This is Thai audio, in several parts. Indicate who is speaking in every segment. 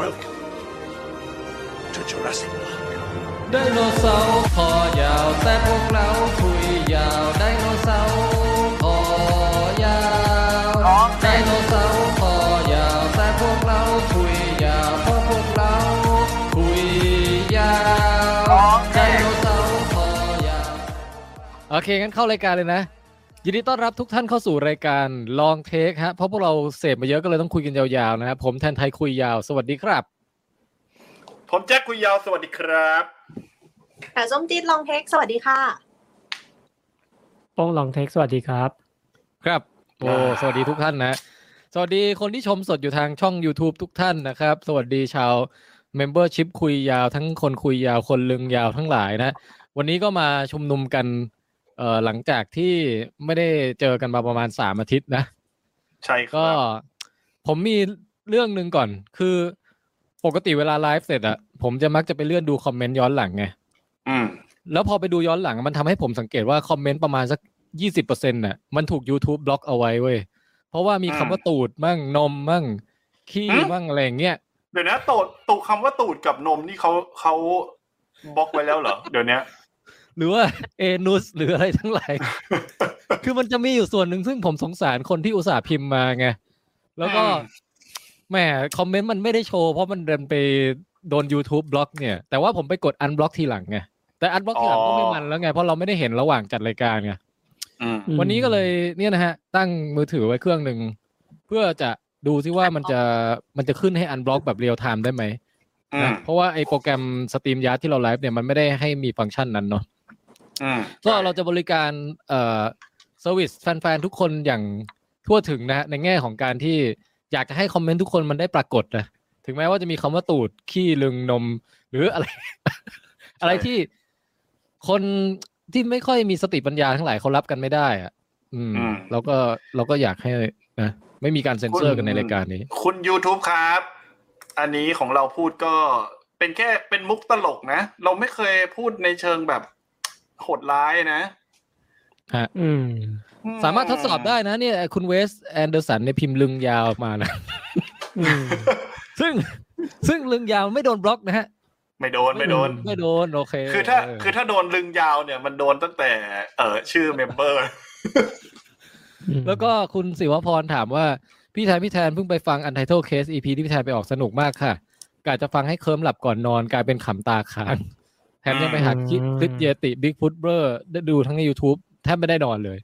Speaker 1: Welcome to Jurassic Park.
Speaker 2: ไดโนเสาร์คอยาวแต่พวกเราคุยยาวไดโนเสาร์คอยาวไดโนเสาร์คอยาวแต่พวกเราคุยยาวเพราะพวกเราคุยยาวไดโนเสาร์คอยาวโอเคงั้นเข้ารายการเลยนะ ยินดีต้อนรับทุกท่านเข้าสู่รายการลองเทคฮะเพราะพวกเราเสพมาเยอะก็เลยต้องคุยกันยาวๆนะครับผมแทนไทยคุยยาวสวัสดีครับ
Speaker 3: ผมแจ็คคุยยาวสวัสดีครับ
Speaker 4: แต่ส้มจีดลองเทคสวัสดีค่ะ
Speaker 5: โป้งลองเทคสวัสดีครับ
Speaker 2: ครับโอ้
Speaker 3: อ่า
Speaker 2: สวัสดีทุกท่านนะ สวัสดีคนที่ชมสดอยู่ทางช่อง YouTube ทุกท่านนะครับ สวัสดีชาว Membership คุยยาวทั้งคนคุยยาวคนลึงยาวทั้งหลายนะ วันนี้ก็มาชุมนุมกันเอ่อหลังจากที่ไม่ได้เจอกันมาประมาณ 3 อาทิตย์นะ
Speaker 3: ใช่ครั
Speaker 2: ก็
Speaker 3: บ
Speaker 2: ผมมีเรื่องหนึ่งก่อน คือปกติเวลาไลฟ์เสร็จอะผมจะมักจะไปเลื่อนดูคอมเมนต์ย้อนหลังไง
Speaker 3: อืม
Speaker 2: แล้วพอไปดูย้อนหลังมันทำให้ผมสังเกตว่าคอมเมนต์ประมาณสักยี่สิบเปอร์เซ็นต์น่ะมันถูก YouTube บล็อกเอาไว้เว้ย เพราะว่ามี
Speaker 3: อืม
Speaker 2: คำว่าตูดมั่งนมมั่ง ขี้
Speaker 3: อืม
Speaker 2: มั่งอะไรอย่างเงี้ย
Speaker 3: เดี๋ยวนะตูดตูดคำว่าตูดกับนมนี่เขาเขาบล็อกไว้แล้วเหรอ เดี๋ยวนี้
Speaker 2: หรือว่า เอนุสหรืออะไรทั้งหลาย คือมันจะมีอยู่ส่วนหนึ่งซึ่งผมสงสารคนที่อุตส่าห์พิมพ์มาไง แล้วก็แหมคอมเมนต์มันไม่ได้โชว์เพราะมันเดินไปโดน YouTube บล็อกเนี่ย แต่ว่าผมไปกดอันบล็อกทีหลังไง แต่อันบล็อกทีหลังก็ไม่มันแล้วไงเพราะเราไม่ได้เห็นระหว่างจัดรายการไง
Speaker 3: อืม
Speaker 2: วันนี้ก็เลยเนี่ยนะฮะ ตั้งมือถือไว้เครื่องหนึ่งเพื่อจะดูซิว่ามันจะมันจะขึ้นให้อันบล็อกแบบเรียลไทม์ได้ไหม
Speaker 3: อืม
Speaker 2: นะเพราะว่าไอโปรแกรมสตรีมยาที่เราไลฟ์เนี่ยมันไม่ได้ให้มีฟังก์ชันนั้นเนาะ
Speaker 3: อืม
Speaker 2: ก็เราจะบริการเอ่อเซอร์วิสแฟนๆ ทุกคนอย่างทั่วถึงนะฮะในแง่ของการที่อยากจะให้คอมเมนต์ทุกคนมันได้ปรากฏนะถึงแม้ว่าจะมีคำว่าตูด ขี้ลึงนม หรือ อะไร อะไรที่คนที่ไม่ค่อยมีสติปัญญาทั้งหลายเขารับกันไม่ได้อ่ะ อืม
Speaker 3: อืม
Speaker 2: เราก็เราก็อยากให้นะไม่มีการเซ็นเซอร์กันในรายการนี้
Speaker 3: คุณ YouTube ครับ อันนี้ของเราพูดก็เป็นแค่เป็นมุกตลกนะ เราไม่เคยพูดในเชิงแบบโหดร้ายนะ
Speaker 5: อืม
Speaker 3: อื
Speaker 2: สามารถทดสอบได้นะเนี่ย คุณเวสแอนเดอร์สันเนี่ยพิมพ์ลึงยาวมานะ
Speaker 5: อืม
Speaker 2: ซึ่งซึ่งลึงยาวไม่โดนบล็อกนะฮะ
Speaker 3: ไม่โดนไม่โดน
Speaker 2: ไม่โดน โอเค
Speaker 3: คือถ้า
Speaker 2: เ
Speaker 3: คือถ้าโดนลึงยาวเนี่ยมันโดนตั้งแต่ เออชื่อเมมเบอร์
Speaker 2: แล้ว ก็คุณศิวพรถามว่า พี่แทนพี่แทนเพิ่งไปฟัง Untitled Case EP ที่พี่แทนไปออกสนุกมากค่ะกะจะฟังให้เคลิ้มหลับก่อนนอนกลายเป็นขำตาค้างแถมยังไปหาคลิป
Speaker 5: อืม
Speaker 2: คลิปเยติบิ๊กฟุตเบอร์ได้ดูทั้งใน YouTube แทบไม่ได้นอนเลย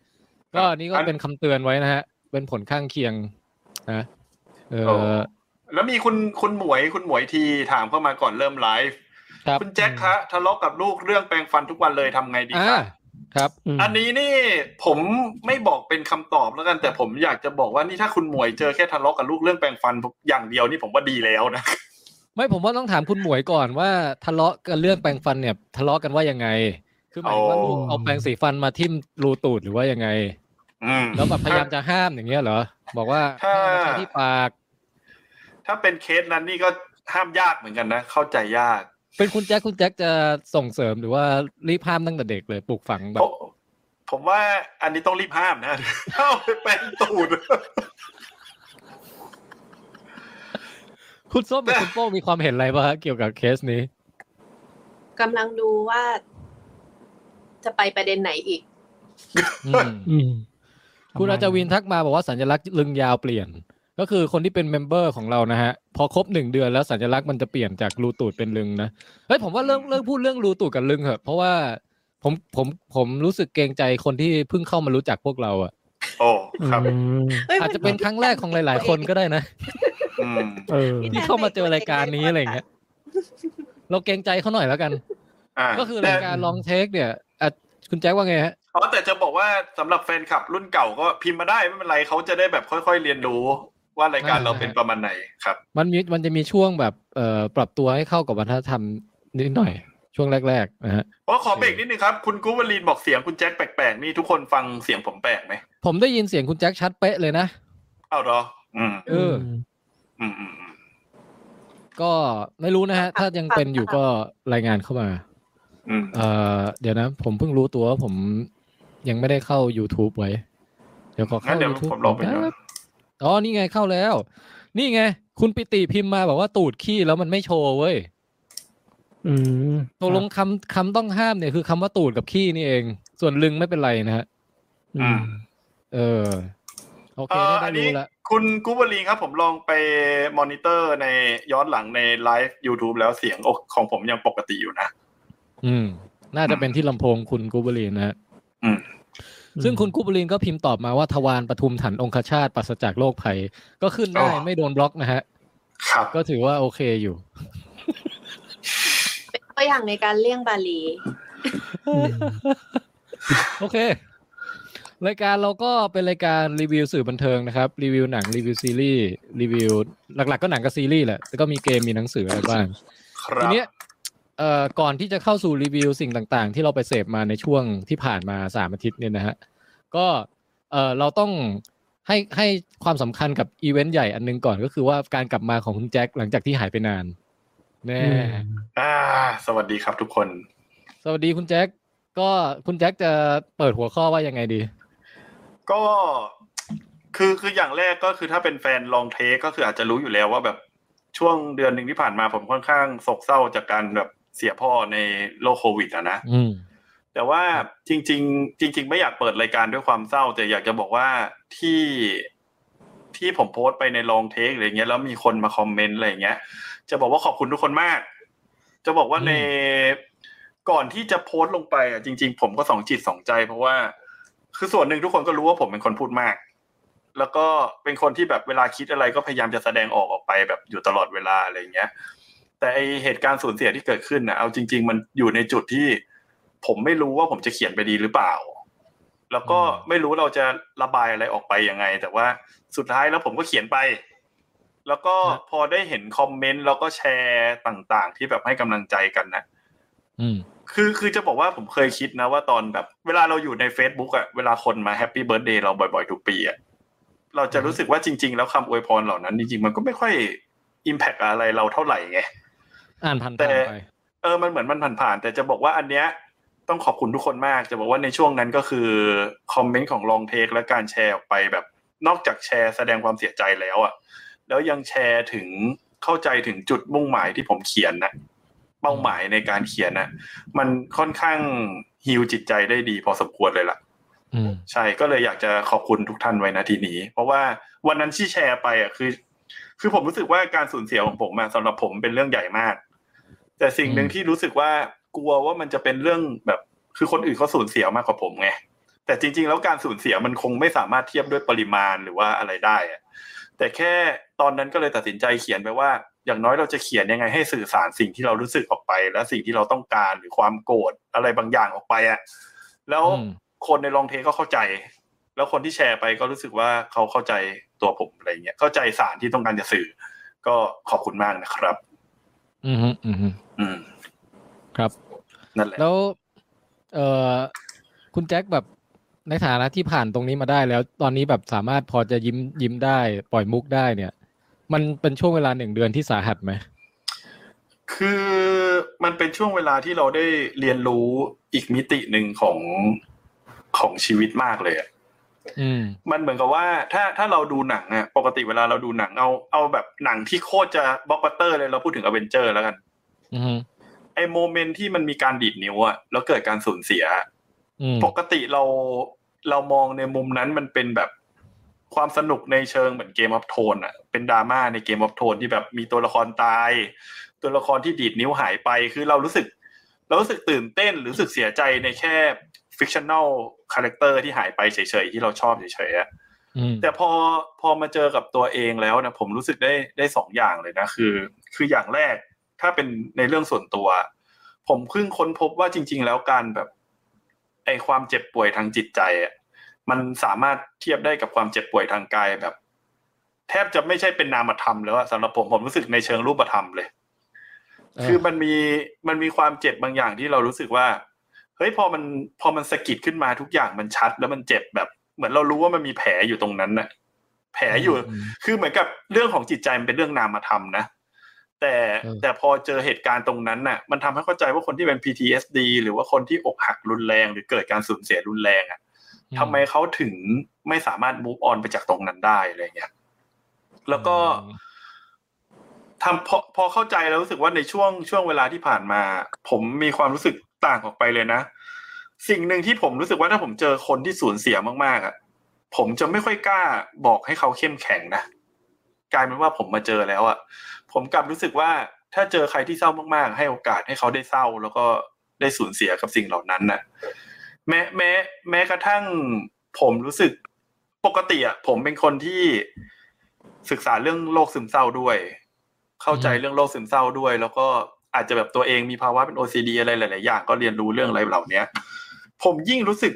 Speaker 2: ก็อันนี้ก็
Speaker 3: อัน
Speaker 2: เป็นคำเตือนไว้นะฮะ เป็นผลข้างเคียงนะเออ
Speaker 3: แล้วมีคุณคุณหมวยคุณหมวยทีถามเข้ามาก่อนเริ่มไลฟ์
Speaker 2: ครับ
Speaker 3: คุณแจ็คคะทะเลาะกับลูกเรื่องแปรงฟันทุกวันเลยทำไงดี
Speaker 2: อ่า
Speaker 3: คะ
Speaker 2: ครับ
Speaker 3: อันนี้นี่ผมไม่บอกเป็นคำตอบแล้วกัน แต่ผมอยากจะบอกว่านี่ถ้าคุณหมวยเจอแค่ทะเลาะกับลูกเรื่องแปรงฟันอย่างเดียวนี่ผมว่าดีแล้วนะ
Speaker 2: ไม่ผมว่าต้องถามคุณหมวยก่อนว่าทะเลาะกันเรื่องแปรงฟันเนี่ย ทะเลาะกันว่ายังไง คือหมายถึงว่า
Speaker 3: อ๋อ
Speaker 2: ลูกเอาแปรงสีฟันมาทิ่มรูตูดหรือว่ายังไง
Speaker 3: อืม
Speaker 2: แล้วแบบพยายามจะห้ามอย่างเงี้ยเหรอ บอกว่า
Speaker 3: ถ้า
Speaker 2: ห้ามมาใช้ที่ปาก
Speaker 3: ถ้าเป็นเคสนั้นนี่ก็ห้ามยากเหมือนกันนะ เข้าใจยาก
Speaker 2: เป็นคุณแจ็คคุณแจ็คจะส่งเสริมหรือว่ารีบห้ามตั้งแต่เด็กเลยปลูกฝังแบ
Speaker 3: ผ
Speaker 2: บ
Speaker 3: มผมว่าอันนี้ต้องรีบห้ามนะ เข้าไปแปรงตูด
Speaker 2: คุณส้มกับคุณโป้งมีความเห็นอะไรบ้างฮะเกี่ยวกับเคสนี้
Speaker 4: กำลังดูว่า จะไปประเด็นไหนอีก
Speaker 2: อืม
Speaker 5: อืม
Speaker 2: คุณอาจารย์วินทักมาบอกว่าสัญลักษณ์ลึงยาวเปลี่ยน ก็คือคนที่เป็นเมมเบอร์ของเรานะฮะ พอครบหนึ่งเดือนแล้วสัญลักษณ์มันจะเปลี่ยนจากรูตูดเป็นลึงนะเฮ้ยผมว่าเรื่องเรื่องพูดเรื่องรูตูดกับลึงเหอะเพราะว่าผมผมผมรู้สึกเกรงใจคนที่เพิ่งเข้ามารู้จักพวกเราอ่ะ
Speaker 3: โอ้ครับ
Speaker 5: อืม
Speaker 4: เอ้ย
Speaker 2: อาจจะเป็นครั้งแรกของหลาย ๆ คนก็ได้นะ
Speaker 3: อืม
Speaker 5: เออ
Speaker 2: ที่เข้ามาเจอรายการนี้อะไรอย่างเงี้ยเราเกรงใจเขาหน่อยแล้วกัน
Speaker 3: อ่า
Speaker 2: ก็คือรายการลองเทคเนี่ยอ่ะคุณแจ็คว่าไงฮะ
Speaker 3: อ๋อแต่จะบอกว่าสำหรับแฟนคลับรุ่นเก่าก็พิมพ์มาได้ไม่เป็นไรเขาจะได้แบบค่อย ๆ เรียนรู้ว่ารายการเราเป็นประมาณไหนครับ
Speaker 2: มันมีมันจะมีช่วงแบบเอ่อปรับตัวให้เข้ากับวัฒนธรรมนิดหน่อย ช่วงแรก ๆ นะฮะ
Speaker 3: เพราะขอเบรกนิดนึงครับ คุณกูวลีนบอกเสียงคุณแจ็คแปลกๆนี่ทุกคนฟังเสียงผมแปลกไหม
Speaker 2: ผมได้ยินเสียงคุณแจ็คชัดเป๊ะเลยนะ
Speaker 3: เอ้าเหรอ อืม
Speaker 2: เออ
Speaker 3: อืมอืมอืม
Speaker 2: ก็ไม่รู้นะฮะ ถ้ายังเป็นอยู่ก็รายงานเข้ามา
Speaker 3: อืม
Speaker 2: เอ่อ เดี๋ยวนะ ผมเพิ่งรู้ตัวว่าผมยังไม่ได้เข้า YouTube ไว้ เดี๋ยวขอ
Speaker 3: งั้
Speaker 2: เข้า
Speaker 3: นเดี๋ยว
Speaker 2: YouTube
Speaker 3: ผมลองไปดู
Speaker 2: แป๊บอ๋อ นี่ไงเข้าแล้ว นี่ไง คุณปิติพิมพ์มาบอกว่าตูดขี้แล้วมันไม่โชว์เว้ย
Speaker 5: อืม
Speaker 2: ตกลงคำคำต้องห้ามเนี่ยคือคำว่าตูดกับขี้นี่เอง ส่วนลึงไม่เป็นไรนะฮะ
Speaker 5: อืม
Speaker 2: เออ โอเค
Speaker 3: เอ่อ
Speaker 2: ได้
Speaker 3: อัน
Speaker 2: ได้รู้
Speaker 3: นี้
Speaker 2: ละ
Speaker 3: คุณกุบลีครับผมลองไปมอนิเตอร์ในย้อนหลังในไลฟ์ YouTube แล้วเสียงของผมยังปกติอยู่นะ
Speaker 2: อืม น่าจะเป็นที่ลำโพงคุณกูบลีนนะฮะ
Speaker 3: อืม
Speaker 2: ซึ่งคุณกูบลีนก็พิมพ์ตอบมาว่าทวารปทุมถันองคชาตปราศจากโรคภัย ก็ขึ้นได้
Speaker 3: อ๋อ
Speaker 2: ไม่โดนบล็อกนะฮะ
Speaker 3: ครับ
Speaker 2: ก็ถือว่าโอเคอยู่
Speaker 4: เป็นตัวอย่างในการเลี่ยงบาลี
Speaker 2: โอเค รายการเราก็เป็นรายการรีวิวสื่อบันเทิงนะครับ รีวิวหนังรีวิวซีรีส์รีวิว หลัก ๆ ก็หนังกับซีรีส์แหละแล้วก็มีเกมมีหนังสืออะไรบ้าง
Speaker 3: ครั
Speaker 2: ที
Speaker 3: บ
Speaker 2: เนี้ยเอ่อก่อนที่จะเข้าสู่รีวิวสิ่งต่างๆ ที่เราไปเสพมาในช่วงที่ผ่านมาสามอาทิตย์เนี่ยนะฮะก็เอ่อเราต้องให้ให้ความสำคัญกับอีเวนต์ใหญ่อันหนึงก่อนก็คือว่าการกลับมาของคุณแจ็คหลังจากที่หายไปนานแน่
Speaker 5: อืม
Speaker 3: อ่า สวัสดีครับทุกคน
Speaker 2: สวัสดีคุณแจ็คก็คุณแจ็คจะเปิดหัวข้อว่ายังไงดี
Speaker 3: ก็คือคืออย่างแรกก็คือถ้าเป็นแฟนลองเทคก็คืออาจจะรู้อยู่แล้วว่าแบบช่วงเดือนหนึ่งที่ผ่านมาผมค่อนข้างโศกเศร้าจากการแบบเสียพ่อในโลกโควิดอะนะ
Speaker 2: อืม
Speaker 3: แต่ว่าจริง ๆ จริง ๆ ไม่อยากเปิดรายการด้วยความเศร้า แต่อยากจะบอกว่าที่ที่ผมโพสต์ไปในลองเทคอะไรเงี้ยแล้วมีคนมาคอมเมนต์อะไรเงี้ย จะบอกว่าขอบคุณทุกคนมาก จะบอกว่า
Speaker 2: อืม
Speaker 3: ในก่อนที่จะโพสต์ลงไปอ่ะจริง ๆ ผมก็สองจิตสองใจ เพราะว่า คือส่วนหนึ่งทุกคนก็รู้ว่าผมเป็นคนพูดมาก แล้วก็เป็นคนที่แบบเวลาคิดอะไรก็พยายามจะแสดงออกออกไปแบบอยู่ตลอดเวลาอะไรอย่างเงี้ย แต่ไอเหตุการณ์สูญเสียที่เกิดขึ้นนะเอาจริง ๆ มันอยู่ในจุดที่ ผมไม่รู้ว่าผมจะเขียนไปดีหรือเปล่า แล้วก็
Speaker 2: อืม
Speaker 3: ไม่รู้เราจะระบายอะไรออกไปยังไง แต่ว่าสุดท้ายแล้วผมก็เขียนไป แล้วก็พอได้เห็นคอมเมนต์แล้วก็แชร์ต่างๆ ที่แบบให้กำลังใจกันนะ
Speaker 2: อืม
Speaker 3: คือคือจะบอกว่าผมเคยคิดนะว่าตอนแบบ เวลาเราอยู่ใน Facebook อะเวลาคนมาแฮปปี้เบิร์ดเดย์เราบ่อยๆ ทุกปีอะเราจะรู้สึกว่าจริง ๆ แล้วคำอวยพรเหล่านั้น จริง ๆ มันก็ไม่ค่อยอิมแพกอะไรเราเท่าไหร่ไง
Speaker 2: อ่านผ่านๆ
Speaker 3: แต่
Speaker 2: ไป
Speaker 3: เออมันเหมือนมันผ่านๆแต่จะบอกว่าอันเนี้ยต้องขอบคุณทุกคนมาก จะบอกว่าในช่วงนั้นก็คือคอมเมนต์ของลองเทคและการแชร์ออกไปแบบนอกจากแชร์แสดงความเสียใจแล้วอะแล้วยังแชร์ถึงเข้าใจถึงจุดมุ่งหมายที่ผมเขียนนะเป้าหมายในการเขียนนะมันค่อนข้างฮิวจิตใจได้ดีพอสมควรเลยล่ะ
Speaker 2: อืม
Speaker 3: ใช่ก็เลยอยากจะขอบคุณทุกท่านไว้นะทีนี้ เพราะว่าวันนั้นที่แชร์ไปอ่ะคือ คือผมรู้สึกว่าการสูญเสียของผมอะสำหรับผมเป็นเรื่องใหญ่มาก แต่สิ่งหนึ่ง
Speaker 2: อืม
Speaker 3: ที่รู้สึกว่ากลัวว่ามันจะเป็นเรื่องแบบ คือคนอื่นเขาสูญเสียมากกว่าผมไงแต่จริง ๆ แล้วการสูญเสียมันคงไม่สามารถเทียบด้วยปริมาณหรือว่าอะไรได้อะแต่แค่ตอนนั้นก็เลยตัดสินใจเขียนไปว่า อย่างน้อยเราจะเขียนยังไงให้สื่อสารสิ่งที่เรารู้สึกออกไป และสิ่งที่เราต้องการหรือความโกรธอะไรบางอย่างออกไปอะแล้ว
Speaker 2: อืม
Speaker 3: คนในลองเทคก็เข้าใจ แล้วคนที่แชร์ไปก็รู้สึกว่าเขาเข้าใจตัวผมอะไรเงี้ยเข้าใจสารที่ต้องการจะสื่อ ก็ขอบคุณมากนะครับ
Speaker 2: อืมฮึอืมฮึ
Speaker 3: อืม
Speaker 2: ครับ
Speaker 3: นั่นแหละ
Speaker 2: แล้ว เออคุณแจ็คแบบในฐานะที่ผ่านตรงนี้มาได้แล้ว ตอนนี้แบบสามารถพอจะยิ้มยิ้มได้ ปล่อยมุกได้เนี่ย มันเป็นช่วงเวลาหนึ่งเดือนที่สาหัสไหม
Speaker 3: คือมันเป็นช่วงเวลาที่เราได้เรียนรู้อีกมิติหนึ่งของของชีวิตมากเลยอะ
Speaker 2: อืม
Speaker 3: มันเหมือนกับว่าถ้าถ้าเราดูหนังอ่ะปกติเวลาเราดูหนังเอาเอาแบบหนังที่โคตรจะบล็อกบัสเตอร์เลยเราพูดถึงอเวนเจอร์แล้วกัน
Speaker 2: อืมฮึ
Speaker 3: ไอโมเมนต์ที่มันมีการดีดนิ้วอ่ะแล้วเกิดการสูญเสียอะ
Speaker 2: อืม
Speaker 3: ปกติเราเรามองในมุมนั้นมันเป็นแบบความสนุกในเชิงเหมือนเกมออฟโทนอะเป็นดราม่าในเกมออฟโทนที่แบบมีตัวละครตาย ตัวละครที่ดีดนิ้วหายไปคือเรารู้สึก เรารู้สึกตื่นเต้นหรือรู้สึกเสียใจในแค่ฟิกชันแนลคาแรคเตอร์ที่หายไปเฉยๆ ที่เราชอบเฉยๆอะ
Speaker 2: อืม
Speaker 3: แต่พอพอมาเจอกับตัวเองแล้วนะผมรู้สึกได้ได้สองอย่างเลยนะคือ คืออย่างแรกถ้าเป็นในเรื่องส่วนตัว ผมเพิ่งค้นพบว่าจริง ๆ แล้วการแบบไอความเจ็บป่วยทางจิตใจอะมันสามารถเทียบได้กับความเจ็บป่วยทางกายแบบ แทบจะไม่ใช่เป็นนามธรรมแล้วอะสำหรับผมผมรู้สึกในเชิงรูปธรรมเลย
Speaker 2: เ
Speaker 3: คือมันมีมันมีความเจ็บบางอย่างที่เรารู้สึกว่าเฮ้ยพอมันพอมันสะกิดขึ้นมาทุกอย่างมันชัด แล้วมันเจ็บแบบ เหมือนเรารู้ว่ามันมีแผลอยู่ตรงนั้นน่ะ แผลอยู่
Speaker 2: ม
Speaker 3: คือเหมือนกับเรื่องของจิตใจมันเป็นเรื่องนามธรรมนะ แต่
Speaker 2: เออ
Speaker 3: แต่พอเจอเหตุการณ์ตรงนั้นน่ะ มันทำให้เข้าใจว่าคนที่เป็น PTSD หรือว่าคนที่อกหักรุนแรง หรือเกิดการสูญเสียรุนแรงอ่ะทำไมเขาถึงไม่สามารถ move on ไปจากตรงนั้นได้อะไรเงี้ยแล้วก็
Speaker 2: อืม
Speaker 3: ทำพอพอเข้าใจแล้วรู้สึกว่าในช่วงช่วงเวลาที่ผ่านมา ผมมีความรู้สึกต่างออกไปเลยนะ สิ่งหนึ่งที่ผมรู้สึกว่าถ้าผมเจอคนที่สูญเสียมากๆอ่ะผมจะไม่ค่อยกล้าบอกให้เขาเข้มแข็งนะกลายเป็นว่าผมมาเจอแล้วอ่ะผมกลับรู้สึกว่าถ้าเจอใครที่เศร้ามากๆ ให้โอกาสให้เขาได้เศร้า แล้วก็ได้สูญเสียกับสิ่งเหล่านั้นน่ะ แม้แม้แม้กระทั่งผมรู้สึกปกติอะผมเป็นคนที่ศึกษาเรื่องโรคซึมเศร้าด้วย เข้าใจเรื่องโรคซึมเศร้าด้วย แล้วก็อาจจะแบบตัวเองมีภาวะเป็น OCD อะไรหลายๆอย่างก็เรียนรู้เรื่องอะไรเหล่าเนี้ย ผมยิ่งรู้สึก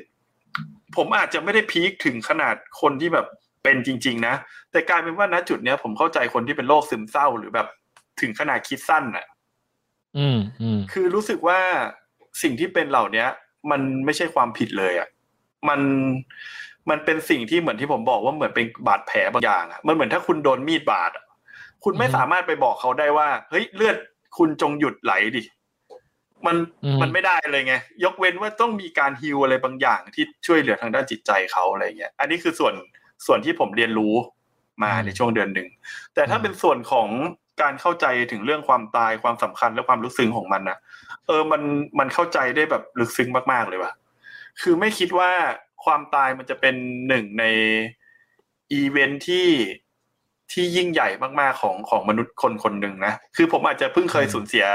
Speaker 3: ผมอาจจะไม่ได้พีคถึงขนาดคนที่แบบเป็นจริง ๆ นะ แต่กลายเป็นว่าณจุดเนี้ยผมเข้าใจคนที่เป็นโรคซึมเศร้าหรือแบบถึงขนาดคิดสั้นอะ
Speaker 2: อืมอืม
Speaker 3: คือรู้สึกว่าสิ่งที่เป็นเหล่าเนี้ย มันไม่ใช่ความผิดเลยอ่ะมันมันเป็นสิ่งที่เหมือนที่ผมบอกว่าเหมือนเป็นบาดแผลบางอย่างอ่ะมันเหมือนถ้าคุณโดนมีดบาดอะคุณไม่สามารถไปบอกเขาได้ว่า เฮ้ยเลือดคุณจงหยุดไหลดิมัน
Speaker 2: อื
Speaker 3: มันไม่ได้เลยไงยกเว้นว่าต้องมีการฮิวอะไรบางอย่างที่ช่วยเหลือทางด้านจิตใจเขาอะไรเงี้ยอันนี้คือส่วนส่วนที่ผมเรียนรู้มาในช่วงเดือนหนึ่งแต่ถ้าเป็นส่วนของการเข้าใจถึงเรื่องความตายความสำคัญและความรู้สึกของมันนะ เออ มัน มันเข้าใจได้แบบลึกซึ้งมาก ๆ เลยว่ะ คือไม่คิดว่าความตายมันจะเป็นหนึ่งในอีเวนท์ที่ที่ยิ่งใหญ่มากๆของของมนุษย์คนคนหนึ่งนะ คือผมอาจจะเพิ่งเคยสูญเสีย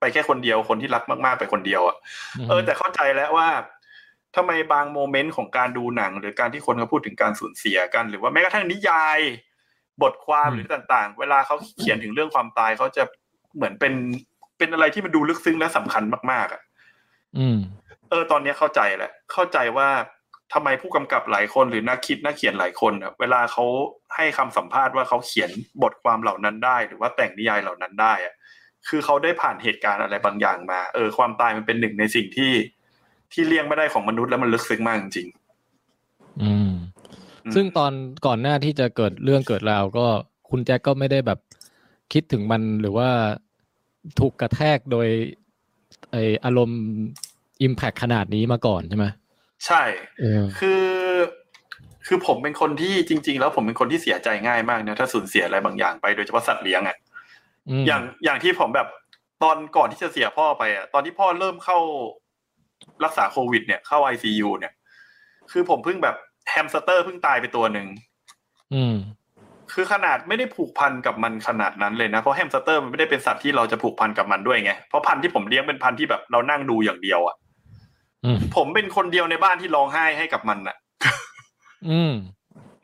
Speaker 3: ไปแค่คนเดียว คนที่รักมากๆไปคนเดียวอะ
Speaker 2: ม
Speaker 3: เออแต่เข้าใจแล้วว่าทำไมบางโมเมนต์ของการดูหนัง หรือการที่คนเขาพูดถึงการสูญเสียกัน หรือว่าแม้กระทั่งนิยาย บทความหรือต่างๆ เวลาเขาเขียนถึงเรื่องความตายเขาจะเหมือนเป็นเป็นอะไรที่มันดูลึกซึ้งและสำคัญมากๆอ่ะ
Speaker 2: อืม
Speaker 3: เออตอนเนี้ยเข้าใจแล้ว เข้าใจว่าทำไมผู้กำกับหลายคนหรือนักคิดนักเขียนหลายคนน่ะเวลาเขาให้คำสัมภาษณ์ว่าเขาเขียนบทความเหล่านั้นได้ หรือว่าแต่งนิยายเหล่านั้นได้อะคือเขาได้ผ่านเหตุการณ์อะไรบางอย่างมา เออ ความตายมันเป็นหนึ่งในสิ่งที่ที่เลี่ยงไม่ได้ของมนุษย์แล้วมันลึกซึ้งมากจริง
Speaker 2: อืม
Speaker 3: อืม
Speaker 2: ซึ่งตอนก่อนหน้าที่จะเกิดเรื่องเกิดราวก็คุณแจ็คก็ไม่ได้แบบคิดถึงมันหรือว่าถูกกระแทกโดยไออารมณ์อิมแพคขนาดนี้มาก่อนใช่ไหม
Speaker 3: ๆ ใช่
Speaker 2: เออ
Speaker 3: คือคือผมเป็นคนที่จริง ๆ แล้วผมเป็นคนที่เสียใจง่ายมากนะถ้าสูญเสียอะไรบางอย่างไปโดยเฉพาะสัตว์เลี้ยงอ่ะ
Speaker 2: ม
Speaker 3: อย่างอย่างที่ผมแบบตอนก่อนที่จะเสียพ่อไปอ่ะตอนที่พ่อเริ่มเข้ารักษาโควิด เนี่ยเข้าไอซียูเนี่ย คือผมเพิ่งแบบแฮมสเตอร์เพิ่งตายไปตัวหนึ่ง
Speaker 2: อืม
Speaker 3: คือขนาดไม่ได้ผูกพันกับมันขนาดนั้นเลยนะเพราะแฮมสเตอร์มันไม่ได้เป็นสัตว์ที่เราจะผูกพันกับมันด้วยไงเพราะพันธุ์ที่ผมเลี้ยงเป็นพันธุ์ที่แบบเรานั่งดูอย่างเดียวอ่ะ
Speaker 2: อืม
Speaker 3: ผมเป็นคนเดียวในบ้านที่ร้องไห้ให้กับมันอ่ะ
Speaker 2: อืม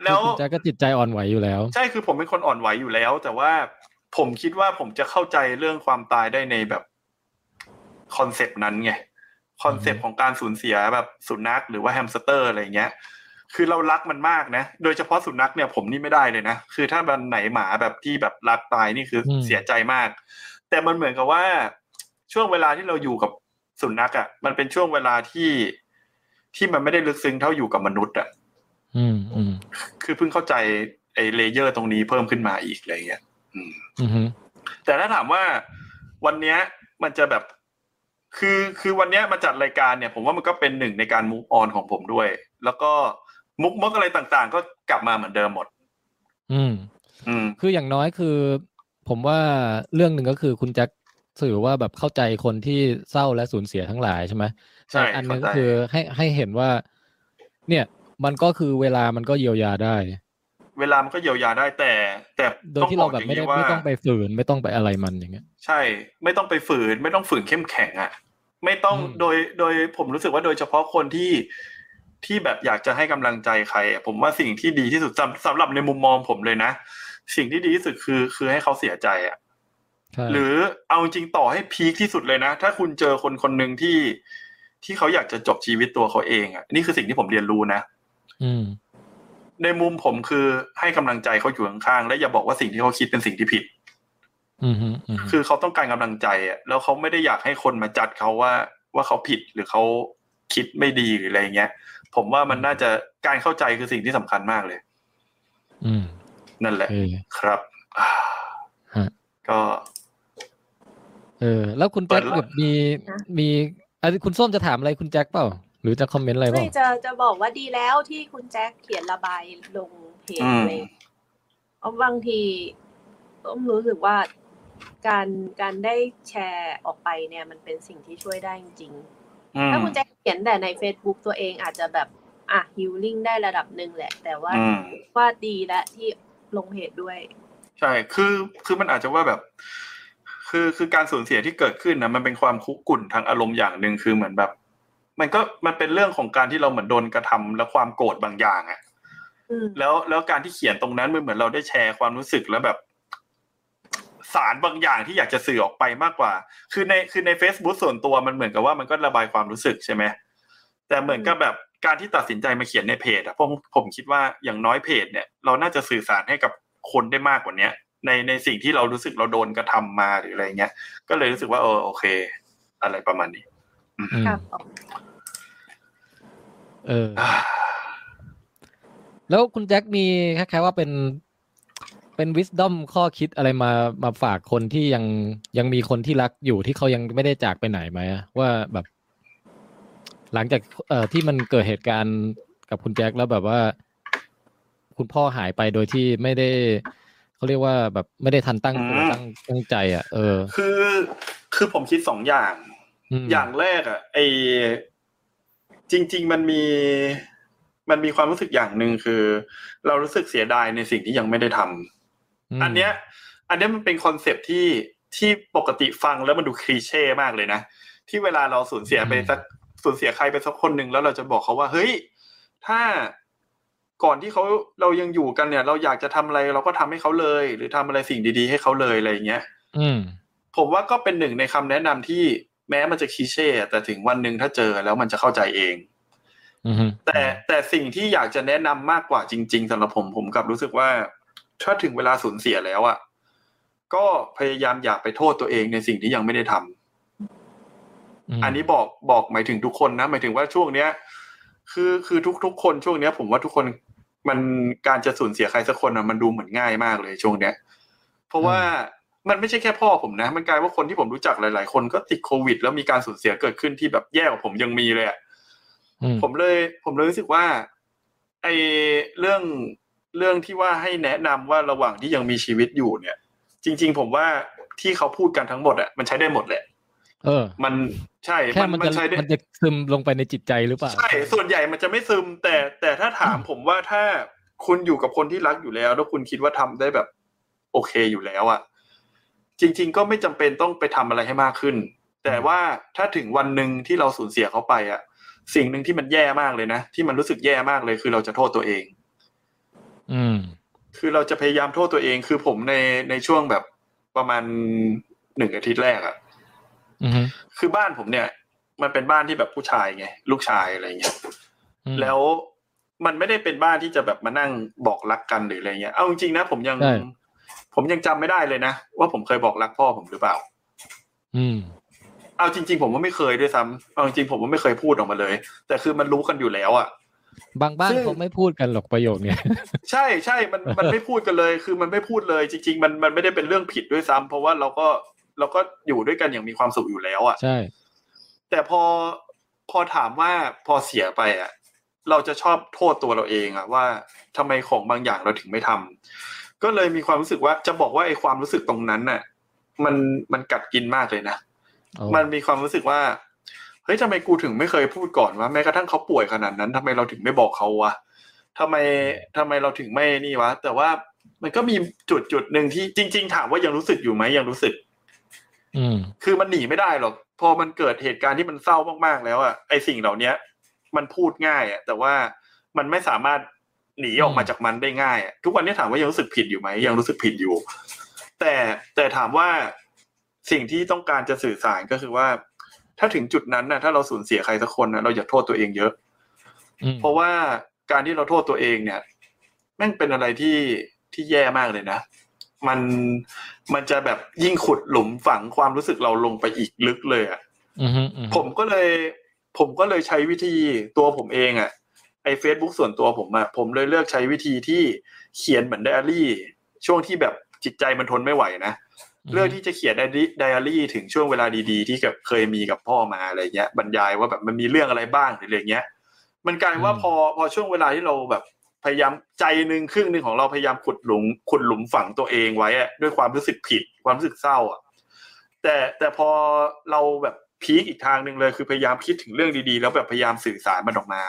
Speaker 3: แล้ว
Speaker 2: คุณแจ็คก็จิตใจอ่อนไหวอยู่แล้ว
Speaker 3: ใช่คือผมเป็นคนอ่อนไหวอยู่แล้ว แต่ว่าผมคิดว่าผมจะเข้าใจเรื่องความตายได้ในแบบคอนเซปต์นั้นไงคอนเซปต์ของการสูญเสียแบบสุนัขหรือว่าแฮมสเตอร์อะไรเงี้ย คือเรารักมันมากนะ โดยเฉพาะสุนัขเนี่ยผมนี่ไม่ได้เลยนะ คือถ้ามันไหนหมาแบบที่แบบรักตายนี่คืออ
Speaker 2: ม
Speaker 3: เสียใจมาก แต่มันเหมือนกับว่าช่วงเวลาที่เราอยู่กับสุนัขอะ่ะ มันเป็นช่วงเวลาที่ที่มันไม่ได้ลึกซึ้งเท่าอยู่กับมนุษย์อ่ะ
Speaker 2: อืมอืม
Speaker 3: คือเพิ่งเข้าใจไอ้เลเยอร์ตรงนี้เพิ่มขึ้นมาอีกอะไรเงี้ย อืม
Speaker 2: อืมฮึ
Speaker 3: แต่ถ้าถามว่าวันเนี้ยมันจะแบบ คือคือวันเนี้ยมาจัดรายการเนี่ย ผมว่ามันก็เป็นหนึ่งในการมูฟออนของผมด้วย แล้วก็มุกมกอะไรต่างๆ ก็กลับมาเหมือนเดิมหมด
Speaker 2: อืม
Speaker 3: อืม
Speaker 2: คืออย่างน้อยคือ ผมว่าเรื่องหนึ่งก็คือคุณแจ็คสื่อว่าแบบเข้าใจคนที่เศร้าและสูญเสียทั้งหลายใช่ไหม
Speaker 3: ใช่
Speaker 2: แต่อันหนึงก็
Speaker 3: เข้าใจ
Speaker 2: คือให้ให้เห็นว่า เนี่ย มันก็คือเวลามันก็เยียวยาได้
Speaker 3: เวลามันก็เยียวยาได้แต่แต่
Speaker 2: โดยที่เราแบบไม่
Speaker 3: ต้
Speaker 2: ได้
Speaker 3: องบอกอย่าง
Speaker 2: ไม่
Speaker 3: นี้
Speaker 2: ต้อง
Speaker 3: ว่า
Speaker 2: ไปฝืนไม่ต้องไปอะไรมันอย่างเงี้ย
Speaker 3: ใช่ ไม่ต้องไปฝืน ไม่ต้องฝืนเข้มแข็งอะ่ะ ไม่ต้อง
Speaker 2: อืม
Speaker 3: โดยโดยผมรู้สึกว่าโดยเฉพาะคนที่ที่แบบอยากจะให้กำลังใจใครอะผมว่าสิ่งที่ดีที่สุดสำสำหรับในมุมมองผมเลยนะ สิ่งที่ดีที่สุดคือ คือให้เขาเสียใจอ่ะ
Speaker 2: ใช่
Speaker 3: หรือเอาจริงต่อให้พีคที่สุดเลยนะ ถ้าคุณเจอคนคนหนึ่งที่ที่เขาอยากจะจบชีวิตตัวเขาเองอ่ะนี่คือสิ่งที่ผมเรียนรู้นะ
Speaker 2: อืม
Speaker 3: ในมุมผมคือให้กำลังใจเขาอยู่ข้างๆและอย่าบอกว่าสิ่งที่เขาคิดเป็นสิ่งที่ผิด
Speaker 2: อืมฮึอืมฮึ
Speaker 3: คือเขาต้องการกำลังใจอ่ะแล้วเขาไม่ได้อยากให้คนมาจัดเขาว่าว่าเขาผิดหรือเขาคิดไม่ดีหรืออะไรเงี้ย ผมว่ามันน่าจะการเข้าใจคือสิ่งที่สำคัญมากเลย
Speaker 2: อืม
Speaker 3: นั่นแหละ
Speaker 2: เออ
Speaker 3: ครับอ่า
Speaker 2: ฮะ
Speaker 3: ก็
Speaker 2: เออ แล้วคุณแจ็ค
Speaker 3: เปิดละ
Speaker 2: แบบมี
Speaker 6: นะ
Speaker 2: มีอ่ะคุณส้มจะถามอะไรคุณแจ็คเปล่า หรือจะคอมเมนต์อะไรเป
Speaker 6: ไม่
Speaker 2: ล่า
Speaker 6: จะจะบอกว่าดีแล้วที่คุณแจ็คเขียนระบายลงเพจ
Speaker 3: อืม
Speaker 6: เลยเพราะบางที เอ ต้องรู้สึกว่าการการได้แชร์ออกไปเนี่ย มันเป็นสิ่งที่ช่วยได้จริงๆ
Speaker 3: อืม
Speaker 6: ถ้าคุณแจ็คเขียนแต่ใน Facebook ตัวเองอาจจะแบบอ่ะฮิลลิ่งได้ระดับหนึ่งแหละ แต่ว่า
Speaker 3: อืม
Speaker 6: ว่าดีและที่ลงเพจด้วย
Speaker 3: ใช่ คือ คือมันอาจจะว่าแบบ คือ คือการสูญเสียที่เกิดขึ้นนะ มันเป็นความคุกกุ่นทางอารมณ์อย่างหนึ่งคือเหมือนแบบ มันก็ มันเป็นเรื่องของการที่เราเหมือนโดนกระทำและความโกรธบางอย่างอะ
Speaker 6: อืม
Speaker 3: แล้ว แล้วการที่เขียนตรงนั้นมันเหมือนเราได้แชร์ความรู้สึกแล้วแบบ สารบางอย่างที่อยากจะสื่อออกไปมากกว่า คือใน คือใน Facebook ส่วนตัวมันเหมือนกับว่ามันก็ระบายความรู้สึกใช่ไหม แต่เหมือนกับแบบการที่ตัดสินใจมาเขียนในเพจอะผมผมคิดว่าอย่างน้อยเพจเนี่ยเราน่าจะสื่อสารให้กับคนได้มากกว่าเนี้ย ในในสิ่งที่เรารู้สึกเราโดนกระทำมาหรืออะไรเงี้ย ก็เลยรู้สึกว่าเออโอเค อะไรประมาณนี้
Speaker 2: อืม
Speaker 6: ครับออก
Speaker 2: เออ
Speaker 3: อ่า
Speaker 2: แล้วคุณแจ็คมีคล้ายๆว่าเป็นเป็นวิสดอมข้อคิดอะไรมามาฝากคนที่ยังยังมีคนที่รักอยู่ที่เขายังไม่ได้จากไปไหนไหมอะว่าแบบ หลังจากเอ่อที่มันเกิดเหตุการณ์กับคุณแจ็คแล้วแบบว่า คุณพ่อหายไปโดยที่ไม่ได้เขาเรียกว่าแบบไม่ได้ทันตั้งตัวตั้งตั้งใจ อ่ะ เออ
Speaker 3: คือคือผมคิดสองอย่าง
Speaker 2: ม
Speaker 3: อย่างแรกอะไอจริง ๆ มันมีมันมีความรู้สึกอย่างหนึ่งคือ เรารู้สึกเสียดายในสิ่งที่ยังไม่ได้ทำ
Speaker 2: ม
Speaker 3: อันเนี้ย อันเนี้ยมันเป็นคอนเซปต์ที่ที่ปกติฟังแล้วมันดูคลีเช่มากเลยนะ ที่เวลาเราสูญเสียไปสักสูญเสียใครไปสักคนหนึ่งแล้วเราจะบอกเขาว่า เฮ้ย ถ้าก่อนที่เขาเรายังอยู่กันเนี่ย เราอยากจะทำอะไรเราก็ทำให้เขาเลย หรือทำอะไรสิ่งดีๆ ให้เขาเลยอะไรอย่างเงี้ย
Speaker 2: อืม
Speaker 3: ผมว่าก็เป็นหนึ่งในคำแนะนำที่แม้มันจะคลีเช่แต่ถึงวันหนึ่งถ้าเจอแล้วมันจะเข้าใจเอง
Speaker 2: อืม
Speaker 3: แต่แต่สิ่งที่อยากจะแนะนำมากกว่าจริง ๆสำหรับผมผมกลับรู้สึกว่า ถ้าถึงเวลาสูญเสียแล้วอะก็พยายามอยากไปโทษตัวเองในสิ่งที่ยังไม่ได้ทำ
Speaker 2: ม
Speaker 3: อันนี้บอกบอกหมายถึงทุกคนนะหมายถึงว่าช่วงเนี้ย คือคือทุก ๆ คนช่วงเนี้ย ผมว่าทุกคนมันการจะสูญเสียใครสักคนอะมันดูเหมือนง่ายมากเลยช่วงเนี้ย เพราะว่ามันไม่ใช่แค่พ่อผมนะ มันกลายว่าคนที่ผมรู้จักหลาย ๆ คนก็ติดโควิด แล้วมีการสูญเสียเกิดขึ้นที่แบบแย่กว่าผมยังมีเลยอะ
Speaker 2: อืม
Speaker 3: ผมเลยผมเลยรู้สึกว่าไอเรื่องเรื่องที่ว่าให้แนะนำว่าระหว่างที่ยังมีชีวิตอยู่เนี่ย จริง ๆ ผมว่าที่เขาพูดกันทั้งหมดอ่ะมันใช้ได้หมดแหละ
Speaker 2: เออ
Speaker 3: มันใช่
Speaker 2: แค่มันจะ
Speaker 3: ใช้ได้
Speaker 2: มันจะซึมลงไปในจิตใจหรือเปล่า
Speaker 3: ใช่ส่วนใหญ่มันจะไม่ซึม แต่แต่ถ้าถามผมว่าถ้าคุณอยู่กับคนที่รักอยู่แล้ว แล้วคุณคิดว่าทำได้แบบ โอเคอยู่แล้วอ่ะจริง ๆ ก็ไม่จำเป็นต้องไปทำอะไรให้มากขึ้น แต่ว่าถ้าถึงวันหนึ่งที่เราสูญเสียเขาไปอ่ะ สิ่งหนึ่งที่มันแย่มากเลยนะ ที่มันรู้สึกแย่มากเลย คือเราจะโทษตัวเอง
Speaker 2: อืม
Speaker 3: คือเราจะพยายามโทษตัวเอง คือผมในในช่วงแบบประมาณหนึ่งอาทิตย์แรกอะ
Speaker 2: อือฮึ
Speaker 3: คือบ้านผมเนี่ย มันเป็นบ้านที่แบบผู้ชายไงลูกชายอะไรเงี้ย
Speaker 2: อืม
Speaker 3: แล้วมันไม่ได้เป็นบ้านที่จะแบบมานั่งบอกรักกันหรืออะไรเงี้ยเอาจริงๆนะผมยัง
Speaker 2: ใช่
Speaker 3: ผมยังจำไม่ได้เลยนะว่าผมเคยบอกรักพ่อผมหรือเปล่า
Speaker 2: อืม
Speaker 3: เอาจริง ๆ ผมว่าไม่เคยด้วยซ้ำเอาจริงๆผมว่าไม่เคยพูดออกมาเลย แต่คือมันรู้กันอยู่แล้ว อะ
Speaker 2: บางบ้าน
Speaker 3: ซึ่ง
Speaker 2: เขาไม่พูดกันหรอกประโยคเนี่ย
Speaker 3: ใช่ใช่ มันมันไม่พูดกันเลย คือมันไม่พูดเลย จริง ๆ มันมันไม่ได้เป็นเรื่องผิดด้วยซ้ำเพราะว่าเราก็เราก็อยู่ด้วยกันอย่างมีความสุขอยู่แล้วอะ่ะ
Speaker 2: ใช่
Speaker 3: แต่พอพอถามว่าพอเสียไปอะ่ะ เราจะชอบโทษตัวเราเองอะ่ะว่าทำไมของบางอย่างเราถึงไม่ทำก็เลยมีความรู้สึกว่าจะบอกว่าไอ้ความรู้สึกตรงนั้นน่ะ มันมันกัดกินมากเลยนะ
Speaker 2: เอา
Speaker 3: มันมีความรู้สึกว่าเฮ้ยทำไมกูถึงไม่เคยพูดก่อนวะแม้กระทั่งเขาป่วยขนาดนั้นทำไมเราถึงไม่บอกเขาวะทำไมทำไมเราถึงไม่นี่วะ แต่ว่ามันก็มีจุดจุดหนึ่งที่จริง ๆ ถามว่ายังรู้สึกอยู่ไหมยังรู้สึก
Speaker 2: อืม
Speaker 3: คือมันหนีไม่ได้หรอก พอมันเกิดเหตุการณ์ที่มันเศร้ามากๆ แล้วอะไอสิ่งเหล่าเนี้ย มันพูดง่ายอะแต่ว่ามันไม่สามารถหนีออกมาจากมันได้ง่ายอะทุกวันนี้ถามว่ายังรู้สึกผิดอยู่ไหมยังรู้สึกผิดอยู่ แต่แต่ถามว่าสิ่งที่ต้องการจะสื่อสารก็คือว่า ถ้าถึงจุดนั้นนะถ้าเราสูญเสียใครสักคนนะเราอย่าโทษตัวเองเยอะ
Speaker 2: อืม
Speaker 3: เพราะว่าการที่เราโทษตัวเองเนี่ยแม่งเป็นอะไรที่ที่แย่มากเลยนะ มันมันจะแบบยิ่งขุดหลุมฝังความรู้สึกเราลงไปอีกลึกเลยอะ
Speaker 2: อืมฮึอืม
Speaker 3: ผ
Speaker 2: ฮึ
Speaker 3: มก็เลย ผมก็เลยใช้วิธีตัวผมเองอะ่ะไอ้ Facebook ส่วนตัวผมอะ่ะผมเลยเลือกใช้วิธีที่เขียนเหมือนไดอารี่ ช่วงที่แบบจิตใจมันทนไม่ไหวนะ เลือกที่จะเขียนไดอารี่ไดอารี่ถึงช่วงเวลาดีๆ ที่แบบเคยมีกับพ่อมาอะไรเงี้ยบรรยายว่าแบบมันมีเรื่องอะไรบ้างหรืออะไรเงี้ย มันกลายว่าพอพอช่วงเวลาที่เราแบบ พยายามใจหนึ่งครึ่งหนึ่งของเราพยายามขุดหลุมขุดหลุมฝังตัวเองไว้อะด้วยความรู้สึกผิดความรู้สึกเศร้าอะแต่แต่พอเราแบบพีคอีกทางหนึ่งเลยคือพยายามคิดถึงเรื่องดีๆ แล้วแบบพยายามสื่อสารมันออกมา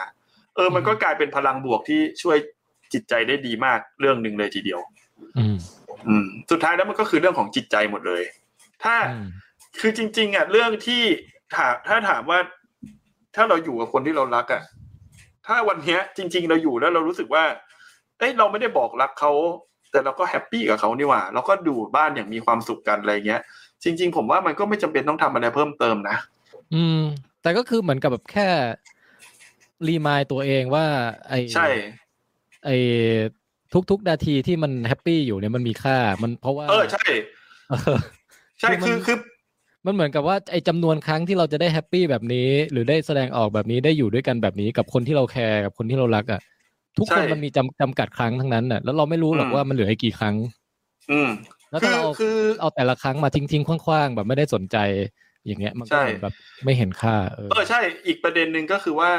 Speaker 3: เออ มันก็กลายเป็นพลังบวกที่ช่วยจิตใจได้ดีมากเรื่องหนึ่งเลยทีเดียว
Speaker 2: อืม
Speaker 3: อืมสุดท้ายแล้วมันก็คือเรื่องของจิตใจหมดเลย ถ้า คือจริง ๆอ่ะเรื่องที่ถามถ้าถามว่า ถ้าเราอยู่กับคนที่เรารักอ่ะถ้าวันเนี้ย จริง ๆ เราอยู่แล้วเรารู้สึกว่า เอ้ยเราไม่ได้บอกรักเขาแต่เราก็แฮปปี้กับเขานี่หว่าเราก็ดูบ้านอย่างมีความสุขกันอะไรเงี้ย จริง ๆ ผมว่ามันก็ไม่จำเป็นต้องทำอะไรเพิ่มเติมนะ
Speaker 2: อืม แต่ก็คือเหมือนกับแบบแค่ รีมายตัวเองว่า ไอ
Speaker 3: ใช่
Speaker 2: ไอทุกๆนาทีที่มันแฮปปี้อยู่เนี่ยมันมีค่า มันเพราะว่า
Speaker 3: เออใช่
Speaker 2: เออ
Speaker 3: ใช่
Speaker 2: คือมัน
Speaker 3: คือคือ
Speaker 2: มันเหมือนกับว่าไอจำนวนครั้งที่เราจะได้แฮปปี้แบบนี้ หรือได้แสดงออกแบบนี้ได้อยู่ด้วยกันแบบนี้กับคนที่เราแคร์กับคนที่เรารักอ่ะทุกคน
Speaker 3: ใช่
Speaker 2: มันมีจำจำกัดครั้งทั้งนั้นน่ะแล้วเราไม่รู้หรอก
Speaker 3: อืม
Speaker 2: ว่ามันเหลืออีกกี่ครั้ง
Speaker 3: อืม
Speaker 2: แล้ว
Speaker 3: คื
Speaker 2: ถ้า
Speaker 3: อ
Speaker 2: เรา
Speaker 3: คือ
Speaker 2: เอาแต่ละครั้งมาทิ้งๆคว้างๆแบบไม่ได้สนใจอย่างเงี้ย มันก็
Speaker 3: ใช่
Speaker 2: เหมือนแบบไม่เห็นค่าเออ
Speaker 3: เออใช่ อีกประเด็นหนึ่งก็คือว่า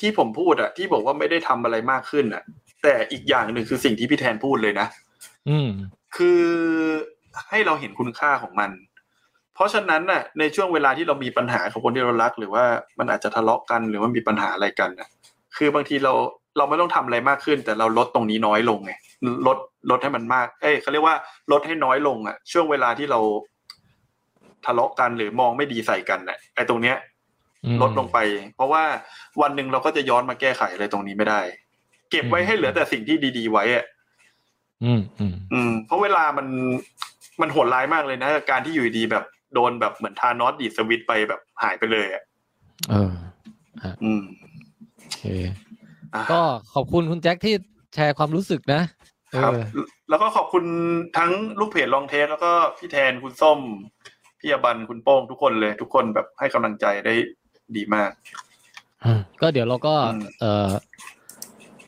Speaker 3: ที่ผมพูดอ่ะ ที่บอกว่าไม่ได้ทำอะไรมากขึ้นอ่ะ แต่อีกอย่างหนึ่งคือสิ่งที่พี่แทนพูดเลยนะ
Speaker 2: อืม
Speaker 3: คือให้เราเห็นคุณค่าของมัน เพราะฉะนั้นน่ะ ในช่วงเวลาที่เรามีปัญหากับคนที่เรารัก หรือว่ามันอาจจะทะเลาะกันหรือว่ามีปัญหาอะไรกันน่ะ คือบางทีเราเราไม่ต้องทำอะไรมากขึ้น แต่เราลดตรงนี้น้อยลงไงลดลดให้มันมาก เอ้ยเขาเรียกว่าลดให้น้อยลงอ่ะ ช่วงเวลาที่เราทะเลาะกันหรือมองไม่ดีใส่กันน่ะไอ้ตรงเนี้ย
Speaker 2: อืม
Speaker 3: ลดลงไป เพราะว่าวันหนึ่งเราก็จะย้อนมาแก้ไขอะไรตรงนี้ไม่ได้ เก็บไว้
Speaker 2: อืม
Speaker 3: ให้เหลือแต่สิ่งที่ดี ๆ ไว้อะ
Speaker 2: อืมอืม
Speaker 3: อืม เพราะเวลามันมันโหดร้ายมากเลยนะ การที่อยู่ดีๆแบบโดนแบบเหมือนทานอสดีดสวิตช์ไปแบบหายไปเลยอ่ะ
Speaker 2: เออ
Speaker 3: อืม
Speaker 2: โอเค
Speaker 3: อ่ะ
Speaker 2: ก็ขอบคุณคุณแจ็คที่แชร์ความรู้สึกนะครับ เออ
Speaker 3: แล้วก็ขอบคุณทั้งลูกเพจลองเทสแล้วก็พี่แทนคุณส้ม พี่อบันคุณโป้งทุกคนเลย ทุกคนแบบให้กำลังใจได้ดีมาก
Speaker 2: อืมก็เดี๋ยวเราก็
Speaker 3: อืม
Speaker 2: เออ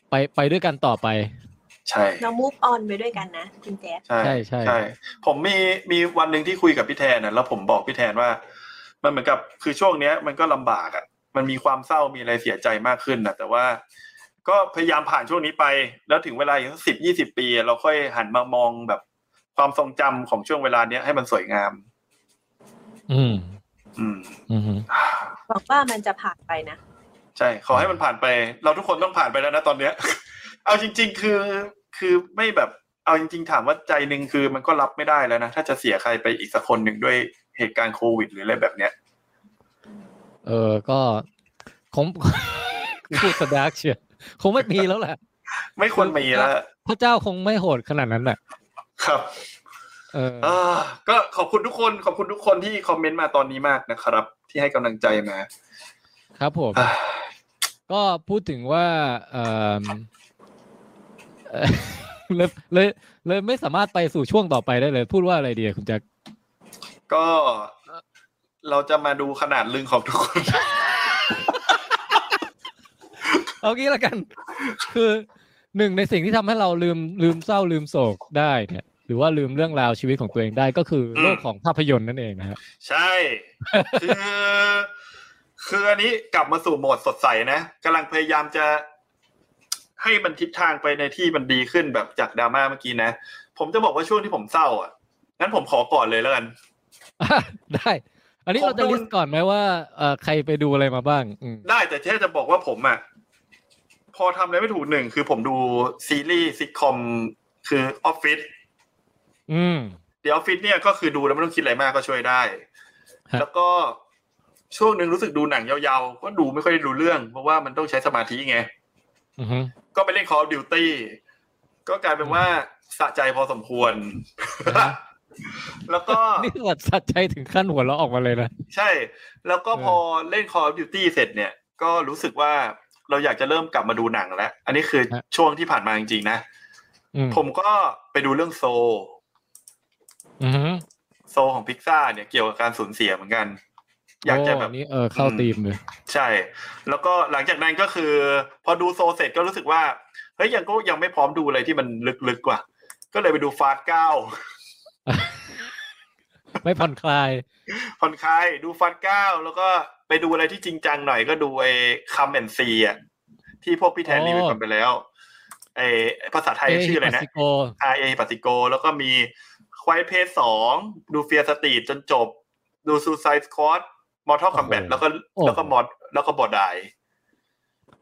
Speaker 2: ไปไปด้วยกันต่อไป
Speaker 3: ใช่
Speaker 6: เรา move on ไปด้วยกันนะคุณแจ๊ค
Speaker 3: ใช่
Speaker 2: ใช่ใช่
Speaker 3: ใช่ผมมีมีวันหนึ่งที่คุยกับพี่แทนนะแล้วผมบอกพี่แทนว่า มันเหมือนกับคือช่วงเนี้ย มันก็ลำบากอะ่ะ มันมีความเศร้ามีอะไรเสียใจมากขึ้นนะแต่ว่า ก็พยายามผ่านช่วงนี้ไป แล้วถึงเวลาอีกสิบยี่สิบปีอะเราค่อยหันมามองแบบความทรงจำของช่วงเวลาเนี้ยให้มันสวยงาม
Speaker 2: อืม
Speaker 3: อืม
Speaker 2: อืม
Speaker 6: หวังว่ามันจะผ่านไปนะ
Speaker 3: ใช่ ขอให้มันผ่านไป เราทุกคนต้องผ่านไปแล้วนะตอนเนี้ย เอาจริง ๆ คือคือไม่แบบเอาจริง ๆ ถามว่าใจหนึ่งคือมันก็รับไม่ได้แล้วนะ ถ้าจะเสียใครไปอีกสักคนหนึ่งด้วยเหตุการณ์โควิดหรืออะไรแบบเนี้ย
Speaker 2: เออก็คง พูดสดาร์กเชียวคงไม่มีแล้วแหละ
Speaker 3: ไม่ควรมีแล้ว
Speaker 2: พระเจ้าคงไม่โหดขนาดนั้นแหละ
Speaker 3: ครับ
Speaker 2: เออ
Speaker 3: เอ่อก็ขอบคุณทุกคนขอบคุณทุกคนที่คอมเมนต์มาตอนนี้มากนะครับ ที่ให้กำลังใจมา
Speaker 2: ครับผม
Speaker 3: อ่า
Speaker 2: ก็พูดถึงว่าเอิ่ม เอ่อเลยเลยเลยไม่สามารถไปสู่ช่วงต่อไปได้เลย พูดว่าอะไรดีอะคุณแจ็ค
Speaker 3: ก็เราจะมาดูขนาดลึงของทุกคน
Speaker 2: เอางี้ละกัน คือหนึ่งในสิ่งที่ทำให้เราลืมลืมเศร้าลืมโศกได้เนี่ยหรือว่าลืมเรื่องราวชีวิตของตัวเองได้ก็คือ
Speaker 3: อืม
Speaker 2: โลกของภาพยนตร์นั่นเองนะฮะ
Speaker 3: ใช่ คือคืออันนี้กลับมาสู่โหมดสดใสนะกำลังพยายามจะให้มันทิศทางไปในที่มันดีขึ้นแบบจากดราม่าเมื่อกี้นะ ผมจะบอกว่าช่วงที่ผมเศร้าอ่ะงั้นผมขอก่อนเลยแล้วกัน
Speaker 2: อ่ะได้ อันนี้
Speaker 3: ผม
Speaker 2: เราจะ
Speaker 3: ดู
Speaker 2: ลิสต์ก่อนไหมว่าเอ่อใครไปดูอะไรมาบ้างอืม
Speaker 3: ได้แต่แค่จะบอกว่าผมอ่ะพอทำอะไรไม่ถูกหนึ่งคือผมดูซีรีส์ซิทคอมคือออฟฟิศ
Speaker 2: อืม
Speaker 3: เดี๋ยวออฟฟิศเนี่ยก็คือดูแล้วไม่ต้องคิดอะไรมากก็ช่วยได้
Speaker 2: ฮะ
Speaker 3: แล้วก็ช่วงหนึ่งรู้สึกดูหนังยาวๆ ก็ดูไม่ค่อยได้ดูเรื่อง เพราะว่ามันต้องใช้สมาธิไง
Speaker 2: อือฮึ
Speaker 3: ก็ไปเล่น Call of Duty ก็กลายเป็นว่าสะใจพอสมควร แล้วก็
Speaker 2: นี่หลัดสัตใจถึงขั้นหัวเราะออกมาเลยนะ
Speaker 3: ใช่ แล้วก็
Speaker 2: เออ
Speaker 3: พอเล่น Call of Duty เสร็จเนี่ย ก็รู้สึกว่าเราอยากจะเริ่มกลับมาดูหนังแล้ว อันนี้คือช่วงที่ผ่านมาจริงๆนะ
Speaker 2: อืม
Speaker 3: ผมก็ไปดูเรื่องโซ
Speaker 2: อือฮึ
Speaker 3: โซของพิกซ่าเนี่ยเกี่ยวกับการสูญเสียเหมือนกัน อยากจะแบบ
Speaker 2: โนี่เออเข้า
Speaker 3: อืม
Speaker 2: ธีมเลย
Speaker 3: ใช่ แล้วก็หลังจากนั้นก็คือ พอดูโซเสร็จก็รู้สึกว่า เฮ้ยยังก็ยังไม่พร้อมดูอะไรที่มันลึกๆว่ะ ก็เลยไปดูฟาสเก้า
Speaker 2: ไม่ผ่อนคลาย
Speaker 3: ผ่อนคลายดูฟันเก้าแล้วก็ไปดูอะไรที่จริงจังหน่อยก็ดูไอ้คัมแอนซีอ่ะที่พวกพี่แทน
Speaker 2: อ๋อ
Speaker 3: รีวิวกันไปแล้ว ไอภาษาไทยชื่ออะไรนะ
Speaker 2: ปาซิโก
Speaker 3: R A ปาติโก แล้วก็มีควายเพศสองดูเฟียสตีจนจบ ดูซูไซส์คอร์ดมอร์ทัลคอมแบท
Speaker 2: โอ้โห
Speaker 3: แล้วก็
Speaker 2: โอ้โห
Speaker 3: แล้วก็มอดแล้วก็บอดาย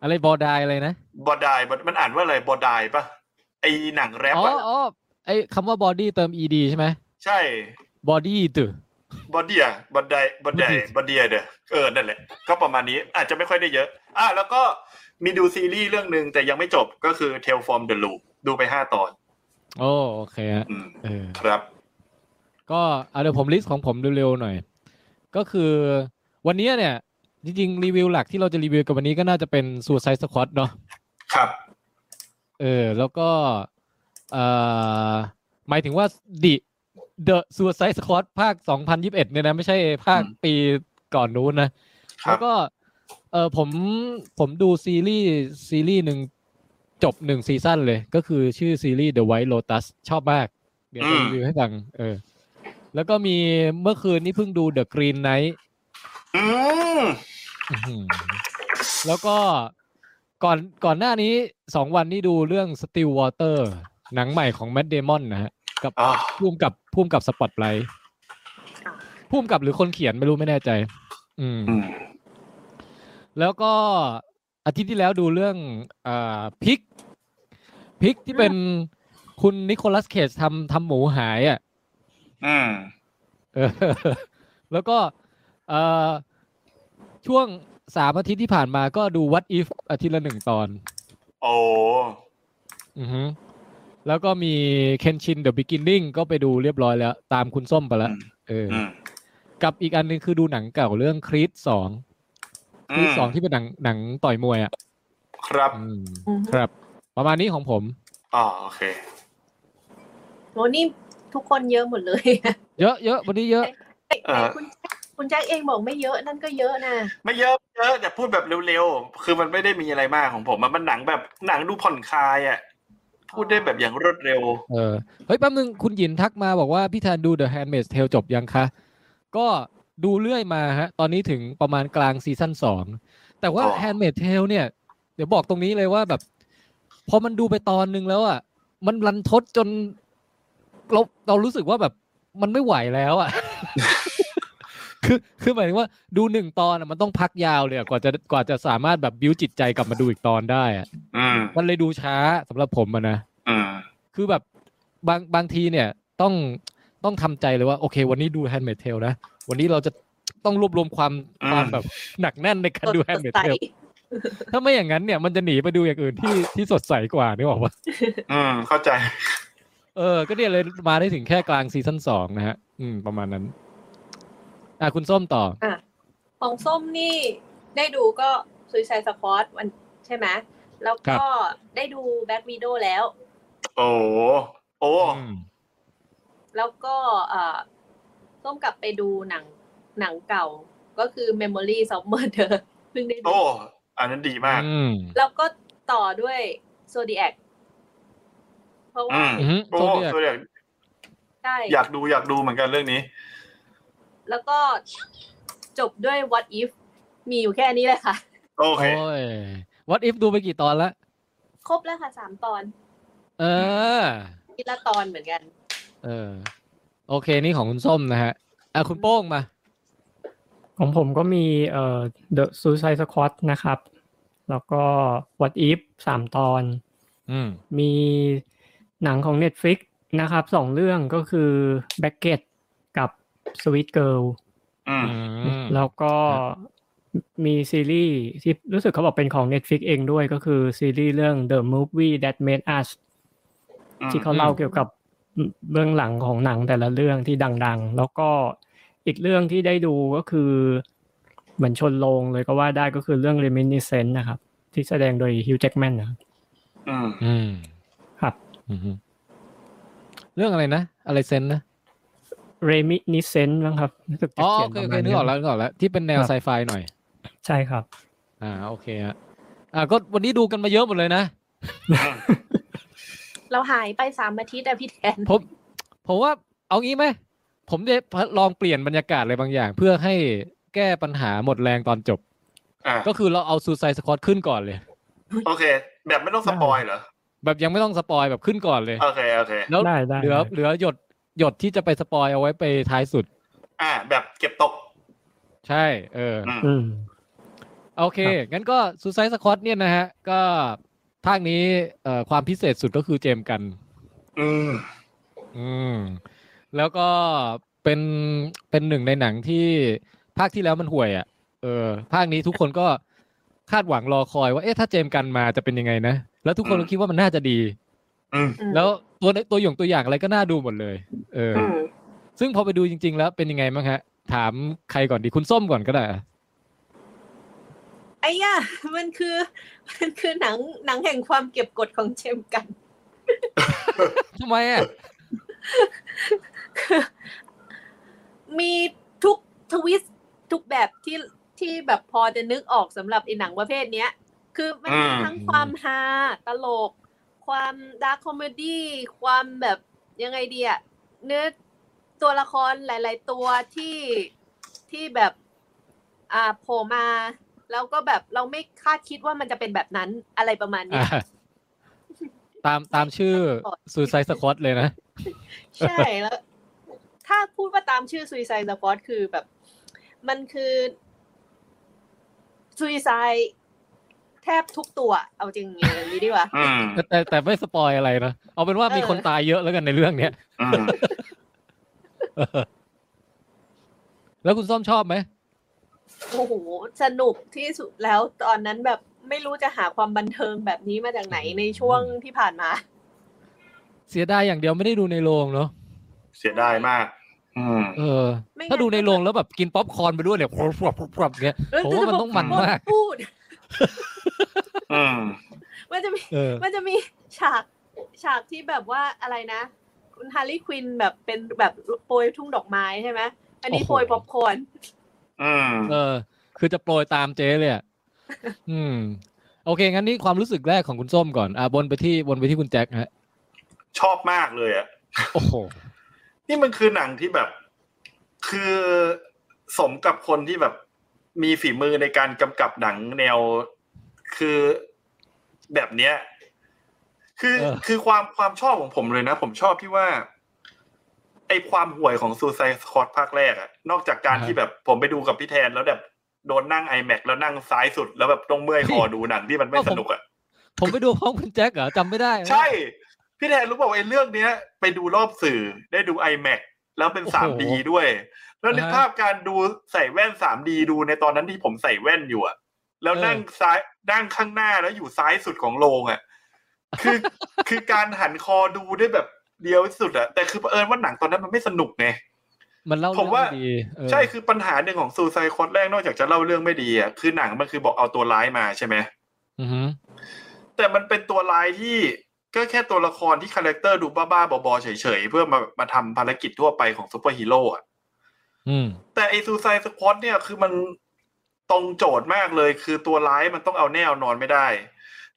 Speaker 2: อะไรบอดายอะไรนะ
Speaker 3: บอดายมันอ่านว่าอะไรบอดายปะไอหนังแรป
Speaker 2: อ๋อ
Speaker 3: อะ
Speaker 2: อ๋อไอคำว่าบอดี้เติม ed ใช่ไหม
Speaker 3: ใช่
Speaker 2: บอดี้ตึ
Speaker 3: บอดเดียบอดายบอดายบอดเดียเด้อเออนั่นแหละ ก็ประมาณนี้อาจจะไม่ค่อยได้เยอะ อ่ะแล้วก็มีดูซีรีส์เรื่องหนึ่งแต่ยังไม่จบก็คือ Tale from the Loop ดูไปห้าตอน
Speaker 2: โอ้โอเคฮะ
Speaker 3: อืม
Speaker 2: เออ
Speaker 3: ครับ
Speaker 2: ก็เอาเดี๋ยวผมลิสต์ของผมเร็วๆหน่อย ก็คือวันนี้เนี่ย จริงๆ รีวิวหลักที่เราจะรีวิวกันวันนี้ก็น่าจะเป็น Suicide Squad เนาะ
Speaker 3: ครับ
Speaker 2: เออ แล้วก็เอ่อหมายถึงว่าดิ The Suicide Squad ภาค 2021 เนี่ยนะ ไม่ใช่ภาค
Speaker 3: อืม
Speaker 2: ปีก่อนนู้นนะ
Speaker 3: ครั
Speaker 2: แล้
Speaker 3: บ
Speaker 2: วก็เออผมผมดูซีรีส์ซีรีส์หนึ่งจบหนึ่งซีซั่นเลย ก็คือชื่อซีรีส์ The White Lotus ชอบมาก เดี๋ยวจะรีวิวให้ฟังเออ แล้วก็มีเมื่อคืนนี่เพิ่งดู The Green Knight
Speaker 3: อืม
Speaker 2: อื้อหือแล้วก็ก่อนก่อนหน้านี้สองวันนี่ดูเรื่อง Still Water หนังใหม่ของแม t เดมอนนะฮะกับ
Speaker 3: อ่า
Speaker 2: พุ่มกับพุ่มกับสปอตไลท์พุ่มกับหรือคนเขียนไม่รู้ไม่แน่ใจ อืม
Speaker 3: อืม
Speaker 2: แล้วก็อาทิตย์ที่แล้วดูเรื่องเอ่อพิกพิกที่เป็นคุณนิโคลัสเคจทำทำหมูหายอ่ะ
Speaker 3: อืม
Speaker 2: เออ แล้วก็เอ่อช่วงสามอาทิตย์ที่ผ่านมาก็ดู What If อาทิตย์ละหนึ่งตอน
Speaker 3: โอ้
Speaker 2: อือฮึแล้วก็มี Kenshin The Beginning ก็ไปดูเรียบร้อยแล้ว ตามคุณส้มไปแล้วเอออ
Speaker 3: อืม
Speaker 2: กับอีกอันหนึงคือดูหนังเก่าเรื่องครีดสองครีดสองที่เป็นหนังหนังต่อยมวยอ่ะ
Speaker 3: ครับ
Speaker 2: อืม
Speaker 6: อืม
Speaker 2: ครับ ประมาณนี้ของผม
Speaker 3: อ๋อโอเค
Speaker 6: โหนี่ทุกคนเยอะหมดเลย
Speaker 2: เยอะเยอะวันนี้ เยอะ
Speaker 6: ไอ้ไอ้
Speaker 3: เอ่อ
Speaker 6: คุณแจ็คคุณแจ็คเองบอกไม่เยอะนั่นก็เยอะนะ
Speaker 3: ไม่เยอะไม่เยอะแต่พูดแบบเร็วๆ คือมันไม่ได้มีอะไรมากของผมอะมันหนังแบบหนังดูผ่อนคลายอ่ะ พูดได้แบบอย่างรวดเร็ว
Speaker 2: เออเฮ้ยแป๊บนึงคุณหยินทักมาบอกว่าพี่แทนดู The Handmaid's Tale จบยังคะ ก็ดูเรื่อยมาฮะ ตอนนี้ถึงประมาณกลางซีซั่นสองแต่ว่า
Speaker 3: อ๋อ
Speaker 2: Handmaid's Tale เนี่ย เดี๋ยวบอกตรงนี้เลยว่าแบบ พอมันดูไปตอนนึงแล้วอ่ะ มันรันทดจนเราเรารู้สึกว่าแบบมันไม่ไหวแล้วอ่ะ คือคือหมายถึงว่าดูหนึ่งตอนอะมันต้องพักยาวเลยอะกว่าจะกว่าจะสามารถแบบบิวจิตใจกลับมาดูอีกตอนได้อะ
Speaker 3: อืม
Speaker 2: มันเลยดูช้าสำหรับผมอะนะ
Speaker 3: อืม
Speaker 2: คือแบบบางบางทีเนี่ยต้องต้องทำใจเลยว่าโอเค วันนี้ดูแฮนด์เมดเทลนะ วันนี้เราจะต้องรวบรวมความ
Speaker 3: อืม
Speaker 2: ความแบบหนักแน่นในการดูแฮนด์เมดเทลถ้าไม่อย่างนั้นเนี่ยมันจะหนีไปดูอย่างอื่นที่ที่สดใสกว่านึกออกปะ
Speaker 3: อืม เข้าใจ
Speaker 2: เออ ก็เนี่ยเลยมาได้ถึงแค่กลางซีซั่นสองนะฮะ อืม ประมาณนั้น อ่ะคุณส้มต่อ
Speaker 6: ของส้มนี่ได้ดูก็ซุยไซส q อ a d วันใช่ไหมแล้ว
Speaker 2: ครั
Speaker 6: ก็
Speaker 2: บ
Speaker 6: ได้ดูแบ็กวีโดแล้ว
Speaker 3: โอ้โหโอ้
Speaker 2: อืม
Speaker 6: แล้วก็เอ่อส้มกลับไปดูหนังหนังเก่าก็คือ Memory of Murder เพิ่งได้ดู
Speaker 3: โอ้อันนั้นดีมาก
Speaker 2: อืม
Speaker 6: แล้วก็ต่อด้วย Zodiac เพราะ
Speaker 3: อื
Speaker 6: ว่าม
Speaker 2: อืม
Speaker 3: โอ้
Speaker 2: ส้มเนี่ย
Speaker 3: ตัวอยาก
Speaker 6: ใช่
Speaker 3: อยากดูอยากดูเหมือนกันเรื่องนี้
Speaker 6: แล้วก็จบด้วย What If มีอยู่แค่นี้แหละค่ะ
Speaker 3: โอเค
Speaker 2: โอ้ย what if ดูไปกี่ตอนละ
Speaker 6: ครบแล้วค่ะสามตอน
Speaker 2: เออ
Speaker 6: ทีละตอนเหมือนกัน
Speaker 2: เออ โอเคนี่ของคุณส้มนะฮะ อ่ะคุณโป้งมา
Speaker 5: ของผมก็มีเอ่อ The Suicide Squad นะครับ แล้วก็ What If สามตอน
Speaker 2: อืม
Speaker 5: มีหนังของ Netflix นะครับสองเรื่องก็คือ b a c k e t กับ Sweet Girl
Speaker 3: อืม
Speaker 5: แล้วก็มีซีรีส์ที่รู้สึกเขาบอกเป็นของ Netflix เองด้วยก็คือซีรีส์เรื่อง The Movie That Made Us
Speaker 3: อืม
Speaker 5: ที่เขาเล่าเกี่ยวกับเบื้องหลังของหนังแต่ละเรื่องที่ดัง ๆ แล้วก็อีกเรื่องที่ได้ดูก็คือเหมือนชนโลงเลยก็ว่าได้ก็คือเรื่อง Reminiscence นะครับ ที่แสดงโดย Hugh Jackman นะครับ
Speaker 3: อืม
Speaker 2: อืม
Speaker 5: ครับ
Speaker 2: อืมฮึเรื่องอะไรนะ อะไรเซนนะ
Speaker 5: Reminiscence มั้งครับรู้สึกจะ
Speaker 2: อ๋อ
Speaker 5: เขีย
Speaker 2: โอน เค
Speaker 5: ประ
Speaker 2: โอเค
Speaker 5: มาณ
Speaker 2: นึกออกแล้วนึกออกแล้ว ที่เป็นแนวไซไฟหน่อย
Speaker 5: ใช่ครับ
Speaker 2: อ่า โอเคฮะอ่าก็วันนี้ดูกันมาเยอะหมดเลยนะ
Speaker 6: เราหายไปสามอาทิตย์อะพี่แทน
Speaker 2: ผม ผมว่าเอางี้ไหม ผมจะลองเปลี่ยนบรรยากาศอะไรบางอย่าง เพื่อให้แก้ปัญหาหมดแรงตอนจบ
Speaker 3: อ่ะ
Speaker 2: ก็คือเราเอาซูไซสควอตขึ้นก่อนเลย
Speaker 3: โอเค แบบไม่ต้องสปอยเหรอ
Speaker 2: แบบยังไม่ต้องสปอยแบบขึ้นก่อนเลย
Speaker 3: โอเคโอเค
Speaker 2: แล้ว
Speaker 5: ได้ได้
Speaker 2: เหลือ
Speaker 5: ได้
Speaker 2: เหลือหยดหยดที่จะไปสปอยเอาไว้ไปท้ายสุด
Speaker 3: อ่า แบบเก็บตก
Speaker 2: ใช่ เออ
Speaker 3: อืม
Speaker 5: อืม
Speaker 2: โอเค งั้นก็ซูไซส์สควอตเนี่ยนะฮะ ก็ภาคนี้เอ่อความพิเศษสุดก็คือเจมส์กัน
Speaker 3: อืม
Speaker 2: อืม แล้วก็เป็นเป็นหนึ่งในหนังที่ภาคที่แล้วมันห่วยอ่ะ เออ ภาคนี้ทุกคนก็คาดหวังรอคอยว่าเอ๊ะถ้าเจมส์กันมาจะเป็นยังไงนะ แล้วทุกคนก็คิดว่ามันน่าจะดี
Speaker 3: อืม
Speaker 4: อืม
Speaker 2: แล้วตัวตัวอย่างตัวอย่างอะไรก็น่าดูหมดเลย เอออ
Speaker 4: อืม
Speaker 2: ซึ่งพอไปดูจริง ๆ แล้วเป็นยังไงบ้างฮะ ถามใครก่อนดีคุณส้มก่อนก็ได้อะ
Speaker 4: ไอ้ย่ามันคือ มันคือหนังหนังแห่งความเก็บกดของเจมส์กัน
Speaker 2: ทำไมอ่ะ
Speaker 4: มีทุกทวิสต์ทุกแบบที่ที่แบบพอจะนึกออกสำหรับไอ้หนังประเภทเนี้ย คือมันมี
Speaker 3: อืม
Speaker 4: ทั้งความฮาตลก ความดาร์คคอมเมดี้ความแบบยังไงดีอะเนื้อตัวละครหลาย ๆ ตัวที่ที่แบบอ่าโผล่มา แล้วก็แบบเราไม่คาดคิดว่ามันจะเป็นแบบนั้นอะไรประมาณเนี้
Speaker 2: อ่ะ
Speaker 4: ย
Speaker 2: ตามตามชื่อ Suicide Squad เลยนะ
Speaker 4: ใช่แล้ว ถ้าพูดว่าตามชื่อ Suicide Squad คือแบบ มันคือ Suicide แทบทุกตัว เอาจริงอย่างนี้ดีกว่า
Speaker 3: อืม
Speaker 2: แต่แต่แต่ไม่สปอยอะไรนะ เอาเป็นว่ามีคนตายเยอะแล้วกันในเรื่องเนี้ย
Speaker 3: อืม
Speaker 2: แล้วคุณส้มชอบไหม
Speaker 4: โอ้โห สนุกที่สุดแล้วตอนนั้นแบบไม่รู้จะหาความบันเทิงแบบนี้มาจากไหนในช่วงที่ผ่านมา
Speaker 2: เสียดายอย่างเดียวไม่ได้ดูในโรงเนาะ
Speaker 3: เสียดายมาก อืม
Speaker 2: เออ
Speaker 4: ไม่งั้น
Speaker 2: ถ้าดูในโรงแล้วแบบกินป๊อปคอร์นไปด้วยเนี่ยพรวบพรวบพรวบพรวบเนี่ยผมว่ามันต้องมันมาก
Speaker 4: พูด
Speaker 3: อืม
Speaker 4: มันจะมี
Speaker 2: เออ
Speaker 4: มันจะมีฉากฉากที่แบบว่าอะไรนะ คุณฮาร์รี่ควินแบบเป็นแบบโปรยทุ่งดอกไม้ใช่ไหมอันนี้
Speaker 2: โอ้โห
Speaker 4: โปรยป๊อปคอร์น
Speaker 3: อืม
Speaker 2: เออ คือจะโปรยตามเจ๊เลยอะอืม โอเค งั้นนี่ความรู้สึกแรกของคุณส้มก่อน อ่ะบนไปที่บนไปที่คุณแจ็คฮะ
Speaker 3: ชอบมากเลยอ่ะ
Speaker 2: โอ้โห
Speaker 3: นี่มันคือหนังที่แบบ คือสมกับคนที่แบบมีฝีมือในการกำกับหนังแนว คือแบบเนี้ย คือ
Speaker 2: เออ
Speaker 3: คือความความชอบของผมเลยนะ ผมชอบที่ว่า ไอความห่วยของซูซ s คอตภาคแรกอะนอกจากการที่แบบผมไปดูกับพี่แทนแล้วแบบโดนนั่ง iMac แล้วนั่งซ้ายสุด แล้วแบบต้องเมื่อยคอดูหนังที่มันไม่สนุกอะ
Speaker 2: ผมไปดูพร้อมคุณแจ็คเหรอจำไม่ได้นะ
Speaker 3: ใช่ พี่แทนรู้บอกไอ้เรื่องเนี้ย ไปดูรอบสื่อได้ดู iMac แล้วเป็น
Speaker 2: โอ้โห
Speaker 3: 3D ด้วย แล้วนึกภาพการดูใส่แว่น 3D ดูในตอนนั้นที่ผมใส่แว่นอยู่อะแล้วนั่งซ้ายนั่งข้างหน้าแล้วอยู่ซ้ายสุดของโรงอะคือ คือการหันคอดูได้แบบเดียวสุดอะแต่คือเผอิญว่าหนังตอนนั้นมันไม่สนุกไง
Speaker 2: มันเล่า
Speaker 3: ผ
Speaker 2: เรื่อง
Speaker 3: มว่า
Speaker 2: ไม่ดีเออ
Speaker 3: ใช่คือปัญหาหนึ่งของซูไซคอนแรกนอกจากจะเล่าเรื่องไม่ดีอะคือหนังมันคือบอกเอาตัวร้ายมาใช่ไหม
Speaker 2: อือฮึ
Speaker 3: แต่มันเป็นตัวร้ายที่ก็แค่ตัวละครที่คาแรคเตอร์ดูบ้าๆบอๆเฉยๆ เพื่อมามาทำภารกิจทั่วไปของซูเปอร์ฮีโร่อะ
Speaker 2: อืม
Speaker 3: แต่ไอซูไซสควอตเนี่ยคือมันตรงโจทย์มากเลย คือตัวร้ายมันต้องเอาแน่เอานอนไม่ได้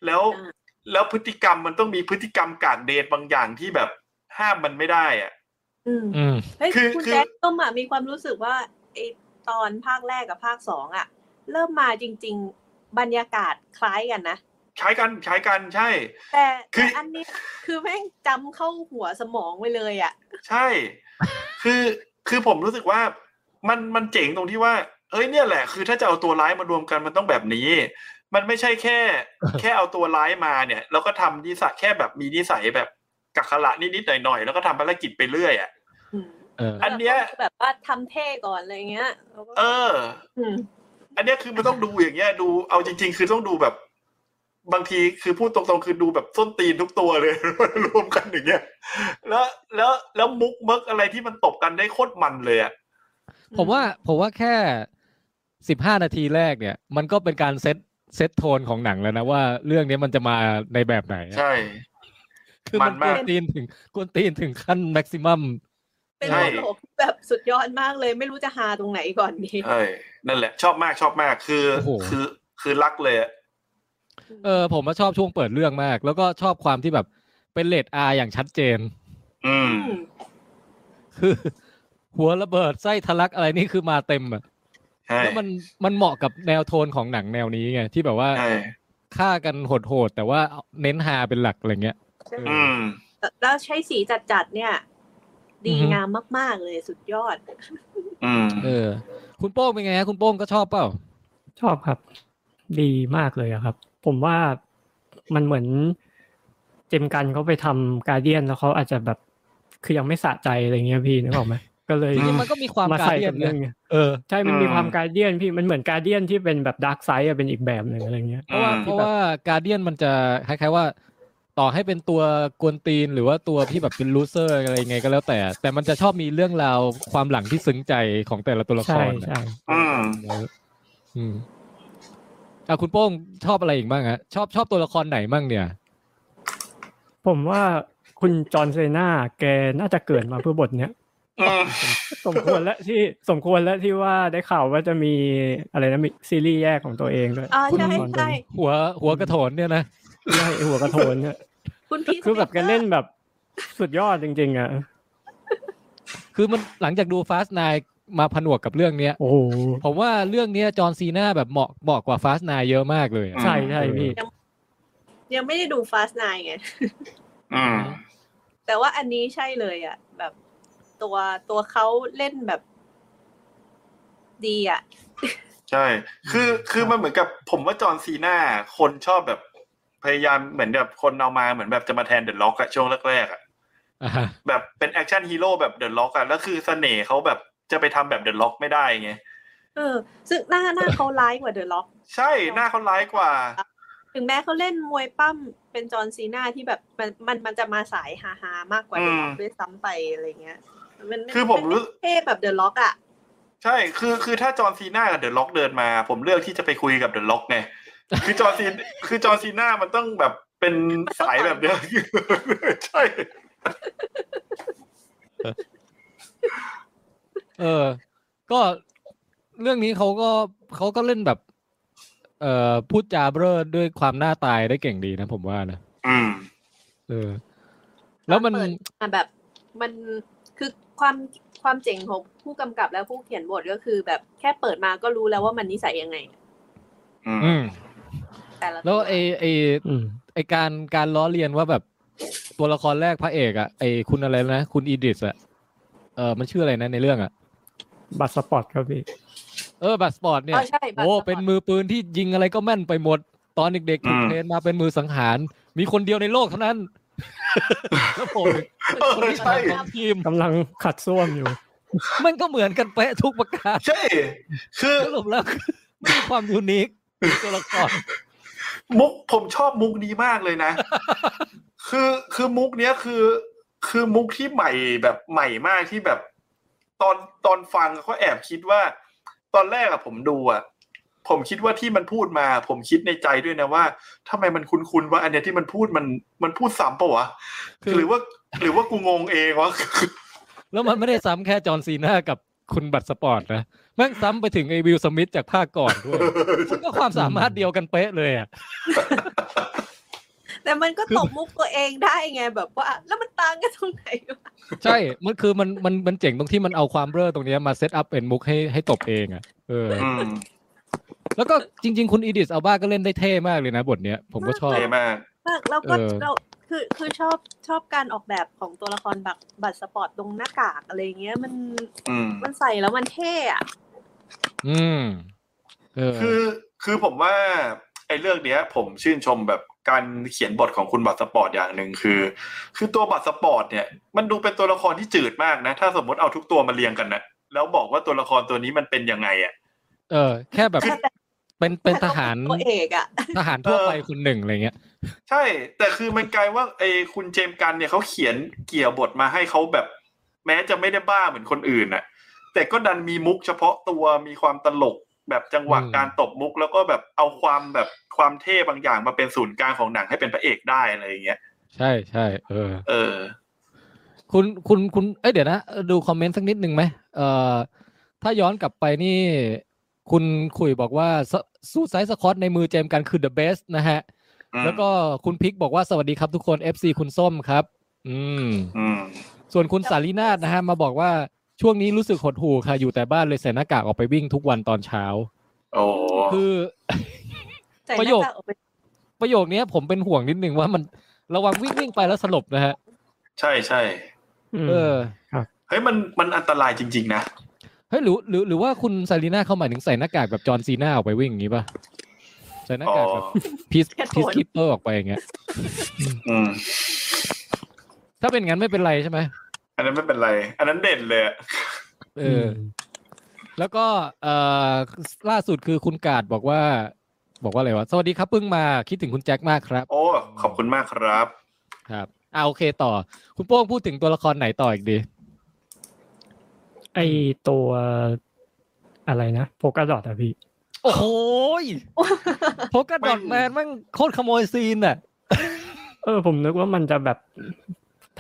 Speaker 3: แล้ว
Speaker 4: อ่า
Speaker 3: แล้วพฤติกรรมมันต้องมีพฤติกรรมกากเดทบางอย่างที่แบบห้ามมันไม่ได้อะ
Speaker 4: อืม
Speaker 2: อืม
Speaker 4: เฮ้ย
Speaker 3: คือ
Speaker 4: คุณ
Speaker 3: คือ
Speaker 4: แจ็คต้มอ่ะมีความรู้สึกว่าไอตอนภาคแรกกับภาคสองอ่ะ เริ่มมาจริง ๆ บรรยากาศคล้ายกันนะ
Speaker 3: ใช้กันใช้กันใช่
Speaker 4: แต่
Speaker 3: คื
Speaker 4: แต่
Speaker 3: อ
Speaker 4: อันเนี้ยคือแม่งจำเข้าหัวสมองไปเลยอ่ะ
Speaker 3: ใช่ คือคือผมรู้สึกว่ามันมันเจ๋งตรงที่ว่า เอ้ยเนี่ยแหละ คือถ้าจะเอาตัวร้ายมารวมกันมันต้องแบบนี้ มันไม่ใช่แค่ แค่เอาตัวร้ายมาเนี่ย แล้วก็ทำนิสัยแค่แบบมีนิสัยแบบกักขระนิดๆหน่อยๆแล้วก็ทำภารกิจไปเรื่อยอ่ะ
Speaker 4: อืม
Speaker 2: เออ
Speaker 3: อันเนี้ย
Speaker 4: แล้วก็แบบว่าทำเท่ก่อนอะไรเงี้ยแล้วก็
Speaker 3: เออ
Speaker 4: อืม
Speaker 3: อันเนี้ยคือมันต้องดูอย่างเงี้ยดูเอาจริง ๆ คือต้องดูแบบ บางทีคือพูดตรงๆคือดูแบบส้นตีนทุกตัวเลย รวมกันอย่างเงี้ยแล้วแล้วแล้วมุกมึกอะไรที่มันตบกันได้โคตรมันเลยอ่ะ
Speaker 2: ผมว่าผมว่าแค่สิบห้านาทีแรกเนี่ย มันก็เป็นการเซตเซตโทนของหนังแล้วนะว่าเรื่องนี้มันจะมาในแบบไหนอะ
Speaker 3: ใช่
Speaker 2: คือมัน
Speaker 3: มัน
Speaker 2: ก
Speaker 3: มาก
Speaker 2: วนตีนถึงกวนตีนถึงขั้นแม็กซิมัม
Speaker 4: เป็น
Speaker 3: ใช่
Speaker 4: โมโนที่แบบสุดยอดมากเลย ไม่รู้จะหาตรงไหนก่อนดี
Speaker 3: ใช่นั่นแหละ ชอบมากชอบมากคือ
Speaker 2: โอ้โห
Speaker 3: คือคือรักเลยอะ
Speaker 2: เออผมว่าชอบช่วงเปิดเรื่องมาก แล้วก็ชอบความที่แบบเป็นเลดอาอย่างชัดเจน
Speaker 3: อืม
Speaker 2: คือหัวระเบิดไส้ทะลักอะไรนี่คือมาเต็มอะ
Speaker 3: ใช่
Speaker 2: แล้วมันมันเหมาะกับแนวโทนของหนังแนวนี้ไงที่แบบว่า
Speaker 3: ใช่
Speaker 2: ฆ่ากันโหดๆแต่ว่าเน้นฮาเป็นหลักอะไรเงี้ย
Speaker 3: อืม
Speaker 6: แล้วใช้สีจัดๆเนี่ย ดี
Speaker 2: อือฮึ
Speaker 6: งามมากๆเลยสุดยอด
Speaker 3: อืม
Speaker 2: เออ คุณโป้งเป็นไงฮะคุณโป้งก็ชอบเปล่า
Speaker 5: ชอบครับ ดีมากเลยอะครับ ผมว่ามันเหมือนเจมส์กันเขาไปทำการเดียนแล้วเขาอาจจะแบบ คือยังไม่สะใจอะไรเงี้ยพี่นึกออกไหมก็เลย
Speaker 2: จริงๆมันก็มีความ
Speaker 5: มา
Speaker 2: การ
Speaker 5: ใส่
Speaker 2: เดีย
Speaker 5: กัน บเรื่อง
Speaker 2: นะ
Speaker 5: เนี้ย
Speaker 2: เออ
Speaker 5: ใช่มันมี
Speaker 3: อืม
Speaker 5: ความการเดียนพี่มันเหมือนการเดียนที่เป็นแบบดาร์กไซด์เป็นอีกแบบหนึ่งอะไรเงี้ย
Speaker 2: เพราะว่า
Speaker 3: อืม
Speaker 2: เพราะว่าการเดียนมันจะคล้ายๆว่า ต่อให้เป็นตัวกวนตีนหรือว่าตัวที่แบบเป็นลูเซอร์อะไรยังไงก็แล้วแต่ แต่มันจะชอบมีเรื่องราวความหลังที่ซึ้งใจของแต่ละตัวละค
Speaker 5: ใช่
Speaker 2: ร
Speaker 5: ใช่
Speaker 3: อืม
Speaker 2: อืมอ่ะคุณโป้งชอบอะไรอีกบ้างฮะชอบชอบตัวละครไหนบ้างเนี่ย
Speaker 5: ผมว่าคุณจอห์นเซนาแกน่าจะเกิดมาเพื่อบทเนี้ย
Speaker 3: อืม
Speaker 5: สมควรและที่สมควรและที่ว่าได้ข่าวว่าจะมีอะไรนะมีซีรีส์แยกของตัวเองด้วย
Speaker 6: อ่า
Speaker 5: คุณ
Speaker 6: ใช่
Speaker 5: จอห์นเซ
Speaker 6: ใช่
Speaker 5: นา
Speaker 2: หัวหัวกระโถนเนี่ยนะ
Speaker 5: ใช่ไอ้หัวกระโถนเนี่ย
Speaker 6: คุณพี่
Speaker 5: คือแบบแการเล่นแบบสุดยอดจริง ๆ อ่ะ
Speaker 2: คือมันหลังจากดูฟาสไนมาผนวกกับเรื่องเนี้ย
Speaker 5: โอ้โห
Speaker 2: ผมว่าเรื่องเนี้ยจอห์นซีน่าแบบเหมาะเหมาะกว่าฟาสไนเยอะมากเลยอะ
Speaker 5: ใช่ใช่พี่
Speaker 6: ยังไม่ได้ดู Fast 9ไง
Speaker 3: อืม
Speaker 6: แต่ว่าอันนี้ใช่เลยอ่ะ แบบตัวตัวเขาเล่นแบบ ดีอ่ะ
Speaker 3: ใช่ คือ คือมันเหมือนกับผมว่าจอห์นซีน่าคนชอบแบบ พยายามเหมือนแบบคนเอามาเหมือนแบบจะมาแทนเดอะล็อกอะช่วงแรกๆอะ
Speaker 2: อ่าฮะ
Speaker 3: แบบเป็นแอคชั่นฮีโร่แบบเดอะล็อกอะแล้วคือเสน่ห์เขาแบบจะไปทำแบบเดอะล็อกไม่ได้ไง
Speaker 6: เออ ซึ่งหน้าหน้าเขาร้ายกว่าเดอะล็อก
Speaker 3: ใช่หน้าเขาร้ายกว่า
Speaker 6: ถึงแม้เขาเล่นมวยปั้มเป็นจอห์นซีน่าที่แบบมันมันมันจะมาสายฮาฮามากกว่า
Speaker 3: อื
Speaker 6: เด
Speaker 3: ม
Speaker 6: อะล็อกด้วยซ้ำไปอะไรเงี้ยนน
Speaker 3: คือผมรู้
Speaker 6: นไเท่แบบเดอะล็อกอ่ะ
Speaker 3: ใช่ คือ คือถ้าจอห์นซีน่ากับเดอะล็อกเดินมา ผมเลือกที่จะไปคุยกับเดอะล็อกไง คือจอห์นซี คือจอห์นซีน่ามันต้องแบบเป็นสายแบบเดียว ใช่
Speaker 2: เออ ก็เรื่องนี้เขาก็เขาก็เล่นแบบ เอ่อพูดจาเบ้อด้วยความหน้าตายได้เก่งดีนะผมว่านะ
Speaker 3: อืม
Speaker 2: เออ แล้วมัน
Speaker 6: เปิด อ่ะแบบมันคือความความเจ๋งของผู้กำกับและผู้เขียนบทก็คือ แบบแค่เปิดมาก็รู้แล้วว่ามันนิสัยยังไง
Speaker 3: อืม
Speaker 2: อืม
Speaker 6: แต่ละตั
Speaker 2: แล้วไอไอ
Speaker 5: อืม
Speaker 2: ไอการการล้อเลียนว่าแบบ ตัวละครแรกพระเอกอะไอคุณอะไรนะ คุณอีดิสอะเออมันชื่ออะไรนะในเรื่องอะ
Speaker 5: บัตรสปอร์ตครับพี่
Speaker 2: เออบัตสปอร์ตเนี่ย
Speaker 6: อ๋อใช่บัตร
Speaker 2: โอ้
Speaker 6: สปร์ต
Speaker 2: เป็นมือปืนที่ยิงอะไรก็แม่นไปหมด ตอนเด็กๆถูก
Speaker 3: อืม
Speaker 2: เทรนมาเป็นมือสังหาร มีคนเดียวในโลกเท่า นั้น แล้วผม
Speaker 3: เอ
Speaker 2: คน
Speaker 3: อ
Speaker 2: ที่
Speaker 3: ใช่
Speaker 2: ทำของทีม
Speaker 5: กำลังขัดส้วมอยู่
Speaker 2: มันก็เหมือนกันเป๊ะทุกประการ
Speaker 3: ใช่ คือ
Speaker 2: สรุปแล้วคือไม่มีความยูนิคในตัวละคร
Speaker 3: มุกผมชอบมุกนี้มากเลยนะ คือคือมุกเนี้ยคือ คือมุกที่ใหม่แบบใหม่มากที่แบบ ตอนตอนฟังเขาแอบคิดว่า ตอนแรกอะผมดูอะผมคิดว่าที่มันพูดมา ผมคิดในใจด้วยนะว่าทำไมมันคุ้นๆว่า อันเนี้ยที่มันพูดมันมันพูดซ้ำปะวะหรือว่า หรือว่ากูงงเองวะ
Speaker 2: แล้วมันไม่ได้ซ้ำแค่จอห์นซีน่ากับคุณบัตรสปอร์ตนะแม่งซ้ำไปถึงไอวิลสมิธจากภาคก่อนด้วยมันก็ความสามารถเดียวกันเป๊ะเลยอ่ะ
Speaker 6: แต่มันก็
Speaker 2: คือ
Speaker 6: ตบมุกตัวเองได้ไงแบบว่า แล้วมันต่างกันตรงไหนวะ
Speaker 2: ใช่ มันคือมันมันมันเจ๋งตรงที่มันเอาความเบ้อตรงเนี้ยมาเซตอัพเป็นมุกให้ให้ตบเองอ่ะเออ
Speaker 3: อืม
Speaker 2: แล้วก็จริง ๆ คุณอีดิสอัลบ้าก็เล่นได้เท่มากเลยนะบทเนี้ยผมก็ชอบ
Speaker 3: เท่มาก
Speaker 6: แล้วก็
Speaker 2: เออ
Speaker 6: เราคือคือชอบชอบการออกแบบของตัวละครบัตรบัตรสปอร์ตตรงหน้ากากอะไรเงี้ยมัน
Speaker 3: อืม
Speaker 6: มันใส่แล้วมันเท่อะ
Speaker 2: อืมเออ
Speaker 3: คือคือผมว่าไอ้เรื่องเนี้ย ผมชื่นชมแบบการเขียนบทของคุณบัตรสปอร์ตอย่างหนึ่งคือ คือตัวบัตรสปอร์ตเนี่ยมันดูเป็นตัวละครที่จืดมากนะ ถ้าสมมติเอาทุกตัวมาเรียงกันนะแล้วบอกว่าตัวละครตัวนี้มันเป็นยังไงอ่ะ
Speaker 2: เออ แค่แบบเป็นเป็นทหาร
Speaker 6: ตัวเอกอะ
Speaker 2: ทหารทั่วไป
Speaker 3: เออ
Speaker 2: คนหนึ่งอะไรเงี้ย
Speaker 3: ใช่ แต่คือมันกลายว่าไอ้คุณเจมส์กันเนี่ยเขาเขียนเกี่ยวบทมาให้เขาแบบ แม้จะไม่ได้บ้าเหมือนคนอื่นน่ะ แต่ก็ดันมีมุกเฉพาะตัวมีความตลกแบบจังหวะ
Speaker 2: อืม
Speaker 3: การตบมุก แล้วก็แบบเอาความแบบความเท่บางอย่างมาเป็นศูนย์กลางของหนังให้เป็นพระเอกได้อะไรอย่างเงี้ย
Speaker 2: ใช่ใช่เออ
Speaker 3: เออ
Speaker 2: คุณคุณคุณเอ้ยเดี๋ยวนะ ดูคอมเมนต์สักนิดหนึ่งไหมเอ่อถ้าย้อนกลับไปนี่ คุณคุยบอกว่าสู้ไซส์สคอตในมือเจมส์กันคือ the best นะฮะ
Speaker 3: อืม
Speaker 2: แล้วก็คุณพิกบอกว่าสวัสดีครับทุกคน FC คุณส้มครับ อืม
Speaker 3: อืม
Speaker 2: ส่วนคุณสารีนาถนะฮะมาบอกว่าช่วงนี้รู้สึกหดหู่ค่ะอยู่แต่บ้านเลยใส่หน้ากากออกไปวิ่งทุกวันตอนเช้า
Speaker 3: โอ้
Speaker 2: คือ
Speaker 6: ใส่ห
Speaker 2: ประโย
Speaker 6: น้า
Speaker 2: ค
Speaker 6: กากออกไป
Speaker 2: ประโยคเนี้ยผมเป็นห่วงนิดนึงว่ามันระวังวิ่งวิ่งไปแล้วสลบนะฮะ
Speaker 3: ใช่ใช่
Speaker 2: เออ
Speaker 3: เฮ้ยมันมันอันตรายจริง ๆ นะ
Speaker 2: เฮ้ยหรือหรือหรือว่าคุณซารีน่าเข้าหมายถึงใส่หน้ากากแบบจอห์นซีน่าออกไปวิ่งอย่างนี้ป่ะใส่หน้า
Speaker 3: อ๋อ
Speaker 2: กากแบบพีซ
Speaker 6: แค่โทน
Speaker 2: พีซคิปเปอร์ออกไปอย่างเงี้ย
Speaker 3: อืม
Speaker 2: ถ้าเป็นงั้นไม่เป็นไรใช่ไหม
Speaker 3: อันนั้นไม่เป็นไร อันนั้นเด่นเลยอะ
Speaker 2: เอออ แล้วก็เอ่อล่าสุดคือคุณกาดบอกว่า บอกว่าอะไรวะสวัสดีครับเพิ่งมาคิดถึงคุณแจ็คมากครับ
Speaker 3: โอ้ขอบคุณมากครับ
Speaker 2: ครับอ่าโอเคต่อ คุณโป้งพูดถึงตัวละครไหนต่ออีกดี
Speaker 5: ไอตัวอะไรนะโฟกัสดอทอะพี่
Speaker 2: โอ้โหยโพกกระดอดแมนมั่งโคตรขโมยซีนอ่ะ
Speaker 5: เออผมนึกว่ามันจะแบบ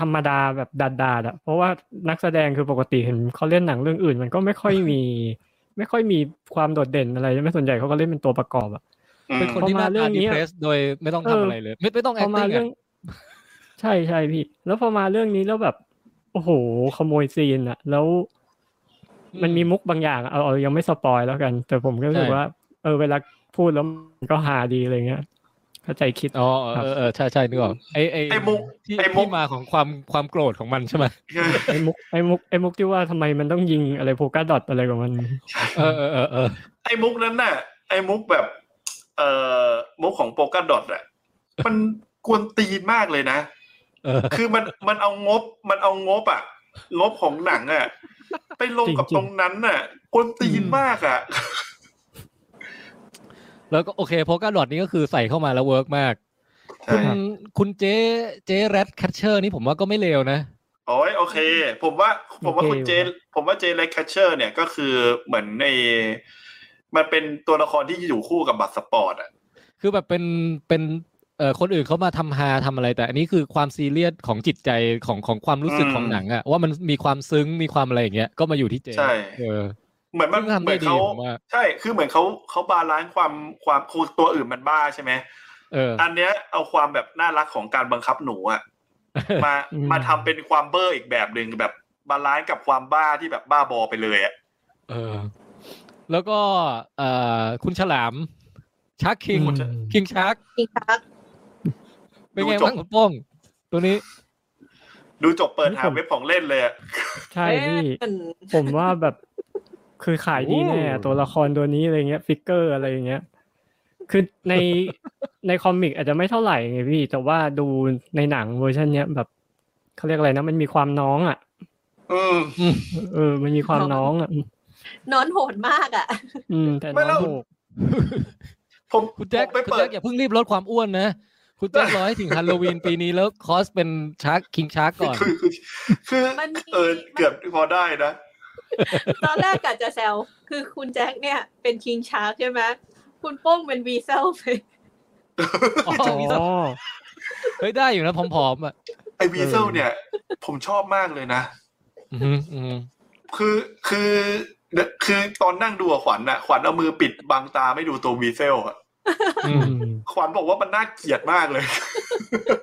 Speaker 5: ธรรมดาแบบดาดาดๆอะเพราะว่านักแสดงคือปกติเห็นเขาเล่นหนังเรื่องอื่น มันก็ไม่ค่อยมี ไม่ค่อยมีความโดดเด่นอะไรใช่ไหมส่วนใหญ่เขาก็เล่นเป็นตัวประกอบอะ
Speaker 3: อืม
Speaker 2: เป็นคนที่หน้า
Speaker 5: พอมาเรื่
Speaker 2: ตา
Speaker 5: อง
Speaker 2: ดี
Speaker 5: นี้อะ
Speaker 2: เพรสโดยไม่ต้อง
Speaker 5: เออ
Speaker 2: ทำอะไรเลย ไม่ไม่ต้อง
Speaker 5: พอมา
Speaker 2: acting
Speaker 5: เรื่อง
Speaker 2: อ่ะ
Speaker 5: ใช่ใช่พี่ แล้วพอมาเรื่องนี้แล้วแบบ โอ้โหขโมยซีนอะแล้ว มันมีมุกบางอย่างอะเอาเอายังไม่สปอยแล้วกัน แต่ผมก็รู้สึกว่า เออเวลาพูดแล้วมันก็หาดีอะไรเงี้ยเข้าใจคิด
Speaker 2: อ๋อเออเออใช่ใช่นึกออกไอไอ
Speaker 3: ไอ้มุก
Speaker 2: ที่
Speaker 3: ไอ้มุก
Speaker 2: ที่มาของความความโกรธของมันใช่ไหม
Speaker 5: ไอ้มุกไอ้มุกไอ้มุกที่ว่าทำไมมันต้องยิงอะไรโพกาดอทอะไรของมัน
Speaker 2: เออเออเออเออ
Speaker 3: ไอ้มุกนั้นน่ะ ไอ้มุกแบบ เอ่อมุกของโปกาดอทอะมันกวนตีนมากเลยนะ
Speaker 2: เออ
Speaker 3: คือมันมันเอางบมันเอางบอะงบของหนังอะไปลงกับ
Speaker 5: จริงๆ
Speaker 3: ตรงนั้นน่ะกวนตีนมากอะ
Speaker 2: แล้วก็โอเคโพกาดอดนี้ก็คือใส่เข้ามาแล้วเวิร์กมากคุ
Speaker 3: ใช่
Speaker 2: ณคุณเจ๊เจ๊แรดแคชเชอร์นี่ผมว่าก็ไม่เลวนะ
Speaker 3: โอ้ยโอเค ผมว่าผมว่า
Speaker 5: โอเค
Speaker 3: คุณเจนผมว่าเจนเลคแคชเชอร์เนี่ยก็คือเหมือนใน มันเป็นตัวละครที่อยู่คู่กับบัตรสปอร์ตอะ
Speaker 2: คือแบบเป็นเป็นเอ่อคนอื่นเขามาทำฮาทำอะไร แต่อันนี้คือความซีเรียสของจิตใจของของความรู้สึก
Speaker 3: อืม
Speaker 2: ของหนังอะว่ามันมีความซึ้งมีความอะไรอย่างเงี้ยก็มาอยู่ที่เจ๊
Speaker 3: ใช่
Speaker 2: เออ
Speaker 3: เหมือนมัน
Speaker 2: ซึ่งทำ
Speaker 3: เหมื
Speaker 2: ได้
Speaker 3: อน
Speaker 2: ดี
Speaker 3: เขา
Speaker 2: ผมว่า
Speaker 3: ใช่ คือเหมือนเขาเขาบาลานซ์ความความคือตัวอื่นมันบ้าใช่ไหม
Speaker 2: เออ
Speaker 3: อันเนี้ยเอาความแบบน่ารักของการบังคับหนูอะมา
Speaker 5: อืม
Speaker 3: มาทำเป็นความเบอร์อีกแบบหนึ่งแบบบาลานซ์กับความบ้าที่แบบบ้าบอไปเลยอะ
Speaker 2: เออ แล้วก็เอ่อคุณฉลามชักคิง
Speaker 5: อืม
Speaker 2: คิงชัก
Speaker 6: จริงครับ
Speaker 2: เป็นไงบ้างคุณโป้งตัวนี้
Speaker 3: ดูจบเปิดหา
Speaker 5: ผม
Speaker 3: เว็บของเล่นเลยอะ
Speaker 5: ใช่พี่
Speaker 6: แม่น
Speaker 5: ผมว่าแบบคือขายดีแน่
Speaker 2: โอ้
Speaker 5: ตัวละครตัวนี้อะไรเงี้ยฟิกเกอร์อะไรอย่างเงี้ยคือ ในในคอมิกอาจจะไม่เท่าไหร่ไงพี่แต่ว่าดูในหนังเวอร์ชันเนี้ยแบบเขาเรียกอะไรนะ มันมีความน้องอ่ะ
Speaker 3: อืม
Speaker 5: เออมันมีความน้อง อ่ะ
Speaker 6: นอนโหดมากอ่ะ
Speaker 5: อืมแต่
Speaker 3: ไม่
Speaker 5: น้
Speaker 3: แล้
Speaker 5: อ
Speaker 3: ว
Speaker 5: งถูก
Speaker 3: ผม
Speaker 2: คุณแจ็ค
Speaker 3: ผมไป
Speaker 2: คุณ
Speaker 3: เปิ
Speaker 2: แจ็
Speaker 3: ด
Speaker 2: คอย่าเพิ่งรีบลดความอ้วนนะ คุณแจ็ครอให้ถึงฮาโลวีนปีนี้แล้วคอสเป็นชักคิงชักก่อน
Speaker 3: คือคือคือ
Speaker 6: มันมี
Speaker 3: เออเกือบพอได้นะ
Speaker 6: ตอนแรกกะจะแซวคือคุณแจ็คเนี่ยเป็นคิงชาร์กใช่ไหมคุณโป้งเป็นวีเซลไป
Speaker 2: อ๋อมีสัก
Speaker 5: อ๋อ
Speaker 2: เฮ้ยได้อยู่นะผอมๆอ่ะ
Speaker 3: ไอวีเซลเนี่ย ผมชอบมากเลยนะ
Speaker 2: อือหืออือหือ
Speaker 3: คือคือคือตอนนั่งดูอะขวัญอะขวัญเอามือปิดบังตาไม่ดูตัววีเซลอะ
Speaker 2: อื
Speaker 5: อื
Speaker 2: ม
Speaker 5: ม
Speaker 3: ขวัญบอกว่ามันน่าเกลียดมากเลย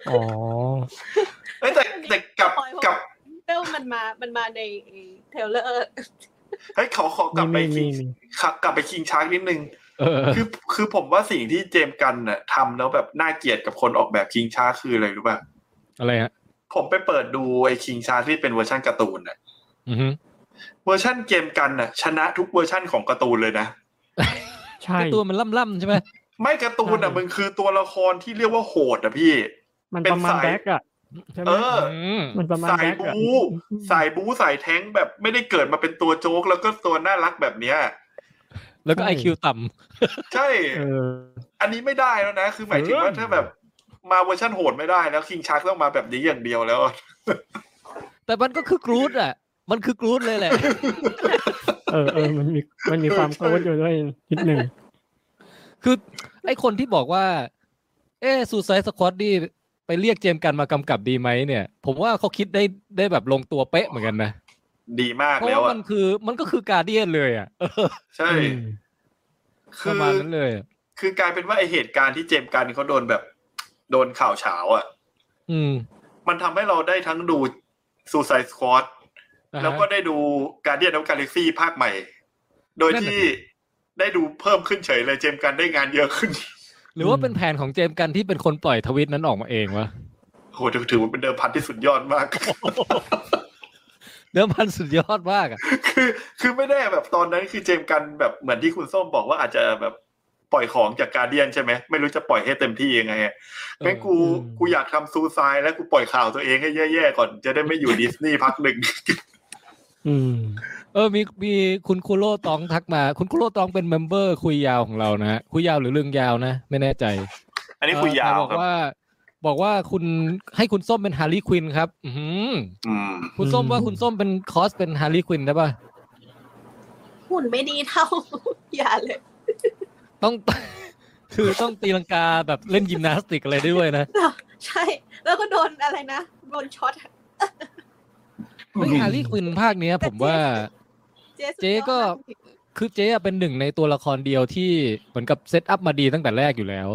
Speaker 5: อ๋อ
Speaker 3: เอ้ยแต่แต่กลับกลับ
Speaker 6: เซลมันมามันมาในเทรลเลอร์
Speaker 3: เฮ้ยขอขอกลับไป
Speaker 5: มีมี
Speaker 3: คิง
Speaker 5: มี
Speaker 3: กลับไปคิงชาร์กนิดนึง
Speaker 2: เออ
Speaker 3: คือคือผมว่าสิ่งที่เจมส์กันน่ะทำแล้วแบบน่าเกลียดกับคนออกแบบคิงชาร์กคืออะไรรู้ป่ะ
Speaker 2: อะไรฮะ
Speaker 3: ผมไปเปิดดูไอ้คิงชาร์กที่เป็นเวอร์ชันการ์ตูนน่ะ
Speaker 2: อือหือ
Speaker 3: เวอร์ชันเจมส์กันน่ะชนะทุกเวอร์ชันของการ์ตูนเลยนะ
Speaker 5: ใช่
Speaker 2: ไอ้ตัวมันล่ำๆใช่ไหม
Speaker 3: ไม่การ์ตูนอ่ะ
Speaker 5: ใช่
Speaker 3: มันคือตัวละครที่เรียกว่าโหดอ่ะพี่
Speaker 5: มัน
Speaker 3: เป็น
Speaker 5: ประมาณ
Speaker 3: สาย
Speaker 5: แบ็กอ่ะใช่ไหม
Speaker 3: เออ
Speaker 2: อืม
Speaker 5: มันประมาณ
Speaker 3: สาย
Speaker 5: แบ็ก
Speaker 3: บู
Speaker 5: อ่ะ
Speaker 3: สายบูสายแท้งแบบไม่ได้เกิดมาเป็นตัวโจ๊กแล้วก็ตัวน่ารักแบบเนี้ย
Speaker 2: แล้วก็ไอคิวต่ำ
Speaker 3: ใช่
Speaker 5: เออ
Speaker 3: อันนี้ไม่ได้แล้วนะ คือหมายถึงว่าถ้าแบบมาเวอร์ชันโหดไม่ได้แล้วคิงชาร์กต้องมาแบบนี้อย่างเดียวแล้ว
Speaker 2: แต่มันก็คือกรูดอ่ะ มันคือกรูดเลยแหละ
Speaker 5: เออเออมันมีมันมีความโกรธอยู่ด้วยนิดหนึ่ง
Speaker 2: คือไอคนที่บอกว่า เอ๊สูไซสควอตดีไปเรียกเจมส์กันมากำกับดีไหมเนี่ย ผมว่าเขาคิดได้ได้แบบลงตัวเป๊ะเหมือนกันนะ
Speaker 3: ดีมาก
Speaker 2: เพราะ
Speaker 3: แล้วอ่ะ
Speaker 2: ว่ามันคือมันก็คือการเดียนเลยอ่ะเออ
Speaker 3: ใช่
Speaker 2: ป
Speaker 3: คื
Speaker 2: ระ
Speaker 3: อ
Speaker 2: มาณนั้นเลยอะ
Speaker 3: คือกลายเป็นว่าไอเหตุการณ์ที่เจมส์กันเขาโดนแบบ โดนข่าวเฉาอ่ะ
Speaker 2: อืม
Speaker 3: มันทำให้เราได้ทั้งดูซูไซสควอต
Speaker 2: นะฮะ
Speaker 3: แล้วก็ได้ดูการเดียนของกาแล็กซี่ภาคใหม่ โดย
Speaker 2: นั่นน่ะ
Speaker 3: ที่
Speaker 2: สิ
Speaker 3: ได้ดูเพิ่มขึ้นเฉยเลยเจมส์กันได้งานเยอะขึ้น
Speaker 2: หรือว่าเป็นแผนของเจมส์กันที่เป็นคนปล่อยทวิตนั้นออกมาเองวะ
Speaker 3: โหถือถือว่าเป็นเดิมพันที่สุดยอดมาก
Speaker 2: เดิมพันสุดยอดมากอะ
Speaker 3: คือคือไม่แน่แบบตอนนั้นคือเจมส์กันแบบเหมือนที่คุณส้มบอกว่าอาจจะแบบปล่อยของจากการเดียนใช่ไหมไม่รู้จะปล่อยให้เต็มที่ยังไงอะงั้นกู
Speaker 5: อืม
Speaker 3: กูอยากทำซูซายแล้วกูปล่อยข่าวตัวเองให้แย่ๆก่อนจะได้ไม่อยู่ดิสนีย์พักหนึ่ง
Speaker 5: อืม
Speaker 2: เออมีมีคุณคุโรตองทักมา คุณคุโรตองเป็นเมมเบอร์คุยยาวของเรานะฮะคุยยาวหรือเรื่องยาวนะ ไม่แน่ใจ
Speaker 3: อันนี้คุยยาว
Speaker 2: เอ่อบอก
Speaker 3: ครับ
Speaker 2: ว่า บอกว่าคุณให้คุณส้มเป็นฮาร์ลีควินครับ อือหือ
Speaker 3: อืม
Speaker 2: คุณส้ม
Speaker 5: อืม
Speaker 2: ว่าคุณส้มเป็นคอสเป็นฮาร์ลีควินได้ป่ะ
Speaker 4: หุ่นไม่ดี เท่า อย่าเลย
Speaker 2: ต้อง คือต้องตีลังกาแบบเล่นยิมนาสติกอะไรได้ด้วยนะ
Speaker 4: ใช่ แล้วก็โดนอะไรนะโดนช็อตอะ
Speaker 2: เฮ้ยฮาร์ลีควินภาคเนี้ย ผมว่า
Speaker 4: เจ๊สุด
Speaker 2: เจ๊
Speaker 4: ยอด
Speaker 2: ก็ คือเจ๊อะเป็นหนึ่งในตัวละครเดียวที่เหมือนกับเซตอัพมาดีตั้งแต่แรกอยู่แล้ว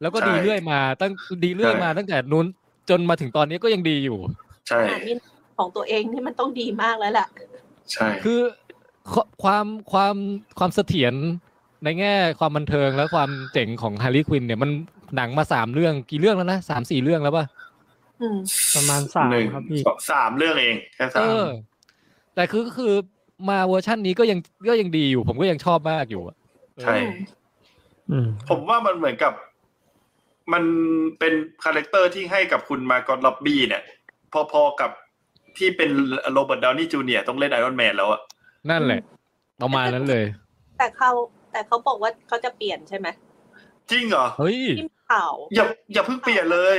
Speaker 2: แล้วก็
Speaker 3: ใช่
Speaker 2: ดีเรื่อยมาตั้งดีเรื่อย
Speaker 3: ใช่
Speaker 2: มาตั้งแต่นู้นจนมาถึงตอนนี้ก็ยังดีอยู่
Speaker 3: ใช่
Speaker 4: อาหารนี่ของตัวเองนี่มันต้องดีมากแล้วล่ะ
Speaker 3: ใช่
Speaker 2: คือขความความความเสถียรในแง่ความบันเทิงและความเจ๋งของฮาร์ลีควินเนี่ยมันหนังมาสามเรื่องกี่เรื่องแล้วนะสามสี่เรื่องแล้วป่ะ
Speaker 4: อืม
Speaker 5: ประมาณสาม
Speaker 3: หนึ่ง
Speaker 5: ครับพี่
Speaker 3: สองสามเรื่องเองแค่
Speaker 2: เอ
Speaker 3: สาม
Speaker 2: อ แต่คือก็คือมาเวอร์ชั่นนี้ก็ยังก็ยังดีอยู่ ผมก็ยังชอบมากอยู่อะ
Speaker 3: ใช่
Speaker 5: อืม
Speaker 3: ผมว่ามันเหมือนกับ มันเป็นคาแรคเตอร์ที่ให้กับคุณมากอนล็อบบี้เนี่ย พอๆกับที่เป็นโรเบิร์ตดาวนี่จูเนียร์ต้องเล่นไอรอนแมนแล้วอะ
Speaker 2: นั่นแหละ ประมาณนั้นเลย
Speaker 4: แต่เขาแต่เขาบอกว่าเขาจะเปลี่ยนใช่ไหม
Speaker 3: จริงเหรอ
Speaker 2: เฮ้ย
Speaker 4: ที่มีข่าว
Speaker 3: อย่าอย่าเพิ่งเปลี่ยนเลย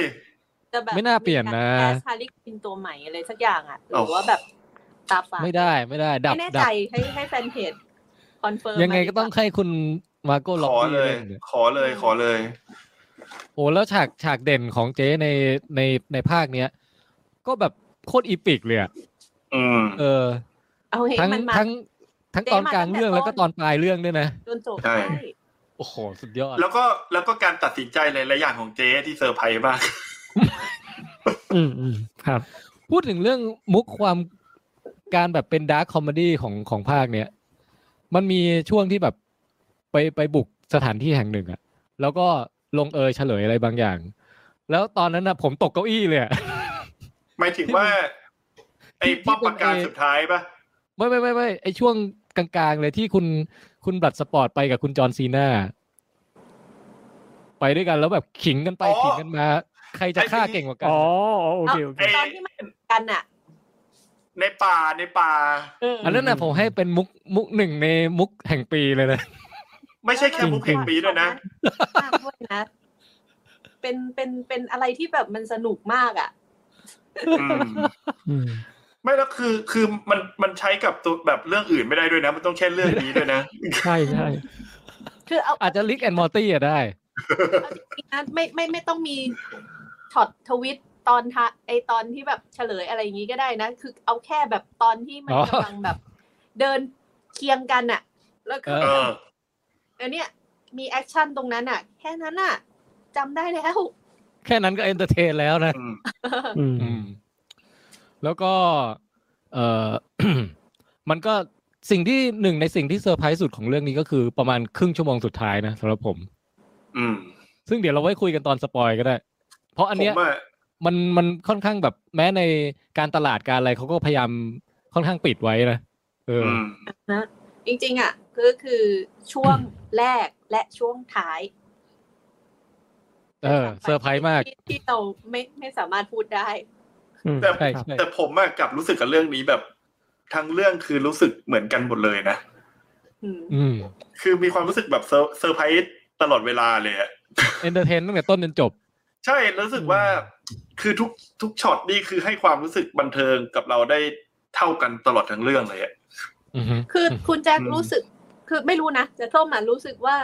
Speaker 4: จะแบบ
Speaker 2: ไม่น่าเปลี่ยนนะ
Speaker 4: มีการแคสฮาร์ลิควินตัวใหม่อะไรสักอย่างอ่ะหรือว่าแบบตาฝาด
Speaker 2: ไม่ได้ไม่ได้ ดับ
Speaker 4: ไม่แน่
Speaker 2: ดั
Speaker 4: ใจ
Speaker 2: บ
Speaker 4: ให้ให้แฟนเพจคอนเฟิร์ม
Speaker 2: ยังไงก็ต้อง
Speaker 4: มาดีว่า
Speaker 2: ให้คุณมาโก้ล็อบ
Speaker 3: ขอ
Speaker 2: บี้
Speaker 3: เลย
Speaker 2: เล่นเนี่ย
Speaker 3: ขอเลยขอเลย
Speaker 2: โอ้แล้วฉากฉากเด่นของเจ๊ในในในภาคเนี้ย ก็แบบโคตรอีปิกเลยอะ
Speaker 3: อืม
Speaker 2: เออ
Speaker 4: เอาให้
Speaker 2: ทั้ง
Speaker 4: มันมา
Speaker 2: ทั้งทั้ง
Speaker 4: เจ๊
Speaker 2: ตอน
Speaker 4: มาก
Speaker 2: ลาง
Speaker 4: ตั้งแต่
Speaker 2: เรื่อง
Speaker 4: ต้น
Speaker 2: แล้วก็ตอนปลายเรื่องด้วยนะ
Speaker 4: โดนโจบ
Speaker 3: ใช่
Speaker 2: โอ้โห สุดยอด
Speaker 3: แล้วก็แล้วก็การตัดสินใจหลายๆอย่างของเจ๊ที่เซอร์ไพรส์มาก
Speaker 5: อืมอืมครับ
Speaker 2: พูดถึงเรื่องมุกความการแบบเป็นดาร์คคอมเมดี้ของของภาคเนี้ย มันมีช่วงที่แบบไปไปบุกสถานที่แห่งหนึ่งอะแล้วก็ลงเอยเฉลยอะไรบางอย่าง แล้วตอนนั้นนะผมตกเก้าอี้เลยอะ
Speaker 3: หมายถึงว่า ไอ้ป้อมปราการ
Speaker 2: ที่มันเอ
Speaker 3: สุดท้ายปะ
Speaker 2: ไม่ไม่ไม่ไม่ไอช่วงกลางๆเลยที่คุณคุณบลัดสปอร์ตไปกับคุณจอห์นซีน่าไปด้วยกันแล้วแบบขิงกันไปขิงกันมา ใครจะฆ่าเก่งกว่ากัน
Speaker 5: อ๋ออ๋อโอเคโอเค
Speaker 4: ตอนที่มันกันอ่ะ
Speaker 3: ในป่าในป่า
Speaker 4: ม
Speaker 2: อันนั้นนะ
Speaker 5: อืม
Speaker 2: ผมให้เป็นมุกมุกหนึ่งในมุกแห่งปีเลยนะ
Speaker 3: ไม่ใช่แค่มุกแห่งปีด้วยนะ
Speaker 4: มากด้วยนะ เป็นเป็นเป็นอะไรที่แบบมันสนุกมากอ่ะ
Speaker 3: อืม
Speaker 5: อืม
Speaker 3: ไม่แล้วคือคือมันมันใช้กับตัวแบบเรื่องอื่นไม่ได้ด้วยนะ มันต้องแค่เรื่องนี้ด้วยนะ
Speaker 5: ใช่ใช่
Speaker 4: คือเอา
Speaker 2: อาจจะลิกแอนมอร์ตี้อะได้
Speaker 4: เอาจริงๆนะไม่ไม่ไม่ต้องมีช็อตทวิตตอนทะไอตอนที่แบบเฉลยอะไรอย่างนี้ก็ได้นะ คือเอาแค่แบบตอนที่มัน
Speaker 2: อ๋อ
Speaker 4: กำลังแบบ เดินเคียงกันอ่ะ แล้วก็
Speaker 2: เอ
Speaker 3: เออ
Speaker 2: อ
Speaker 4: แล้วเนี่ย มีแอคชั่นตรงนั้นอ่ะ แค่นั้นอ่ะจำได้แล้ว
Speaker 2: แค่นั้นก็เอนเตอร์เทนแล้วนะ
Speaker 3: อืม
Speaker 5: อืม
Speaker 2: อืมแล้วก็เออ มันก็สิ่งที่หนึ่งในสิ่งที่เซอร์ไพรส์สุดของเรื่องนี้ก็คือประมาณครึ่งชั่วโมงสุดท้ายนะสำหรับผม
Speaker 3: อืม
Speaker 2: ซึ่งเดี๋ยวเราไว้คุยกันตอนสปอยก็ได้ เพราะอัน
Speaker 3: ผ
Speaker 2: เนี้ย
Speaker 3: มว่า
Speaker 2: มันมันค่อนข้างแบบแม้ในการตลาดการอะไรเขาก็พยายามค่อนข้างปิดไว้นะเออ
Speaker 3: อื
Speaker 2: อ
Speaker 3: ม
Speaker 4: จริงๆอ่ะก็คือช่วงแรกและช่วงท้าย
Speaker 2: เออเซอร์ไพรส์มาก
Speaker 4: ที่ที่เราไม่ไม่สามารถพูดได้
Speaker 5: อืม
Speaker 3: แต่
Speaker 2: ใช่
Speaker 5: ครับ
Speaker 2: ใช่
Speaker 3: แต่ผมอะกลับรู้สึกกับเรื่องนี้แบบทั้งเรื่องคือรู้สึกเหมือนกันหมดเลยนะ
Speaker 4: อืม
Speaker 2: อืม
Speaker 3: คือมีความรู้สึกแบบเซอร์เซอร์ไพรส์ตลอดเวลาเลยอะ
Speaker 2: เอนเตอร์เทนตั้งแต่ต้นจนจบ
Speaker 3: ใช่รู้สึกว่า คือทุกทุกช็อตนี่คือให้ความรู้สึกบันเทิงกับเราได้เท่ากันตลอดทั้งเรื่องเลยอะ
Speaker 2: อือฮึ
Speaker 4: คือคุณแจ็ค
Speaker 2: อืม
Speaker 4: รู้สึก คือไม่รู้นะ แต่ส้มอ่ะรู้สึกว่า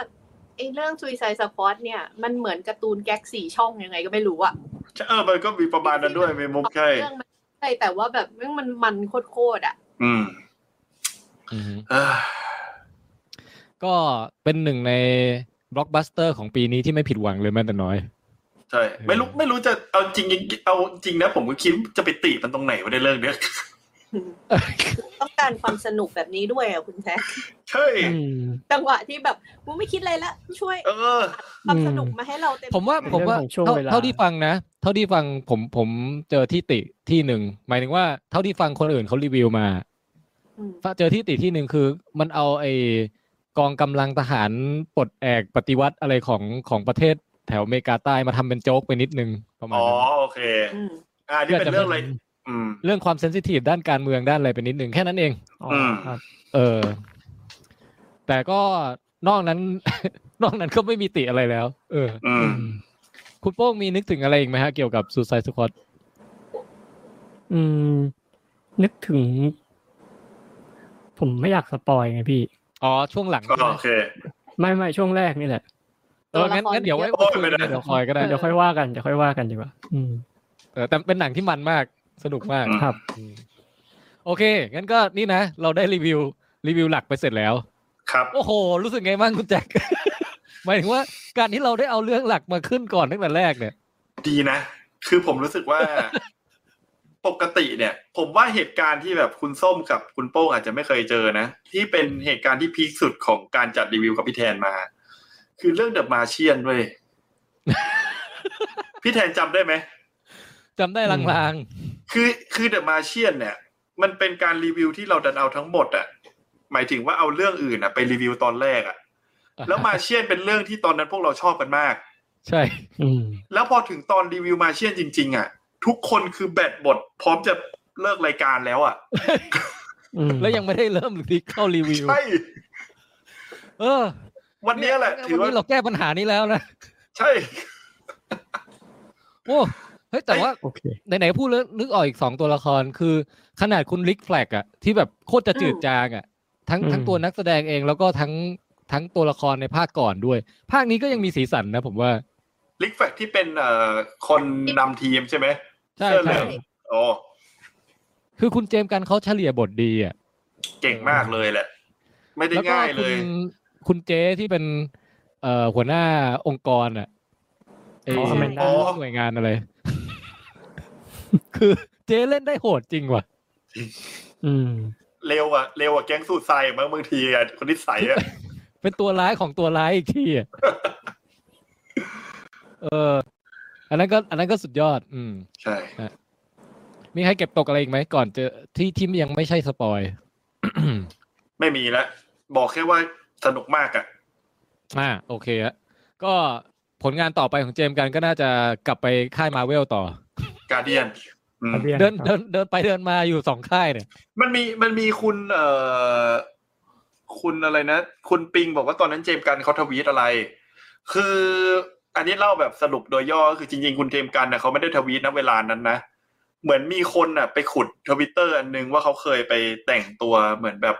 Speaker 4: ไอ้เรื่อง Suicide Squad เนี่ย มันเหมือนการ์ตูนแก๊กสี่ช่องยังไงก็ไม่รู้อะ
Speaker 3: เออมันก็มีประมาณนั้นด้วยมีมุกใช่
Speaker 4: เรื่องมันใช่แต่ว่าแบบเรื่องมันมันโคตรๆอะ
Speaker 3: อืม
Speaker 2: อือฮึ
Speaker 3: เอ้อ
Speaker 2: ก็เป็นหนึ่งในบล็อกบัสเตอร์ของปีนี้ที่ไม่ผิดหวังเลยแม้แต่น้อย
Speaker 3: ใช่ ไม่รู้ไม่รู้จะเอาจริงๆเอาจริงนะผมก็คิดจะไปติมันตรงไหนวะในเรื่องเนี้ย
Speaker 6: ต้องการความสนุกแบบนี้ด้วยอ่ะคุณ แท็ก
Speaker 3: ใช่
Speaker 5: อืม
Speaker 6: จังหวะที่แบบกูไม่คิดอะไรละช่วย
Speaker 3: เออ
Speaker 6: ความสนุกมาให้เราเต็ม
Speaker 2: ผมว่าผมว่า
Speaker 5: เป็นเรื่องของช่วง
Speaker 2: เท่า
Speaker 5: เวลา
Speaker 2: เท่าที่ฟังนะ เท่าที่ฟังผมผมเจอที่ติที่หนึ่งหมายถึงว่าเท่าที่ฟังคนอื่นเขารีวิวมา
Speaker 6: อืม
Speaker 2: เจอที่ติที่หนึ่งคือ มันเอาไอกองกำลังทหารปลดแอกปฏิวัติอะไรของของประเทศแถวอเมริกาใต้มาทำเป็นโจ๊กไปนิดนึงประมาณ
Speaker 3: อ๋อ
Speaker 2: นั้น
Speaker 3: โอเค
Speaker 6: อืม
Speaker 3: อ่านี่เป็นเรื่องอะไรอืม
Speaker 2: เรื่องความเซนซิทีฟด้านการเมืองด้านอะไรไปนิดนึงแค่นั้นเอง
Speaker 5: อ๋อ
Speaker 3: อืม
Speaker 5: ครับ
Speaker 2: เออ แต่ก็นอกนั้น นอกนั้นก็ไม่มีติอะไรแล้ว เออ
Speaker 3: อืม
Speaker 2: คุณโป้งมีนึกถึงอะไรอีกไหมฮะเกี่ยวกับซูซายสควอต
Speaker 5: อืม นึกถึง ผมไม่อยากสปอยไงพี่
Speaker 2: อ๋อ ช่วงหลัง
Speaker 3: ก็
Speaker 2: ใช่ไหม
Speaker 3: โอเค
Speaker 5: ไม่ไม่ช่วงแรกนี่แหละ
Speaker 2: เอองั้นงั้นเดี๋ยวไว้
Speaker 3: โอ้ยไม่ได้
Speaker 2: เดี๋ยวคอยก็ได้
Speaker 5: เดี๋ยวค่อยว่ากันเดี๋ยวค่อยว่ากันดีกว่าอืม
Speaker 2: เออแต่เป็นหนังที่มันมากสนุกมาก
Speaker 5: ครับ
Speaker 2: อืมโอเค งั้นก็นี่นะ เราได้รีวิว รีวิวหลักไปเสร็จแล้ว
Speaker 3: ครับ
Speaker 2: โอ้โห รู้สึกไงบ้างคุณแจ็ค หมายถึงว่าการที่เราได้เอาเรื่องหลักมาขึ้นก่อนตั้งแต่แรกเนี่ย
Speaker 3: ดีนะ คือผมรู้สึกว่า ปกติเนี่ย ผมว่าเหตุการณ์ที่แบบคุณส้มกับคุณโป้งอาจจะไม่เคยเจอนะ ที่เป็นเหตุการณ์ที่พีคสุดของการจัดรีวิวกับพี่แทนมา คือเรื่องเดอะมาเชียนเว้ย พี่แทนจำได้ไหม
Speaker 2: จำได้ลาง
Speaker 3: คือคือเดอะมาเชียนเนี่ย มันเป็นการรีวิวที่เราดันเอาทั้งหมดอะหมายถึงว่าเอาเรื่องอื่นอะไปรีวิวตอนแรก อะ
Speaker 2: ๆ
Speaker 3: แล้วมาเชียนเป็นเรื่องที่ตอนนั้นพวกเราชอบกันมาก
Speaker 2: ใช่
Speaker 5: อืม
Speaker 3: แล้วพอถึงตอนรีวิวมาเชียนจริง ๆ อ่ะ ทุกคนคือแบตบดพร้อมจะเลิกรายการแล้วอ่ะ
Speaker 5: อืม
Speaker 2: แล้วยังไม่ได้เริ่มที่เข้ารีวิว
Speaker 3: ใช่
Speaker 2: เออ
Speaker 3: วันเนี้ยแหละ
Speaker 2: เนี่ย
Speaker 3: ถือว่า
Speaker 2: วันนี้เราแก้ปัญหานี้แล้วนะ
Speaker 3: ใช่
Speaker 2: โอ้ เฮ้ย แต่ว่า
Speaker 5: โอเค
Speaker 2: ไหนๆพูดแล้วนึกออกอีกสองตัวละครคือขนาดคุณลิกแฟลกอะที่แบบโคตรจะจืดจางอะทั้ง
Speaker 5: อืม
Speaker 2: ทั้งตัวนักแสดงเองแล้วก็ทั้งทั้งตัวละครในภาคก่อนด้วย ภาคนี้ก็ยังมีสีสันนะผมว่า
Speaker 3: ลิกแฟกที่เป็นเอ่อคนนำทีมใช่ไหม
Speaker 2: ใช่
Speaker 3: เสื้อเหลื
Speaker 2: ใช่
Speaker 3: อง อ๋อ
Speaker 2: คือคุณเจมส์กันเขาเฉลี่ยบทดีอะ
Speaker 3: เก่งมากเลยแหละ ไม่ได้
Speaker 2: แล้วก็
Speaker 3: ง่ายเล
Speaker 2: คุ
Speaker 3: ย
Speaker 2: ณคุณเจที่เป็นเอ่อหัวหน้าองค์กรอะไอ้
Speaker 5: อ๋อ Amanda
Speaker 2: หน่วยงานอะไร คือเจเล่นได้โหดจริงว่ะ
Speaker 5: อืม
Speaker 3: เร็วอ่ะเร็วอ่ะแก๊งสูตรใส่บางบางทีอะคนที่ใส่ อ่ะ
Speaker 2: เป็นตัวร้ายของตัวร้ายอีกที่อะ เออ อันนั้นก็ อันนั้นก็สุดยอด อืม
Speaker 3: ใช่
Speaker 2: มีใครเก็บตกอะไรอีกไหมก่อนเจะที่ที่ยังไม่ใช่สปอย
Speaker 3: ไม่มีแล้วบอกแค่ว่าสนุกมากอ่ะ
Speaker 2: อ่า โอเคฮะก็ผลงานต่อไปของเจมส์กันก็น่าจะกลับไปค่ายมาเวลต่อ
Speaker 3: การเดียน
Speaker 2: เดินเดินเดินไปเดินมาอยู่สองค่ายเนี่ย
Speaker 3: มันมีมันมีคุณเอ่อคุณอะไรนะ คุณปิงบอกว่าตอนนั้นเจมส์กันเขาทวีตอะไร คืออันนี้เล่าแบบสรุปโดยย่อก็คือจริงๆ คุณเจมส์กันนะเขาไม่ได้ทวีตณเวลานั้นนะ เหมือนมีคนน่ะ ไปขุดทวิตเตอร์อันนึงว่าเขาเคยไปแต่งตัวเหมือนแบบ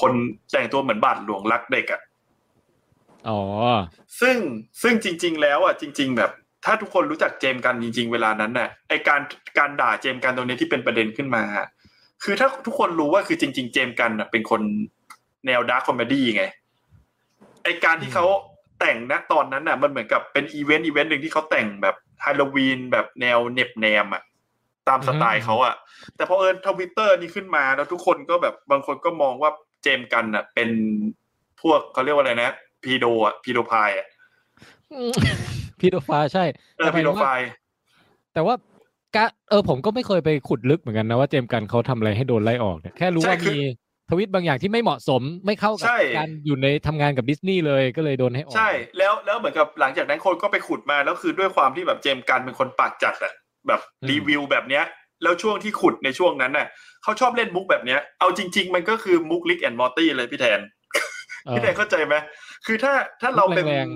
Speaker 3: คนแต่งตัวเหมือนบาทหลวงรักเด็กอ่ะ
Speaker 2: อ๋อ
Speaker 3: ซึ่งซึ่งจริง ๆ แล้วอ่ะจริง ๆ แบบ ถ้าทุกคนรู้จักเจมส์กันจริง ๆ เวลานั้นน่ะไอการการด่าเจมส์กันตรงนี้ที่เป็นประเด็นขึ้นมาอะคือถ้าทุกคนรู้ว่าคือจริง ๆ เจมส์กันน่ะเป็นคนแนวดาร์คคอมเมดี้ไงไอการที่เขาแต่งนะตอนนั้นน่ะ มันเหมือนกับเป็นอีเวนต์อีเวนต์หนึ่งที่เขาแต่งแบบฮาโลวีนแบบแนวเน็บแนมอ่ะตามสไตล์เขาอ่ะ แต่พอเอิญทวิตเตอร์นี้ขึ้นมาแล้วทุกคนก็แบบบางคนก็มองว่าเจมส์กันน่ะ เป็นพวกเขาเรียกว่าอะไรนะพีโดอ่ะพีโดพายอ่ะ
Speaker 2: พีโดฟาใช่
Speaker 3: เออ
Speaker 2: แต่หมา
Speaker 3: พี
Speaker 2: ย
Speaker 3: โด
Speaker 2: ถึง
Speaker 3: ไฟ
Speaker 2: ว่า
Speaker 3: ล์
Speaker 2: แต่ว่าก็เออ ผมก็ไม่เคยไปขุดลึกเหมือนกันนะว่าเจมส์กันเขาทำอะไรให้โดนไล่ออกเนี่ยแค่รู้ว่ามีทวิตบางอย่างที่ไม่เหมาะสมไม่เข้ากับการอยู่ในทำงานกับดิสนีย์เลยก็เลยโดนให้ออก
Speaker 3: ใช่แล้วแล้วเหมือนกับหลังจากนั้นคนก็ไปขุดมาแล้วคือด้วยความที่แบบเจมส์กันเป็นคนปากจัดอะแบบ
Speaker 2: อืม
Speaker 3: รีวิวแบบเนี้ย แล้วช่วงที่ขุดในช่วงนั้นน่ะเขาชอบเล่นมุกแบบเนี้ยเอาจริง ๆ มันก็คือมุกลิกแอนมอร์ตี้เลยพี่แทน
Speaker 2: เออ
Speaker 3: พี่แทนเข้าใจไหมคือถ้าถ้าเราเป็น
Speaker 2: มุกแรง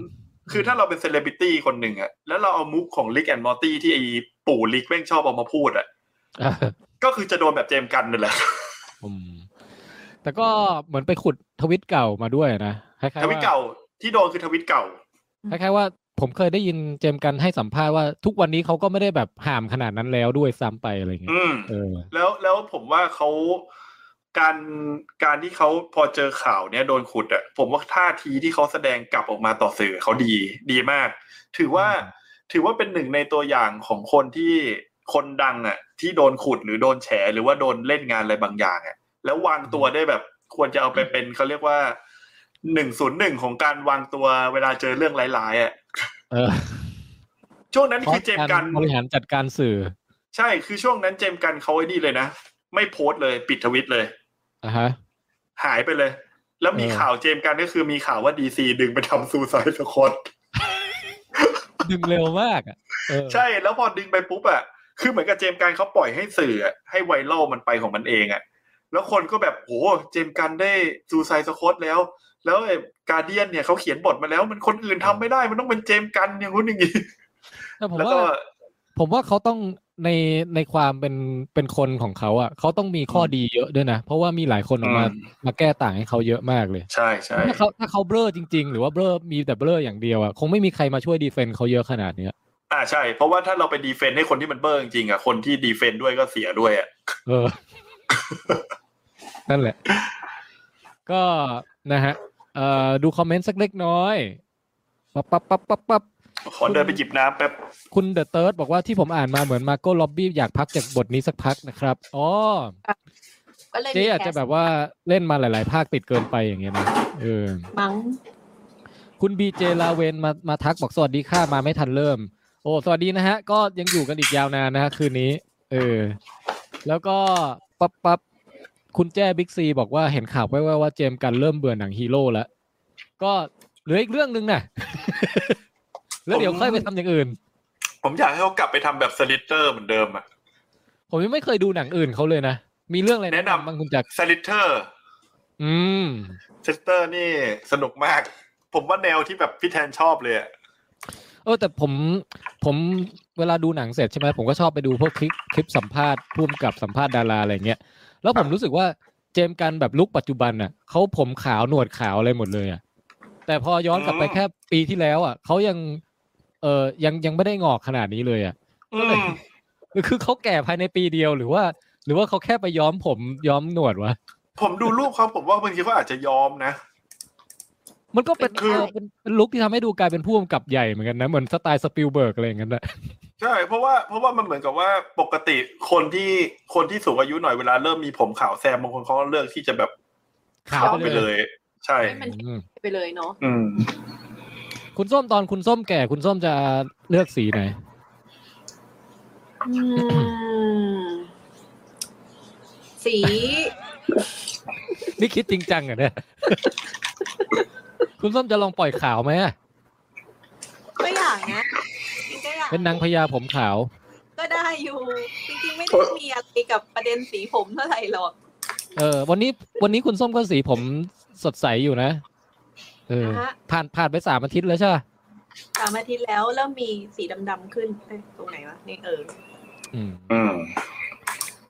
Speaker 3: คือถ้าเราเป็นเซเลบริตี้คนหนึ่งอะแล้วเราเอามุกของลิกแอนมอร์ตี้ที่ไอ้ปู่ลิกแม่งชอบเอามาพูดอะ
Speaker 2: อ่ะ
Speaker 3: ก็คือจะโดนแบบเจมส์กันนั่นแหละ
Speaker 2: อืมแต่ก็เหมือนไปขุดทวิตเก่ามาด้วยนะคล้าย
Speaker 3: ท
Speaker 2: ๆ
Speaker 3: วิต
Speaker 2: ว่า
Speaker 3: เก่าที่โดนคือทวิตเก่า
Speaker 2: คล้ายๆว่าผมเคยได้ยินเจมส์กันให้สัมภาษณ์ว่าทุกวันนี้เขาก็ไม่ได้แบบห่ามขนาดนั้นแล้วด้วยซ้ำไปอะไรเงี้ย
Speaker 3: อืม
Speaker 2: เออ
Speaker 3: แล้วแล้วผมว่าเขาการการที่เขาพอเจอข่าวเนี้ยโดนขุดอะผมว่าท่าทีที่เขาแสดงกลับออกมาต่อสื่อเขาดีดีมาก ถือว่า
Speaker 2: อืม
Speaker 3: ถือว่าเป็นหนึ่งในตัวอย่างของคนที่คนดังอะ ที่โดนขุดหรือโดนแฉหรือว่าโดนเล่นงานอะไรบางอย่างอะแล้ววางตัวได้แบบควรจะเอาไปเป็นเขาเรียกว่าหนึ่งศูนย์หนึ่งของการวางตัวเวลาเจอเรื่องร้ายๆอ่ะ
Speaker 2: เออ
Speaker 3: ช่วงนั้นคือเจมส์กัน
Speaker 2: บริหารจัดการสื่อ
Speaker 3: ใช่คือช่วงนั้นเจมส์กันเขาไอ้นี่เลยนะ ไม่โพสต์เลยปิดทวิตเลย
Speaker 2: อ่ะฮะ
Speaker 3: หายไปเลย แล้วมี
Speaker 2: เออ
Speaker 3: ข่าวเจมส์กันก็คือมีข่าวว่าดีซีดึงไปทำซูซายสคอต
Speaker 2: ดึงเร็วมากอ่ะเออ
Speaker 3: ใช่แล้วพอดึงไปปุ๊บอ่ะคือเหมือนกับเจมส์การเขาปล่อยให้สื่ออะให้ไวรัลมันไปของมันเองอ่ะแล้วคนก็แบบโหเจมส์การได้ซูไซสคอตแล้ว แล้วการเดียนเนี่ยเขาเขียนบทมาแล้ว มันคนอื่นทำไม่ได้มันต้องเป็นเจมส์กันอย่างนู้นอย่างนี้
Speaker 2: แต่ผม
Speaker 3: แล้ว
Speaker 2: ว่า
Speaker 3: ก็
Speaker 2: ผมว่าเขาต้องในในความเป็นเป็นคนของเขาอ่ะเขาต้องมีข้อดีเยอะด้วยนะ เพราะว่ามีหลายคนออกมา
Speaker 3: อืม
Speaker 2: มาแก้ต่างให้เขาเยอะมากเลย
Speaker 3: ใช่ใช่
Speaker 2: ถ้าเขาถ้าเขาเบลอจริง ๆ หรือว่าเบลอมีแต่เบลออย่างเดียวอ่ะคงไม่มีใครมาช่วยดีเฟนต์เขาเยอะขนาดเนี้ย
Speaker 3: อ่าใช่ เพราะว่าถ้าเราไปดีเฟนต์ให้คนที่มันเบอร์จริงๆอ่ะคนที่ดีเฟนต์ด้วยก็เสียด้วยอ่ะ
Speaker 2: เออ นั่นแหละ ก็นะฮะเอ่อดูคอมเมนต์สักเล็กน้อยปั๊บปั๊บปั๊บปั๊บปั๊บ
Speaker 3: ขอเดินไปจิบน้ำแป๊บ
Speaker 2: คุณเดอะเติร์ดบอกว่าที่ผมอ่านมาเหมือนมาโก้ล็อบบี้อยากพักจากบทนี้สักพักนะครับ อ๋อ
Speaker 6: ก็เลย
Speaker 2: เจ๊อาจจะแบบว่าเล่นมาหลาย ๆ ภาคติดเกินไปอย่างเงี้ยนะเออ
Speaker 6: มั้ง
Speaker 2: คุณบีเจลาเวนมามาทักบอกสวัสดีค่ะมาไม่ทันเริ่ม โอ้สวัสดีนะฮะ ก็ยังอยู่กันอีกยาวนานนะฮะคืนนี้ เออ แล้วก็ปั๊บปั๊บคุณแจ้บิ๊กซีบอกว่าเห็นข่าวแว่วๆว่าเจมส์กันเริ่มเบื่อหนังฮีโร่แล้ว ก็เหลืออีกเรื่องหนึงนะ แล้วเดี๋ยวค่อยไปทำอย่างอื่น
Speaker 3: ผมอยากให้เขากลับไปทำแบบสลิเตอร์เหมือนเดิมอ่ะ
Speaker 2: ผมยังไม่เคยดูหนังอื่นเขาเลยนะ มีเรื่องอะไร
Speaker 3: แนะนำ
Speaker 2: บ้างคุณจักร
Speaker 3: สลิเตอร์
Speaker 2: อืม
Speaker 3: เชสเตอร์นี่สนุกมาก ผมว่าแนวที่แบบพี่แทนชอบเลยอะ
Speaker 2: เออแต่ผมผมเวลาดูหนังเสร็จใช่ไหมผมก็ชอบไปดูพวกคลิปคลิปสัมภาษณ์พุ่มกับสัมภาษณ์ดาราอะไรเงี้ยแล้วผมรู้สึกว่าเจมส์กันแบบลุคปัจจุบันน่ะเขาผมขาวหนวดขาวอะไรหมดเลยอ่ะแต่พอย้อนกลับไปแค่ปีที่แล้วอ่ะเขายัง เออยังยังไม่ได้งอกขนาดนี้เลยอ่ะ
Speaker 3: อืม
Speaker 2: คือเขาแก่ภายในปีเดียวหรือว่า หรือว่าเขาแค่ไปย้อมผมย้อมหนวดวะ
Speaker 3: ผมดูรูปเขาผมว่าบางทีเขาอาจจะยอมนะ
Speaker 2: มันก็เป็น
Speaker 3: คือ
Speaker 2: เออเป็นเป็นลุคที่ทำให้ดูกลายเป็นผู้กำกับใหญ่เหมือนกันนะเหมือนสไตล์สปิลเบิร์กอะไรอย่างนั้นนะ
Speaker 3: ใช่เพราะว่าเพราะว่ามันเหมือนกับว่าปกติคนที่คนที่สูงอายุหน่อยเวลาเริ่มมีผมขาวแซมบางคนเขาเลือกที่จะแบบ
Speaker 2: ขาวไป
Speaker 3: ไป
Speaker 2: เล
Speaker 3: เลย ย ใช่
Speaker 6: ให้มัน
Speaker 2: อืม
Speaker 6: ไปเลยเนาะ
Speaker 3: อืม
Speaker 2: คุณส้มตอนคุณส้มแก่คุณส้มจะเลือกสีไหน
Speaker 6: อืม สี
Speaker 2: นี่คิดจริงจังเหรอเนี่ย คุณส้มจะลองปล่อยขาวไหมอะ
Speaker 6: ก็อยากนะจริงๆก็อยาก
Speaker 2: เป็นนางพญาผมขาว
Speaker 6: ก็ได้อยู่ จริงๆไม่ได้มีอะไรกับประเด็นสีผมเท่าไหร่หรอก
Speaker 2: เออ วันนี้วันนี้คุณส้มก็สีผมสดใสอยู่นะ เออ
Speaker 6: นะฮะ
Speaker 2: ผ่านผ่านไปสามอาทิตย์แล้วใช่ปะ
Speaker 6: สามอาทิตย์แล้วเริ่มมีสีดำๆขึ้นเอ้ยตรงไหนวะนี่เออ
Speaker 2: อืม
Speaker 3: อืม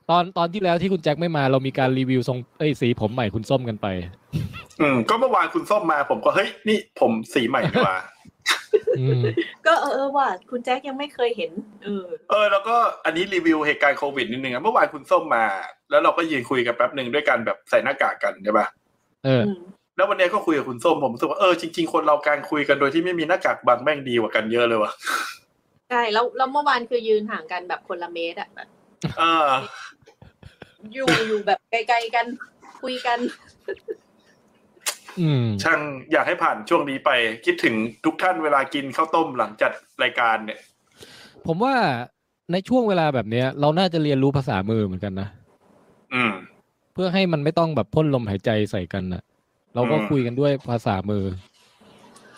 Speaker 2: ตอนตอนที่แล้วที่คุณแจ็คไม่มาเรามีการรีวิวทรงเอ้ยสีผมใหม่คุณส้มกันไป
Speaker 3: อืม ก็เมื่อวานคุณส้มมาผมก็เฮ้ยนี่ผมสีใหม่ดีกว่า
Speaker 2: อืม
Speaker 6: ก็เออเออว่าคุณแจ็คยังไม่เคยเห็น เออ
Speaker 3: เออแล้วก็อันนี้รีวิวเหตุการณ์โควิดนิดนึงอะเมื่อวานคุณส้มมา แล้วเราก็ยืนคุยกันแป๊บหนึ่งด้วยกันแบบใส่หน้ากากกันใช่ปะ
Speaker 2: เออ
Speaker 6: อืม
Speaker 3: แล้ววันเนี้ยก็คุยกับคุณส้มผมรู้สึกว่าเออจริงๆ คนเราการคุยกันโดยที่ไม่มีหน้ากากบังแม่งดีกว่ากันเยอะ เลยว่ะ
Speaker 6: ใช่แล้วแล้วเมื่อวานคือยืนห่างกันแบบคนละเมตรอะแบบ
Speaker 3: เออ
Speaker 6: อยู่อยู่แบบไกลๆกันคุยกัน
Speaker 2: อืม
Speaker 3: ช่างอยากให้ผ่านช่วงนี้ไป คิดถึงทุกท่านเวลากินข้าวต้มหลังจัดรายการเนี่ย
Speaker 2: ผมว่าในช่วงเวลาแบบเนี้ย เราน่าจะเรียนรู้ภาษามือเหมือนกันนะ
Speaker 3: อื ม
Speaker 2: เพื่อให้มันไม่ต้องแบบพ่นลมหายใจใส่กันนะเราก็
Speaker 3: อืม
Speaker 2: คุยกันด้วยภาษามือ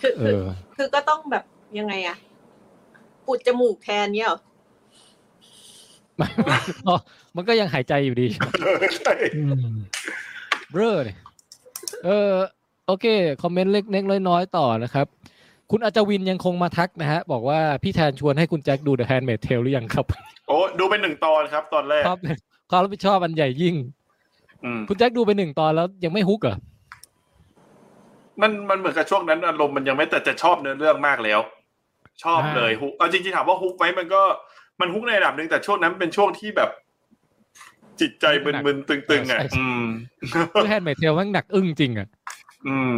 Speaker 6: คือ
Speaker 2: เอ
Speaker 6: คือ
Speaker 2: อ
Speaker 6: คือก็ต้องแบบยังไงอะปุดจมูกแทนเนี่ยเหรอ
Speaker 2: มันก็ยังหายใจอยู่ดี
Speaker 3: ใช่
Speaker 2: เบ้อเนี่ยเออ โอเค คอมเมนต์เล็กๆน้อยๆต่อนะครับ คุณอาจวินยังคงมาทักนะฮะ บอกว่าพี่แทนชวนให้คุณแจ็คดู The Handmaid's Tale หรือยังครับ
Speaker 3: โอ้ดูเป็นหนึ่งตอนครับ ตอนแรก
Speaker 2: ครับ ความรับผิดชอบอันใหญ่ยิ่ง
Speaker 3: อืม
Speaker 2: คุณแจ็คดูไปหนึ่งตอนแล้วยังไม่ฮุกเหรอ
Speaker 3: มันมันเหมือนกับช่วงนั้นอารมณ์มันยังไม่แต่จะชอบเนื้อเรื่องมากแล้ว ชอบเลยฮุกเอาจริงๆถามว่าฮุกไหมมันก็มันฮุกในระดับหนึ่งแต่ช่วงนั้นเป็นช่วงที่แบบ จิตใจมึนๆตึงๆอ่ะอืม
Speaker 2: คือ Handmaid's Tale แมันหนักอึ้งจริงอ่ะ
Speaker 3: อืม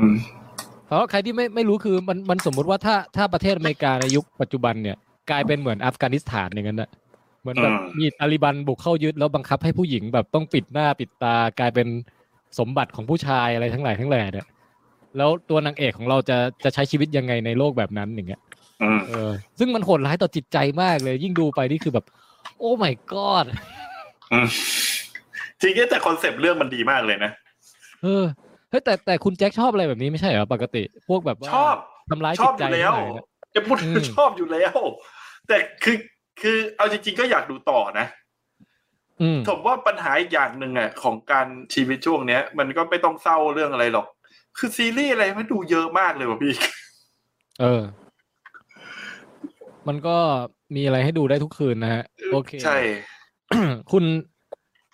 Speaker 2: เพราะว่าใครที่ไม่ไม่รู้คือมันมันสมมุติว่าถ้าถ้าประเทศอเมริกาในยุคปัจจุบันเนี่ย กลายเป็นเหมือนอัฟกานิสถานอย่างนั้นนะ เหมือนแบบ
Speaker 3: อืม
Speaker 2: มีตาลิบันบุกเข้ายึดแล้วบังคับให้ผู้หญิงแบบต้องปิดหน้าปิดตากลายเป็นสมบัติของผู้ชายอะไรทั้งหลายทั้งแหล่เนี่ยแล้วตัวนางเอกของเราจะจะใช้ชีวิตยังไงในโลกแบบนั้นอย่างเงี้ย
Speaker 3: อืม
Speaker 2: เออซึ่งมันโหดร้ายต่อจิตใจมากเลย ยิ่งดูไปนี่คือแบบ โอ้ my god
Speaker 3: อืมจริงๆแต่คอนเซปต์เรื่องมันดีมากเลยนะ
Speaker 2: เออเฮ้ยแต่แต่คุณแจ็คชอบอะไรแบบนี้ไม่ใช่เหรอปกติ พวกแบบว่า
Speaker 3: ชอบ
Speaker 2: ทำร้าย
Speaker 3: ช
Speaker 2: จิ
Speaker 3: อบ
Speaker 2: ต
Speaker 3: อ
Speaker 2: ใจ
Speaker 3: ยู่แล้ว
Speaker 2: ทั้งหายเนี่ย
Speaker 3: จะพูด
Speaker 2: อืม
Speaker 3: ชอบอยู่แล้ว แต่คือคือเอาจริง ๆ ก็อยากดูต่อนะ
Speaker 2: อืม
Speaker 3: ผมว่าปัญหาอีกอย่างหนึ่งอ่ะของการชีวิตช่วงเนี้ย มันก็ไม่ต้องเศร้าเรื่องอะไรหรอก คือซีรีส์อะไรมันดูเยอะมากเลยว่ะพี่
Speaker 2: เออ มันก็มีอะไรให้ดูได้ทุกคืนนะฮะ โอเค
Speaker 3: ใช่
Speaker 2: คุณ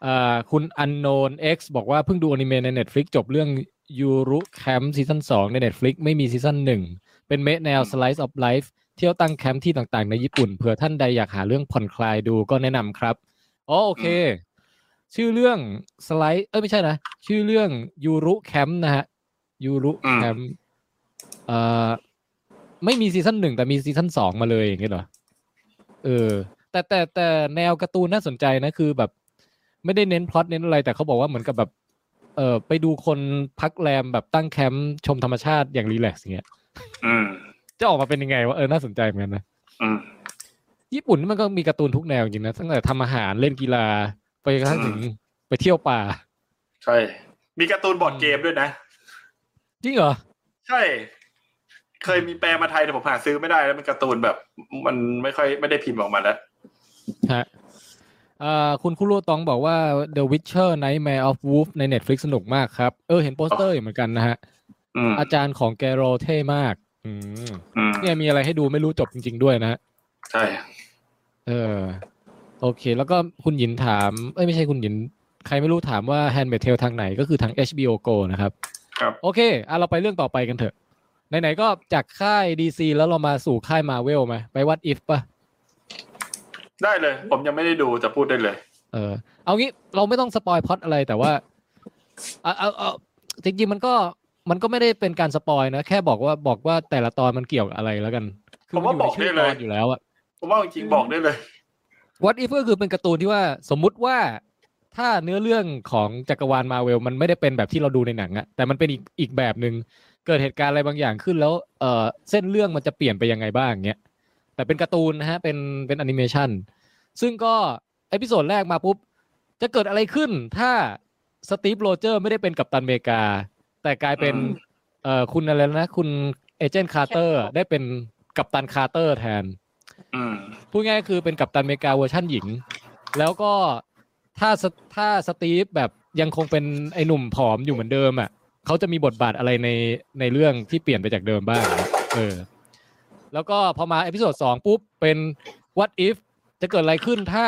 Speaker 2: เอ่อคุณ unknown x บอกว่าเพิ่งดูอนิเมะใน Netflix จบเรื่องยูรุแคมป์ซีซั่น2ใน Netflix ไม่มีซีซั่น1 เป็นเมะแนว Slice of Life เที่ยวตั้งแคมป์ที่ต่างๆในญี่ปุ่นเผื่อท่านใดอยากหาเรื่องผ่อนคลายดูก็แนะนำครับ อ๋อโอเค ชื่อเรื่อง Slice เอ้ยไม่ใช่นะ ชื่อเรื่องยูรุแคมป์นะฮะยูรุแคมป์เอ่อไม่มีซีซั่นหนึ่งแต่มีซีซั่นสองมาเลยอย่างเงี้ยเหรอ เออ แต่แต่แต่แนวการ์ตูนน่าสนใจนะคือแบบ ไม่ได้เน้นพล็อตเน้นอะไร แต่เขาบอกว่าเหมือนกับแบบ เออไปดูคนพักแรมแบบตั้งแคมป์ชมธรรมชาติอย่างรีแลกซ์อย่างเงี้ย
Speaker 3: อืม
Speaker 2: จะออกมาเป็นยังไงวะเออน่าสนใจเหมือนกันนะ
Speaker 3: อืม
Speaker 2: ญี่ปุ่นนี่มันก็มีการ์ตูนทุกแนวจริงนะตั้งแต่ทำอาหารเล่นกีฬาไปกระทั่ง
Speaker 3: อืม
Speaker 2: ถึงไปเที่ยวป่า
Speaker 3: ใช่ มีการ์ตูนบอร์ดเกมด้วยนะ
Speaker 2: จริงเหรอ
Speaker 3: ใช่ เคยมีแปลมาไทยแต่ผมหาซื้อไม่ได้แล้วมันการ์ตูนแบบ มันไม่ค่อยไม่ได้พิมพ์ออกมาแล้ว
Speaker 2: ฮะเอ่อคุณคุโรตองบอกว่า The Witcher Nightmare of Wolf ใน Netflix สนุกมากครับ เออเห็นโปสเตอร์อยู่เหมือนกันนะฮะ
Speaker 3: อืม
Speaker 2: อาจารย์ของแกโรเท่มาก อืม
Speaker 3: อืม
Speaker 2: เนี่ยมีอะไรให้ดูไม่รู้จบจริง ๆ ด้วยนะฮะ
Speaker 3: ใช่
Speaker 2: เออ โอเค แล้วก็คุณหยินถาม เอ้ยไม่ใช่คุณหยิน ใครไม่รู้ถามว่า Handmaid Tale ทางไหนก็คือทาง HBO Go นะครับ
Speaker 3: ครับ
Speaker 2: โอเคอ่ะเราไปเรื่องต่อไปกันเถอะ ไหนๆก็จากค่าย DC แล้วเรามาสู่ค่าย Marvel ไหมไป What If ปะ
Speaker 3: ได้เลย ผมยังไม่ได้ดูแต่พูดได้เลย
Speaker 2: เออเอางี้เราไม่ต้องสปอยพล็อตอะไรแต่ว่า เอาเอาเอาจริงๆมันก็มันก็ไม่ได้เป็นการสปอยนะ แค่บอกว่าบอกว่าแต่ละตอนมันเกี่ยวกับอะไรแล้วกันคื
Speaker 3: ผมว่า
Speaker 2: ยู่ในชื่
Speaker 3: บอกได้เลย
Speaker 2: ตอนอยู่แล้วอะ
Speaker 3: ผมว่าจริงๆบอกได้เลย
Speaker 2: What If ก็คือเป็นการ์ตูนที่ว่าสมมุติว่าถ้าเนื้อเรื่องของจักรวาลมาเวลมันไม่ได้เป็นแบบที่เราดูในหนังอะแต่มันเป็นอีกอีกแบบหนึ่งเกิดเหตุการณ์อะไรบางอย่างขึ้นแล้วเออเส้นเรื่องมันจะเปลี่ยนไปยังไงบ้างเงี้ยแต่เป็นการ์ตูนนะฮะเป็นเป็นแอนิเมชันซึ่งก็เอพิโซดแรกมาปุ๊บ จะเกิดอะไรขึ้นถ้าสตีฟโรเจอร์ไม่ได้เป็นกัปตันอเมริกา แต่กลายเป็น
Speaker 3: อืม
Speaker 2: เอ่อคุณอะไรนะคุณเอเจนต์คาร์เตอร์ได้เป็นกัปตันคาร์เตอร์แทน
Speaker 3: อืม
Speaker 2: พูดง่ายๆคือเป็นกัปตันอเมริกาเวอร์ชั่นหญิง แล้วก็ถ้าสถ้าสตีฟแบบยังคงเป็นไอหนุ่มผอมอยู่เหมือนเดิมอ่ะเขาจะมีบทบาทอะไรในในเรื่องที่เปลี่ยนไปจากเดิมบ้างเออแล้วก็พอมาเอพิโซดสองปุ๊บ เป็น what if จะเกิดอะไรขึ้นถ้า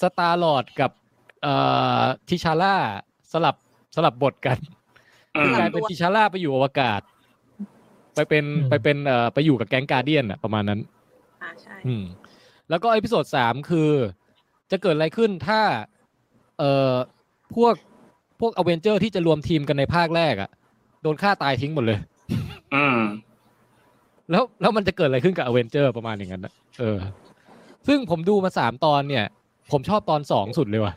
Speaker 2: สตาร์ลอดกับเอ่อทิชาร่าสลับสลับบทกัน
Speaker 3: อืม
Speaker 2: กลายเป็นทิชาร่าไปอยู่อวกาศ ไปเป็น
Speaker 5: อืม
Speaker 2: ไปเป็นเอ่อไปอยู่กับแก๊งการเดียนอ่ะประมาณนั้น
Speaker 6: อ่าใช่
Speaker 2: อืมแล้วก็เอพิโซดสามคือ จะเกิดอะไรขึ้นถ้า เอ่อพวกพวกอเวนเจอร์ที่จะรวมทีมกันในภาคแรกอะโดนฆ่าตายทิ้งหมดเลย
Speaker 3: อืม
Speaker 2: แล้วแล้วมันจะเกิดอะไรขึ้นกับอเวนเจอร์ประมาณอย่างนั้นนะเออ ซึ่งผมดูมาสามตอนเนี่ย ผมชอบตอนสองสุดเลยว่ะ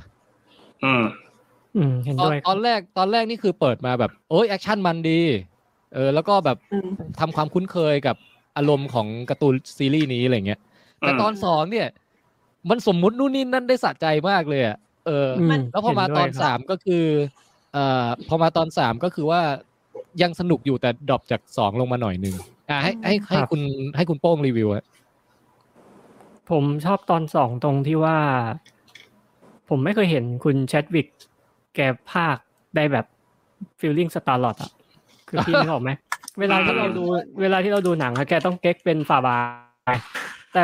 Speaker 3: อืม
Speaker 5: อืมเห็น
Speaker 2: ตอน
Speaker 5: ด้วยค
Speaker 2: ต
Speaker 5: รั
Speaker 2: อบนแรกตอนแรกนี่คือเปิดมาแบบโอ้ยแอคชั่นมันดี เออ แล้วก็แบบ
Speaker 6: อืม
Speaker 2: ทำความคุ้นเคยกับอารมณ์ของการ์ตูนซีรีส์นี้อะไรเงี้ยแต่ตอนสองเนี่ย มันสมมุตินู่นนี่นั่นได้สะใจมากเลยอะเอออ
Speaker 5: ม
Speaker 2: แล้วพอมาตอน
Speaker 5: เห็ด้วยครับ
Speaker 2: สามก็คือเอ่อพอมาตอนสามก็คือว่ายังสนุกอยู่แต่ดรอปจากสองลงมาหน่อยหนึ่งอ่าให้ให้ให้
Speaker 5: ครับ
Speaker 2: คุณให้คุณโป้งรีวิวอะ
Speaker 5: ผมชอบตอนสองตรงที่ว่า ผมไม่เคยเห็นคุณแชดวิกแกภาคได้แบบฟิลลิ่งสตาร์ลอดอะคือพี่ นึกออกไหมเวลาที่เราดูเวลาที่เราดูหนังอะแกต้องเก๊กเป็นฝาบายแต่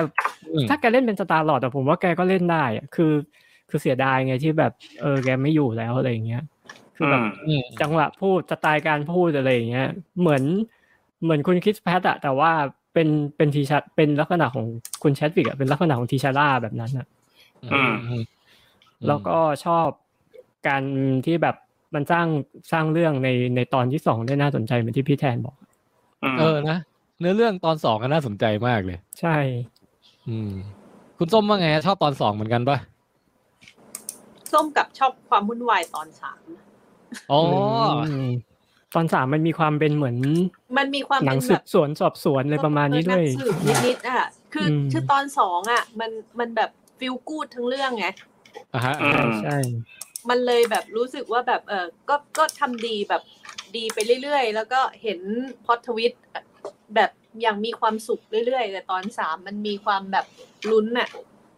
Speaker 2: อืม
Speaker 5: ถ้าแกเล่นเป็นสตาร์ลอดอะผมว่าแกก็เล่นได้อะคือ คือเสียดายไงที่แบบเออแกไม่อยู่แล้วอะไรอย่างเงี้ย คือแบบ
Speaker 2: อืม
Speaker 5: จังหวะพูดสไตล์การพูดอะไรอย่างเงี้ยเหมือนเหมือนคุณคริสแพทอะแต่ว่าเป็นเป็นทีชัดเป็นลักษณะของคุณแชทวิกอะเป็นลักษณะของทีชาร่าแบบนั้นอะ
Speaker 2: อืม
Speaker 5: แล้วก็ชอบการที่แบบมันสร้างสร้างเรื่องในในตอนที่สองได้น่าสนใจเหมือนที่พี่แทนบอก
Speaker 3: อืม
Speaker 2: เออนะเนื้อเรื่องตอนสองก็น่าสนใจมากเลย
Speaker 5: ใช่
Speaker 2: อืม ค คุณส้มว่าไงฮะชอบตอนสองเหมือนกันปะ
Speaker 4: ส้มกับชอบความวุ่นวายตอนสาม
Speaker 2: อ๋ออ
Speaker 5: มตอนสามมันมีความเป็นเหมือน
Speaker 4: มันมีความ
Speaker 5: หนั
Speaker 4: เป็
Speaker 5: ง
Speaker 4: น
Speaker 5: สื
Speaker 4: แบบ
Speaker 5: บสวนสอบสวนอะไรประมาณนี้ด้วย
Speaker 4: เออหงสืบนิดๆอ่ะคืออ
Speaker 5: ม
Speaker 4: คือตอนสองอ่ะ มันมันแบบฟิลกูดทั้งเรื่องไง
Speaker 2: อ่ะฮะ
Speaker 3: อืม
Speaker 5: ใช่
Speaker 4: มันเลยแบบรู้สึกว่าแบบเออก็ก็ทำดีแบบดีไปเรื่อยๆ แล้วก็เห็นพล็อตทวิสต์แบบยังมีความสุขเรื่อยๆ แต่ตอนสามมันมีความแบบลุ้นอะ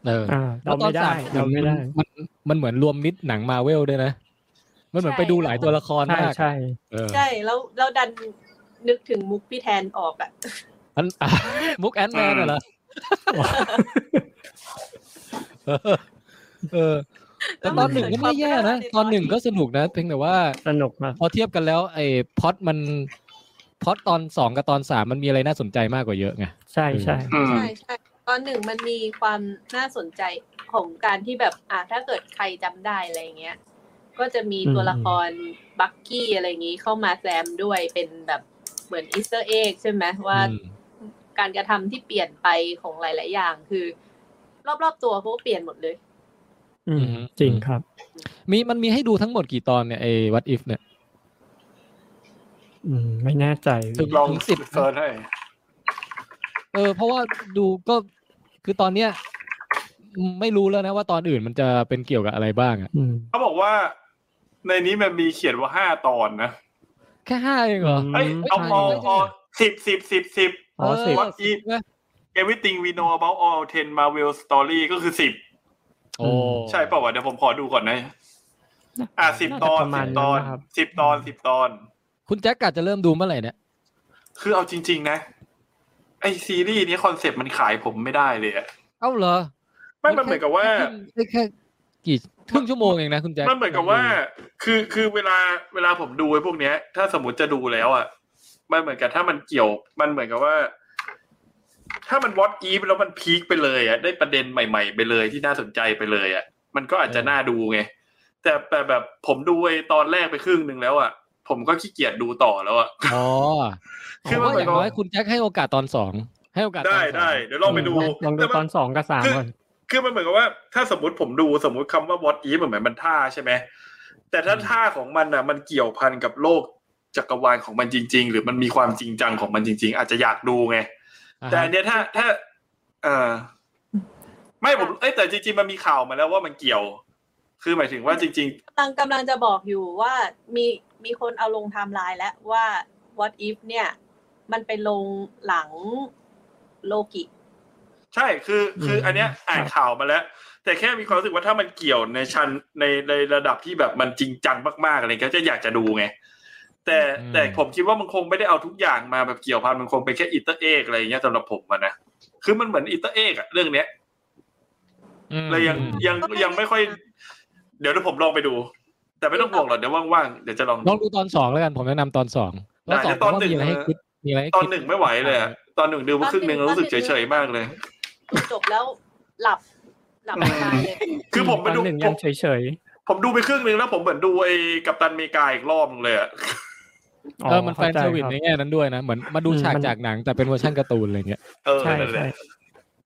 Speaker 2: เออ
Speaker 5: อ่าเราไม่ได้เราไม่ได้
Speaker 2: มันมันเหมือนรวมมิตรหนังมาเวลด้วยนะ มันเหมือนไปดูหลายตัวละคร
Speaker 5: ใช่
Speaker 2: มาก
Speaker 5: ใช่
Speaker 2: เออ
Speaker 4: ใช่แล้วแล้วดันนึกถึงมุกพี่แทนออกอะ
Speaker 2: อัน อ่ะมุกแอนแมนเหรอเออเออ แต่ตอนหนึ่งก็ไม่แย่นะ ตอนหนึ่งก็สนุกนะ เพียงแต่ว่า
Speaker 5: สนุกมาก
Speaker 2: พอเทียบกันแล้วไอ้พล็อดมันพล็อดตอนสองกับตอนสามมันมีอะไรน่าสนใจมากกว่าเยอะไง
Speaker 5: ใช่ใช่
Speaker 3: อืม
Speaker 4: ใช่ใช่ตอนหนึ่งมันมีความน่าสนใจของการที่แบบอ่ะถ้าเกิดใครจำได้อะไรเงี้ย ก็จะมีตัว
Speaker 5: อืม
Speaker 4: ละครบักกี้อะไรอย่างงี้เข้ามาแซมด้วยเป็นแบบเหมือนอีสเตอร์เอ็กใช่ไหมว่า
Speaker 2: อืม
Speaker 4: การกระทำที่เปลี่ยนไปของหลาย ๆ อย่างคือ รอบ ๆ ตัวเขาก็เปลี่ยนหมดเลย
Speaker 5: อืม
Speaker 2: อืม
Speaker 5: จริงครับ
Speaker 2: มีมันมีให้ดูทั้งหมดกี่ตอนเนี่ยไอ้ what if เนี่ย
Speaker 5: อืมไม่แน่ใจ
Speaker 2: ถึง
Speaker 3: ลอง
Speaker 2: ถึงสิบ
Speaker 3: เซิร์ชให้
Speaker 2: เออเพราะว่าดูก็คือตอนเนี้ยไม่รู้แล้วนะว่าตอนอื่นมันจะเป็นเกี่ยวกับอะไรบ้างอะ
Speaker 5: อืม
Speaker 3: เขาบอกว่า ในนี้มันมีเขียนว่าห้าตอนนะ
Speaker 2: แค่ห้าเองเหรอ
Speaker 3: เอ้ยเอาพอ
Speaker 2: ไม่ใช่
Speaker 3: พอสิบสิบสิบสิบ
Speaker 5: อ๋อสิบ
Speaker 3: What if? everything we know about all 10 Marvel story ก็คือสิบ
Speaker 2: โอ้
Speaker 3: ใช่เปล่าวะเดี๋ยวผมขอดูก่อนนะ อ่ะสิบ
Speaker 5: น่า
Speaker 3: ต
Speaker 5: จะ
Speaker 3: อน
Speaker 5: ประมา
Speaker 3: สิบ
Speaker 5: ณนั้
Speaker 3: ตอน
Speaker 5: นนะครับ
Speaker 3: สิบตอนสิบตอน
Speaker 2: คุณแจ็คกะจะเริ่มดูเมื่อไหร่เนี่ย
Speaker 3: คือเอาจริง ๆ นะ ไอซีรีส์นี้คอนเซปต์มันขายผมไม่ได้เลยอะ
Speaker 2: เอ้าเหรอ
Speaker 3: ไม่มันเหมือนกับว่า
Speaker 2: ได้แค่กี่ครึ่งชั่วโมงเองนะคุณแจ็ค
Speaker 3: มันเหมือนกับว่า คือคือเวลาเวลาผมดูไอ้พวกเนี้ย ถ้าสมมติจะดูแล้วอ่ะมันเหมือนกับถ้ามันเกี่ยว มันเหมือนกับว่า ถ้ามันวอตอีฟแล้วมันพีคไปเลยอ่ะได้ประเด็นใหม่ ๆ ไปเลยที่น่าสนใจไปเลยอ่ะมันก็อาจจะน่าดูไงแต่แต่แบบผมดูไอ้ตอนแรกไปครึ่งหนึ่งแล้วอ่ะผมก็ขี้เกียจดูต่อแล้วอ่ะ
Speaker 2: อ๋อ
Speaker 3: คื
Speaker 2: คืออ
Speaker 3: มัน
Speaker 2: ว่า
Speaker 3: เหมื
Speaker 2: อ
Speaker 3: อน
Speaker 2: ย่า
Speaker 3: กับ
Speaker 2: งน้อยคุณแจ็คให้โอกาสตอนสองให้โอกาสตอน
Speaker 3: ได้
Speaker 2: สอง
Speaker 3: ได้เดี๋ยวลองไปดู
Speaker 5: ลองดู
Speaker 3: แต่มัน
Speaker 5: ตอนสองกับสามก่อน
Speaker 3: คือมันเหมือนกับว่าถ้าสมมติผมดูสมมติคำว่า what if มันเหมือนมันท่าใช่ไหมแต่ถ้าท่าของมันอ่ะ มันเกี่ยวพันกับโลกจักรวาลของมันจริง ๆ หรือมันมีความจริงจังของมันจริง ๆ อาจจะอยากดูไง
Speaker 2: อ่าฮะ
Speaker 3: แต่อันเนี้ยถ้าถ้าเออไม่ผมเอ้ยแต่จริงๆมันมีข่าวมาแล้วว่ามันเกี่ยว คือหมายถึงว่าจริง
Speaker 4: กำลังกำลังจะบอกอยู่ว่ามีมีคนเอาลงไทม์ไลน์แล้วว่า what if เนี่ย มันไปลงหลังโลกิ
Speaker 3: ๆ ใช่คือ คืออ
Speaker 5: ม
Speaker 3: อันเนี้ยอ่านข่าวมาแล้ว แต่แค่มีความรู้สึกว่าถ้ามันเกี่ยวในชั้นในในระดับที่แบบมันจริงจังมากๆอะไรเงี้ยก็จะอยากจะดูไง แต่แต่ผมคิดว่ามันคงไม่ได้เอาทุกอย่างมาแบบเกี่ยวพันมันคงเป็นแค่อิตเตอร์เอกอะไรอย่างเงี้ยสำหรับผมอะนะคือมันเหมือนอิตเตอร์เอกอะเรื่องเนี้ย
Speaker 2: อืม
Speaker 3: เลยยังยัง
Speaker 4: ก็ไม่ได้
Speaker 3: ยังไม่ค่อย เดี๋ยวเดี๋ยวผมลองไปดู แต่ไม่ต้องห่วงหรอกเดี๋ยวว่างๆเดี๋ยวจะลอง
Speaker 2: ล
Speaker 3: ดู
Speaker 2: องดูตอนสองแล้วกันผมแนะนำตอนสอง
Speaker 3: ได้
Speaker 2: สอง
Speaker 3: แต่ตอน
Speaker 2: ผมว่า
Speaker 3: หนึ่ง
Speaker 2: มีอะไรให้คิดมีอะไรให้
Speaker 3: ตอน
Speaker 2: คิด
Speaker 3: หนึ่งไม่ไหวเลยอะตอนหนึ่งดูมาครึ่งหนึ่งแล้วรู้สึกเฉยๆมากเลย
Speaker 4: จบแล้วหลับหลับตายเลย
Speaker 3: คือผมไปดู
Speaker 5: ตนหนึ่ง
Speaker 3: ผ
Speaker 5: ยั
Speaker 3: ม
Speaker 5: งเฉยเฉย
Speaker 3: ผมดูไปครึ่งหนึ่งแล้วผมเหมือนดูไอ้กัปตันอเมริกาอีกรอบนึงเลยอะ
Speaker 5: ๆ
Speaker 2: เออมันแฟนเซอร์วิส
Speaker 5: ข้า
Speaker 2: ใน
Speaker 5: ใจคบ
Speaker 2: แง่นั้นด้วยนะเหมือนมาดู
Speaker 5: อืม
Speaker 2: ฉาก
Speaker 5: มัน
Speaker 2: จากหนังแต่เป็นเวอร์ชันการ์ตูนอะไรเงี้ย
Speaker 3: เออ
Speaker 5: ใช่
Speaker 3: นั่นแห
Speaker 5: ใช่
Speaker 3: ละ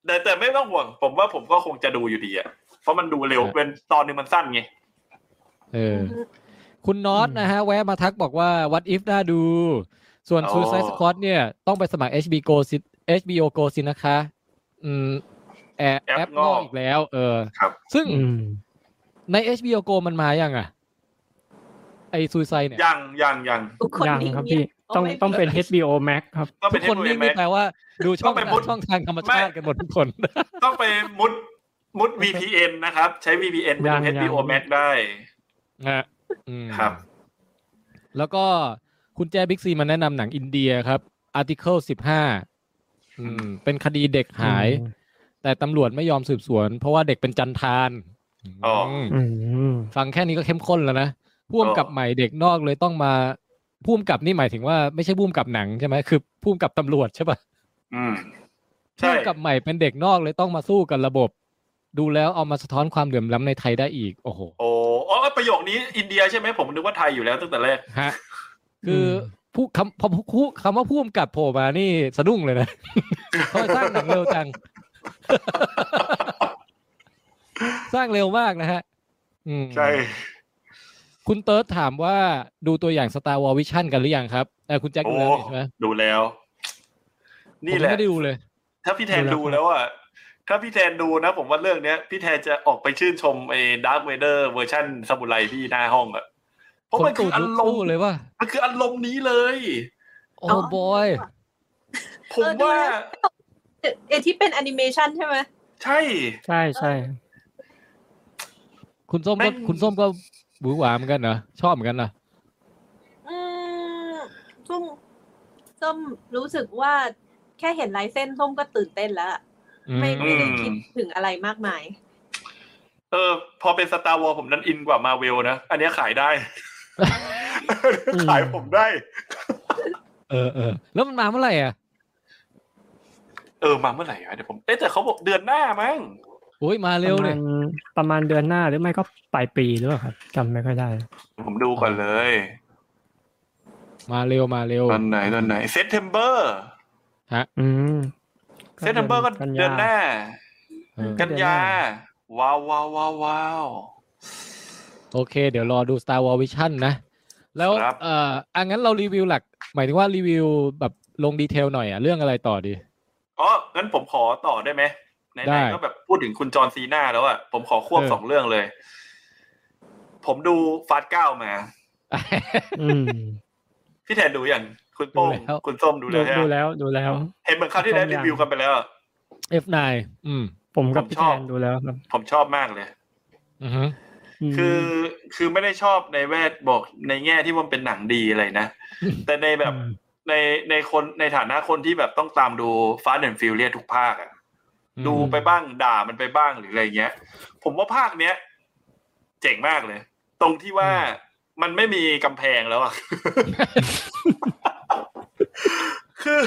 Speaker 3: แต่แต่ไม่ต้องห่วง ผมว่าผมก็คงจะดูอยู่ดีอ่ะ เพราะมันดูเร็ว
Speaker 2: เออ
Speaker 3: เป็นตอนหนึงมันสั้นไง
Speaker 2: เออ คุณน็อตนะฮะ แวะมาทักบอกว่า what if น่าดู ส่วน
Speaker 3: อ๋อ
Speaker 2: Suicide Squad เนี่ย ต้องไปสมัคร HBO Go สิ HBO Go สินะคะ อืมแอป
Speaker 3: แอป
Speaker 2: แอปงอก
Speaker 3: งอก
Speaker 2: อีกแล้ว เออ
Speaker 3: ครับ
Speaker 2: ซึ่ง
Speaker 5: อืม
Speaker 2: ใน HBO Go มันมายังอ่ะ ไอ Suicide เนี่ย
Speaker 3: ยังยังยัง
Speaker 4: ทุกคน
Speaker 5: ยัง
Speaker 4: นิ่ง
Speaker 5: ครับ
Speaker 4: เงี
Speaker 5: พี่
Speaker 4: ยบ
Speaker 5: ต้อง
Speaker 4: ไม่
Speaker 5: ต้องเป็น HBO Max ครับ
Speaker 3: ต้อง
Speaker 2: ทุ
Speaker 3: เป็
Speaker 2: ก
Speaker 3: น
Speaker 2: คน
Speaker 3: เท
Speaker 2: นี่
Speaker 3: ป
Speaker 2: ไม่
Speaker 3: เว้ย
Speaker 2: แปล
Speaker 3: ไหม
Speaker 2: ว่าดูช่อง
Speaker 3: ต้องไปมุด
Speaker 2: ช่องทางธรรมชาติกันหมดทุกคน
Speaker 3: ต้องไปมุดมุด VPN นะครับ ใช้ VPN ไป
Speaker 5: ยั
Speaker 3: ดู
Speaker 5: งยัง
Speaker 3: HBO Max ได้
Speaker 2: นะฮะอืม
Speaker 3: ครับ
Speaker 2: แล้วก็คุณแจบิ๊กซีมาแนะนำหนังอินเดียครับ Article 15อืมเป็นคดีเด็กหาย
Speaker 5: อืม
Speaker 2: แต่ตำรวจไม่ยอมสืบสวน เพราะว่าเด็กเป็นจันทาน
Speaker 3: อ๋อ
Speaker 2: ม
Speaker 5: อืม
Speaker 2: ฟังแค่นี้ก็เข้มข้นแล้วนะพ่วมกับ
Speaker 3: อ๋อ
Speaker 2: ใหม่เด็กนอกเลยต้องมาพ่วมกับนี่หมายถึงว่าไม่ใช่พ่วมกับหนังใช่ไหมคือพ่วมกับตำรวจใช่ปะ
Speaker 3: อืม ใช่
Speaker 2: พ่วมกับใหม่เป็นเด็กนอกเลยต้องมาสู้กันระบบ ดูแล้วเอามาสะท้อนความเหลื่อมล้ำในไทยได้อีก โอ้โห
Speaker 3: โอ้อ๋อประโยคนี้อินเดียใช่ไหมผมนึกว่าไทยอยู่แล้วตั้งแต่แรก
Speaker 2: ฮะ คืออ
Speaker 5: ม
Speaker 2: ผู้คำพอผู้คำว่าพ่วมกับโผล่มานี่สะดุ้งเลยนะ เขาสร้างหนังเร็วจัง สร้างเร็วมากนะฮะ อืม
Speaker 3: ใช่
Speaker 2: คุณเติร์ดถามว่าดูตัวอย่าง Star War Vision กันหรือยังครับเออคุณแจ็ค
Speaker 3: โอ้
Speaker 2: ดูแล้วนี่ใช่
Speaker 3: ดูแล้ว นี่แหละ
Speaker 2: ไหมผมไม่ได้ดูเลย
Speaker 3: ถ้าพี่แทน
Speaker 5: ดู
Speaker 3: ดู
Speaker 5: แล้
Speaker 3: แล้ว
Speaker 5: ว
Speaker 3: อ่ะถ้าพี่แทนดูนะ ผมว่าเรื่องเนี้ย พี่แทนจะออกไปชื่นชมไอ้ดาร์คเวเดอร์เวอร์ชันสมุไรพี่หน้าห้องอ่ะเพราะ
Speaker 2: คน
Speaker 3: มันคื
Speaker 2: ตู
Speaker 3: อ
Speaker 2: ด
Speaker 3: อา
Speaker 2: ลุก
Speaker 3: รม
Speaker 2: สู้
Speaker 3: ณ์
Speaker 2: เลยว่า
Speaker 3: มันคืออารมณ์นี้เลย
Speaker 2: โอ้บอย
Speaker 3: ผม
Speaker 6: เออดู
Speaker 3: ว่า
Speaker 6: แล้ว เอที่เป็นแอนิเมชันใช่ไหม
Speaker 3: ใช่
Speaker 5: ใช่ใช่
Speaker 2: คุณส้ม
Speaker 3: แม่
Speaker 2: ก็
Speaker 3: ง
Speaker 2: คุณส้มก็หวือหวาเหมือนกันเหรอชอบเหมือนกันเหรอ
Speaker 6: อืมส้มส้มรู้สึกว่าแค่เห็นลายเส้นส้มก็ตื่นเต้นแล้วอะ
Speaker 2: อืม
Speaker 6: ไม่ไม่ได้
Speaker 3: อืม
Speaker 6: คิดถึงอะไรมากมาย
Speaker 3: เออ พอเป็นสตาร์วอลผมนั้นอินกว่ามาเวลนะ อันเนี้ยขายได้ ขายผมได้
Speaker 2: เออเออแล้วมันมาเมื่อไหร่อ่ะ
Speaker 3: เออ มาเมื่อไหร่วะเดี๋ยวผม เอ๊ะแต่เขาบอกเดือนหน้ามั้ง
Speaker 2: โอ้ยมา
Speaker 5: ป
Speaker 2: เร็ว
Speaker 5: ระ
Speaker 2: เล
Speaker 5: มาณ
Speaker 2: ย
Speaker 5: ประมาณเดือนหน้าหรือไม่ก็ปลายปีหรือเปล่าครับจำไม่ค่อยได้
Speaker 3: ผมดูก่อนเลย
Speaker 2: มาเร็วมาเร็ว
Speaker 3: ตอนไหนตอนไหนเซ p เทมเบอร์
Speaker 5: อืม
Speaker 3: เซ p เทมเบอร์ก็เดือนหน้า
Speaker 2: เออ
Speaker 3: กันยา ว้าวว้าวว้าวว้าว
Speaker 2: โอเค เดี๋ยวรอดู Star War Vision นะ แล้ว
Speaker 3: ครับ
Speaker 2: เอ่ออังั้นเรารีวิวหลัก หมายถึงว่ารีวิวแบบลงดีเทลหน่อยอ่ะ เรื่องอะไรต่อดี
Speaker 3: อ๋อ งั้นผมขอต่อได้ไหมไห
Speaker 2: ได้
Speaker 3: นๆก็แบบพูดถึงคุณจอร์นซีน่าแล้วอะผมขอควบ
Speaker 2: เออ
Speaker 3: สองเรื่องเลย ผมดูฟาดเก้ามา
Speaker 5: อืม
Speaker 3: พี่แทนดูอย่างคุณโป้ง
Speaker 2: ดูแล้ว
Speaker 3: คุณส้มดู
Speaker 5: ดู
Speaker 3: แล้วใช่
Speaker 5: ดู
Speaker 3: ไหม
Speaker 5: แล้วดูแล้ว
Speaker 3: เห็นเหมือนคราวที่แล้วรีวิวกันไปแล้ว
Speaker 2: F9 อืม
Speaker 5: ผมกับ
Speaker 3: ผม
Speaker 5: พี่
Speaker 3: ช
Speaker 5: แท
Speaker 3: อบ
Speaker 5: นดูแล้วครับ
Speaker 3: ผมชอบมากเลย
Speaker 2: อือฮึ
Speaker 5: ม
Speaker 3: คือคือไม่ได้ชอบในแวดบอกในแง่ที่ว่ามันเป็นหนังดีอะไรนะ แต่ในแบบ
Speaker 5: อืม
Speaker 3: ในในคนในฐานะคนที่แบบต้องตามดูฟา s แอนฟิลเลียทุกภาคอะดูไปบ้างด่ามันไปบ้างหรืออะไรเงี้ย ผมว่าภาคเนี้ย เจ๋งมากเลย ตรงที่ว่ามันไม่มีกำแพงแล้วอะ คือ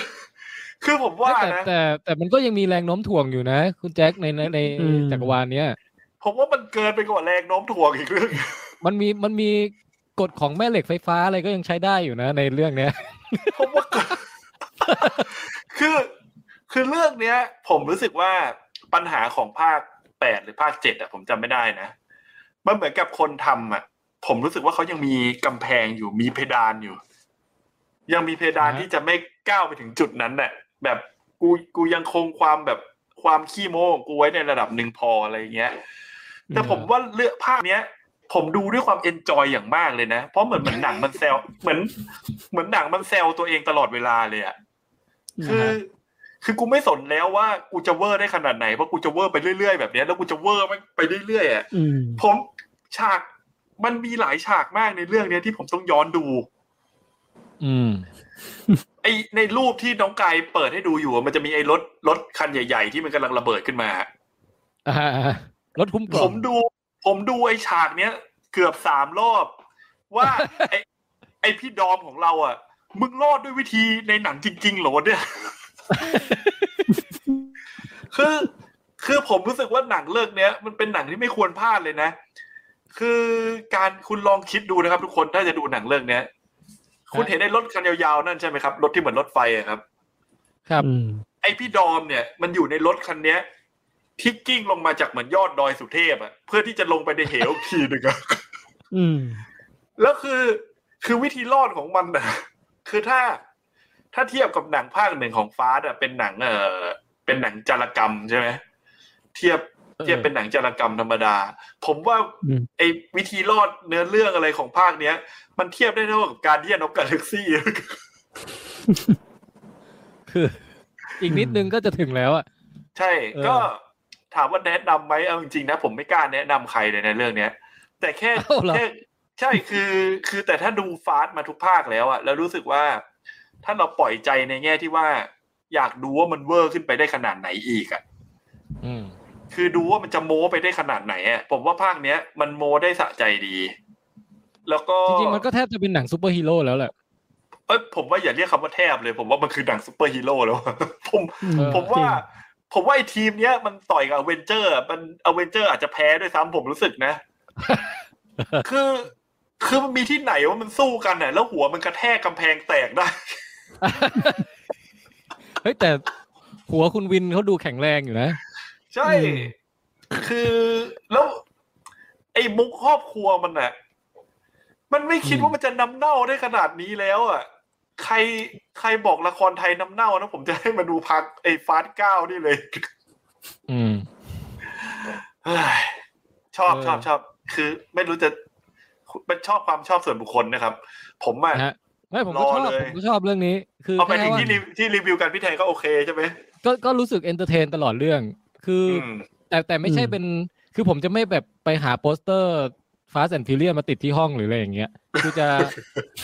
Speaker 3: คือผมว่า
Speaker 2: แต่
Speaker 3: นะ
Speaker 2: แต่แต่มันก็ยังมีแรงโน้มถ่วงอยู่นะ คุณแจ็คในในในจักรวาลเนี้ย
Speaker 3: ผมว่ามันเกินไปกว่าแรงโน้มถ่วงอีกเรื่อง
Speaker 2: มันมีมันมีกฎของแม่เหล็กไฟฟ้าอะไรก็ยังใช้ได้อยู่นะในเรื่องเนี้ย
Speaker 3: ผมว่าก็ คือคือเรื่องเนี้ย ผมรู้สึกว่าปัญหาของภาคแปดหรือภาคเจ็ดอะผมจำไม่ได้นะ มันเหมือนกับคนทำอะผมรู้สึกว่าเขายังมีกำแพงอยู่มีเพดานอยู่ ยังมีเพดาน
Speaker 2: ฮะ
Speaker 3: ที่จะไม่ก้าวไปถึงจุดนั้นน่ะ แบบกูกูยังคงความแบบความขี้โม้ของกูไว้ในระดับหนึ่งพออะไรเงี้ย แต่ผมว่าเลือกภาคเนี้ย ผมดูด้วยความเอนจอยอย่างมากเลยนะ เพราะเหมือนเหมือนหนังมันแซวเหมือน เหมือนหนังมันแซวตัวเองตลอดเวลาเลยอะคือ คือกูไม่สนแล้วว่ากูจะเวอร์ได้ขนาดไหนเพราะกูจะเวอร์ไปเรื่อยๆแบบเนี้ยแล้วกูจะเวอร์มันไปเรื่อยๆอะ
Speaker 5: อืม
Speaker 3: ผมฉากมันมีหลายฉากมากในเรื่องเนี้ยที่ผมต้องย้อนดู
Speaker 2: อืม
Speaker 3: ไอในรูปที่น้องกายเปิดให้ดูอยู่อะมันจะมีไอ้รถรถคันใหญ่ ๆ ที่มันกำลังระเบิดขึ้นมา
Speaker 2: อ่า รถคุ้มก
Speaker 3: ผ
Speaker 2: ล่อ
Speaker 3: ม
Speaker 2: ม
Speaker 3: ดู ผมดูไอ้ฉากเนี้ย เกือบสามรอบ ว่า ไอ้ไอ้พี่ดอมของเราอ่ะ มึงรอดด้วยวิธีในหนังจริง ๆ เหรอวะเนี่ย คือคือผมรู้สึกว่าหนังเรื่องเนี้ย มันเป็นหนังที่ไม่ควรพลาดเลยนะ คือการคุณลองคิดดูนะครับ ทุกคนถ้าจะดูหนังเรื่องเนี้ย คุณเห็นไอ้รถคันยาวๆนั่นใช่ไหมครับรถที่เหมือนรถไฟอะครับ
Speaker 2: ครับ
Speaker 5: อืม
Speaker 3: ไอพี่ดอมเนี่ยมันอยู่ในรถคันเนี้ยที่กิ้งลงมาจากเหมือนยอดดอยสุเทพอะเพื่อที่จะลงไปในเหวอีกทีหนึ่งอะ
Speaker 5: อืม
Speaker 3: แล้วคือคือวิธีรอดของมันอะ คือถ้าถ้าเทียบกับหนังภาคหนึ่งของฟาสอะเป็นหนังเออเป็นหนังจารกรรมใช่ไหมเทียบเทียบเป็นหนังจารกรรมธรรมดา ผมว่า
Speaker 5: อืม
Speaker 3: ไอวิธีรอดเนื้อเรื่องอะไรของภาคเนี้ย มันเทียบได้เท่ากับการเดียนอกกาแล็กซี่
Speaker 2: คืออีกนิดนึงก็จะถึงแล้วอ่ะ
Speaker 3: ใช่
Speaker 2: เออ
Speaker 3: ก็ถามว่าแนะนำไหมเอาจริงๆนะ ผมไม่กล้าแนะนำใครเลยในะเรื่องเนี้ย แต่แค่
Speaker 2: เอ้าเหรอ
Speaker 3: แค่ใช่คือคือแต่ถ้าดูฟาสต์มาทุกภาคแล้วอะแล้วรู้สึกว่า ถ้าเราปล่อยใจในแง่ที่ว่า อยากดูว่ามันเวอร์ขึ้นไปได้ขนาดไหนอีกอะ
Speaker 2: อืม
Speaker 3: คือดูว่ามันจะโม้ไปได้ขนาดไหนอะผมว่าภาคเนี้ย มันโม้ได้สะใจดี แล้วก็
Speaker 2: จริงๆ มันก็แทบจะเป็นหนังซูเปอร์ฮีโร่แล้วแหละ
Speaker 3: เอ้ยผมว่าอย่าเรียกคำว่าแทบเลย ผมว่ามันคือหนังซูเปอร์ฮีโร่แล้ว ผม
Speaker 5: อื
Speaker 2: เออ
Speaker 3: ผมว่าผมว่าไอ้ทีมเนี้ยมันต่อยกับอเวนเจอร์ มันอเวนเจอร์อาจจะแพ้ด้วยซ้ำผมรู้สึกนะ คือคือมันมีที่ไหนว่ามันสู้กันน่ะแล้วหัวมันกระแทกกำแพงแตกได้
Speaker 2: เฮ้ยแต่หัวคุณวินเขาดูแข็งแรงอยู่นะ
Speaker 3: ใช่ คือแล้วไอ้มุกครอบครัวมันน่ะ มันไม่คิด
Speaker 2: อืม
Speaker 3: ว่ามันจะน้ำเน่าได้ขนาดนี้แล้วอ่ะ ใครใครบอกละครไทยน้ำเน่านะผมจะให้มาดูพักไอ้ฟาสต์เก้านี่เลย
Speaker 2: อืม
Speaker 3: เฮ้ยชอบ
Speaker 2: เออ
Speaker 3: ชอบชอบ คือไม่รู้จะมันชอบความชอบส่วนบุคคลนะครับ ผมอ่ะ
Speaker 2: นะฮะไม่ผมก็ชอ
Speaker 3: ร
Speaker 2: บ
Speaker 3: อเลย
Speaker 2: ผมก็ชอบเรื่องนี้ คือ
Speaker 3: เอาไปถึง
Speaker 2: แค่ว่า
Speaker 3: ที่รีวิวที่รีวิวกันพี่แทนก็โอเคใช่ไหม
Speaker 2: ก็ก็รู้สึกเอนเตอร์เทนตลอดเรื่อง คือ
Speaker 3: ม
Speaker 2: แต่แต่ไม่ใช่
Speaker 5: อืม
Speaker 2: เป็น คือผมจะไม่แบบไปหาโปสเตอร์ Fast and Furious มาติดที่ห้องหรืออะไรอย่างเงี้ย คือจะ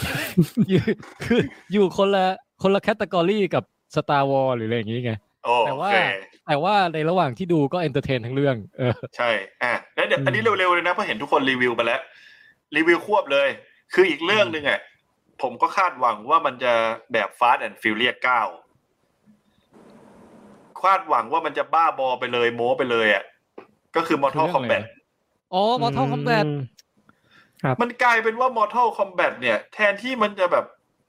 Speaker 2: อยู่คืออยู่คนละคนละแคตตากรีกับ Star Wars หรืออะไรอย่างงี้ไง
Speaker 3: โอ
Speaker 2: แต่ว่า
Speaker 3: เค
Speaker 2: แต่ว่าในระหว่างที่ดูก็เอนเตอร์เทนทั้งเรื่อง เออ
Speaker 3: ใช่ อ่ะ แล้วเดี๋ยว
Speaker 2: อืม
Speaker 3: อันนี้เร็วๆเลยนะเพราะเห็นทุกคนรีวิวไปแล้ว รีวิวควบเลย คืออีกเรื่องหนึ่งอ่ะ ผมก็คาดหวังว่ามันจะแบบฟาสต์แอนด์ฟิลเลียเก้าคาดหวังว่ามันจะบ้าบอไปเลยโม้ไปเลยอ่ะ ก็คือมอ r t
Speaker 2: คื
Speaker 3: a
Speaker 2: อ
Speaker 3: l c
Speaker 2: เรื่อ
Speaker 3: o
Speaker 2: ง
Speaker 3: m
Speaker 2: อะไร
Speaker 3: b a t
Speaker 2: อ๋อ Mortal Kombat
Speaker 5: อืม
Speaker 3: มันกลายเป็นว่า Mortal Kombat เนี่ย แทนที่มันจะแบบ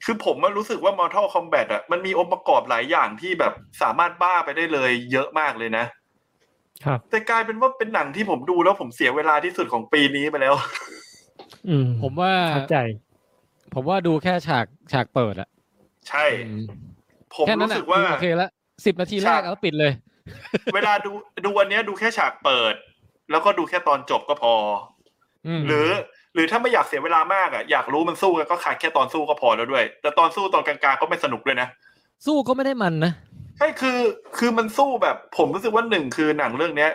Speaker 3: คือผมมารู้สึกว่า Mortal Kombat อ่ะมันมีองค์ประกอบหลายอย่างที่แบบสามารถบ้าไปได้เลยเยอะมากเลยนะครับ แต่กลายเป็นว่าเป็นหนังที่ผมดูแล้วผมเสียเวลาที่สุดของปีนี้ไปแล้ว
Speaker 5: อืม
Speaker 2: ผมว่า
Speaker 5: เข้าใจ
Speaker 2: ผมว่าดูแค่ฉากฉากเปิดอะ
Speaker 3: ใช่
Speaker 2: อืม
Speaker 3: ผม
Speaker 2: แค่นั้น
Speaker 3: รู้
Speaker 2: อะ
Speaker 3: สึกว่า
Speaker 2: โอเคละสิบนาทีแร
Speaker 3: ฉาก ก
Speaker 2: แล้วปิดเลย
Speaker 3: เวลาดูดูอันเนี้ยดูแค่ฉากเปิด แล้วก็ดูแค่ตอนจบก็พอ
Speaker 2: อื
Speaker 3: อ
Speaker 2: ม
Speaker 3: หรือ หรือถ้าไม่อยากเสียเวลามากอ่ะอยากรู้มันสู้กันก็ขาดแค่ตอนสู้ก็พอแล้วด้วย แต่ตอนสู้ตอนกลางๆก็ไม่สนุกด้วยนะ
Speaker 2: สู้ก็ไม่ได้มันนะ
Speaker 3: ใช่คือ คือมันสู้แบบ ผมรู้สึกว่าหนึ่งคือหนังเรื่องเนี้ย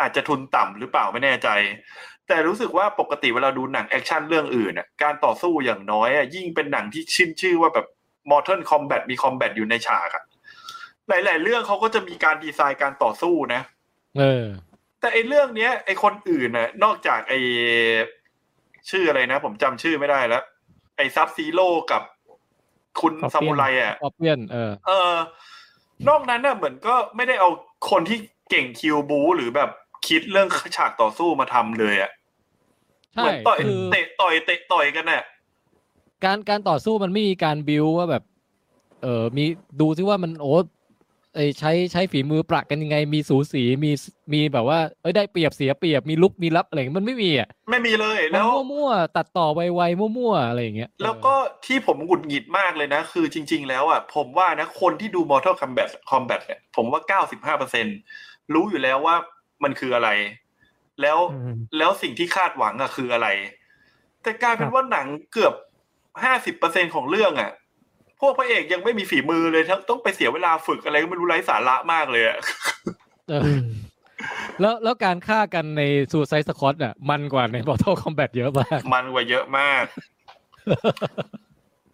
Speaker 3: อาจจะทุนต่ำหรือเปล่าไม่แน่ใจ แต่รู้สึกว่าปกติเวลาดูหนังแอคชั่นเรื่องอื่นน่ะการต่อสู้อย่างน้อยอะยิ่งเป็นหนังที่ชื่นชื่อว่าแบบ Mortal Kombat มีคอมแบทอยู่ในฉากอะหลาย ๆ เรื่องเขาก็จะมีการดีไซน์การต่อสู้นะ
Speaker 2: เออ
Speaker 3: แต่ไอ้เรื่องเนี้ยไอ้คนอื่นน่ะนอกจากไอ้ชื่ออะไรนะ ผมจำชื่อไม่ได้แล้ว ไอ้ซับซีโร่กับคุณ
Speaker 5: ขอเปลี่ย
Speaker 3: ซา
Speaker 5: น
Speaker 3: มูไรอ่ะ
Speaker 2: ออฟเวียน เออ
Speaker 3: เออนอกนั้นน่ะเหมือนก็ไม่ได้เอาคนที่เก่งคิวบูหรือแบบคิดเรื่องฉากต่อสู้มาทำเลยอะ่ะเห
Speaker 2: ใช่
Speaker 3: มือนต่อย
Speaker 2: คือ
Speaker 3: เตะต่อยเตะต่อยกันน่ะ
Speaker 2: การการต่อสู้มันไม่มีการบิวว่าแบบ เออมีดูซิว่ามันโอ้เอยใช้ใช้ฝีมือปรักกันยังไง มีสูสีมีมีแบบว่า เอ้ยได้เปรียบเสียเปรียบมีลุกมีรับอะไรอย่างเงี้ยมันไม่มีอ่ะ
Speaker 3: ไม่มีเลย
Speaker 2: มั
Speaker 3: แล้
Speaker 2: น
Speaker 3: ว
Speaker 2: มั่วๆตัดต่อไวๆมั่วๆอะไรอย่างเงี้ย
Speaker 3: แล้วก็ที่ผมหงุดหงิดมากเลยนะ คือจริง ๆ แล้วอะ่ะ ผมว่านะคนที่ดู Mortal Kombat Kombat เนี่ยผมว่า 95%รู้อยู่แล้วว่ามันคืออะไร แล้ว
Speaker 5: อืม
Speaker 3: แล้วสิ่งที่คาดหวังอะคืออะไร แต่กลายเป็
Speaker 5: คน รับ
Speaker 3: ว่าหนังเกือบห้าสิบเปอร์เซ็นของเรื่องอะพวกพระเอกยังไม่มีฝีมือเลยทั้งต้องไปเสียเวลาฝึกอะไรก็ไม่รู้ไร้สาระมากเลยอะ
Speaker 2: เออ
Speaker 5: อืม
Speaker 2: แล้วแล้วการฆ่ากันในซูไซส์สคอตอ่ะ มันกว่าในบอทเทิลคอมแบทเยอะมาก
Speaker 3: มันกว่าเยอะมาก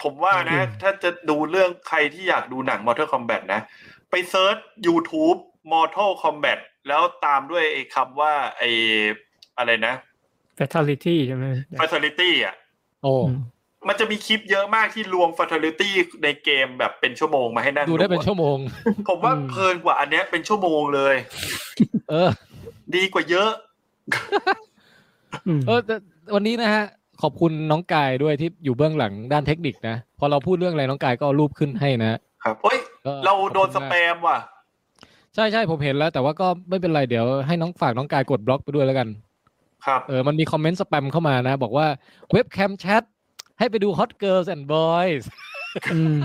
Speaker 3: ผมว่านะ ถ้าจะดูเรื่องใครที่อยากดูหนัง Mortal Kombat นะ ไปเซิร์ช YouTube Mortal Kombat แล้วตามด้วยไอ้คำว่าไอ้อะไรนะ
Speaker 5: แฟทาลิตี้ใช่ไหม
Speaker 3: Fatality อะ
Speaker 2: โอ้
Speaker 5: อืม
Speaker 3: มันจะมีคลิปเยอะมากที่รวม Fatality ในเกมแบบเป็นชั่วโมงมาให้นั่ง
Speaker 2: ดูได้เป็น
Speaker 3: อะ
Speaker 2: ชั่วโมง
Speaker 3: ผมว่า
Speaker 5: อืม
Speaker 3: เพลินกว่าอันเนี้ยเป็นชั่วโมงเลย
Speaker 2: เออ
Speaker 3: ดีกว่าเยอะ
Speaker 5: อืม
Speaker 2: เออแต่วันนี้นะฮะ ขอบคุณน้องกายด้วยที่อยู่เบื้องหลังด้านเทคนิคนะ พอเราพูดเรื่องอะไรน้องกายก็เอารูปขึ้นให้นะครับ
Speaker 3: เอ้ย
Speaker 2: ก็
Speaker 3: เราโดน
Speaker 2: ข
Speaker 3: ส
Speaker 2: อบคุณ
Speaker 3: แป
Speaker 2: มาก
Speaker 3: มว่ะ
Speaker 2: ใช่ใช่ผมเห็นแล้ว แต่ว่าก็ไม่เป็นไรเดี๋ยวให้น้องฝากน้องกายกดบล็อกไปด้วยแล้วกัน
Speaker 3: ครับ
Speaker 2: เออมันมีคอมเมนต์สแปมเข้ามานะ บอกว่าเว็บแคมแชทให้ไปดู Hot Girls and Boys
Speaker 5: อืม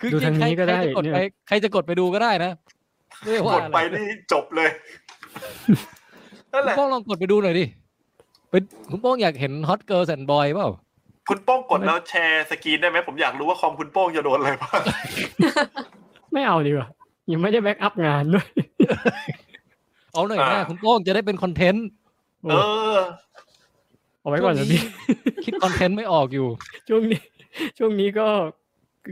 Speaker 2: คือ
Speaker 5: ดู
Speaker 2: จริ
Speaker 5: ทาง ง
Speaker 2: ๆใคร
Speaker 5: นี้ก็ได้
Speaker 2: ใครจะกด
Speaker 5: เนี่ย
Speaker 2: ไปใครจะกดไปดูก็ได้นะไม่ได้
Speaker 3: ก
Speaker 2: ว่า
Speaker 3: ด
Speaker 2: อะไร
Speaker 3: ไปนี่จบเลยนั่นแหละ
Speaker 2: คุณโป้องลองกดไปดูหน่อยดิไปคุณโป้องอยากเห็นฮอตเกิร์ลแอนด์บอยเปล่า
Speaker 3: คุณโป้งกดแล้วแชร์สกรีนได้ไหม ผมอยากรู้ว่าคอมคุณโป้งจะโดนอะไรบ้าง
Speaker 5: ไม่เอาดีกว่ายังไม่ได้แบ็กอัพงานด้วย
Speaker 2: เอาหน่อยนะ
Speaker 3: อ่า
Speaker 2: คุณโป้งจะได้เป็นคอนเทนต์
Speaker 3: เออ
Speaker 5: เอาไว้ก่อน
Speaker 2: ช่ว
Speaker 5: นะ
Speaker 2: ง
Speaker 5: พี่
Speaker 2: คิดคอนเทนต์ไม่ออกอยู่
Speaker 5: ช่วงนี้ ช่ว งนี้ก็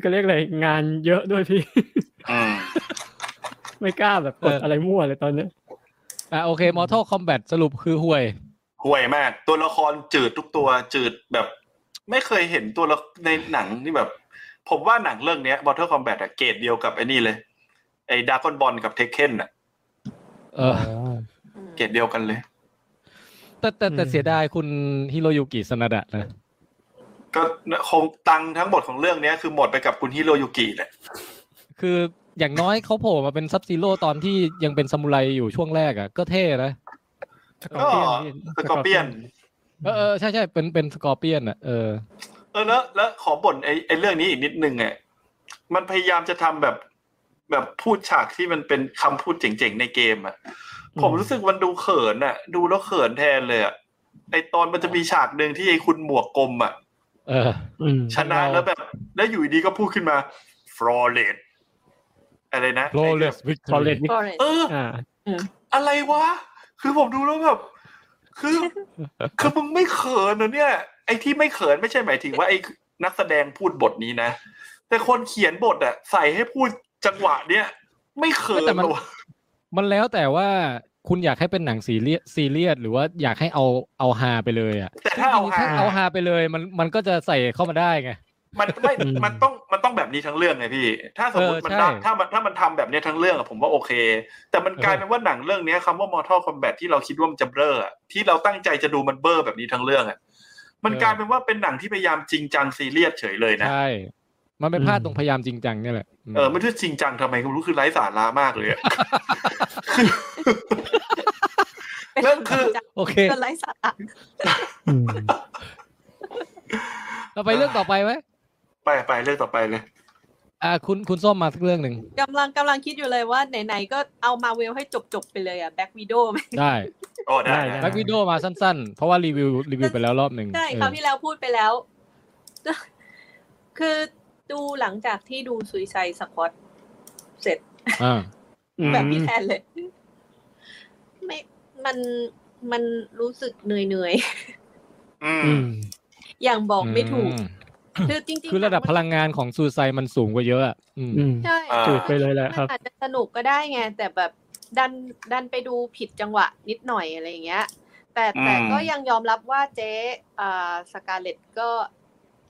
Speaker 5: ก็เรียกอะไรงานเยอะด้วยพี่
Speaker 3: อืม
Speaker 5: ไม่กล้าแบบกด
Speaker 2: เอออ
Speaker 5: อะไรมั่วเลยตอนเนี้ย
Speaker 2: อ่ะโอเคมอ r t ท l ลคอมแบทสรุปคือห่วย
Speaker 3: ห่วยมาก ตัวละครจืดทุกตัวจืดแบบ ไม่เคยเห็นตัวละในหนังนี่แบบ ผมว่าหนังเรื่องเนี้ย Mortal Kombat อะเกรดเดียวกับไอ้นี่เลย ไอ้ดากอนบอลกับเทคเคนอะ
Speaker 2: เออ
Speaker 3: เกรดเดียวกันเลย
Speaker 2: แต่แต่แต่เสียดายคุณฮิโรยุกิสนาดะนะ
Speaker 3: ก็คงตังค์ทั้งหมดของเรื่องเนี้ยคือหมดไปกับคุณฮิโรยุกิแหละ
Speaker 2: คือ อย่างน้อยเขาโผล่มาเป็นซับซีโร่ตอนที่ยังเป็นซามูไรอยู่ช่วงแรกอ่ะก็เท่นะ
Speaker 5: สกอ
Speaker 3: ก็
Speaker 5: ร์เปียน
Speaker 3: สกอร์เปียน
Speaker 2: เออเออใช่ใช่เป็นเป็นสกอร์เปียนอ่ะเออ
Speaker 3: เออแล้วแล้วขอบ่นไอ้ไอ้เรื่องนี้อีกนิดนึงอ่ะมันพยายามจะทำแบบแบบพูดฉากที่มันเป็นคำพูดเจ๋งๆในเกมอ่ะ ผมรู้สึกมันดูเขินอ่ะ ดูแล้วเขินแทนเลยอ่ะไอตอนมันจะมีฉากหนึ่งที่ไอคุณหมวกกลมอ่ะ
Speaker 2: เออ
Speaker 5: อืม
Speaker 3: ชนะแล้วแบบ แล้วอยู่ดีก็พูดขึ้นมา f l a w l e s s อะไรนะ
Speaker 2: flawless victory
Speaker 5: flawless
Speaker 4: ฟอเรส
Speaker 3: เออ
Speaker 5: อ่า
Speaker 3: อะไรวะ คือผมดูแล้วแบบ คือ คือมึงไม่เขินเหรอเนี่ย ไอ้ที่ไม่เขินไม่ใช่หมายถึงว่าไอ้นักแสดงพูดบทนี้นะ แต่คนเขียนบทอะใส่ให้พูดจังหวะเนี้ยไม่เขิน
Speaker 2: แต่มัน
Speaker 3: เหรอวะ
Speaker 2: มันแล้วแต่ว่าคุณอยากให้เป็นหนังซีเรียสซีเรียสหรือว่าอยากให้เอาเอาฮาไปเลยอ่ะ
Speaker 3: แต่ถ้าเอา
Speaker 2: จริง
Speaker 3: ฮา
Speaker 2: ๆถ้าเอาฮาไปเลยมันมันก็จะใส่เข้ามาได้ไง
Speaker 3: มันไม่
Speaker 5: อืม
Speaker 3: มันต้องมันต้องแบบนี้ทั้งเรื่องไงพี่ ถ้าสมมติ
Speaker 2: เออ
Speaker 3: มัน
Speaker 2: ใช่
Speaker 3: ได้ถ้ามันถ้ามันทำแบบเนี้ยทั้งเรื่องอะผมว่าโอเค แต่มันกลายเป็นว่าหนังเรื่องเนี้ยคำว่า Mortal Kombat ที่เราคิดว่ามันจะเบ้ออะที่เราตั้งใจจะดูมันเบ้อแบบนี้ทั้งเรื่องอะมันกลายเป็นว่าเป็นหนังที่พยายามจริงจังซีเรียสเฉยเลยนะ
Speaker 2: ใช่ มันเป็นพลาด
Speaker 5: อืม
Speaker 2: ตรงพยายามจริงจังเนี่ยแหละม
Speaker 3: เออไม่รู้จริงจังทำไมก็ไม่รู้คือไร้สาระมากเลยอะ แล้วคือ
Speaker 2: โอเค
Speaker 4: เป็นไรสาระ
Speaker 5: อืม
Speaker 2: เราไปเรื่องต่อไปไหม
Speaker 3: ไปไปเรื่องต่อไปเลย
Speaker 2: อ่า คุณคุณส้มมาสักเรื่องหนึ่ง
Speaker 4: กำลังกำลังคิดอยู่เลยว่าไหนๆก็เอามาเวลให้จบๆไปเลยอะแบ็กวีโดไหม
Speaker 2: ได้
Speaker 3: โอ้ได้
Speaker 5: ได้
Speaker 3: ได้
Speaker 5: ได้
Speaker 2: แบ็กวิดโอมาสั้นๆ เพราะว่ารีวิวรีวิวไปแล้วรอบหนึ่ง
Speaker 4: ใช่คราวที่แล้วพูดไปแล้ว คือดูหลังจากที่ดูซุยไซสควอตเสร็จ
Speaker 2: เอออ่า
Speaker 4: แบบพี่แทนเลย ไม่มันมันรู้สึกเหนื่อย
Speaker 3: อืม
Speaker 5: อืม
Speaker 4: ๆ อย่างบอกไม่ถูก คือจริงๆ
Speaker 2: คือระดับพลังงานของซูไซมันสูงกว่าเยอะอ่ะอืม
Speaker 5: อืม
Speaker 4: ใช่
Speaker 3: อ่า
Speaker 5: จูดไปเลยแหละครั
Speaker 4: มั
Speaker 5: บ
Speaker 4: นอาจจะสนุกก็ได้ไง แต่แบบดันดันไปดูผิดจังหวะนิดหน่อยอะไรอย่างเงี้ย แต่แต่ก็ยังยอมรับว่าเจ๊อ่าสกาเลตก็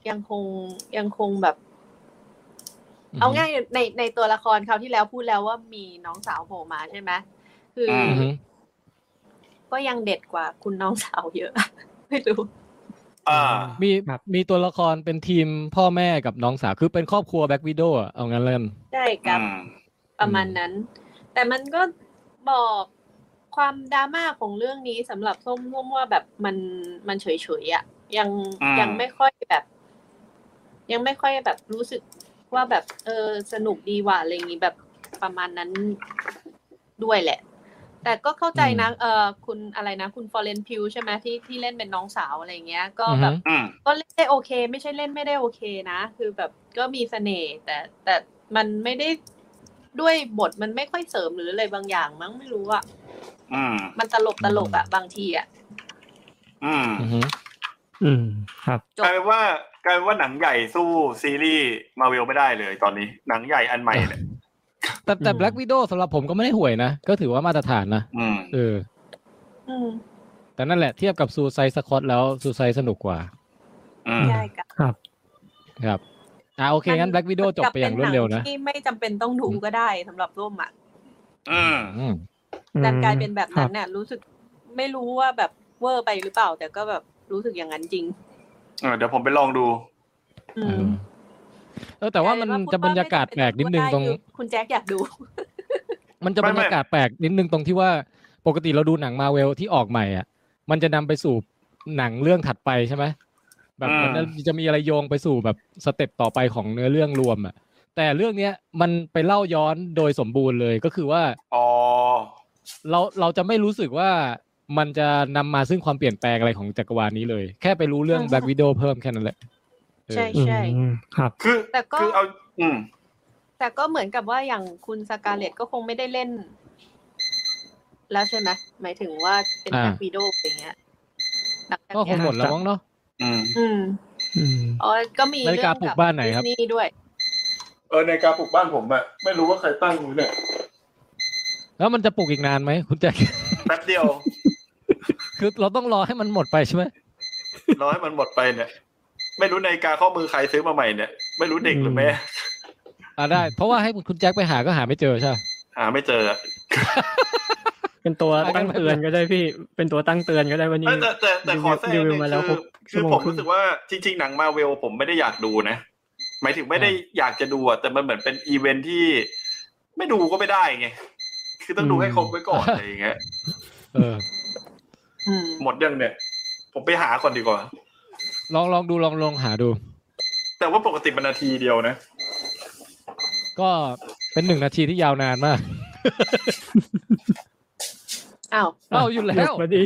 Speaker 4: ยังคงยังคงแบบ เอาง่ายในในตัวละครเขาวที่แล้วพูดแล้วว่ามีน้องสาวโผล่มาใช่ไหมคืออ
Speaker 2: อือฮึ
Speaker 4: ก็ยังเด็ดกว่าคุณน้องสาวเยอะ ไม่รู้
Speaker 3: อ่า
Speaker 2: มี
Speaker 5: ครับ
Speaker 2: มีตัวละครเป็นทีมพ่อแม่กับน้องสาว คือเป็นครอบครัวแบ็กวิด w อ่ะเอางั้นเล่น
Speaker 4: ได้กั
Speaker 3: อื
Speaker 4: บ
Speaker 3: ม
Speaker 4: ประมาณนั้น แต่มันก็บอกความดราม่าของเรื่องนี้สำหรับส้มร่วมว่าแบบมันมันเฉยๆอะยังยังไม่ค่อยแบบ ยังไม่ค่อยแบบรู้สึกว่าแบบ เออสนุกดีว่ะอะไรอย่างงี้แบบประมาณนั้นด้วยแหละ แต่ก็เข้าใจนะ เออคุณอะไรนะ คุณฟอเรนพิวใช่ไหมที่ที่เล่นเป็นน้องสาวอะไรอย่างเงี้ย ก็แบบ
Speaker 2: อือฮึ
Speaker 3: อืม
Speaker 4: ก็เล่นได้โอเค ไม่ใช่เล่นไม่ได้โอเคนะ คือแบบก็มีเสน่ห์แต่แต่มันไม่ได้ด้วยบทมันไม่ค่อยเสริมหรืออะไรบางอย่างมั้งไม่รู้อะ
Speaker 3: อืม
Speaker 4: มันตลกตลกอะบางทีอะ
Speaker 3: อืม
Speaker 2: อือฮึ
Speaker 5: อืม ครับ
Speaker 3: กลายเป็นว่ากลายเป็นว่าหนังใหญ่สู้ซีรีส์มาเวลไม่ได้เลยตอนนี้ หนังใหญ่อันใหม่เลย
Speaker 2: แต่แต่
Speaker 5: อืม
Speaker 2: แบล็กวิด w สำหรับผมก็ไม่ได้ห่วยนะ ก็ถือว่ามาตรฐานนะ
Speaker 3: อืม
Speaker 2: เออ
Speaker 4: อืม
Speaker 2: แต่นั่นแหละเทียบกับซูไซสคอตแล้วซูไซสนุกกว่า
Speaker 3: อืม
Speaker 4: ใช่ค่ะ
Speaker 2: ครับอ่าโอเค งั้นแบล็กวิด w จบไปอย่างรวดเร็วนะ
Speaker 4: ที่ไม่จำเป็นต้องดูก็ได้สำหรับร่วมอะ
Speaker 3: อืม
Speaker 2: อืม
Speaker 4: ดันกลายเป็นแบบนั้นเนี่ยรู้สึกไม่รู้ว่าแบบเวอร์ไปหรือเปล่า แต่ก็แบบรู้สึกอย่างนั้นจริง
Speaker 3: เออเดี๋ยวผมไปลองดู
Speaker 4: อืม
Speaker 2: เออแต่ว่ามัน
Speaker 4: กลยเป็
Speaker 2: จะบรรยากาศแปลกนิดนึงตรง
Speaker 4: คือคุณแจ็คอยากดู
Speaker 2: มันจะบรรยากาศแปลกนิดนึงตรงที่ว่าปกติเราดูหนังมาเวลที่ออกใหม่อ่ะ มันจะนำไปสู่หนังเรื่องถัดไปใช่ไหมแบบ
Speaker 3: อืม
Speaker 2: มันจะมีอะไรโยงไปสู่แบบสเต็ปต่อไปของเนื้อเรื่องรวมอ่ะ แต่เรื่องเนี้ยมันไปเล่าย้อนโดยสมบูรณ์เลยก็คือว่า
Speaker 3: อ๋อ
Speaker 2: เราเราจะไม่รู้สึกว่ามันจะนำมาซึ่งความเปลี่ยนแปลงอะไรของจักรวาลนี้เลย แค่ไปรู้เรื่อง
Speaker 4: อ่า
Speaker 2: Black Widow เพิ่มแค่นั้นแหละเออ
Speaker 4: ใช่
Speaker 5: อืม
Speaker 4: ใช่
Speaker 5: ครับ
Speaker 3: คือ
Speaker 4: แต่ก็
Speaker 3: คือเอา อืม
Speaker 4: แต่ก็เหมือนกับว่าอย่างคุณสกาเลตก็คงไม่ได้เล่น แล้วใช่ไหมหมายถึงว่าเป็นแบ็ควีโดอะไรเงี้ยหลังจาก
Speaker 2: ก็ค
Speaker 4: เนี้
Speaker 2: ง
Speaker 4: ย
Speaker 2: หมดแล้วมั้งเนาะ
Speaker 3: อืม
Speaker 4: อืม
Speaker 5: อืม
Speaker 4: อ๋อก็มี
Speaker 2: นาฬิกาปลุกบ้านไหนครับ
Speaker 4: นี่ด้วย
Speaker 3: เออในาฬิการปลุกบ้านผมอะไม่รู้ว่าใครตั้งหรือเนี่ย
Speaker 2: แล้วมันจะปลุกอีกนานไหมคุณแจ็ค
Speaker 3: แป๊บเดียว
Speaker 2: คือเราต้องรอให้มันหมดไปใช่ไหม
Speaker 3: รอให้มันหมดไปเนี่ย ไม่รู้นาฬิกาข้อมือใครซื้อมาใหม่เนี่ย ไม่รู้เด็กหรือแม่
Speaker 2: อ่าได้ เพราะว่าให้คุณแจ็คไปหาก็หาไม่เจอใช่ปะ
Speaker 3: หาไม่เจออะ
Speaker 5: เป็นตัว
Speaker 2: อ่ะงั้
Speaker 5: ตั้
Speaker 2: น
Speaker 5: งเตือนก็ได้พี่ เป็นตัวตั้งเตือนก็ได้วันนี้
Speaker 3: แต่แต่แต่แต่ขอแทรก
Speaker 5: รีวิ
Speaker 3: นิด
Speaker 5: วมาแล้
Speaker 3: นึ
Speaker 5: ว
Speaker 3: งคือคือ
Speaker 5: ครบชั่วโมง
Speaker 3: ผม
Speaker 5: ครึ่ง
Speaker 3: รู้สึกว่าจริง ๆ หนังมาเวลผมไม่ได้อยากดูนะ หมายถึงไม่ได้อยากจะดูอะแต่มันเหมือนเป็นอีเวนท์ที่ ไม่ดูก็ไม่ได้ไงคือต้องดูให้ครบไว้ก่อนอะไรอย่างเงี้ย
Speaker 2: เออ
Speaker 3: หมดยังเนี่ย ผมไปหาก่อนดีกว่า
Speaker 2: ลองลองดูลองลองหาดู
Speaker 3: แต่ว่าปกติมันนาทีเดียวนะ
Speaker 2: ก็เป็นหนึ่งนาทีที่ยาวนานมาก
Speaker 6: อ้าว
Speaker 2: เอ้าอยู่แล้ว
Speaker 5: พอดี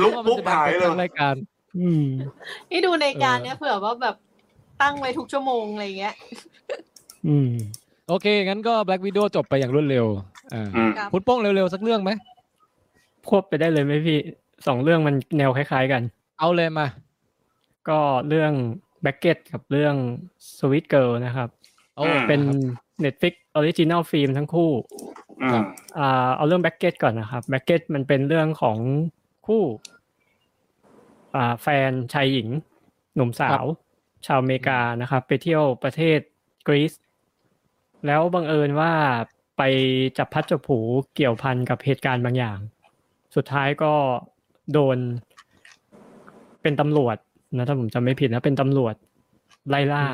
Speaker 3: ลุกปุ๊บหายเลย
Speaker 2: ทั้งรายการ
Speaker 5: อืม
Speaker 6: นี่ดูในาฬิการเนี่ย
Speaker 2: เออ
Speaker 6: เผื่อว่าแบบตั้งไว้ทุกชั่วโมงอะไรเงี้ย
Speaker 5: อืม
Speaker 2: โอเค งั้นก็ Black Widow จบไปอย่างรวดเร็วอ่า
Speaker 3: อืม
Speaker 6: ครับ
Speaker 2: พุทธโป้งเร็วๆ สักเรื่องไหม
Speaker 5: ควบไปได้เลยไหมพี่สองเรื่องมันแนวคล้าย ๆกัน
Speaker 2: เอาเลยมา
Speaker 5: ก็เรื่องแบ็กเก็ตกับเรื่องสวิตเกิลนะครับ
Speaker 2: เอา
Speaker 3: อืม
Speaker 5: เป็น Netflix Original Film ทั้งคู่
Speaker 3: อืม
Speaker 5: อ่าเอาเรื่องแบ็กเก็ตก่อนนะครับแบ็กเก็ตมันเป็นเรื่องของคู่อ่าแฟนชายหญิง หนุ่มสาว ชาวอเมริกานะครับ ไปเที่ยวประเทศกรีซแล้วบังเอิญว่าไปจับพลัดจับผลูเกี่ยวพันกับเหตุการณ์บางอย่าง สุดท้ายก็โดนเป็นตำรวจนะถ้าผมจำไม่ผิดนะ เป็นตำรวจไล่ล่า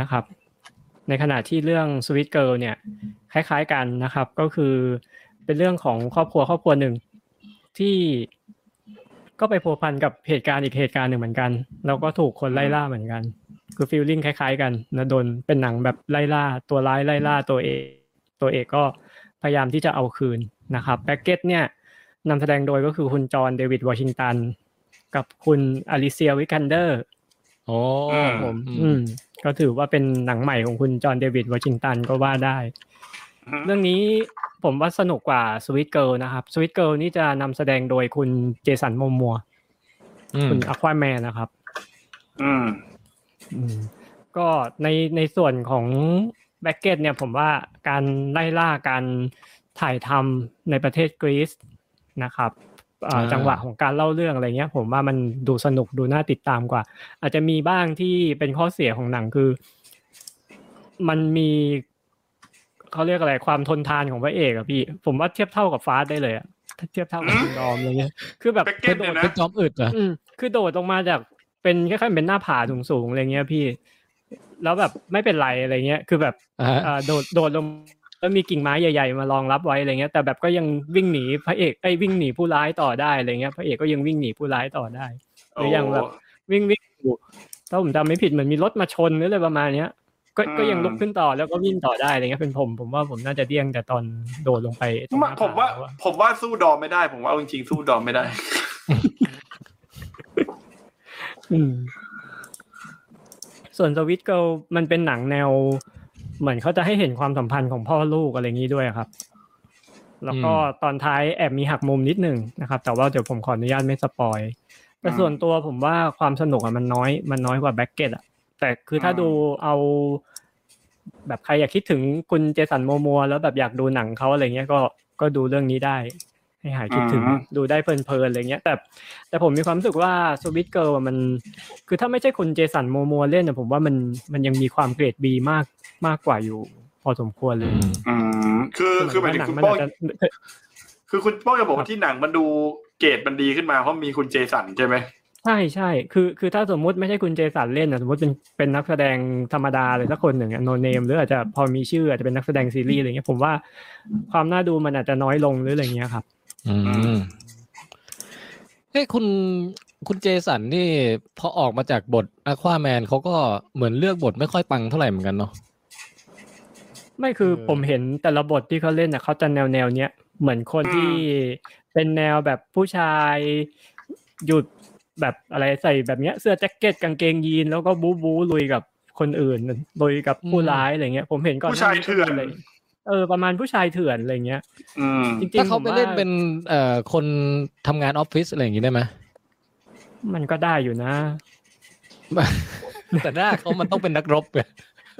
Speaker 5: นะครับ ในขณะที่เรื่องสวิตเกิลเนี่ย คล้ายๆกันนะครับ ก็คือเป็นเรื่องของครอบครัวครอบครัวหนึ่ง ที่ก็ไปพัวพันกับเหตุการณ์อีกเหตุการณ์หนึ่งเหมือนกัน แล้วก็ถูกคนไล่ล่าเหมือนกัน คือฟีลลิ่งคล้ายๆ กันนะโดนเป็นหนังแบบไล่ล่าตัวร้ายไล่ล่าตัวเอกตัวเอกก็พยายามที่จะเอาคืนนะครับแบ็กเก็ตเนี่ยนำแสดงโดยก็คือคุณจอห์นเดวิดวอชิงตัน กับคุณอลิเซียวิกันเดอร์
Speaker 2: โอ้ผม
Speaker 5: อืมก็ถือว่าเป็นหนังใหม่ของคุณจอห์นเดวิดวอชิงตันก็ว่าได้ เรื่องนี้ผมว่าสนุกกว่าสวิตเกิลนะครับสวิตเกิลนี่จะนำแสดงโดยคุณเจสันโมมัว
Speaker 2: อืม
Speaker 5: คุณอควาแมนนะครับ
Speaker 3: อืม
Speaker 5: อืมก็ในในส่วนของแบ็กเก็ตเนี่ยผมว่าการไล่ล่าการถ่ายทำในประเทศกรีซนะครับอ่า
Speaker 2: อ่า
Speaker 5: จังหวะของการเล่าเรื่องอะไรเงี้ย ผมว่ามันดูสนุกดูน่าติดตามกว่า อาจจะมีบ้างที่เป็นข้อเสียของหนังคือ มันมีเขาเรียกอะไรความทนทานของพระเอกอะพี่ ผมว่าเทียบเท่ากับฟาสต์ได้เลยอะถ้าเทียบเท่ากับ
Speaker 3: อืม
Speaker 5: ดอมอะไรเงี้ยคือแบบ
Speaker 3: แบ็กเก็
Speaker 2: เ
Speaker 3: ตเนี่ยนะ
Speaker 2: ป็นโดดเป็นจอมอึดเหรอ
Speaker 5: อืมคือโดดลงมาจากเป็นคล้ายๆเป็นหน้าผาสูงสูงๆอะไรเงี้ยพี่ แล้วแบบไม่เป็นไรอะไรเงี้ย คือแบบ
Speaker 2: อ่า
Speaker 5: เอ่อโดดโดดลงแล้วมีกิ่งไม้ใหญ่ ๆ มารองรับไว้อะไรเงี้ย แต่แบบก็ยังวิ่งหนีพระเอกไอ้ยวิ่งหนีผู้ร้ายต่อได้อะไรเงี้ยพระเอกก็ยังวิ่งหนีผู้ร้ายต่อได้ หรืออย่างแบบ วิ่งวิ่งอยู่ถ้าผมจำไม่ผิดเหมือนมีรถมาชนหรืออะไรประมาณเนี้ย ก็
Speaker 3: อืม
Speaker 5: ก็ยังลุกขึ้นต่อแล้วก็วิ่งต่อได้อะไรเงี้ยเป็นผม ผมว่าผมน่าจะเดี้ยงแต่ตอนโดดลงไปไอ้ตรงหน้ผ
Speaker 3: ผมว่า
Speaker 5: อะ
Speaker 3: ผมว่าสู้ดอมไม่ได้ ผมว่าเอาจริงๆสู้ดอมไม่ได้
Speaker 5: อืมส่วนสวิตเกิลมันเป็นหนังแนว เหมือนเขาจะให้เห็นความสัมพันธ์ของพ่อลูกอะไรอย่างนี้ด้วยครับ แล้วก็ตอนท้ายแอบมีหักมุมนิดหนึ่งนะครับ แต่ว่าเดี๋ยวผมขออนุญาตไม่สปอยแต่
Speaker 3: อืม
Speaker 5: ส่วนตัวผมว่าความสนุกอะมันน้อย มันน้อยกว่าแบ็กเก็ตอะแต่คือถ้า
Speaker 3: อืม
Speaker 5: ดูเอา แบบใครอยากคิดถึงคุณเจสันโมมัว แล้วแบบอยากดูหนังเขาอะไรเงี้ยก็ก็ดูเรื่องนี้ได้ ให้หายคิดถึง
Speaker 3: อืม
Speaker 5: ดูได้เพลินๆอะไรเงี้ย แต่แต่ผมมีความรู้สึกว่าสวิตเกิลมัน คือถ้าไม่ใช่คุณเจสันโมมัวเล่นเนี่ยผมว่ามันมันยังมีความเกรดบีมากมากกว่าอยู่ พอสมควรเลย
Speaker 3: อืมคือคือหมายถึง
Speaker 5: หนั
Speaker 3: คุณ
Speaker 5: มัน
Speaker 3: โป้
Speaker 5: อาง จจะ
Speaker 3: คือคุณโป้งจะบอกว่าที่หนังมันดูเกรดมันดีขึ้นมาเพราะมีคุณเจสันใช่ไหม
Speaker 5: ใช่ใช่คือคือถ้าสมมุติไม่ใช่คุณเจสันเล่นนะสมมติเป็นเป็นนักแสดงธรรมดาเลยสักคนหนึ่งโนเนมหรืออาจจะพอมีชื่ออาจจะเป็นนักแสดงซีรีส์อะไรเงี้ยผมว่าความน่าดูมันอาจจะน้อยลงหรืออะไรเงี้ยครับ
Speaker 2: อืมเฮ้ยคุณคุณเจสันนี่พอออกมาจากบทอควาแมนเขาก็เหมือนเลือกบทไม่ค่อยปังเท่าไหร่เหมือนกันเนาะ
Speaker 5: ไม่คือ
Speaker 2: เออ
Speaker 5: ผมเห็นแต่ละบทที่เขาเล่นน่ะเขาจะแนวแนวๆเนี้ยเหมือนคน
Speaker 3: อืม
Speaker 5: ที่เป็นแนวแบบผู้ชายหยุดแบบอะไรใส่แบบเนี้ยเสื้อแจ็คเก็ตกางเกงยีน แล้วก็บู๊บู๊ลุยกับคนอื่นลุยกับผู้ร้ายอะไรเงี้ย ผมเห็นก่อน
Speaker 3: ผู้ชายเถื่อน
Speaker 5: หาก็มีเออประมาณผู้ชายเถื่อนอะไรเงี้ย
Speaker 3: อืม
Speaker 5: จริงๆ
Speaker 2: ถ้าเขาไปเล่น
Speaker 5: ผมว่
Speaker 2: เป็นเอ่อคนทำงานออฟฟิศอะไรอย่างงี้ได้ไหม
Speaker 5: มันก็ได้อยู่นะ
Speaker 2: แต่หน้าเขามันต้องเป็นนักรบไง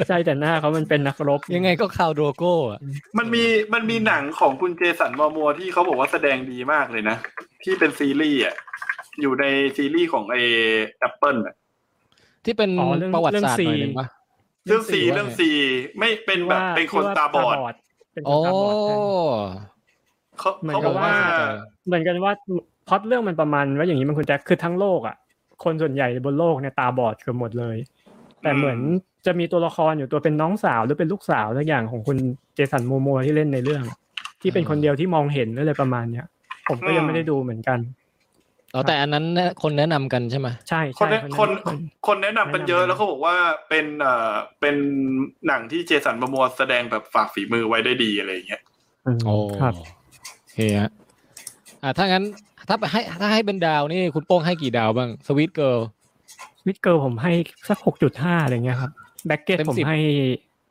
Speaker 5: ใช่แต่หน้าเขามันเป็นนักรบ
Speaker 2: ยังไงก็คาวโดโก้อะ
Speaker 3: มันมีมันมีหนังของคุณเจสันมอมัวที่เขาบอกว่าแสดงดีมากเลยนะ ที่เป็นซีรีส์อ่ะอยู่ในซีรีส์ของไอแอปเปิลอ่ะ
Speaker 2: ที่เป็น
Speaker 5: อ๋อเรื่อง
Speaker 2: ประวัติ
Speaker 5: เรื่อง
Speaker 2: ศาสตร์
Speaker 5: ซี
Speaker 2: หน่อยหนึงปะ
Speaker 3: เรื่องซี
Speaker 2: เรื่
Speaker 3: เรื่
Speaker 2: อ
Speaker 3: องง
Speaker 2: ซี
Speaker 3: ซีไม่เป็นแบบ
Speaker 5: ที่ว่า
Speaker 3: เป็นคนตาบอด
Speaker 5: ที่ว่เป็นค
Speaker 2: โอ้
Speaker 5: นตาบอดใช่
Speaker 3: เขา
Speaker 5: เหมือน
Speaker 3: เขา
Speaker 5: กั
Speaker 3: บบ อก
Speaker 5: ว่า
Speaker 3: ว่า
Speaker 5: เหมือนกันว่าพล็อตเรื่องมันประมาณว่าอย่างนี้มันคุณแจ็คคือทั้งโลกอ่ะ คนส่วนใหญ่บนโลกเนี่ยตาบอดเกือบหมดเลย แต่เหมือนจะมีตัวละครอยู่ตัวเป็นน้องสาวหรือเป็นลูกสาวสักอย่างของคุณเจสันโมโมที่เล่นในเรื่อง ที่เป็นคนเดียวที่มองเห็นหรืออะไรประมาณเนี้ยผมก็ยังไม่ได้ดูเหมือนกัน
Speaker 2: อ๋อแต่อันนั้นเนี่ยคนแนะนำกันใช่ไหม
Speaker 5: ใช่
Speaker 3: คน
Speaker 5: ใช่
Speaker 3: แนะคนคนแนะนำกันเยอะแล้วเขาบอกว่าเป็นเอ่อเป็นหนังที่เจสันประมวลแสดงแบบฝากฝีมือไว้ได้ดีอะไรอย่างเงี้ย
Speaker 5: อืม
Speaker 2: โอ้
Speaker 5: ครับ
Speaker 2: โอเคฮะอ่าถ้างั้นถ้าให้ถ้าให้เป็นดาวนี่คุณโป้งให้กี่ดาวบ้างสวิตเกิล
Speaker 5: วิดเกิลผมให้สักหกจุดห้าอะไรเงี้ยครับแบ็กเก็ต
Speaker 2: เต็ม
Speaker 5: ผม
Speaker 2: สิบ
Speaker 5: ให้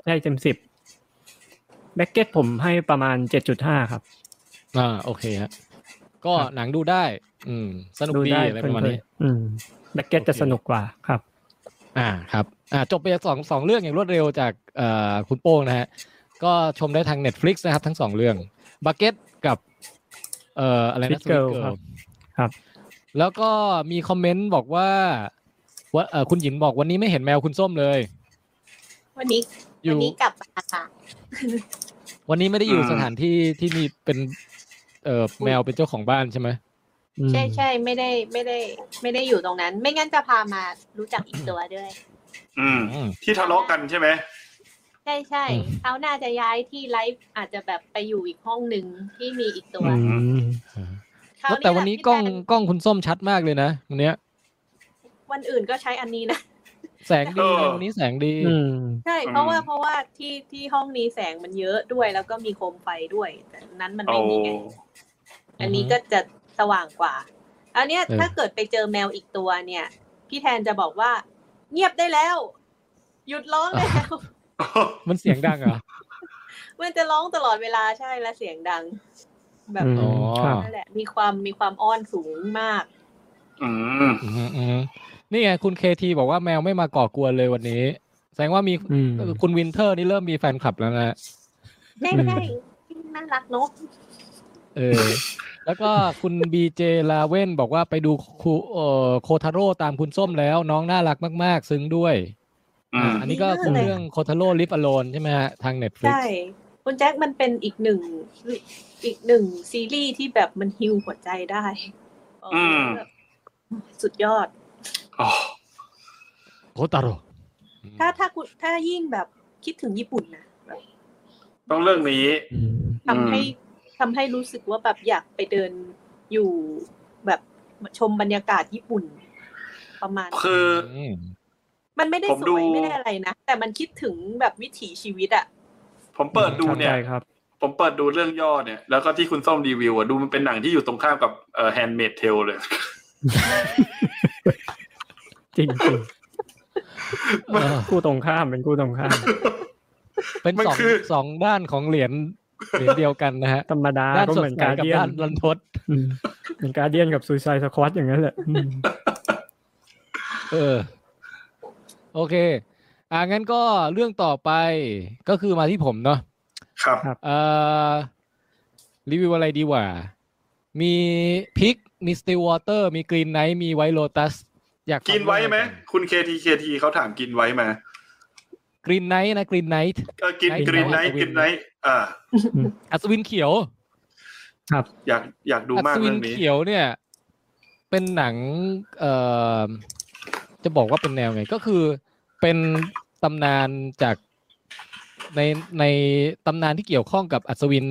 Speaker 5: ได้เต็มสิบแบ็กเก็ตผมให้ประมาณเจ็ดจุดห้าครับ
Speaker 2: อ่าโอเคฮะก็
Speaker 5: ครับ
Speaker 2: หนังดูได้ อืม สนุก
Speaker 5: ดู
Speaker 2: ดี
Speaker 5: ได้
Speaker 2: อะไรประมาณ
Speaker 5: เพลิ
Speaker 2: นี้
Speaker 5: นๆอืมแบ็กเก็ตจะ
Speaker 2: โอเค
Speaker 5: สนุกกว่าครับ
Speaker 2: อ่าครับอ่าจบไปสองสองเรื่องอย่างรวดเร็วจากเอ่อคุณโป้งนะฮะ ก็ชมได้ทาง Netflix นะครับทั้งสองเรื่องบักเก็ตกับเอ่ออะไรนะ
Speaker 5: Sweet Girl
Speaker 2: Sweet Girl
Speaker 5: ครับครับ
Speaker 2: แล้วก็มีคอมเมนต์บอกว่าว่าเอ่อคุณหญินบอกวันนี้ไม่เห็นแมวคุณส้มเลย
Speaker 4: วันนี้
Speaker 2: อ
Speaker 4: วั
Speaker 2: ยู่
Speaker 4: นนี้กลับมาค่ะ
Speaker 2: วันนี้ไม่ได้อยู่สถานที่ที่มีเป็นเอ่อแมวเป็นเจ้าของบ้านใช่ไหม
Speaker 5: อืม
Speaker 4: ใช่ใช่ไม่ได้ไม่ได้ ไม่ได้อยู่ตรงนั้น ไม่งั้นจะพามารู้จักอีกตัวด้วย
Speaker 3: อืม
Speaker 2: อืม
Speaker 3: ที่ทะเลาะกันใช่ไหม
Speaker 4: ใช่ใช่
Speaker 2: อืม
Speaker 4: เขาน่าจะย้ายที่ไลฟ์อาจจะแบบไปอยู่อีกห้องหนึ่งที่มีอีกตัว
Speaker 5: อืม
Speaker 4: คราว
Speaker 2: แต่วันนี้กล้อง
Speaker 4: แหละที่
Speaker 2: กล้องคุณส้มชัดมากเลยนะวันเนี้ย
Speaker 4: แบนวันอื่นก็ใช้อันนี้นะ
Speaker 2: แสงดีนะวันนี้แสงดี
Speaker 5: อืม
Speaker 4: ใช่ เพราะว่าเพราะว่าที่ที่ห้องนี้แสงมันเยอะด้วย แล้วก็มีโคมไฟด้วย แต่นั้นมัน
Speaker 3: โอ้
Speaker 4: ไม่มีไงอันนี้ก็จะสว่างกว่า อันเนี้ย
Speaker 2: เออ
Speaker 4: ถ้าเกิดไปเจอแมวอีกตัวเนี่ย พี่แทนจะบอกว่า เงียบได้แล้ว หยุดร้องได้แล้ว
Speaker 2: มันเสียงดังเหรอ
Speaker 4: มันจะร้องตลอดเวลาใช่และเสียงดัง แบบ
Speaker 5: อืม
Speaker 2: อ๋อ
Speaker 5: ครับ
Speaker 4: นั่นแหละ มีความมีความอ้อนสูงมาก
Speaker 3: อืม
Speaker 2: อืมอืมนี่ไงคุณเคทีบอกว่าแมวไม่มาก่อกวนเลยวันนี้ แสดงว่ามี
Speaker 5: อืม
Speaker 2: คุณวินเทอร์นี่เริ่มมีแฟนคลับแล้วนะ
Speaker 4: ใช่
Speaker 5: อืม
Speaker 4: ใช่น่ารักเนาะ
Speaker 2: เออ แล้วก็คุณบีเจลาเว่นบอกว่าไปดูคูเอ่อโคทาโร่ตามคุณส้มแล้ว น้องน่ารักมาก ๆ ซึ้งด้วย
Speaker 3: อื
Speaker 2: อ่าม อันนี้ก็คือเรื่องโคทาโร่ลิฟอโลนใช่ไหมฮะ ทางเน็ตฟลิก
Speaker 4: ใช่คุณแจ็คมันเป็นอีกหนึ่งอีกหนึ่งซีรีส์ที่แบบมันฮิวหัวใจได้
Speaker 3: อืม
Speaker 4: แบบสุดยอด
Speaker 3: อ๋อ
Speaker 2: โคทาโร่
Speaker 4: ถ้าถ้าคุณถ้ายิ่งแบบคิดถึงญี่ปุ่นนะแบบ
Speaker 3: ต้องเรื่องนี้
Speaker 5: อืม
Speaker 4: ทำให้ทำให้รู้สึกว่าแบบอยากไปเดินอยู่แบบชมบรรยากาศญี่ปุ่น ประมาณ
Speaker 3: คือ
Speaker 2: ม
Speaker 4: มันไม่ได้
Speaker 3: ผม
Speaker 4: ส
Speaker 3: ดู
Speaker 4: วยไม่ได้อะไรนะ แต่มันคิดถึงแบบวิถีชีวิตอะ
Speaker 3: ผมเปิดดู
Speaker 5: ครับ
Speaker 3: เนี่ย
Speaker 5: ใช่ครับ
Speaker 3: ผมเปิดดูเรื่องย่อเนี่ย แล้วก็ที่คุณส้มรีวิวอะดูมันเป็นหนังที่อยู่ตรงข้ามกับเอ่อแฮนด์เมดเทลเลย
Speaker 5: จริงจริง
Speaker 2: เออ
Speaker 5: คู่ตรงข้ามเป็นคู่ตรงข้าม
Speaker 2: เป็น
Speaker 3: มัน
Speaker 2: สอง
Speaker 3: คือ
Speaker 2: สองด้านของเหรียญเหรียญเดียวกันนะฮะ
Speaker 5: ธรรมดา
Speaker 2: ด้าน
Speaker 5: ก็
Speaker 2: สด
Speaker 5: เหมือน
Speaker 2: ใส
Speaker 5: การ
Speaker 2: กับ
Speaker 5: เดียน
Speaker 2: ด้านรันทด
Speaker 5: อืมเหมือนการเดียนกับซูซายสควอตอย่างนั้นแหละอืม
Speaker 2: เออ โอเค อ่างั้นก็เรื่องต่อไปก็คือมาที่ผมเนาะ
Speaker 3: ครับ
Speaker 2: เอ่อรีวิวอะไรดีกว่า มีพิกมีสติวอเตอร์ มีกรีนไนท์มีไวโ o ตัสอยาก
Speaker 3: กินไว้ไหมคุณเคทีเคทีเขาถามกินไว้มาก
Speaker 2: รีนไนท์นะกรีนไนท์
Speaker 3: เออกิน
Speaker 2: ไอ้
Speaker 3: กรีนไนท์
Speaker 2: ไอ้
Speaker 3: กินไนท์อ่า
Speaker 2: อัศวินเขียว
Speaker 3: อยากอยากดู
Speaker 2: อั
Speaker 3: มาก
Speaker 2: ศวิ
Speaker 3: เรื่
Speaker 2: น
Speaker 3: องนี้
Speaker 2: เขียวเนี่ย เป็นหนังเอ่อจะบอกว่าเป็นแนวไง ก็คือเป็นตำนานจากในในตำนานที่เกี่ยวข้องกับอัศวิน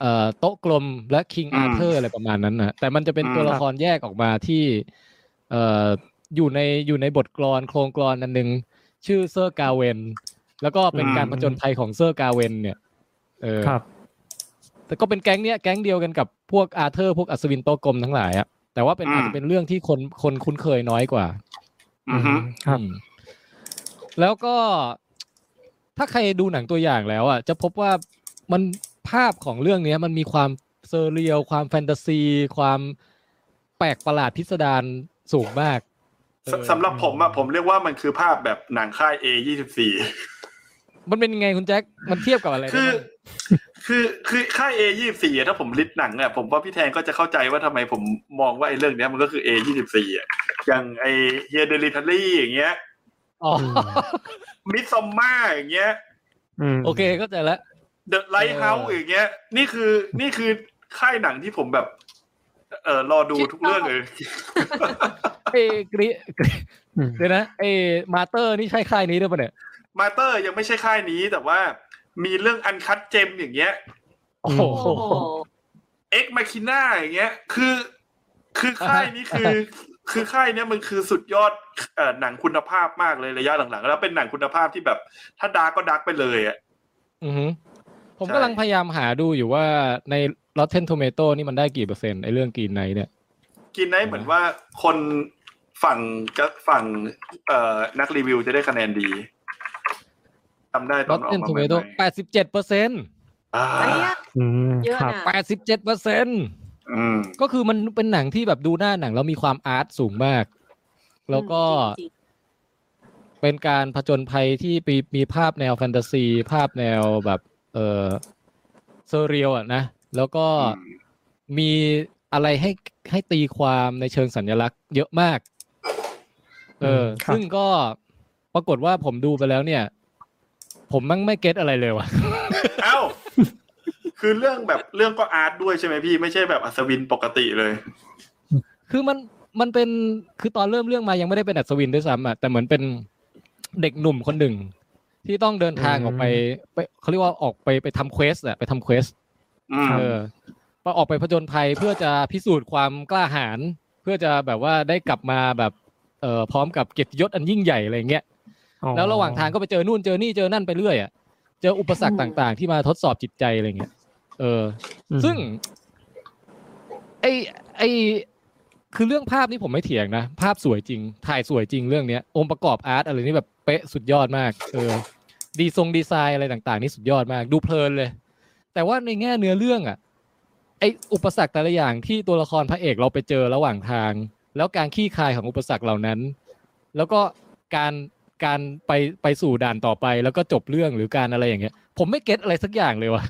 Speaker 2: เอ่อโต๊ะกลมและคิง
Speaker 3: อืม
Speaker 2: อาเธอร์อะไรประมาณนั้นนะแต่มันจะเป็น
Speaker 3: อืม
Speaker 2: ตัวละครแยกออกมาที่เอ่ออยู่ในอยู่ในบทกลอนโครงกลอนอันหนึ่งชื่อเซอร์กาเวน แล้วก็เป็นการผจญภัยของเซอร์กาเวน เนี่ยเออ
Speaker 5: ครับ
Speaker 2: แต่ก็เป็นแก๊งเนี้ยแก๊งเดียวกันกับพวกอาเธอร์พวกอัศวินโตะกลมทั้งหลายอะแต่ว่าเป็น
Speaker 3: อืม
Speaker 2: อาจจะเป็นเรื่องที่คนคนคุ้นเคยน้อยกว่า
Speaker 3: อือฮึ
Speaker 5: ครับ
Speaker 2: อืมแล้วก็ถ้าใครดูหนังตัวอย่างแล้วอ่ะจะพบว่ามันภาพของเรื่องเนี้ย มันมีความเซอร์เรียลความแฟนตาซี ความแปลกประหลาดพิสดารสูงมาก
Speaker 3: สสำหรับผมอะผมเรียกว่ามันคือภาพแบบหนังค่าย A ยี่สิบสี่
Speaker 2: มันเป็นยังไงคุณแจ็คมันเทียบกับอะไรได้
Speaker 3: คือ
Speaker 2: บ้าง
Speaker 3: คือคือค่าย A ยี่สิบสี่ถ้าผมลิสต์หนังอะผมว่าพี่แทนก็จะเข้าใจว่าทำไมผมมองว่าไอ้เรื่องเนี้ยมันก็คือ A ยี่สิบสี่อะอย่างไอ้เฮียเดลิทัลลี่อย่างเงี้ย
Speaker 2: อ๋อ
Speaker 3: มิซอมมาอย่างเงี้ย
Speaker 5: ม
Speaker 2: โอเคเข้าใจแล้ว
Speaker 3: เดอะไลท์เฮาส์
Speaker 2: เอออ
Speaker 3: อย่างเงี้ย นี่คือนี่คือค่ายหนังที่ผมแบบ เออรอดูทุกเรื่องเลย
Speaker 2: เอ้กรีกรี
Speaker 5: อืม
Speaker 2: เดี๋ยวนะเอ้มาเตอร์นี่ใช่ค่ายนี้ด้วยปะเนี่ย
Speaker 3: มาเตอร์ยังไม่ใช่ค่ายนี้แต่ว่ามีเรื่องอันคัดเจมอย่างเงี้ย
Speaker 2: โอ้โห
Speaker 6: โอ้โห
Speaker 3: เอ็กมาคิน่าอย่างเงี้ย คือ คือค่ายนี้คือ คือค่ายเนี้ยมันคือสุดยอดเอ่อหนังคุณภาพมากเลยระยะหลังๆ แล้วเป็นหนังคุณภาพที่แบบ ถ้าดาร์กก็ดาร์กไปเลยอ่ะ
Speaker 2: อือหือผม
Speaker 3: ใช่
Speaker 2: กำลังพยายามหาดูอยู่ว่าใน Rotten Tomato นี่มันได้กี่เปอร์เซ็นต์ไอเรื่องกรีนไนเนี่ย
Speaker 3: กินได้เหมือนว่าคนฝั่งกับฝั่งเอ่อนักรีวิวจะได้คะแนนดีทำได้ตอนออก
Speaker 2: Rotten
Speaker 3: มาให
Speaker 2: Tomato
Speaker 3: ม่
Speaker 2: แปดสิบเจ็ดเปอร์เซ็นต์
Speaker 3: ๆอ่า
Speaker 6: อันเนี้ย
Speaker 5: อืม
Speaker 6: เยอะ
Speaker 5: ครับ
Speaker 6: นะ
Speaker 2: แปดสิบเจ็ดเปอร์เซ็นต์
Speaker 3: อืม
Speaker 2: ก็คือมันเป็นหนังที่แบบดูหน้าหนังแล้วมีความอาร์ตสูงมาก แล้วก็
Speaker 6: จริง
Speaker 2: เป็นการผจญภัยที่มีมีภาพแนวแฟนตาซี ภาพแนวแบบเออเซเรียลอ่ะนะ แล้วก็
Speaker 3: อืม
Speaker 2: มีอะไรให้ให้ตีความในเชิงสัญลักษณ์เยอะมาก เออ
Speaker 5: อืมครับ
Speaker 2: ซึ่งก็ปรากฏว่าผมดูไปแล้วเนี่ย ผมมั่งไม่เก็ตอะไรเลยว่ะ
Speaker 3: เอ้า คือเรื่องแบบเรื่องก็อาร์ตด้วยใช่ไหมพี่ ไม่ใช่แบบอัศวินปกติเลย
Speaker 2: คือมันมันเป็นคือตอนเริ่มเรื่องมายังไม่ได้เป็นอัศวินด้วยซ้ำอ่ะแต่เหมือนเป็นเด็กหนุ่มคนหนึ่ง ที่ต้องเดินทางออกไปไปเขาเรียกว่าออกไปไปทำเควสอ่ะไปทำเควส
Speaker 3: อืม
Speaker 2: เออไปออกไปผจญภัยเพื่อจะพิสูจน์ความกล้าหาญเพื่อจะแบบว่าได้กลับมาแบบเอ่อพร้อมกับเกียรติยศอันยิ่งใหญ่อะไรอย่างเงี้ย
Speaker 5: อ๋อ
Speaker 2: แล้วระหว่างทางก็ไปเจอนู่นเจอนี่เจอนั่นไปเรื่อยอ่ะ เจออุปสรรคต่างๆ ที่มาทดสอบจิตใจอะไรเงี้ย เออ
Speaker 5: อืม
Speaker 2: ซึ่ง ไอไอคือเรื่องภาพนี่ผมไม่เถียงนะ ภาพสวยจริง ถ่ายสวยจริงเรื่องเนี้ย องค์ประกอบอาร์ตอะไรนี่แบบเป๊ะสุดยอดมาก เออ ดีทรงดีไซน์อะไรต่างๆ นี่สุดยอดมาก ดูเพลินเลย แต่ว่าในแง่เนื้อเรื่องอ่ะ ไออุปสรรคแต่ละอย่างที่ตัวละครพระเอกเราไปเจอระหว่างทาง แล้วการขี้คายของอุปสรรคเหล่านั้น แล้วก็การการไปไปสู่ด่านต่อไป แล้วก็จบเรื่องหรือการอะไรอย่างเงี้ย ผมไม่เก็ตอะไรสักอย่างเลยว่ะ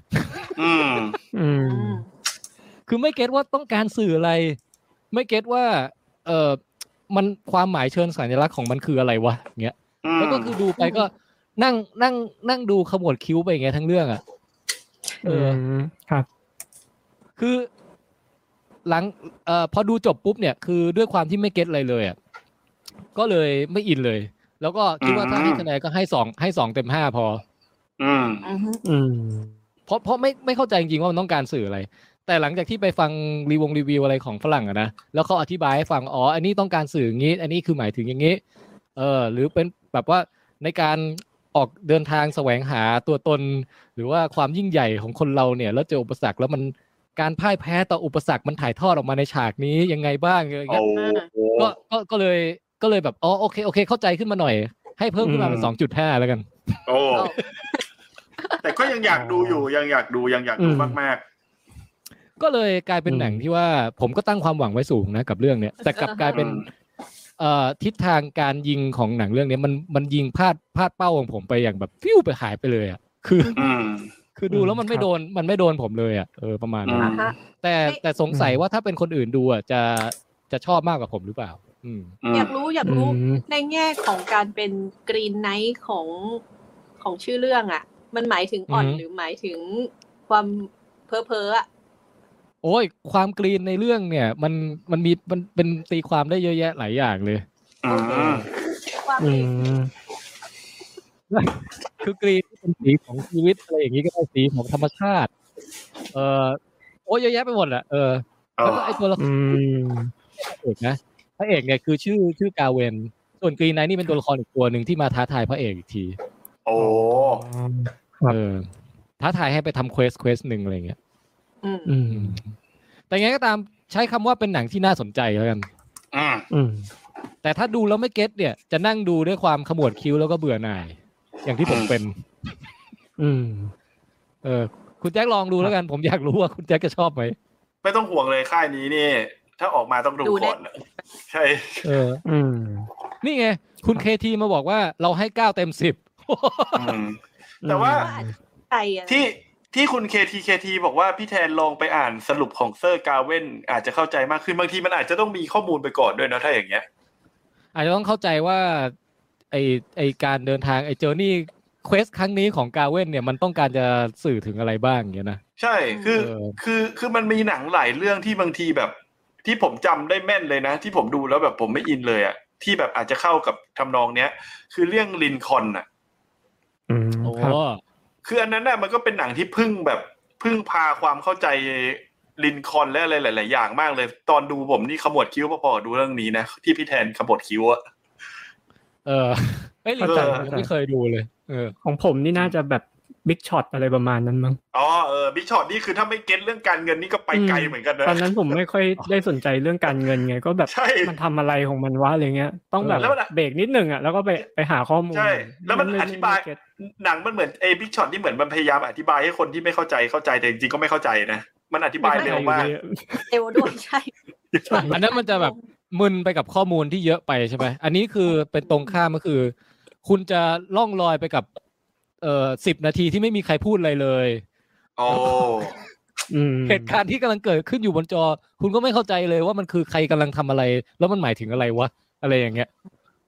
Speaker 3: อืม
Speaker 6: อื
Speaker 5: อืม
Speaker 6: ม
Speaker 2: คือไม่เก็ตว่าต้องการสื่ออะไร ไม่เก็ตว่า เออมันความหมายเชิงสัญลักษณ์ของมันคืออะไรวะเงี้ย
Speaker 3: อืม
Speaker 2: แล้วก็คือดูไปก็นั่งนั่งนั่งดูขมวดคิ้วไปอย่างเงี้ยทั้งเรื่องอ่ะ เออ
Speaker 5: มครับ
Speaker 2: คือหลังเอ่อพอดูจบปุ๊บเนี่ยคือด้วยความที่ไม่เก็ตอะไรเลยอ่ะก็เลยไม่อินเลย แล้วก็คิดว่าถ้าให้คะแนนก็ให้สองให้สองเต็มห้าพอ
Speaker 3: อืม
Speaker 6: อืม
Speaker 5: อืม
Speaker 2: เพราะเพราะไม่ไม่เข้าใจจริงๆว่ามันต้องการสื่ออะไร แต่หลังจากที่ไปฟังรีวงรีวิวอะไรของฝรั่งอะนะแล้วเขาอธิบายให้ฟังอ๋ออันนี้ต้องการสื่ออย่างนี้ อันนี้คือหมายถึงอย่างนี้ เออ หรือเป็นแบบว่าในการออกเดินทางแสวงหาตัวตน หรือว่าความยิ่งใหญ่ของคนเราเนี่ย แล้วเจออุปสรรคแล้วมันการพ่ายแพ้ต่ออุปสรรคมันถ่ายทอดออกมาในฉากนี้ยังไงบ้างอะไรอย่างเงี้ย
Speaker 3: โอ้โห
Speaker 2: ก็ก็ก็เลยก็เลยแบบอ๋อโอเคโอเค เข้าใจขึ้นมาหน่อย ให้เพิ่มขึ้นมาเป็น
Speaker 5: อืม
Speaker 2: สองจุดห้าแล้วกัน
Speaker 3: โอ้ แต่ก็ยังอยากดูอยู่ ยังอยากดู ยังอยากดู
Speaker 5: อืม
Speaker 3: มาก
Speaker 2: ก็เลยกลายเป็นหนังที่ว่าผมก็ตั้งความหวังไว้สูงนะกับเรื่องเนี้ยแต่กลับ
Speaker 3: ๆ
Speaker 2: กลาย
Speaker 3: อืม
Speaker 2: เป็นเอ่อทิศทางการยิงของหนังเรื่องเนี้ยมันมันยิงพลาดพลาดเป้าของผมไปอย่างแบบฟิวไปหายไปเลยอ่ะคือ
Speaker 3: อืม
Speaker 2: คือดูแล้วมันไม่
Speaker 5: ครับ
Speaker 2: โดนมันไม่โดนผมเลยอ่ะเออประมาณนั้
Speaker 3: อื
Speaker 2: น
Speaker 3: ม
Speaker 6: ฮะ
Speaker 2: แต่
Speaker 6: เฮ้ย
Speaker 2: แต่สงสัยว่าถ้าเป็นคนอื่นดูอ่ะจะจะชอบมากกว่าผมหรือเปล่า อืม
Speaker 3: อื
Speaker 4: อ
Speaker 3: ม
Speaker 4: ยากรู้อยาก
Speaker 5: อื
Speaker 4: รู้
Speaker 5: ม
Speaker 4: ในแง่ของการเป็นกรีนไนท์ของของชื่อเรื่องอะ่ะ มันหมายถึงอ่อน
Speaker 2: อือฮึ
Speaker 4: หรือหมายถึงความเพ้อเพ้อๆอะ
Speaker 2: โอ้ยความกรีนในเรื่องเนี่ย มันมันมีมันเป็นตีความได้เยอะแยะหลายอย่างเลย
Speaker 3: อืม
Speaker 4: ความ
Speaker 5: อืม
Speaker 2: คือกรีนเป็นสีของชีวิตอะไรอย่างนี้ก็ได้สีของธรรมชาติ เออโอ้เยอะแยะไปหมดแหละเออ
Speaker 3: อ๋อ
Speaker 2: แล้วก็ไอตัวละคร
Speaker 5: อืม
Speaker 2: พระเอกนะพระเอกเนี่ยคือชื่อชื่อกาเวน ส่วนกรีนไนท์นี่เป็นตัวละครอีกตัวหนึ่งที่มาท้าทายพระเอกอีกที
Speaker 3: โอ้
Speaker 5: ครับ
Speaker 2: เออท้าทายให้ไปทำเควสเควสหนึ่งอะไรอย่างเงี้ย
Speaker 4: อืม
Speaker 5: อืม
Speaker 2: แต่ไงก็ตามใช้คำว่าเป็นหนังที่น่าสนใจแล้วกัน
Speaker 3: อืม
Speaker 5: อืม
Speaker 2: แต่ถ้าดูแล้วไม่เก็ตเนี่ยจะนั่งดูด้วยความขมวดคิ้วแล้วก็เบื่อหน่าย อย่างที่ผมเป็น
Speaker 5: อืม
Speaker 2: เออ คุณแจ็คลองดูแล้วกัน ผมอยากรู้ว่าคุณแจ็คจะชอบไหม
Speaker 3: ไม่ต้องห่วงเลยค่ายนี้นี่ ถ้าออกมาต้องดูก่อนใช่
Speaker 2: เออ
Speaker 5: อืม
Speaker 2: นี่ไง คุณเคทีมาบอกว่าเราให้เก้าเต็มสิบ
Speaker 3: อืม แต่ว่า
Speaker 4: ใจอะ
Speaker 3: ที่ที่คุณ KTKT บอกว่าพี่แทนลองไปอ่านสรุปของเซอร์กาเว่นอาจจะเข้าใจมากขึ้นบางทีมันอาจจะต้องมีข้อมูลไปก่อนด้วยนะถ้าอย่างเงี้ย
Speaker 2: อาจจะต้องเข้าใจว่า ไอไอการเดินทางไอเจอร์นี่เควสครั้งนี้ของกาเว่นเนี่ยมันต้องการจะสื่อถึงอะไรบ้างอย่างเงี้ยนะ
Speaker 3: ใช่ คือ
Speaker 2: เออ
Speaker 3: คือ คือมันมีหนังหลายเรื่องที่บางทีแบบ ที่ผมจำได้แม่นเลยนะ ที่ผมดูแล้วแบบผมไม่อินเลยอะที่แบบอาจจะเข้ากับทำนองเนี้ย คือเรื่องลินคอล์นอะ
Speaker 5: อืม
Speaker 2: โอ้
Speaker 5: ครับ
Speaker 3: คืออันนั้นน่ะมันก็เป็นหนังที่พึ่งแบบพึ่งพาความเข้าใจลินคอล์นและอะไรหลาย ๆ อย่างมากเลย ตอนดูผมนี่ขมวดคิ้วพอๆกับดูเรื่องนี้นะ ที่พี่แทนขมวดคิ้วอะ
Speaker 2: เออเอ้ยลิง
Speaker 3: เข้าใจ
Speaker 2: จังผมไม่เคยดูเลย เออ
Speaker 5: ของผมนี่น่าจะแบบบิ๊กช็อตอะไรประมาณนั้นมั้ง
Speaker 3: อ๋อเออบิ๊กช็อตนี่คือถ้าไม่เก็ตเรื่องการเงินนี่ก็ไปไกลเหมือนกันนะ
Speaker 5: ตอนนั้นผมไม่ค่อยได้สนใจเรื่องการเงินไง ก็แบบ
Speaker 3: ใช่
Speaker 5: มันทำอะไรของมันวะอะไรเงี้ย ต้องแบบ
Speaker 3: แล้วมันอะ
Speaker 5: เบรกนิดนึงอ่ะแล้วก็ไปไปหาข้อมูล
Speaker 3: ใช่แล้วมัน
Speaker 5: ไไ
Speaker 3: อธิบาย
Speaker 5: ไม่เก็ต
Speaker 3: หนังมันเหมือนเอบิ๊กช็อตที่เหมือนมันพยายามอธิบายให้คนที่ไม่เข้าใจเข้าใจแต่จริงๆก็ไม่เข้าใจนะมันอธิบายเร็วมาก
Speaker 5: อยู่ดี
Speaker 4: เอวด้วยใช่
Speaker 2: อันนั้นมันจะแบบมึนไปกับข้อมูลที่เยอะไปใช่ไหมอันนี้คือเป็นตรงข้ามก็คือ คุณจะล่องลอยไปกับ เอ่อสิบนาทีที่ไม่มีใครพูดอะไรเลย
Speaker 3: โอ้
Speaker 5: อืม
Speaker 2: เหตุการณ์ที่กำลังเกิดขึ้นอยู่บนจอ คุณก็ไม่เข้าใจเลยว่ามันคือใครกำลังทำอะไร แล้วมันหมายถึงอะไรวะอะไรอย่างเงี้ย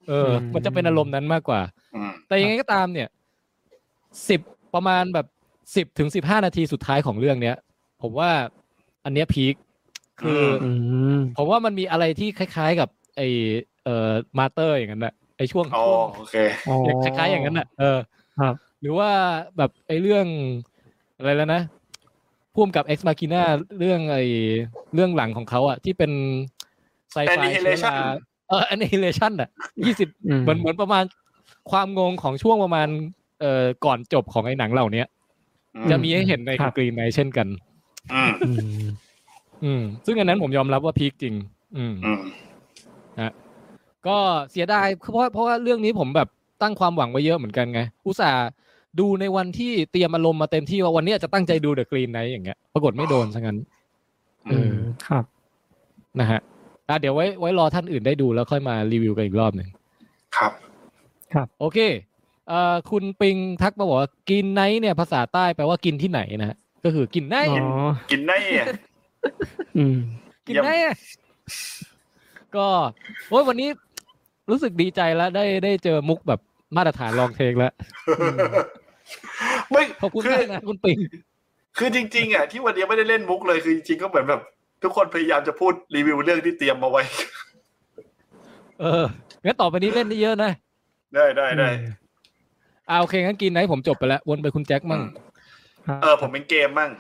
Speaker 2: เออ มันจะเป็นอารมณ์นั้นมากกว่า
Speaker 3: อืม
Speaker 2: แต่ยังไงก็ตามเนี่ยสิบประมาณแบบสิบถึงสิบห้านาทีสุดท้ายของเรื่องเนี้ย ผมว่าอันเนี้ยพีคคืออ
Speaker 5: อืม
Speaker 2: ผมว่ามันมีอะไรที่คล้ายๆกับไอเอ่อมาเตอร์อย่างนั้นน่ะไอช่วง
Speaker 3: อ๋อโอเค
Speaker 5: อ๋อ
Speaker 2: ช่วงคล้ายๆอย่างนั้นน่ะเออ
Speaker 5: ครับ
Speaker 2: หรือว่าแบบไอเรื่องอะไรแล้วนะพ่วมกับ Ex Machina เรื่องไอเรื่องหลังของเขาอ่ะ ที่เป็นไซไฟ
Speaker 3: Annihilation
Speaker 2: เออ Annihilation อ่ะยี่สิบ
Speaker 5: อืม
Speaker 2: เหมือนเหมือนประมาณความงงของช่วงประมาณเอ่อก่อนจบของไอหนังเหล่าเนี้ย
Speaker 3: อื
Speaker 2: จะมีให้เห็นใน
Speaker 5: ครับ
Speaker 2: กรีนไนเช่นกัน
Speaker 3: อืม
Speaker 5: อืม
Speaker 2: อืม ซึ่งอันนั้นผมยอมรับว่าพีคจริง อืม
Speaker 3: อืม
Speaker 2: ก็เสียดายเพราะว่าเพราะว่าเรื่องนี้ผมแบบตั้งความหวังไว้เยอะเหมือนกันไง อุตส่าห์ดูในวันที่เตรียมอารมณ์มาเต็มที่ว่าวันนี้จะตั้งใจดูเดอะกรีนไนอย่างเงี้ย ปรากฏไม่โดนซะงั้น เออ
Speaker 5: ครับ
Speaker 2: นะฮะอ่ะเดี๋ยวไว้ไว้รอท่านอื่นได้ดูแล้วค่อยมารีวิวกันอีกรอบหนึ่ง
Speaker 3: ครับ
Speaker 2: โอเคเอ่อคุณปิงทักมาบอกว่ากินไนเนี่ยภาษาใต้แปลว่ากินที่ไหนนะฮะ ก็คือกินไน
Speaker 5: อ๋อ
Speaker 3: กินได้อะ
Speaker 5: อืม
Speaker 2: กินไนอะก็โอ้ยวันนี้รู้สึกดีใจแล้วได้ได้เจอมุกแบบมาตรฐานลองเทคแล้ว
Speaker 3: ไม่
Speaker 2: ขอบคุณ
Speaker 3: คื
Speaker 2: มา
Speaker 3: อ
Speaker 2: กนะคุณปิง
Speaker 3: คือจริงๆอ่ะที่วันนี้ไม่ได้เล่นมุกเลยคือจริงๆก็เหมือนแบบ ทุกคนพยายามจะพูดรีวิวเรื่องที่เตรียมมาไว้
Speaker 2: เออ งั้นต่อไปนี้เล่นได้เยอะนะ
Speaker 3: ได้ได้ได้
Speaker 2: อ่าโอเค งั้นกินไหนผมจบไปแล้ว วนไปคุณแจ็คมั่ง
Speaker 3: เออผมเป็นเกมมั่ง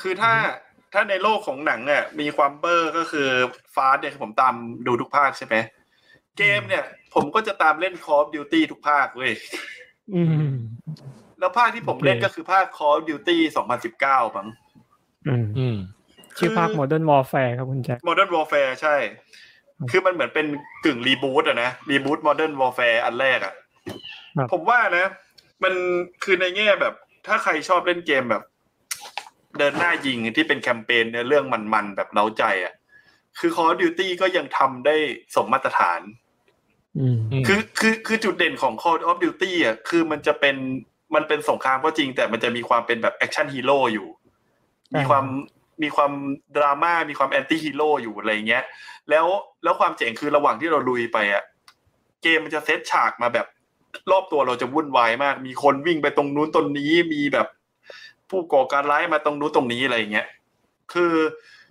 Speaker 3: คือถ้าถ้าในโลกของหนังอ่ะมีความเบอร์ก็คือฟาสเนี่ยคือผมตามดูทุกภาคใช่ไหมเกมเนี่ย ผมก็จะตามเล่นคอ l ดิวตี้ทุกภาคเว้ย
Speaker 5: อืม
Speaker 3: แล้วภาคที่ผมเล่น
Speaker 5: โอเค
Speaker 3: ก็คือภาคคอ l ดิวตี้2019มั้ง
Speaker 5: อืม
Speaker 2: อืม
Speaker 5: ชื่อภาค Modern Warfare ครับคุณแจ็ค
Speaker 3: Modern Warfare ใช่ คือมันเหมือนเป็นกึ่งรีบูตอะนะ รีบูต Modern Warfare อันแรกอะ
Speaker 5: ครับ
Speaker 3: ผมว่านะ มันคือในแง่แบบ ถ้าใครชอบเล่นเกมแบบ เดินหน้ายิงที่เป็นแคมเปญเนื้อเรื่องมันๆ แบบเล้าใจอะคือ Call of Duty ก็ยังทำได้สมมาตรฐาน
Speaker 5: อืม
Speaker 2: อืม
Speaker 3: คือคือคือจุดเด่นของ Call of Duty อ่ะคือมันจะเป็นมันเป็นสงครามก็จริง แต่มันจะมีความเป็นแบบแอคชั่นฮีโร่อยู่ มีความมีความดราม่ามีความแอนตี้ฮีโร่อยู่อะไรเงี้ย แล้วแล้วความเจ๋งคือระหว่างที่เราลุยไปอ่ะเกมมันจะเซตฉากมาแบบรอบตัวเราจะวุ่นวายมาก มีคนวิ่งไปตรงนู้นตรงนี้มีแบบผู้ก่อการร้ายมาตรงนู้นตรงนี้อะไรเงี้ยคือ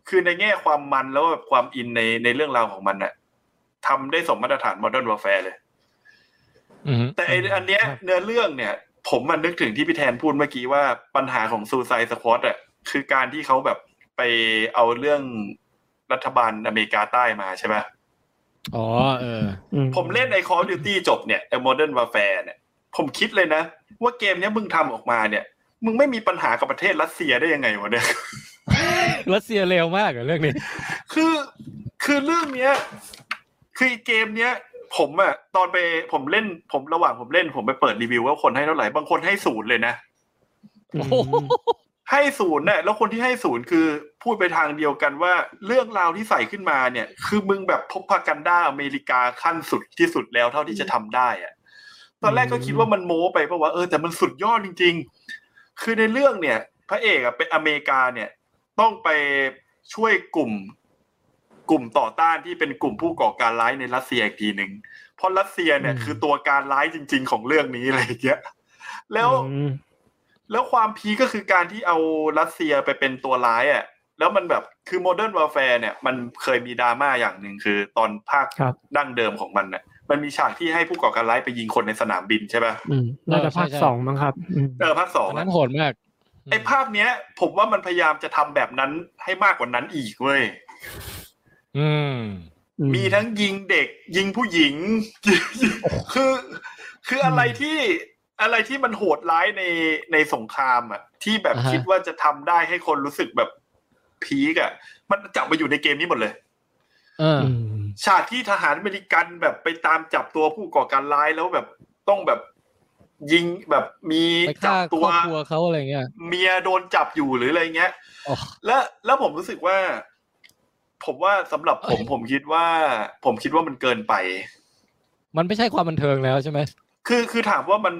Speaker 3: คือในแง่ความมันแล้วก็แบบความอินในในเรื่องราวของมันน่ะทำได้สมมาตรฐาน Modern Warfare เลย
Speaker 2: อืม
Speaker 3: แต่ไออันเนี้ย
Speaker 2: ครับ
Speaker 3: เนื้อเรื่องเนี่ย ผมมันนึกถึงที่พี่แทนพูดเมื่อกี้ว่าปัญหาของซูไซสควอตอ่ะคือการที่เขาแบบไปเอาเรื่องรัฐบาลอเมริกาใต้มาใช่ไหม
Speaker 2: อ๋อ เออ
Speaker 3: ผมเล่นไอคอ l ดิวตี้จบเนี่ยไอโมเดิร์นวาแฟร์เนี่ย ผมคิดเลยนะ ว่าเกมเนี้ยมึงทำออกมาเนี่ย มึงไม่มีปัญหากับประเทศรัสเซียได้ยังไงวะเนี่ย
Speaker 2: รัสเซียเร็วมากเหรอเรื่อง นี้
Speaker 3: คือคือเรื่องเนี้ย คือเกมเนี้ย ผมอะตอนไปผมเล่นผมระหว่างผมเล่น ผมไปเปิดรีวิวว่าคนให้เท่าไหร่บางคนให้ศูนย์เลยนะ
Speaker 2: โอ้โห
Speaker 3: ให้ศูนย์เนี่ยแล้วคนที่ให้ศูนย์คือพูดไปทางเดียวกันว่าเรื่องราวที่ใส่ขึ้นมาเนี่ย คือมึงแบบพกพากันด้าอเมริกาขั้นสุดที่สุดแล้วเท่าที่จะทำได้อะตอนแรกก็คิดว่ามันโม้ไปเพราะว่าเออแต่มันสุดยอดจริง ๆ คือในเรื่องเนี่ย พระเอกอะเป็นอเมริกาเนี่ย ต้องไปช่วยกลุ่ม กลุ่มต่อต้านที่เป็นกลุ่มผู้ก่อการร้ายในรัสเซียอีกทีหนึ่งเพราะรัสเซียเนี่ย
Speaker 5: อืม
Speaker 3: คือตัวการร้ายจริง ๆ ของเรื่องนี้อะไรอย่างเงี้ยแล้ว
Speaker 5: อืม
Speaker 3: แล้วความพีคก็คือการที่เอารัสเซียไปเป็นตัวร้ายอ่ะ แล้วมันแบบคือโมเดิร์นวาแฟร์เนี่ย มันเคยมีดราม่าอย่างหนึ่งคือตอนภาค
Speaker 5: ครับ
Speaker 3: ดั้งเดิมของมันเนี่ยมันมีฉากที่ให้ผู้ก่อการร้ายไปยิงคนในสนามบินใช่ป่ะ
Speaker 5: อืมน่าจะ
Speaker 2: เออใช่
Speaker 5: ภาค
Speaker 2: ใช่
Speaker 5: สองมั้งครับอืม
Speaker 3: เออภาคสอง
Speaker 2: อัน
Speaker 3: อะ
Speaker 2: นั้นโหดมาก
Speaker 3: ไอ้ภาพเนี้ย ผมว่ามันพยายามจะทำแบบนั้นให้มากกว่านั้นอีกเว้ย
Speaker 2: อืม
Speaker 3: มีทั้งยิงเด็ก ยิงผู้หญิง คือ คืออะไรที่อะไรที่มันโหดร้ายในในสงครามอ่ะ ที่แบบ
Speaker 2: อ่าฮะ
Speaker 3: คิดว่าจะทำได้ให้คนรู้สึกแบบพีกอ่ะ มันจับมาอยู่ในเกมนี้หมดเลย
Speaker 2: เอออ
Speaker 3: ฉากที่ทหารอเมริกันแบบไปตามจับตัวผู้ก่อการร้ายแล้วแบบต้องแบบยิงแบบมี
Speaker 2: ไป
Speaker 3: จับตัว
Speaker 2: ฆ่าครอบครัวเขาอะไรเงี้ย
Speaker 3: เมียโดนจับอยู่หรืออะไรเงี้ย
Speaker 2: อ๋อ
Speaker 3: และแล้วผมรู้สึกว่า ผมว่าสำหรับผม
Speaker 2: เอ้ย
Speaker 3: ผมคิดว่า ผมคิดว่ามันเกินไป
Speaker 2: มันไม่ใช่ความบันเทิงแล้วใช่ไหม
Speaker 3: คือคือถามว่ามัน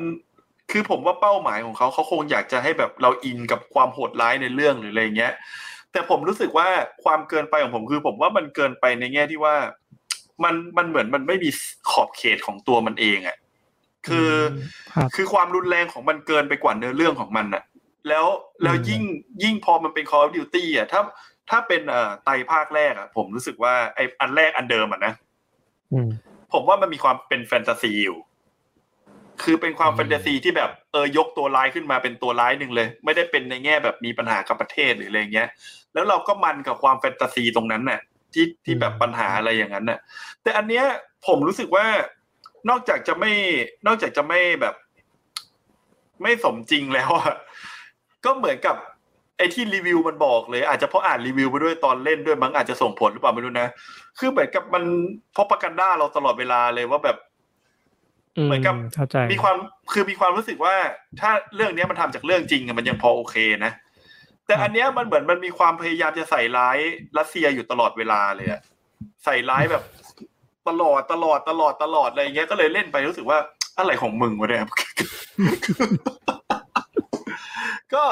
Speaker 3: คือผมว่าเป้าหมายของเขาเขาคงอยากจะให้แบบเราอินกับความโหดร้ายในเรื่องหรืออะไรเงี้ย แต่ผมรู้สึกว่าความเกินไปของผมคือ ผมว่ามันเกินไปในแง่ที่ว่า มันมันเหมือนมันไม่มีขอบเขตของตัวมันเองอะ่ะคืออ
Speaker 5: ครับ
Speaker 3: คือความรุนแรงของมันเกินไปกว่าเนื้อเรื่องของมันอ่ะ แล้วแล้วยิ่งยิ่งพอมันเป็น Call of Duty อ่ะถ้า ถ้าเป็นเอ่อไตรภาคแรกอ่ะ ผมรู้สึกว่าไออันแรกอันเดิมอ่ะนะ
Speaker 5: อืม
Speaker 3: ผมว่ามันมีความเป็นแฟนตาซีอยู่ คือเป็นความ
Speaker 2: อืม
Speaker 3: แฟนตาซีที่แบบเออยกตัวร้ายขึ้นมาเป็นตัวร้ายหนึ่งเลย ไม่ได้เป็นในแง่แบบมีปัญหากับประเทศหรืออะไรเงี้ย แล้วเราก็มันกับความแฟนตาซีตรงนั้นน่ะ ที่ที่แบบปัญหาอะไรอย่างนั้นน่ะ แต่อันเนี้ยผมรู้สึกว่านอกจากจะไม่นอกจากจะไม่แบบ ไม่สมจริงแล้วอะก็เหมือนกับ ไอ้ที่รีวิวมันบอกเลย อาจจะเพราะอ่านรีวิวไปด้วยตอนเล่นด้วยมั้งอาจจะส่งผลหรือเปล่าไม่รู้นะ คือเหมือนกับมันพบประกันด้าเราตลอดเวลาเลยว่าแบบ เหมือนกับ
Speaker 5: เข้าใจ
Speaker 3: มีความคือมีความรู้สึกว่า ถ้าเรื่องเนี้ยมันทำจากเรื่องจริงอะมันยังพอโอเคนะ แต่อันเนี้ยมันเหมือนมันมีความพยายามจะใส่ร้ายรัสเซียอยู่ตลอดเวลาเลยอะใส่ร้ายแบบ ตลอดตลอดตลอดตลอดอะไรอย่างเงี้ยก็เลยเล่นไปรู้สึกว่าอะไรของมึงวะเนี่ย ก็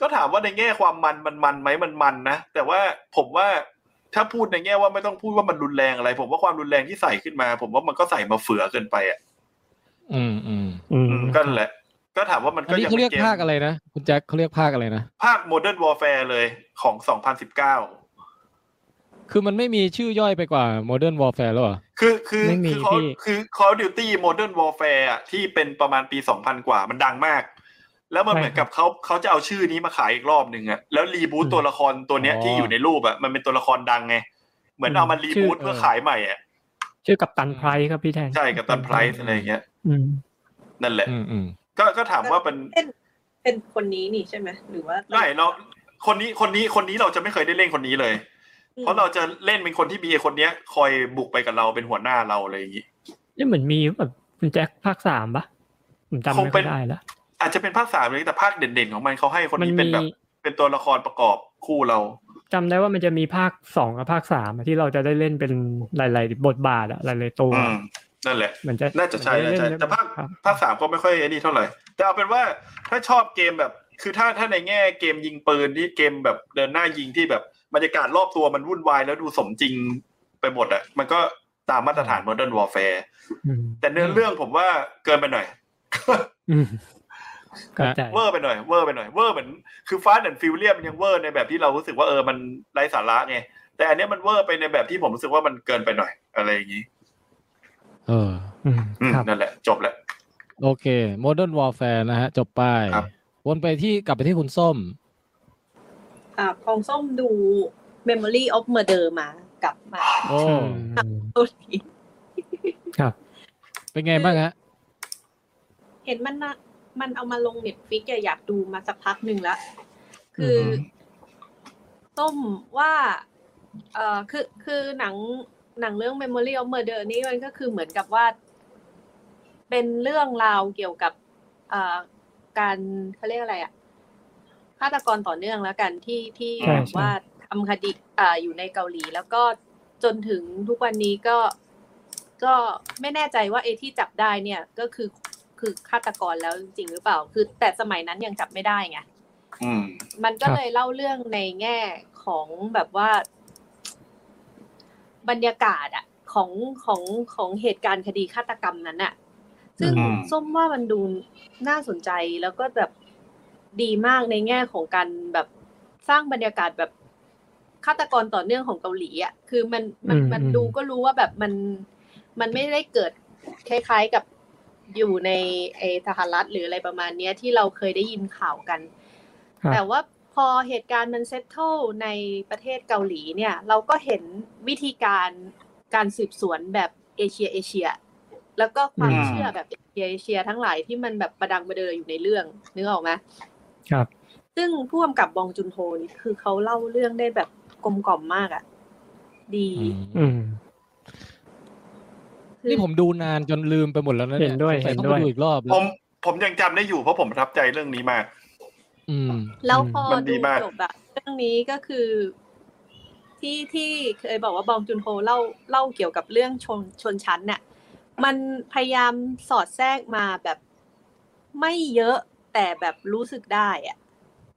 Speaker 3: ก็ถามว่าในแง่ความมันมันมันไหมมันมันนะแต่ว่าผมว่าถ้าพูดในแง่ว่าไม่ต้องพูดว่ามันรุนแรงอะไร ผมว่าความรุนแรงที่ใส่ขึ้นมา ผมว่ามันก็ใส่มาเฟือเกินไปอ่ะ
Speaker 2: อืมอืม
Speaker 5: อืม
Speaker 3: อืมก็นั่นแหละ ก็ถามว่ามัน
Speaker 2: อั
Speaker 3: ก็
Speaker 2: นนี้
Speaker 3: ยัง
Speaker 2: เขาเรียก
Speaker 3: ป็นม
Speaker 2: ภาคอะไรนะคุณแจ็คเขาเรียกภาคอะไรนะ
Speaker 3: ภาคโมเดิร์นวอ a แฟร์เลยของ 2019
Speaker 2: คือมันไม่มีชื่อย่อยไปกว่า Modern Warfare แล้วเหรอ
Speaker 3: คือคือ
Speaker 5: ไม่มี
Speaker 3: คือเขา
Speaker 5: พี่
Speaker 3: คือ Call of Duty Modern Warfare อะที่เป็นประมาณปี 2000 กว่ามันดังมาก แล้วมัน
Speaker 5: ใช่
Speaker 3: เหมือนกับเขาเขาจะเอาชื่อนี้มาขายอีกรอบหนึ่งอะแล้วรีบูต
Speaker 5: อืม
Speaker 3: ตัวละครตัวเนี้ย
Speaker 2: อ๋อ
Speaker 3: ที่อยู่ในรูปอะมันเป็นตัวละครดังไง เหมือน
Speaker 5: อืม
Speaker 3: เอามารีบูต
Speaker 5: ชื่อ
Speaker 3: เพื่อขายใหม่อะ
Speaker 5: ชื่อกับตันไพรส์ครับพี่แทน
Speaker 3: ใช่กับตันไพรส์อะไรอย่างเงี้ย
Speaker 5: อืม
Speaker 3: นั่นแหละ
Speaker 2: อืมอืม
Speaker 3: ก็ก็ถามว่าเป็น
Speaker 4: เป็นเป็นคนนี้นี่ใช่ไหมหรือว่า
Speaker 3: ได้เราคนนี้คนนี้คนนี้เราจะไม่เคยได้เล่นคนนี้เลย
Speaker 4: อืม
Speaker 3: เพราะเราจะเล่นเป็นคนที่มีไอ้คนเนี้ย คอยบุกไปกับเราเป็นหัวหน้าเราอะไรอย่างนี้
Speaker 5: นี่เหมือนมีแบบคุณแจ็คภาคสามปะผมจำ
Speaker 3: ค
Speaker 5: ไม่
Speaker 3: ง
Speaker 5: ค่
Speaker 3: เป็
Speaker 5: อย
Speaker 3: น
Speaker 5: ได้ละ
Speaker 3: อาจจะเป็นภาคสามเลยแต่ภาคเด่นๆของมันเขาให้คน
Speaker 5: มั
Speaker 3: นี้เป็น
Speaker 5: มี
Speaker 3: แบบเป็นตัวละครประกอบคู่เรา
Speaker 5: จำได้ว่ามันจะมีภาคสองกับภาคสามอะที่เราจะได้เล่นเป็นหลาย ๆ บทบาทอะหลายๆตัว
Speaker 3: อืมนั่นแหละ
Speaker 5: เหมือนจะ
Speaker 3: น่าจะใช่
Speaker 5: ได้
Speaker 3: น่าจะ
Speaker 5: เล่น
Speaker 3: แต่ภาค
Speaker 5: ครับ
Speaker 3: ภาคสามก็ไม่ค่อยไอ้นี่เท่าไหร่ แต่เอาเป็นว่าถ้าชอบเกมแบบ คือถ้าถ้าในแง่เกมยิงปืนที่เกมแบบเดินหน้ายิงที่แบบบรรยากาศรอบตัวมันวุ่นวายแล้วดูสมจริงไปหมดอ่ะมันก็ตามมาตรฐาน Modern Warfare
Speaker 5: อืม
Speaker 3: แต่เนื้อเรื่องผมว่าเกินไปหน่อย
Speaker 5: อืมเข้าใจ
Speaker 3: เวอร์ไปหน่อยเวอร์ไปหน่อยเวอร์เหมือนคือฟาสต์แอนด์ฟิวเลียมันยังเวอร์ในแบบที่เรารู้สึกว่าเออมันไร้สาระไงแต่อันเนี้ยมันเวอร์ไปในแบบที่ผมรู้สึกว่ามันเกินไปหน่อย อะไรอย่างนี้
Speaker 2: เออ
Speaker 5: อืม
Speaker 3: อืม
Speaker 5: ครับ
Speaker 3: นั่นแหละ จบแล้ว
Speaker 2: โอเค Modern Warfare นะฮะ จบไป
Speaker 3: ครับ
Speaker 2: วนไปที่กลับไปที่คุณส้ม
Speaker 4: อ่าของส้มดู Memory of Murder มากลับ มา
Speaker 2: โอ้
Speaker 4: ตัวนี้
Speaker 2: เป็นไงบ้างฮะ
Speaker 4: เห็นมันนะมันเอามาลงเน็ตฟิกอยากดูมาสักพักหนึ่งละคืออ
Speaker 5: อฮึ
Speaker 4: ต้มว่าเออคือคือหนังหนังเรื่อง Memory of Murder นี่มันก็คือเหมือนกับว่า เป็นเรื่องราวเกี่ยวกับเอ่อการเขาเรียกอะไรอะฆาตกรต่อเนื่องแล้วกันที่ที่
Speaker 5: ใช่
Speaker 4: แบบ
Speaker 5: ใช่
Speaker 4: ว่าทำคดีอ่าอยู่ในเกาหลี แล้วก็จนถึงทุกวันนี้ก็ก็ไม่แน่ใจว่าเอที่จับได้เนี่ยก็คือ คือฆาตกรแล้วจริงๆหรือเปล่า คือแต่สมัยนั้นยังจับไม่ได้ไง
Speaker 3: อืม
Speaker 4: มันก็
Speaker 5: ครับ
Speaker 4: เลยเล่าเรื่องในแง่ของแบบว่า บรรยากาศอะของของของเหตุการณ์คดีฆาตกรรมนั้นอะซึ่ง
Speaker 3: อืม
Speaker 4: ส้มว่ามันดูน่าสนใจแล้วก็แบบดีมากในแง่ของการแบบสร้างบรรยากาศแบบ ฆาตกรต่อเนื่องของเกาหลีอ่ะคือมันมัน
Speaker 5: อืม
Speaker 4: มัน
Speaker 5: อืม
Speaker 4: ดูก็รู้ว่าแบบมันมันไม่ได้เกิดคล้ายๆกับอยู่ในไอสหรัฐหรืออะไรประมาณเนี้ยที่เราเคยได้ยินข่าวกัน
Speaker 5: ครับ
Speaker 4: แต่ว่าพอเหตุการณ์มันเซตเทิลในประเทศเกาหลีเนี่ย เราก็เห็นวิธีการการสืบสวนแบบเอเชียเอเชีย แล้วก็ความ
Speaker 3: อืม
Speaker 4: เชื่อแบบเอเชียเอเชีย ทั้งหลายที่มันแบบประดังประเดออยู่ในเรื่องนึกออกไหม
Speaker 5: ครับ
Speaker 4: ซึ่งผู้กำกับบองจุนโฮนี่คือเขาเล่าเรื่องได้แบบกลมกล่อมมากอะดี
Speaker 2: อืม
Speaker 5: อืม
Speaker 4: คือ
Speaker 2: นี่ผมดูนานจนลืมไปหมดแล้วนะ
Speaker 5: เห็นด้วย
Speaker 2: สสั
Speaker 5: เห็น
Speaker 2: ต้อง
Speaker 5: ด้วย
Speaker 2: ไปดูอีกรอบ
Speaker 3: ผ
Speaker 2: แล้ว
Speaker 3: มผมยังจำได้อยู่เพราะผมประทับใจเรื่องนี้มาก
Speaker 2: อืม
Speaker 4: แล้วพอ
Speaker 3: มันดี
Speaker 4: ดู
Speaker 3: มาก
Speaker 4: จบอะเรื่องนี้ก็คือ ที่ที่เคยบอกว่าบองจุนโฮเล่าเล่าเกี่ยวกับเรื่องชนชนชั้นเนี่ยมันพยายามสอดแทรกมาแบบไม่เยอะแต่แบบรู้สึกได้อะ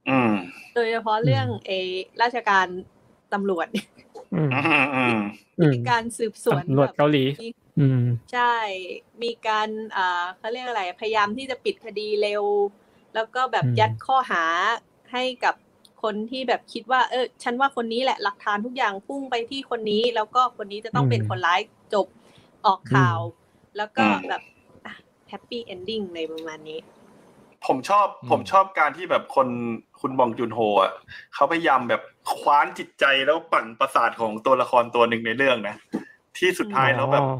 Speaker 3: อืม
Speaker 4: โดยเฉพาะเรื่องเอราชการตำรวจ
Speaker 5: อืม
Speaker 3: อืมอืม
Speaker 5: อืม
Speaker 4: การสืบสวน
Speaker 5: ตำรวจ
Speaker 4: แบบ
Speaker 5: เกาหลี อืม
Speaker 4: ใช่ มีการอ่าเขาเรียกอะไร พยายามที่จะปิดคดีเร็ว แล้วก็แบบ
Speaker 5: อืม
Speaker 4: ยัดข้อหาให้กับคนที่แบบคิดว่า เออ ฉันว่าคนนี้แหละหลักฐานทุกอย่างพุ่งไปที่คนนี้ แล้วก็คนนี้จะต้องเป็นคนร้ายจบออกข่าว แล้วก็
Speaker 3: อืม
Speaker 4: แบบแฮปปี้เอนดิ้งเลยประมาณนี้
Speaker 3: ผมชอบ
Speaker 2: อืม
Speaker 3: ผมชอบการที่แบบคนคุณบองจุนโฮอ่ะเขาพยายามแบบคว้านจิตใจแล้วปั่นประสาทของตัวละครตัวหนึ่งในเรื่องนะ ที่สุดท้ายแล้วแบบ
Speaker 5: อ๋อ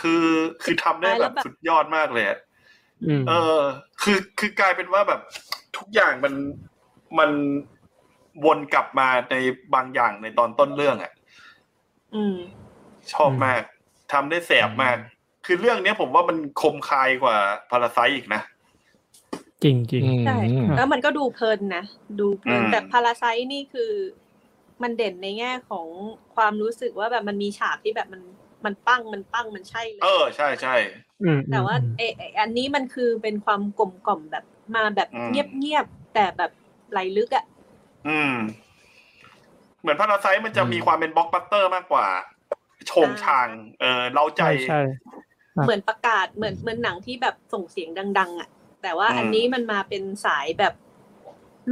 Speaker 3: คือคือทำได้แบบ
Speaker 4: สุดท้ายแล้วแบบ
Speaker 3: สุดยอดมากเลยอะ
Speaker 5: อืม
Speaker 3: เออ คือคือกลายเป็นว่าแบบทุกอย่างมันมันวนกลับมาในบางอย่างในตอนต้นเรื่องอ่ะ
Speaker 4: อืม
Speaker 3: ชอบมากทำได้แสบมาก คือเรื่องเนี้ยผมว่ามันคมคายกว่าพาราไซอีกนะ
Speaker 5: จริงจริง
Speaker 2: อืม
Speaker 4: ใช่แล้วมันก็ดูเพลินนะ ดูเพลิน
Speaker 3: อืม
Speaker 4: แต่พาราไซนี่คือ มันเด่นในแง่ของความรู้สึกว่าแบบมันมีฉากที่แบบมันมันปั้งมันปั้งมันใช่เล
Speaker 3: เอย อ ใช่ใช่
Speaker 5: อืม
Speaker 4: แต่ว่าเอไอ้อันนี้มันคือเป็นความกลมกล่อมแบบมาแบบ
Speaker 3: อืม
Speaker 4: เงียบเงียบๆแต่แบบไหลลึกอะ
Speaker 3: อืม เหมือนพาราไซมันจะมีความเป็นบล็อกบัสเตอร์มากกว่าโชงชาง เออ เราใจ
Speaker 5: ใช่ใช่ ครับ
Speaker 4: เหมือนประกาศเหมือนเหมือนหนังที่แบบส่งเสียงดัง ๆอะแต่ว่า
Speaker 3: อืม
Speaker 4: อันนี้มันมาเป็นสายแบบ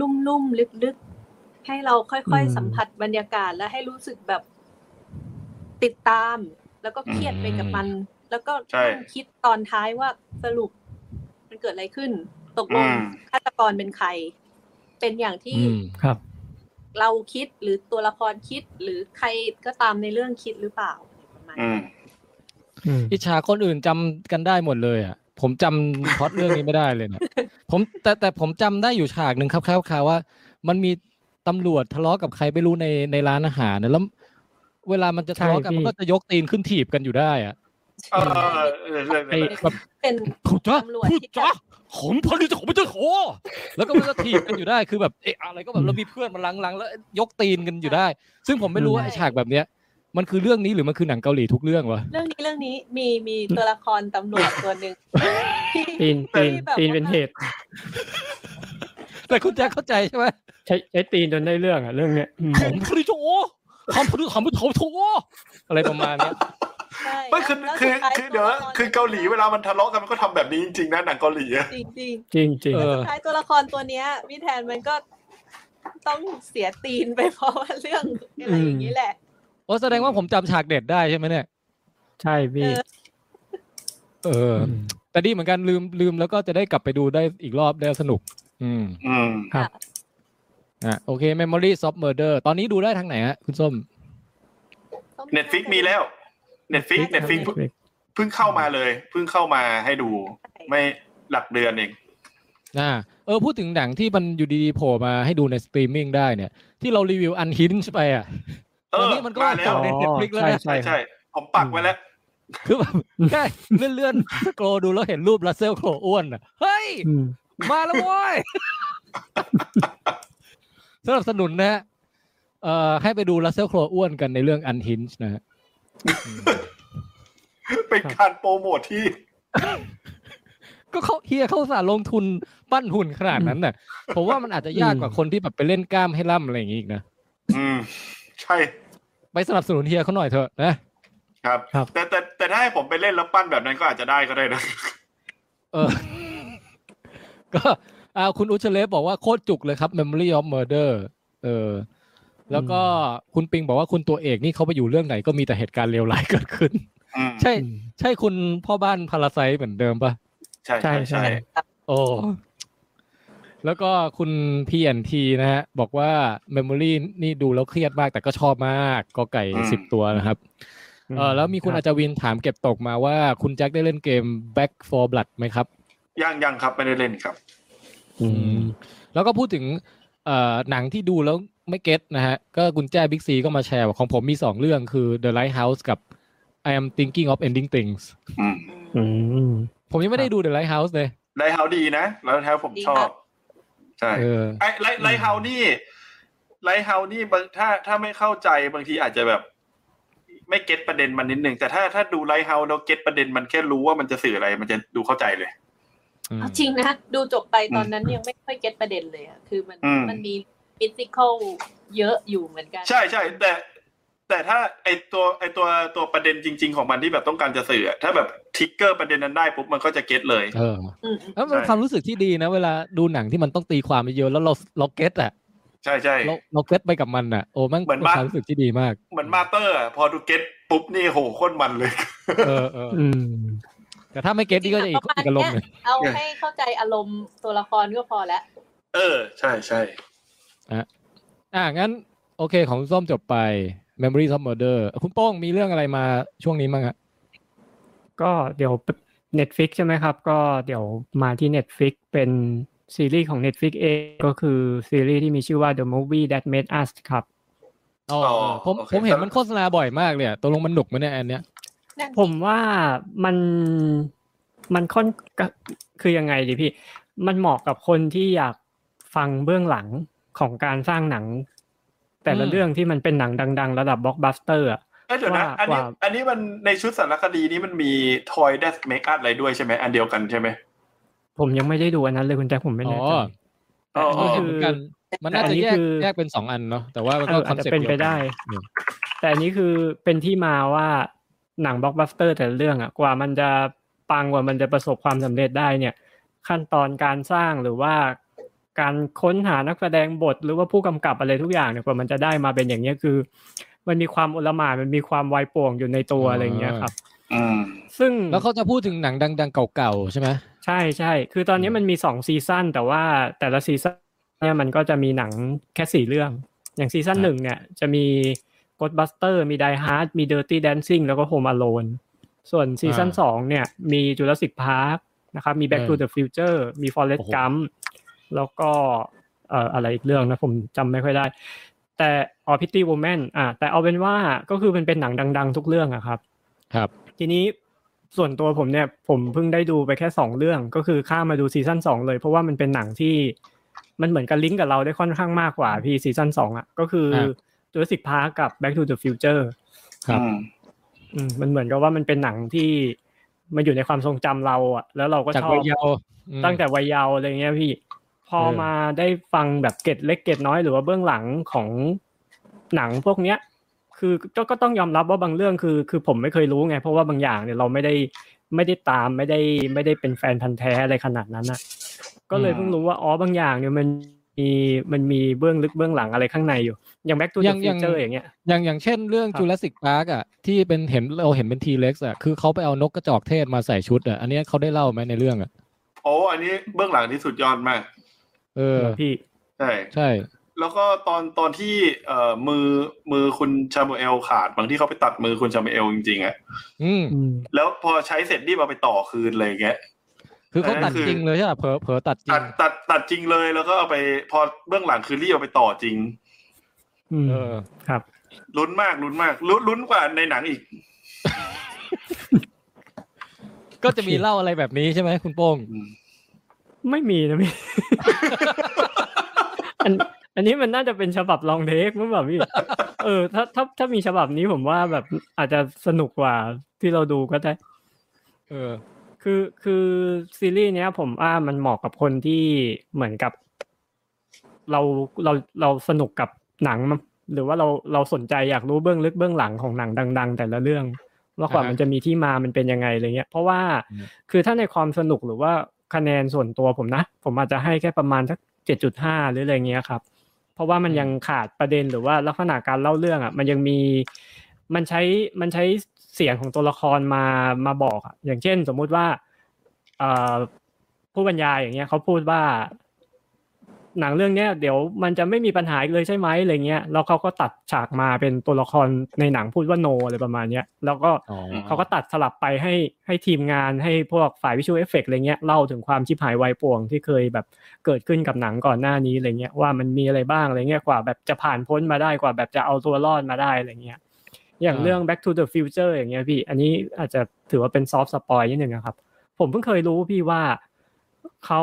Speaker 4: ลุ่มลุ่มลึกลึกๆ ให้เราค่อยๆสัมผัสบรรยากาศและให้รู้สึกแบบติดตาม แล้วก็เครียดไปกับมัน แล้วก็นั่งคิดตอนท้ายว่าสรุปมันเกิดอะไรขึ้น ตกล
Speaker 3: อื
Speaker 4: ง
Speaker 3: ม
Speaker 4: ฆาตกรเป็นใคร เป็นอย่างที่
Speaker 2: อืม
Speaker 5: ครับ
Speaker 4: เราคิดหรือตัวละครคิดหรือใครก็ตามในเรื่องคิดหรือเปล่าประมาณ
Speaker 3: อืม
Speaker 4: นั้น
Speaker 5: อืม
Speaker 2: อิจฉาคนอื่นจำกันได้หมดเลยอ่ะ ผมจำพล็อตเรื่องนี้ไม่ได้เลย เนี่ยผมแต่แต่ผมจำได้อยู่ฉากหนึ่งครับคร่าวๆว่า มันมีตำรวจทะเลาะกับใครไม่รู้ในในร้านอาหารนะแล้ว เวลามันจะทะเลาะกัน
Speaker 5: ใช่พี่
Speaker 2: มันก็จะยกตีนขึ้นถีบกันอยู่ได้อ่ะ
Speaker 3: เออเออเรื่อง
Speaker 2: ไอ้
Speaker 3: นั้นแหละ
Speaker 2: แบบ
Speaker 4: เป็น
Speaker 2: ผู้จ้า
Speaker 4: ตำรวจที่
Speaker 2: ผู้จ้าผมพอดีจะผมจะขอแล้วก็มันก็ถีบกันอยู่ได้คือแบบเอะอะไรก็แบบเรามีเพื่อนมาลังๆแล้วยกตีนกันอยู่ได้ ซึ่งผมไม่รู้ว่าไอ้ฉากแบบเนี้ย มันคือเรื่องนี้หรือมันคือหนังเกาหลีทุกเรื่องวะ
Speaker 4: เรื่องนี้เรื่องนี้มีมีตัวละครตำรวจตัวหนึ่งที่
Speaker 5: ปีนปีน
Speaker 4: ที่แบบ
Speaker 5: ปีนเป็นเหตุ
Speaker 2: แต่คุณแจ็คเข้าใจใช่ไหม
Speaker 5: ใช้ใช้ตีนจนได้เรื่องอ่ะเรื่องเนี้ยอืม
Speaker 2: ผมพริโจคำพริคำพริโถอะไรประมาณเนี้ย
Speaker 4: ใช่
Speaker 3: ไม่คือ
Speaker 4: แล้ว
Speaker 3: คือ
Speaker 4: สุดท้าย
Speaker 3: คือเดี๋ยวนะ
Speaker 4: ตัวะร
Speaker 3: คือเกาหลีเวลามันทะเลาะกันมันก็ทำแบบนี้จริงๆนะหนังเกาหลีอะ
Speaker 4: จริงจริง
Speaker 5: จริงจริง
Speaker 2: เออ
Speaker 4: สุดท้ายตัวละครตัวเนี้ยพี่แทนมันก็ต้องเสียตีนไปเพราะว่าเรื่องอะไรอย่างนี้แหละ
Speaker 2: โอ้แสดงว่าผมจำฉากเด็ดได้ใช่ไหมเนี่ย
Speaker 5: ใช่พี่
Speaker 2: เออ แต่ดีเหมือนกันลืมลืมแล้วก็จะได้กลับไปดูได้อีกรอบได้สนุก อืม
Speaker 3: อืม
Speaker 2: อ่ะโอเค Memory of Murder ตอนนี้ดูได้ทางไหนฮะคุณส้ม
Speaker 3: เน็ตฟิกมีแล้ว เน็ตฟิกเน็ตฟิก
Speaker 5: ครับ Netflix
Speaker 3: เพิ่งเข้ามาเลยเพิ่งเข้ามาให้ดู ไม่หลักเดือนเอง
Speaker 2: อ่า เออ พูดถึงหนังที่มันอยู่ดีๆโผล่มาให้ดูในสตรีมมิ่งได้เนี่ย ที่เรารีวิวอันฮินไปอ่ะ
Speaker 3: เอ
Speaker 2: ตอน
Speaker 3: อ
Speaker 2: นี้มันก็
Speaker 3: มาแล้ว
Speaker 2: จำได้ Netflix แล้ว
Speaker 5: ใช่
Speaker 2: นะ
Speaker 5: ใช่ครั
Speaker 3: ใช่
Speaker 5: บ
Speaker 3: ผมปักไว้แล้ว
Speaker 2: คือแบบแค่เลื่อนๆโกรดูแล้วเห็นรูปรัสเซลโครอ้วนอ่ะเฮ้ย
Speaker 5: อืม
Speaker 2: มาแล้วโว้ย สนับสนุนนะฮะเอ่อให้ไปดูลัสเซลโครอ้วนกันในเรื่องอันฮินช์นะฮะอืม
Speaker 3: เป็นการโปรโมทที่
Speaker 2: ก็เขาเฮียเขาอุตสาห์ลงทุนปั้นหุ่นขนาดนั้นน่ะ ผมว่ามันอาจจะยากกว่าคนที่แบบไปเล่นกล้ามให้ล่ำอะไรอย่างงี้อีกนะ
Speaker 3: อืม ใช่
Speaker 2: ไปสนับสนุนเฮียเขาหน่อยเถอะนะ
Speaker 3: ครับ
Speaker 5: ครับ
Speaker 3: แต่แต่แต่ถ้าให้ผมไปเล่นแล้วปั้นแบบนั้นก็อาจจะได้ก็ได้นะ
Speaker 2: เออ ก็อ่าคุณอุชเลฟบอกว่าโคตรจุกเลยครับ Memory of Murder เออ แล้วก็คุณปิงบอกว่าคุณตัวเอกนี่เขาไปอยู่เรื่องไหนก็มีแต่เหตุการณ์เลวร้ายเกิดขึ้น
Speaker 3: อืม
Speaker 2: ใช่ ใช่คุณพ่อบ้านพาราไซต์เหมือนเดิมปะ
Speaker 3: ใช่ใช่ใ
Speaker 5: ใช่
Speaker 3: ช่
Speaker 2: โอ้ แล้วก็คุณพีแอนทีนะฮะ บอกว่า Memory นี่ดูแล้วเครียดมาก แต่ก็ชอบมากก็ไก่สิบตัวนะครับ เออแล้วมีคุณอาจารย์วินถามเก็บตกมาว่าคุณแจ็คได้เล่นเกม Back for Blood ไหมครับ
Speaker 3: ยังยังครับไม่ได้เล่นครับ
Speaker 5: อืม
Speaker 2: แล้วก็พูดถึงเอ่อหนังที่ดูแล้วไม่เก็ตนะฮะ ก็กุญแจบิ๊กซีก็มาแชร์ว่าของผมมีสองเรื่องคือ The Lighthouse กับ I am thinking of ending things
Speaker 3: อืม
Speaker 5: อืม
Speaker 2: ผมยังไม่ได้ดู The Lighthouse เลย
Speaker 3: ไลท์เฮาดีนะแล้วแท้ผมชอบ ใช่
Speaker 2: เออ
Speaker 3: ไอ้ไลท์ไลท์เฮาส์นี่ไลท์เฮาส์นี่บางถ้าถ้าไม่เข้าใจบางทีอาจจะแบบ ไม่เก็ตประเด็นมันนิดหนึ่งแต่ถ้าถ้าดูไลท์เฮาส์แล้วเก็ตประเด็นมันแค่รู้ว่ามันจะสื่ออะไร มันจะดูเข้าใจเลย
Speaker 4: เอาจริงนะ ดูจบไปตอนนั้นยังไม่ค่อยเก็ตประเด็นเลยอะคือมัน
Speaker 3: อืม
Speaker 4: มันมีฟิสิกอลเยอะอยู่เหมือนกัน
Speaker 3: ใช่ใช่แต่ แต่ถ้าไอตัวไอตัวตัวประเด็นจริง ๆ ของมันที่แบบต้องการจะสื่ออะถ้าแบบทิกเกอร์ประเด็นนั้นได้ปุ๊บมันก็จะเก็ตเลย
Speaker 2: เออ
Speaker 4: อืม
Speaker 2: แล้วมันเป็นความรู้สึกที่ดีนะ เวลาดูหนังที่มันต้องตีความเยอะๆแล้วเราเราเก็ตอะ
Speaker 3: ใช่ใช่
Speaker 2: เราเราเก็ตไปกับมันอะโอ้แมัน
Speaker 3: เหมือน
Speaker 2: เป็น
Speaker 3: บ้าน
Speaker 2: ความรู้สึกที่ดีมาก
Speaker 3: เหมือนมาเตอร์อะพอดูเก็ตปุ๊บนี่โหโคตรมันเลย
Speaker 2: เออเอ อ
Speaker 5: อืม
Speaker 2: แต่ถ้าไม่เก็ตนี่ก็จะอีก
Speaker 4: ประมาณ
Speaker 2: อีกอารมณ์หนึ่
Speaker 4: เนี้ย
Speaker 2: ง
Speaker 4: เอาให้เข้าใจอารมณ์ตัวละครก็พอแล้ว
Speaker 3: เออ ใช่ใช่
Speaker 2: อ่ะงั้น โอเคของส้มจบไป Memory of Murder คุณโป้งมีเรื่องอะไรมาช่วงนี้บ้างอะ
Speaker 5: ก็เดี๋ยว Netflix ใช่ไหมครับ ก็เดี๋ยวมาที่ Netflix เป็นซีรีส์ของ Netflix เองก็คือซีรีส์ที่มีชื่อว่า The Movie That Made Us ครับ
Speaker 2: อ๋อผม
Speaker 3: โอค
Speaker 2: ผมเห็นมันโฆษณาบ่อยมากเลยอะตกลงมันหนุกไหมเนี่ยอันเนี้ย
Speaker 4: นั่น
Speaker 5: ผมว่ามันมันค่อนก็คือยังไงดีพี่ มันเหมาะกับคนที่อยากฟังเบื้องหลังของการสร้างหนัง แต่ละ
Speaker 2: อืม
Speaker 5: เรื่องที่มันเป็นหนังดัง ๆ ระดับบล็อกบัสเตอร์
Speaker 3: เอ้ยเดี๋ยวนะอันนี้
Speaker 5: ว่า
Speaker 3: อันนี้มันในชุดสารคดีนี้มันมีทอยเดสเมคอัพอะไรด้วยใช่ไหมอันเดียวกันใช่ไหม
Speaker 5: ผมยังไม่ได้ดูอันนั้นเลยคุณแจ็คผมไม่แน่ใจ
Speaker 2: อ๋อ
Speaker 3: อ๋อ
Speaker 5: ก็
Speaker 2: ก็
Speaker 5: คื
Speaker 2: เห็นเห
Speaker 5: อ
Speaker 2: มือนกัน มันน่า
Speaker 5: อัน
Speaker 2: จะ
Speaker 5: นี้
Speaker 2: แยก
Speaker 5: คือ
Speaker 2: แยกเป็นสองอันเนาะแต่ว่ามัน
Speaker 5: เอ
Speaker 2: ก็
Speaker 5: อ
Speaker 2: คอ
Speaker 5: อาจ
Speaker 2: น
Speaker 5: จะ
Speaker 2: เซ็ปต์
Speaker 5: เป็นไปได้
Speaker 2: เดียวกัน
Speaker 5: แต่อันนี้คือเป็นที่มาว่าหนังบล็อกบัสเตอร์แต่ละเรื่องอะกว่ามันจะปังกว่ามันจะประสบความสำเร็จได้เนี่ย ขั้นตอนการสร้างหรือว่าการค้นหานักแสดงบท หรือว่าผู้กำกับอะไรทุกอย่างเนี่ยกว่ามันจะได้มาเป็นอย่างเนี้ยคือ มันมีความอลหม่านมันมีความวายป่วงอยู่ในตัว
Speaker 2: อ่า
Speaker 5: อะไรอย่างเงี้ยครับ
Speaker 3: อืม
Speaker 5: ซึ่ง
Speaker 2: แล้วเขาจะพูดถึงหนังดัง ๆ เก่าๆใช่ไหม
Speaker 5: ใช่ใช่คือตอนนี้มันมีสองซีซั่นแต่ว่าแต่ละซีซั่นเนี่ยมันก็จะมีหนังแค่สี่เรื่อง อย่างซีซั่
Speaker 2: ค
Speaker 5: น
Speaker 2: รับ
Speaker 5: หนึ่งเนี่ยจะมี Ghostbuster มี Die Hard มี Dirty Dancing แล้วก็ Home Alone ส่วนซีซั่น
Speaker 2: อ่า
Speaker 5: สองเนี่ยมี Jurassic Park นะครับ มี Back
Speaker 2: เออ
Speaker 5: to the Future มี Forrest
Speaker 2: โอ้โห
Speaker 5: Gump แล้วก็เอ่ออะไรอีกเรื่องนะผมจำไม่ค่อยได้ แต่ออ Pretty Woman อ่ะแต่เอาเป็นว่าก็คือมันเป็นหนังดัง ๆ ทุกเรื่องอะครับ
Speaker 2: ครับ
Speaker 5: ทีนี้ส่วนตัวผมเนี่ยผมเพิ่งได้ดูไปแค่สองเรื่องก็คือข้ามมาดูซีซั่นสองเลย เพราะว่ามันเป็นหนังที่มันเหมือนกับลิงก์กับเราได้ค่อนข้างมากกว่าพี่ซีซั่นสองอ่ะก็คือ
Speaker 2: ครับ
Speaker 5: Jurassic Park กับ Back to the Future
Speaker 2: ครับ
Speaker 3: อืม
Speaker 5: อืมมันเหมือนกับว่ามันเป็นหนังที่มันอยู่ในความทรงจำเราอ่ะ แล้วเราก็
Speaker 2: จาก
Speaker 5: ชอบ
Speaker 2: วัยเยาว์อืม
Speaker 5: ตั้งแต่วัยเยาว์อะไรเงี้ยพี่ พอ
Speaker 2: เออ
Speaker 5: มาได้ฟังแบบเกร็ดเล็กเกร็ดน้อยหรือว่าเบื้องหลังของหนังพวกเนี้ย คือก็ก็ต้องยอมรับว่าบางเรื่องคือ คือผมไม่เคยรู้ไง เพราะว่าบางอย่างเนี่ยเราไม่ได้ไม่ได้ตามไม่ได้ไม่ได้เป็นแฟนพันธ์แท้อะไรขนาดนั้นนะก็เลยเพิ่งรู้ว่าอ๋อบางอย่างเนี่ยมันมีมันมีเบื้องลึกเบื้องหลังอะไรข้างในอยู่ อย่าง Back to
Speaker 2: อ
Speaker 5: the
Speaker 2: ย่างอย่าง
Speaker 5: Future อย่างเงี้ย
Speaker 2: อย่างอย่างเช่นเรื่อง
Speaker 5: ครับ
Speaker 2: Jurassic Park อ่ะที่เป็นเห็นเราเห็นเป็นทีเล็กอ่ะคือเขาไปเอานกกระจอกเทศมาใส่ชุดอ่ะอันเนี้ยเขาได้เล่าไหมในเรื่องอ่ะ
Speaker 3: โอ้อันนี้เบื้องหลังที่สุดยอดมาก
Speaker 2: เออ
Speaker 5: พี่
Speaker 3: ใช่
Speaker 2: ใช่
Speaker 3: แล้วก็ตอนตอนที่เอ่อมือมือคุณชามูเอลขาด บางที่เขาไปตัดมือคุณชามูเอลจริงๆอะ
Speaker 2: อืม
Speaker 3: แล้วพอใช้เสร็จรีบเอาไปต่อคืนอะไรอย่างเงี้ย
Speaker 2: คือเขาตัด
Speaker 3: เออคือ
Speaker 2: จริงเลยใช่ป่ะเผลอเผลอตัดจริ
Speaker 3: ตั
Speaker 2: ง
Speaker 3: ดตัดตัดจริงเลยแล้วก็เอาไปพอเบื้องหลังคือรีบเอาไปต่อจริง
Speaker 5: อืม
Speaker 2: เออ
Speaker 5: ครับ
Speaker 3: ลุ้นมากลุ้นมากลุ้นลุ้นกว่าในหนังอีก
Speaker 2: ก็จะมีเล่าอะไรแบบนี้ใช่ไหมคุณโป้ง
Speaker 5: ไม่มีนะพี่ อันอันนี้มันน่าจะเป็นฉบับลองเทคมั้งแบบ พี่ เออ ถ้าถ้าถ้ามีฉบับนี้ผมว่าแบบอาจจะสนุกกว่าที่เราดูก็ได้
Speaker 2: เออ
Speaker 5: คือคือซีรีส์เนี้ย ผมว่ามันเหมาะกับคนที่เหมือนกับ เราเราเราสนุกกับหนังมั้งหรือว่าเราเราสนใจอยากรู้เบื้องลึกเบื้องหลังของหนังดัง ๆ แต่ละเรื่องว่ากว่า
Speaker 2: อ่าฮะ
Speaker 5: มันจะมีที่มามันเป็นยังไงอะไรเงี้ย เพราะว่า
Speaker 2: อืม
Speaker 5: คือถ้าในความสนุกหรือว่าคะแนนส่วนตัวผมนะ ผมอาจจะให้แค่ประมาณสักเจ็ดจุดห้าหรืออะไรเงี้ยครับ เพ ราะว่ามันยังขาดประเด็นหรือว่าลักษณะการเล่าเรื่องอ่ะ มันยังมีมันใช้มันใช้เสียงของตัวละครมามาบอกอ่ะอย่างเช่น สมมุติว่าเอ่อผู้บรรยายอย่างเงี้ยเขาพูดว่า หนังเรื่องเนี้ยเดี๋ยวมันจะไม่มีปัญหาอีกเลยใช่ไหมอะไรเงี้ยแล้วเขาก็ตัดฉากมาเป็นตัวละครในหนังพูดว่าโนอะไรประมาณเนี้ยแล้วก็
Speaker 2: อ๋อ
Speaker 5: เขาก็ตัดสลับไปให้ให้ทีมงานให้พวกฝ่ายวิชวลเอฟเฟกอะไรเงี้ยเล่าถึงความชิบหายวายป่วงที่เคยแบบเกิดขึ้นกับหนังก่อนหน้านี้อะไรเงี้ยว่ามันมีอะไรบ้างอะไรเงี้ยกว่าแบบจะผ่านพ้นมาได้กว่าแบบจะเอาตัวรอดมาได้อะไรเงี้ยอย่าง
Speaker 2: อ่า
Speaker 5: เรื่อง back to the future อย่างเงี้ยพี่ อันนี้อาจจะถือว่าเป็นซอฟต์สปอยนิดนึงนะครับ ผมเพิ่งเคยรู้พี่ว่าเขา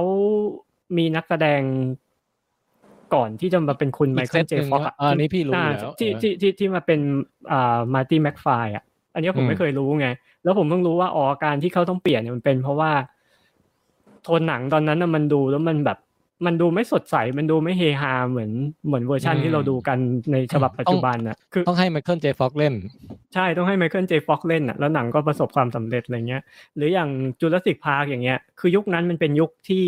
Speaker 5: มีนักแสดงก่อนที่จะมาเป็นคุณไม
Speaker 2: อีก
Speaker 5: เคิ
Speaker 2: เซ
Speaker 5: ล
Speaker 2: ต
Speaker 5: เจ
Speaker 2: หนึ่ง
Speaker 5: ฟ็อก
Speaker 2: นะอันนี้พี่รู้อยู่แล้ว
Speaker 5: อ่าที่ที่ที่ที่มาเป็นอ่ามาร์ตี้แม็กฟายอ่ะ อันเนี้ยผมไม่เคยรู้ไง แล้วผมเพิ่งรู้ว่าอ๋อการที่เขาต้องเปลี่ยนเนี่ยมันเป็นเพราะว่าโทนหนังตอนนั้นน่ะมันดูแล้วมันแบบมันดูไม่สดใส มันดูไม่เฮฮาเหมือนเหมือนเวอร์ชันที่เราดูกันในฉบับปัจจุบันน่ะคือ
Speaker 2: ต้องให้ไมเคิลเจฟ็อกเล่น
Speaker 5: ใช่ต้องให้ไมเคิลเจฟ็อกเล่นอ่ะแล้วหนังก็ประสบความสำเร็จอะไรเงี้ย หรืออย่างจูเลสิกพาร์คอย่างเงี้ย คือยุคนั้นมันเป็นยุคที่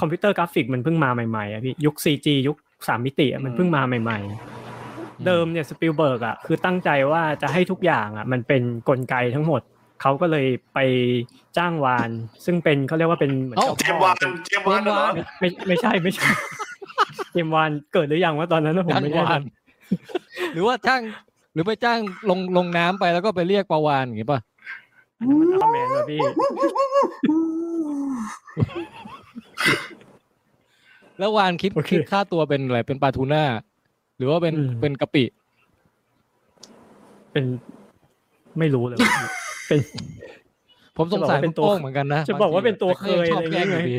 Speaker 5: คอมพิวเตอร์กราฟิกมันเพิ่งมาใหม่ๆอ่ะพี่ยุค CG ยุคสามมิติอะมันเพิ่งมาใหม่ๆ เดิมเนี่ยสปิลเบิร์กอ่ะคือตั้งใจว่าจะให้ทุกอย่างอ่ะมันเป็นกลไกทั้งหมด เขาก็เลยไปจ้างวาน ซึ่งเป็นเขาเรียกว่าเป็นเหมือน
Speaker 2: เอ้า
Speaker 5: จ้พ่อ
Speaker 3: เจมส์วานเจมส์วานเหรอ
Speaker 5: ไม่ไม่ไม่ใช่ไม่ใช่เจมส์วานเกิดหรือยังว่าตอนนั้นนะผม
Speaker 2: จ้าง
Speaker 5: ไม่แน่
Speaker 2: วา
Speaker 5: ใจ
Speaker 2: นหรือว่าจ้างหรือไปจ้างลงลงน้ำไปแล้วก็ไปเรียกปลาวานอย่างงี้ป่ะ
Speaker 5: อันนี้มันอัลแมนเหรอพี่
Speaker 2: แล้ววานคิด
Speaker 5: โอเค
Speaker 2: คิดค่าตัวเป็นอะไรเป็นปลาทูน่าหรือว่าเป็น
Speaker 5: อืม
Speaker 2: เป็นกะปิ
Speaker 5: เป็นไม่รู้เลยว่า เป็น
Speaker 2: ผมสงสัย
Speaker 5: จะบอกว่า
Speaker 2: เป็น นตัว
Speaker 5: เป็ตั
Speaker 2: วเหมือนกันนะ
Speaker 5: จะบอกว่าเป็นตัวเคย
Speaker 2: แต่ก็งชบแก
Speaker 5: อะไรอ
Speaker 2: ล้
Speaker 5: ย่าง
Speaker 2: อดี
Speaker 5: เงี้ย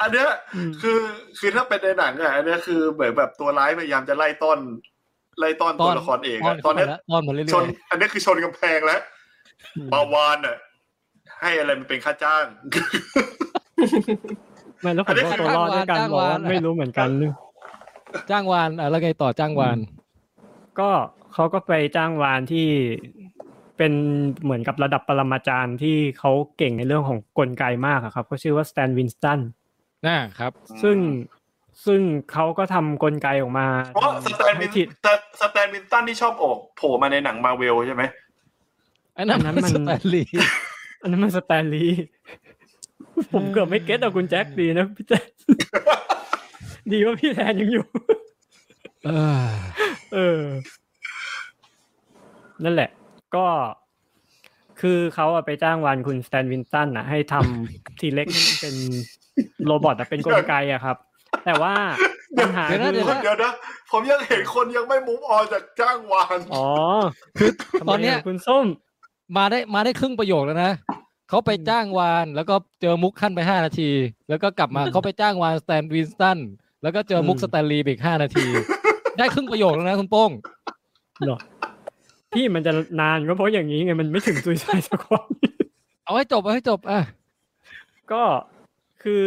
Speaker 3: อันเนี้ย
Speaker 5: อืม
Speaker 3: คือคือถ้าเป็นในหนังอ่ะอันเนี้ยคือเหมือนแบบตัวร้ายพยายามจะไล่ต้อนไล่ต้อนตัวละครเอก
Speaker 2: ป้อ
Speaker 3: อะ
Speaker 2: น
Speaker 3: ต
Speaker 2: เข้า
Speaker 3: อน
Speaker 2: ไป
Speaker 3: เนี้ย
Speaker 2: แล้วป้อนมาเรื่อย
Speaker 3: ชน อันเนี้ยคือชนกำแพงแล้วปาวานอ่ะให้อะไรมันเป็นค่าจ้าง
Speaker 5: ไม่แล้วผมก็ตัวรอดด้วยกันบอกว่าไม่รู้เหมือนกัน
Speaker 2: ๆจ้างวานอ่ะแล้วไงต่อจ้างวาน
Speaker 5: ก็เขาก็ไปจ้างวานที่เป็นเหมือนกับระดับปรมาจารย์ที่เขาเก่งในเรื่องของกลไกมากอะครับเขาชื่อว่าสแตนวินสตัน
Speaker 2: น่าครับ
Speaker 5: ซึ่งซึ่งเขาก็ทำกลไกออกมา
Speaker 3: เพราะสแตนวิ
Speaker 5: ให้
Speaker 3: น
Speaker 5: ทิศ
Speaker 3: สแตสแตนวินตันที่ชอบออกโผล่มาในหนังมาเวลใช่ไหม
Speaker 2: อันนั้น
Speaker 5: อันนั้นมัน
Speaker 2: ส แตนลีย์
Speaker 5: อันนั้นมันสแตนลีย์ ผมเกือบไม่เก็ตเอาคุณแจ็คดีนะพี่แจ็ค ดีว่าพี่แทนยังอยู่
Speaker 2: เออ
Speaker 5: เออ นั่นแหละ ก็คือเขาอะไปจ้างวานคุณสแตนวินตันนะให้ท ำ ทีเล็กให้มันเป็นโรบอทอะเป็นกลไกอะครับ แต่ว่าปัญหาคือ
Speaker 3: คนเดียวนะ ผมยังเห็นคนยังไม่มุมออนจากจ้างวาน
Speaker 5: อ๋อ
Speaker 2: ตอนเนี้ย
Speaker 5: ทำไมะคุณส้ม
Speaker 2: มาได้มาได้ครึ่งประโยคแล้วนะเขาไปจ้างวานแล้วก็เจอมุกขั้นไปห้านาที แล้วก็ก ลับมาเขาไปจ้างวานสแตนวินสตันแล้วก็เจอมุก
Speaker 5: อืม
Speaker 2: สแตนลีย์ไปอีกห้านาที ได้ครึ่งประโยคแล้วนะคุณโป้ง
Speaker 5: เหรอพี่มันจะนานก็เพราะอย่างนี้ไงมันไม่ถึงซุยไซสักคน
Speaker 2: เอาให้จบเอาให้จบอ่ะ
Speaker 5: ก็คือ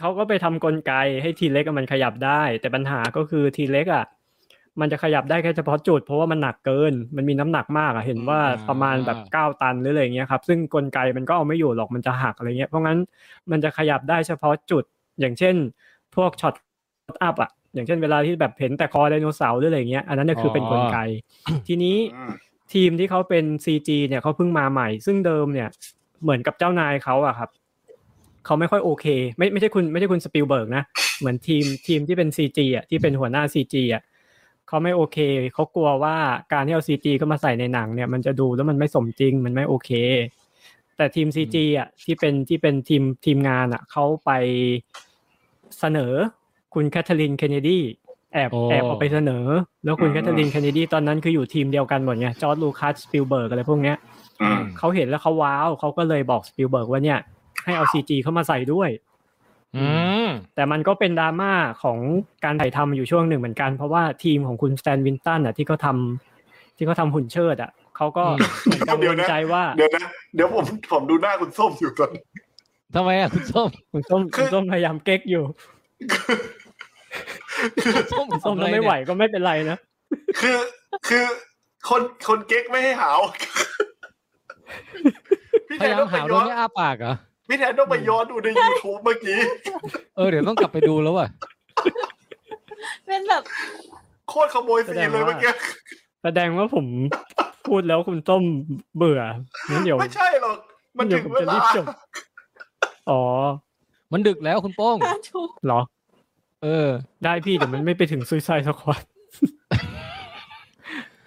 Speaker 5: เขาก็ไปทำกลไกให้ทีเล็กอะมันขยับได้ แต่ปัญหาก็คือทีเล็กอ่ะมันจะขยับได้แค่เฉพาะจุด เพราะว่ามันหนักเกิน มันมีน้ำหนักมากอ่ะเห็นว่า
Speaker 2: อ่า
Speaker 5: ประมาณแบบเก้าตันหรืออะไรอย่างเงี้ยครับซึ่งกลไกมันก็เอาไม่อยู่หรอกมันจะหักอะไรเงี้ยเพราะงั้นมันจะขยับได้เฉพาะจุด อย่างเช่น พวกช็อตอัพอ่ะอย่างเช่นเวลาที่แบบเห็นแต่คอไดโนเสาร์หรืออะไรเงี้ยอันนั้นเนี่ยคือเป็นกลไก ทีนี้ ทีมที่เขาเป็น CG เนี่ยเขาเพิ่งมาใหม่ ซึ่งเดิมเนี่ย เหมือนกับเจ้านายเขาอะครับเขาไม่ค่อยโอเค ไม่ไม่ใช่คุณไม่ใช่คุณสปิลเบิร์กนะ เหมือนทีมทีมที่เป็น CG อะที่เป็นหัวหน้า CG อะเขาไม่โอเคเขากลัวว่าการที่เอา CG ก็มาใส่ในหนังเนี่ยมันจะดูแล้วมันไม่สมจริง มันไม่โอเค แต่ทีม CG อะที่เป็นที่เป็นทีมทีมงานอะเขาไปเสนอคุณแคทเธอรีนเคนเนดีแอบ
Speaker 2: โอ้
Speaker 5: แอบเอาไปเสนอ แล้วคุณ
Speaker 3: อืม
Speaker 5: แคทเธอรีนเคนเนดีตอนนั้นคืออยู่ทีมเดียวกันหมดไงจอร์ดลูคัสสปิลเบิร์กอะไรพวกเนี้ย
Speaker 3: อืม
Speaker 5: เขาเห็นแล้วเขาว้าวเขาก็เลยบอกสปิลเบิร์กว่าเนี่ย ให้เอาซีจีเข้ามาใส่ด้วย
Speaker 2: อืม
Speaker 5: แต่มันก็เป็นดราม่าของการถ่ายทำอยู่ช่วงหนึ่งเหมือนกัน เพราะว่าทีมของคุณสแตนวินตันอ่ะที่เขาทำที่เขาทำหุ่นเชิดอ่ะเขาก็เหมือนกังวลใจว่า
Speaker 3: เดี๋ยวนะ เดี๋ยวผมผมดูหน้าคุณส้มอยู่ก่อน
Speaker 2: ทำไมอ่ะคุณส้ม
Speaker 5: คุณส้มคุณส้มพยายามเก๊กอยู่
Speaker 2: คุณส้ม
Speaker 5: คุณส้ม
Speaker 2: ทำอะร
Speaker 5: ถ้า
Speaker 2: เนี่ย
Speaker 5: ไม่ไหวก็ไม่เป็นไรนะ
Speaker 3: คือคือคนคนเก๊กไม่ให้หาวพี่
Speaker 2: พ
Speaker 3: แท
Speaker 2: ยาน ยา
Speaker 3: ต้อ
Speaker 2: ม
Speaker 3: งไป
Speaker 2: หาวโด
Speaker 3: ย้อน น
Speaker 2: นี้อ้าปากเหรอ
Speaker 3: พี่แทนต้องไปย้อนดูใน YouTube เมื่อกี้
Speaker 2: เออเดี๋ยวต้องกลับไปดูแล้วอ่ะ
Speaker 4: ไป
Speaker 6: เป็น แบบ
Speaker 3: โคตรขโมยซีนเลยเมื่อกี้
Speaker 5: แสดงว่าผมพูดแล้วคุณต้มเบื่องั้นเดี๋ยว
Speaker 3: ไม่ใช่หรอก มัน
Speaker 5: ดี๋ย
Speaker 3: ถึงเว
Speaker 5: ผจะ
Speaker 3: ลา
Speaker 5: รีบจบอ๋อ
Speaker 2: มันดึกแล้วคุณโป้ง
Speaker 6: ห้าทุ่ม
Speaker 5: เหรอ
Speaker 2: เออ
Speaker 5: ได้พี่แต่มันไม่ไปถึงซุยไซสควอต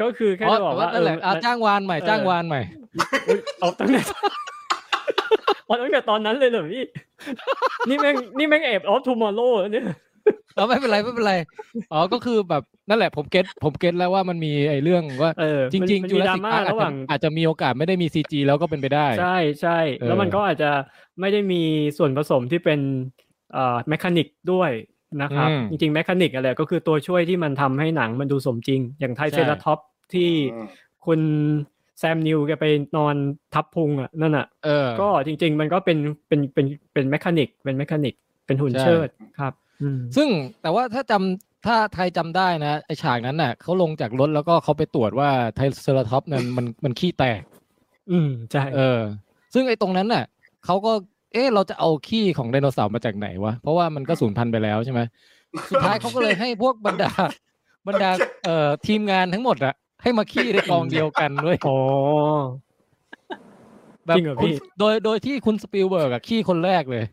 Speaker 5: ก็คือแค่
Speaker 2: อ๋อ
Speaker 5: จะบอกว่า
Speaker 2: นั่นแหละ
Speaker 5: เออ
Speaker 2: อ่ะ
Speaker 5: มัน
Speaker 2: จ้างวานใหม่
Speaker 5: เออ
Speaker 2: จ้างวานใหม่
Speaker 5: อุ๊ยเอาตั้งแต่ เอาตั้งแต่ตอนนั้นเลยเหรอพี่ นี่แม่งนี่แม่งเอบออฟทูมอร์โลเนี่ย
Speaker 2: เราไม่เป็นไรไม่เป็นไร อ๋อ ก็คือแบบนั่นแหละผมเก็ตผมเก็ตแล้วว่ามันมีไอ้เรื่องว่า
Speaker 5: เออ
Speaker 2: จริงๆ
Speaker 5: มันมัน
Speaker 2: จู
Speaker 5: มี
Speaker 2: รา
Speaker 5: ดรา
Speaker 2: สิก
Speaker 5: ม่า
Speaker 2: พาร์ค
Speaker 5: ระหว่าง
Speaker 2: อาจจะมีโอกาสไม่ได้มีซีจีแล้วก็เป็นไปได้
Speaker 5: ใช่ใช่
Speaker 2: เออ
Speaker 5: แล้วมันก็อาจจะไม่ได้มีส่วนผสมที่เป็นเอ่อแมคานิกด้วยนะครับ จริงๆแมคานิกอะไรก็คือตัวช่วยที่มันทำให้หนังมันดูสมจริง อย่างไทเซราท็อปที่คุณแซมนิวแกไปนอนทับพุงอ่ะนั่นอ่ะ
Speaker 2: เออ
Speaker 5: ก็จริง ๆ มันก็เป็นเป็นเป็นเป็นแมคานิกเป็นแมคานิกเป็นหุ่น
Speaker 2: ใช่
Speaker 5: เชิดครับอืม
Speaker 2: ซึ่งแต่ว่าถ้าจำถ้าไทยจำได้นะไอฉากนั้นน่ะเขาลงจากรถแล้วก็เขาไปตรวจว่าไทเซอร์ท็อปนั้นมันมันขี้แตก
Speaker 5: อืมใช่
Speaker 2: เออ ซึ่งไอ้ตรงนั้นน่ะเขาก็ เอ๊ะเราจะเอาขี้ของไดโนเสาร์มาจากไหนวะ เพราะว่ามันก็สูญพันธุ์ไปแล้วใช่ไหมสุดท้ายเขาก็เลยให้พวกบรรดา บรรดา เอ่อทีมงานทั้งหมดอะให้มาขี้ในกองเดียวกันด้วย
Speaker 5: อ๋อ
Speaker 2: แบบ
Speaker 5: จริงเหรอพี่
Speaker 2: โดยโดยที่คุณสปิลเบิร์กอะขี้คนแรกเลย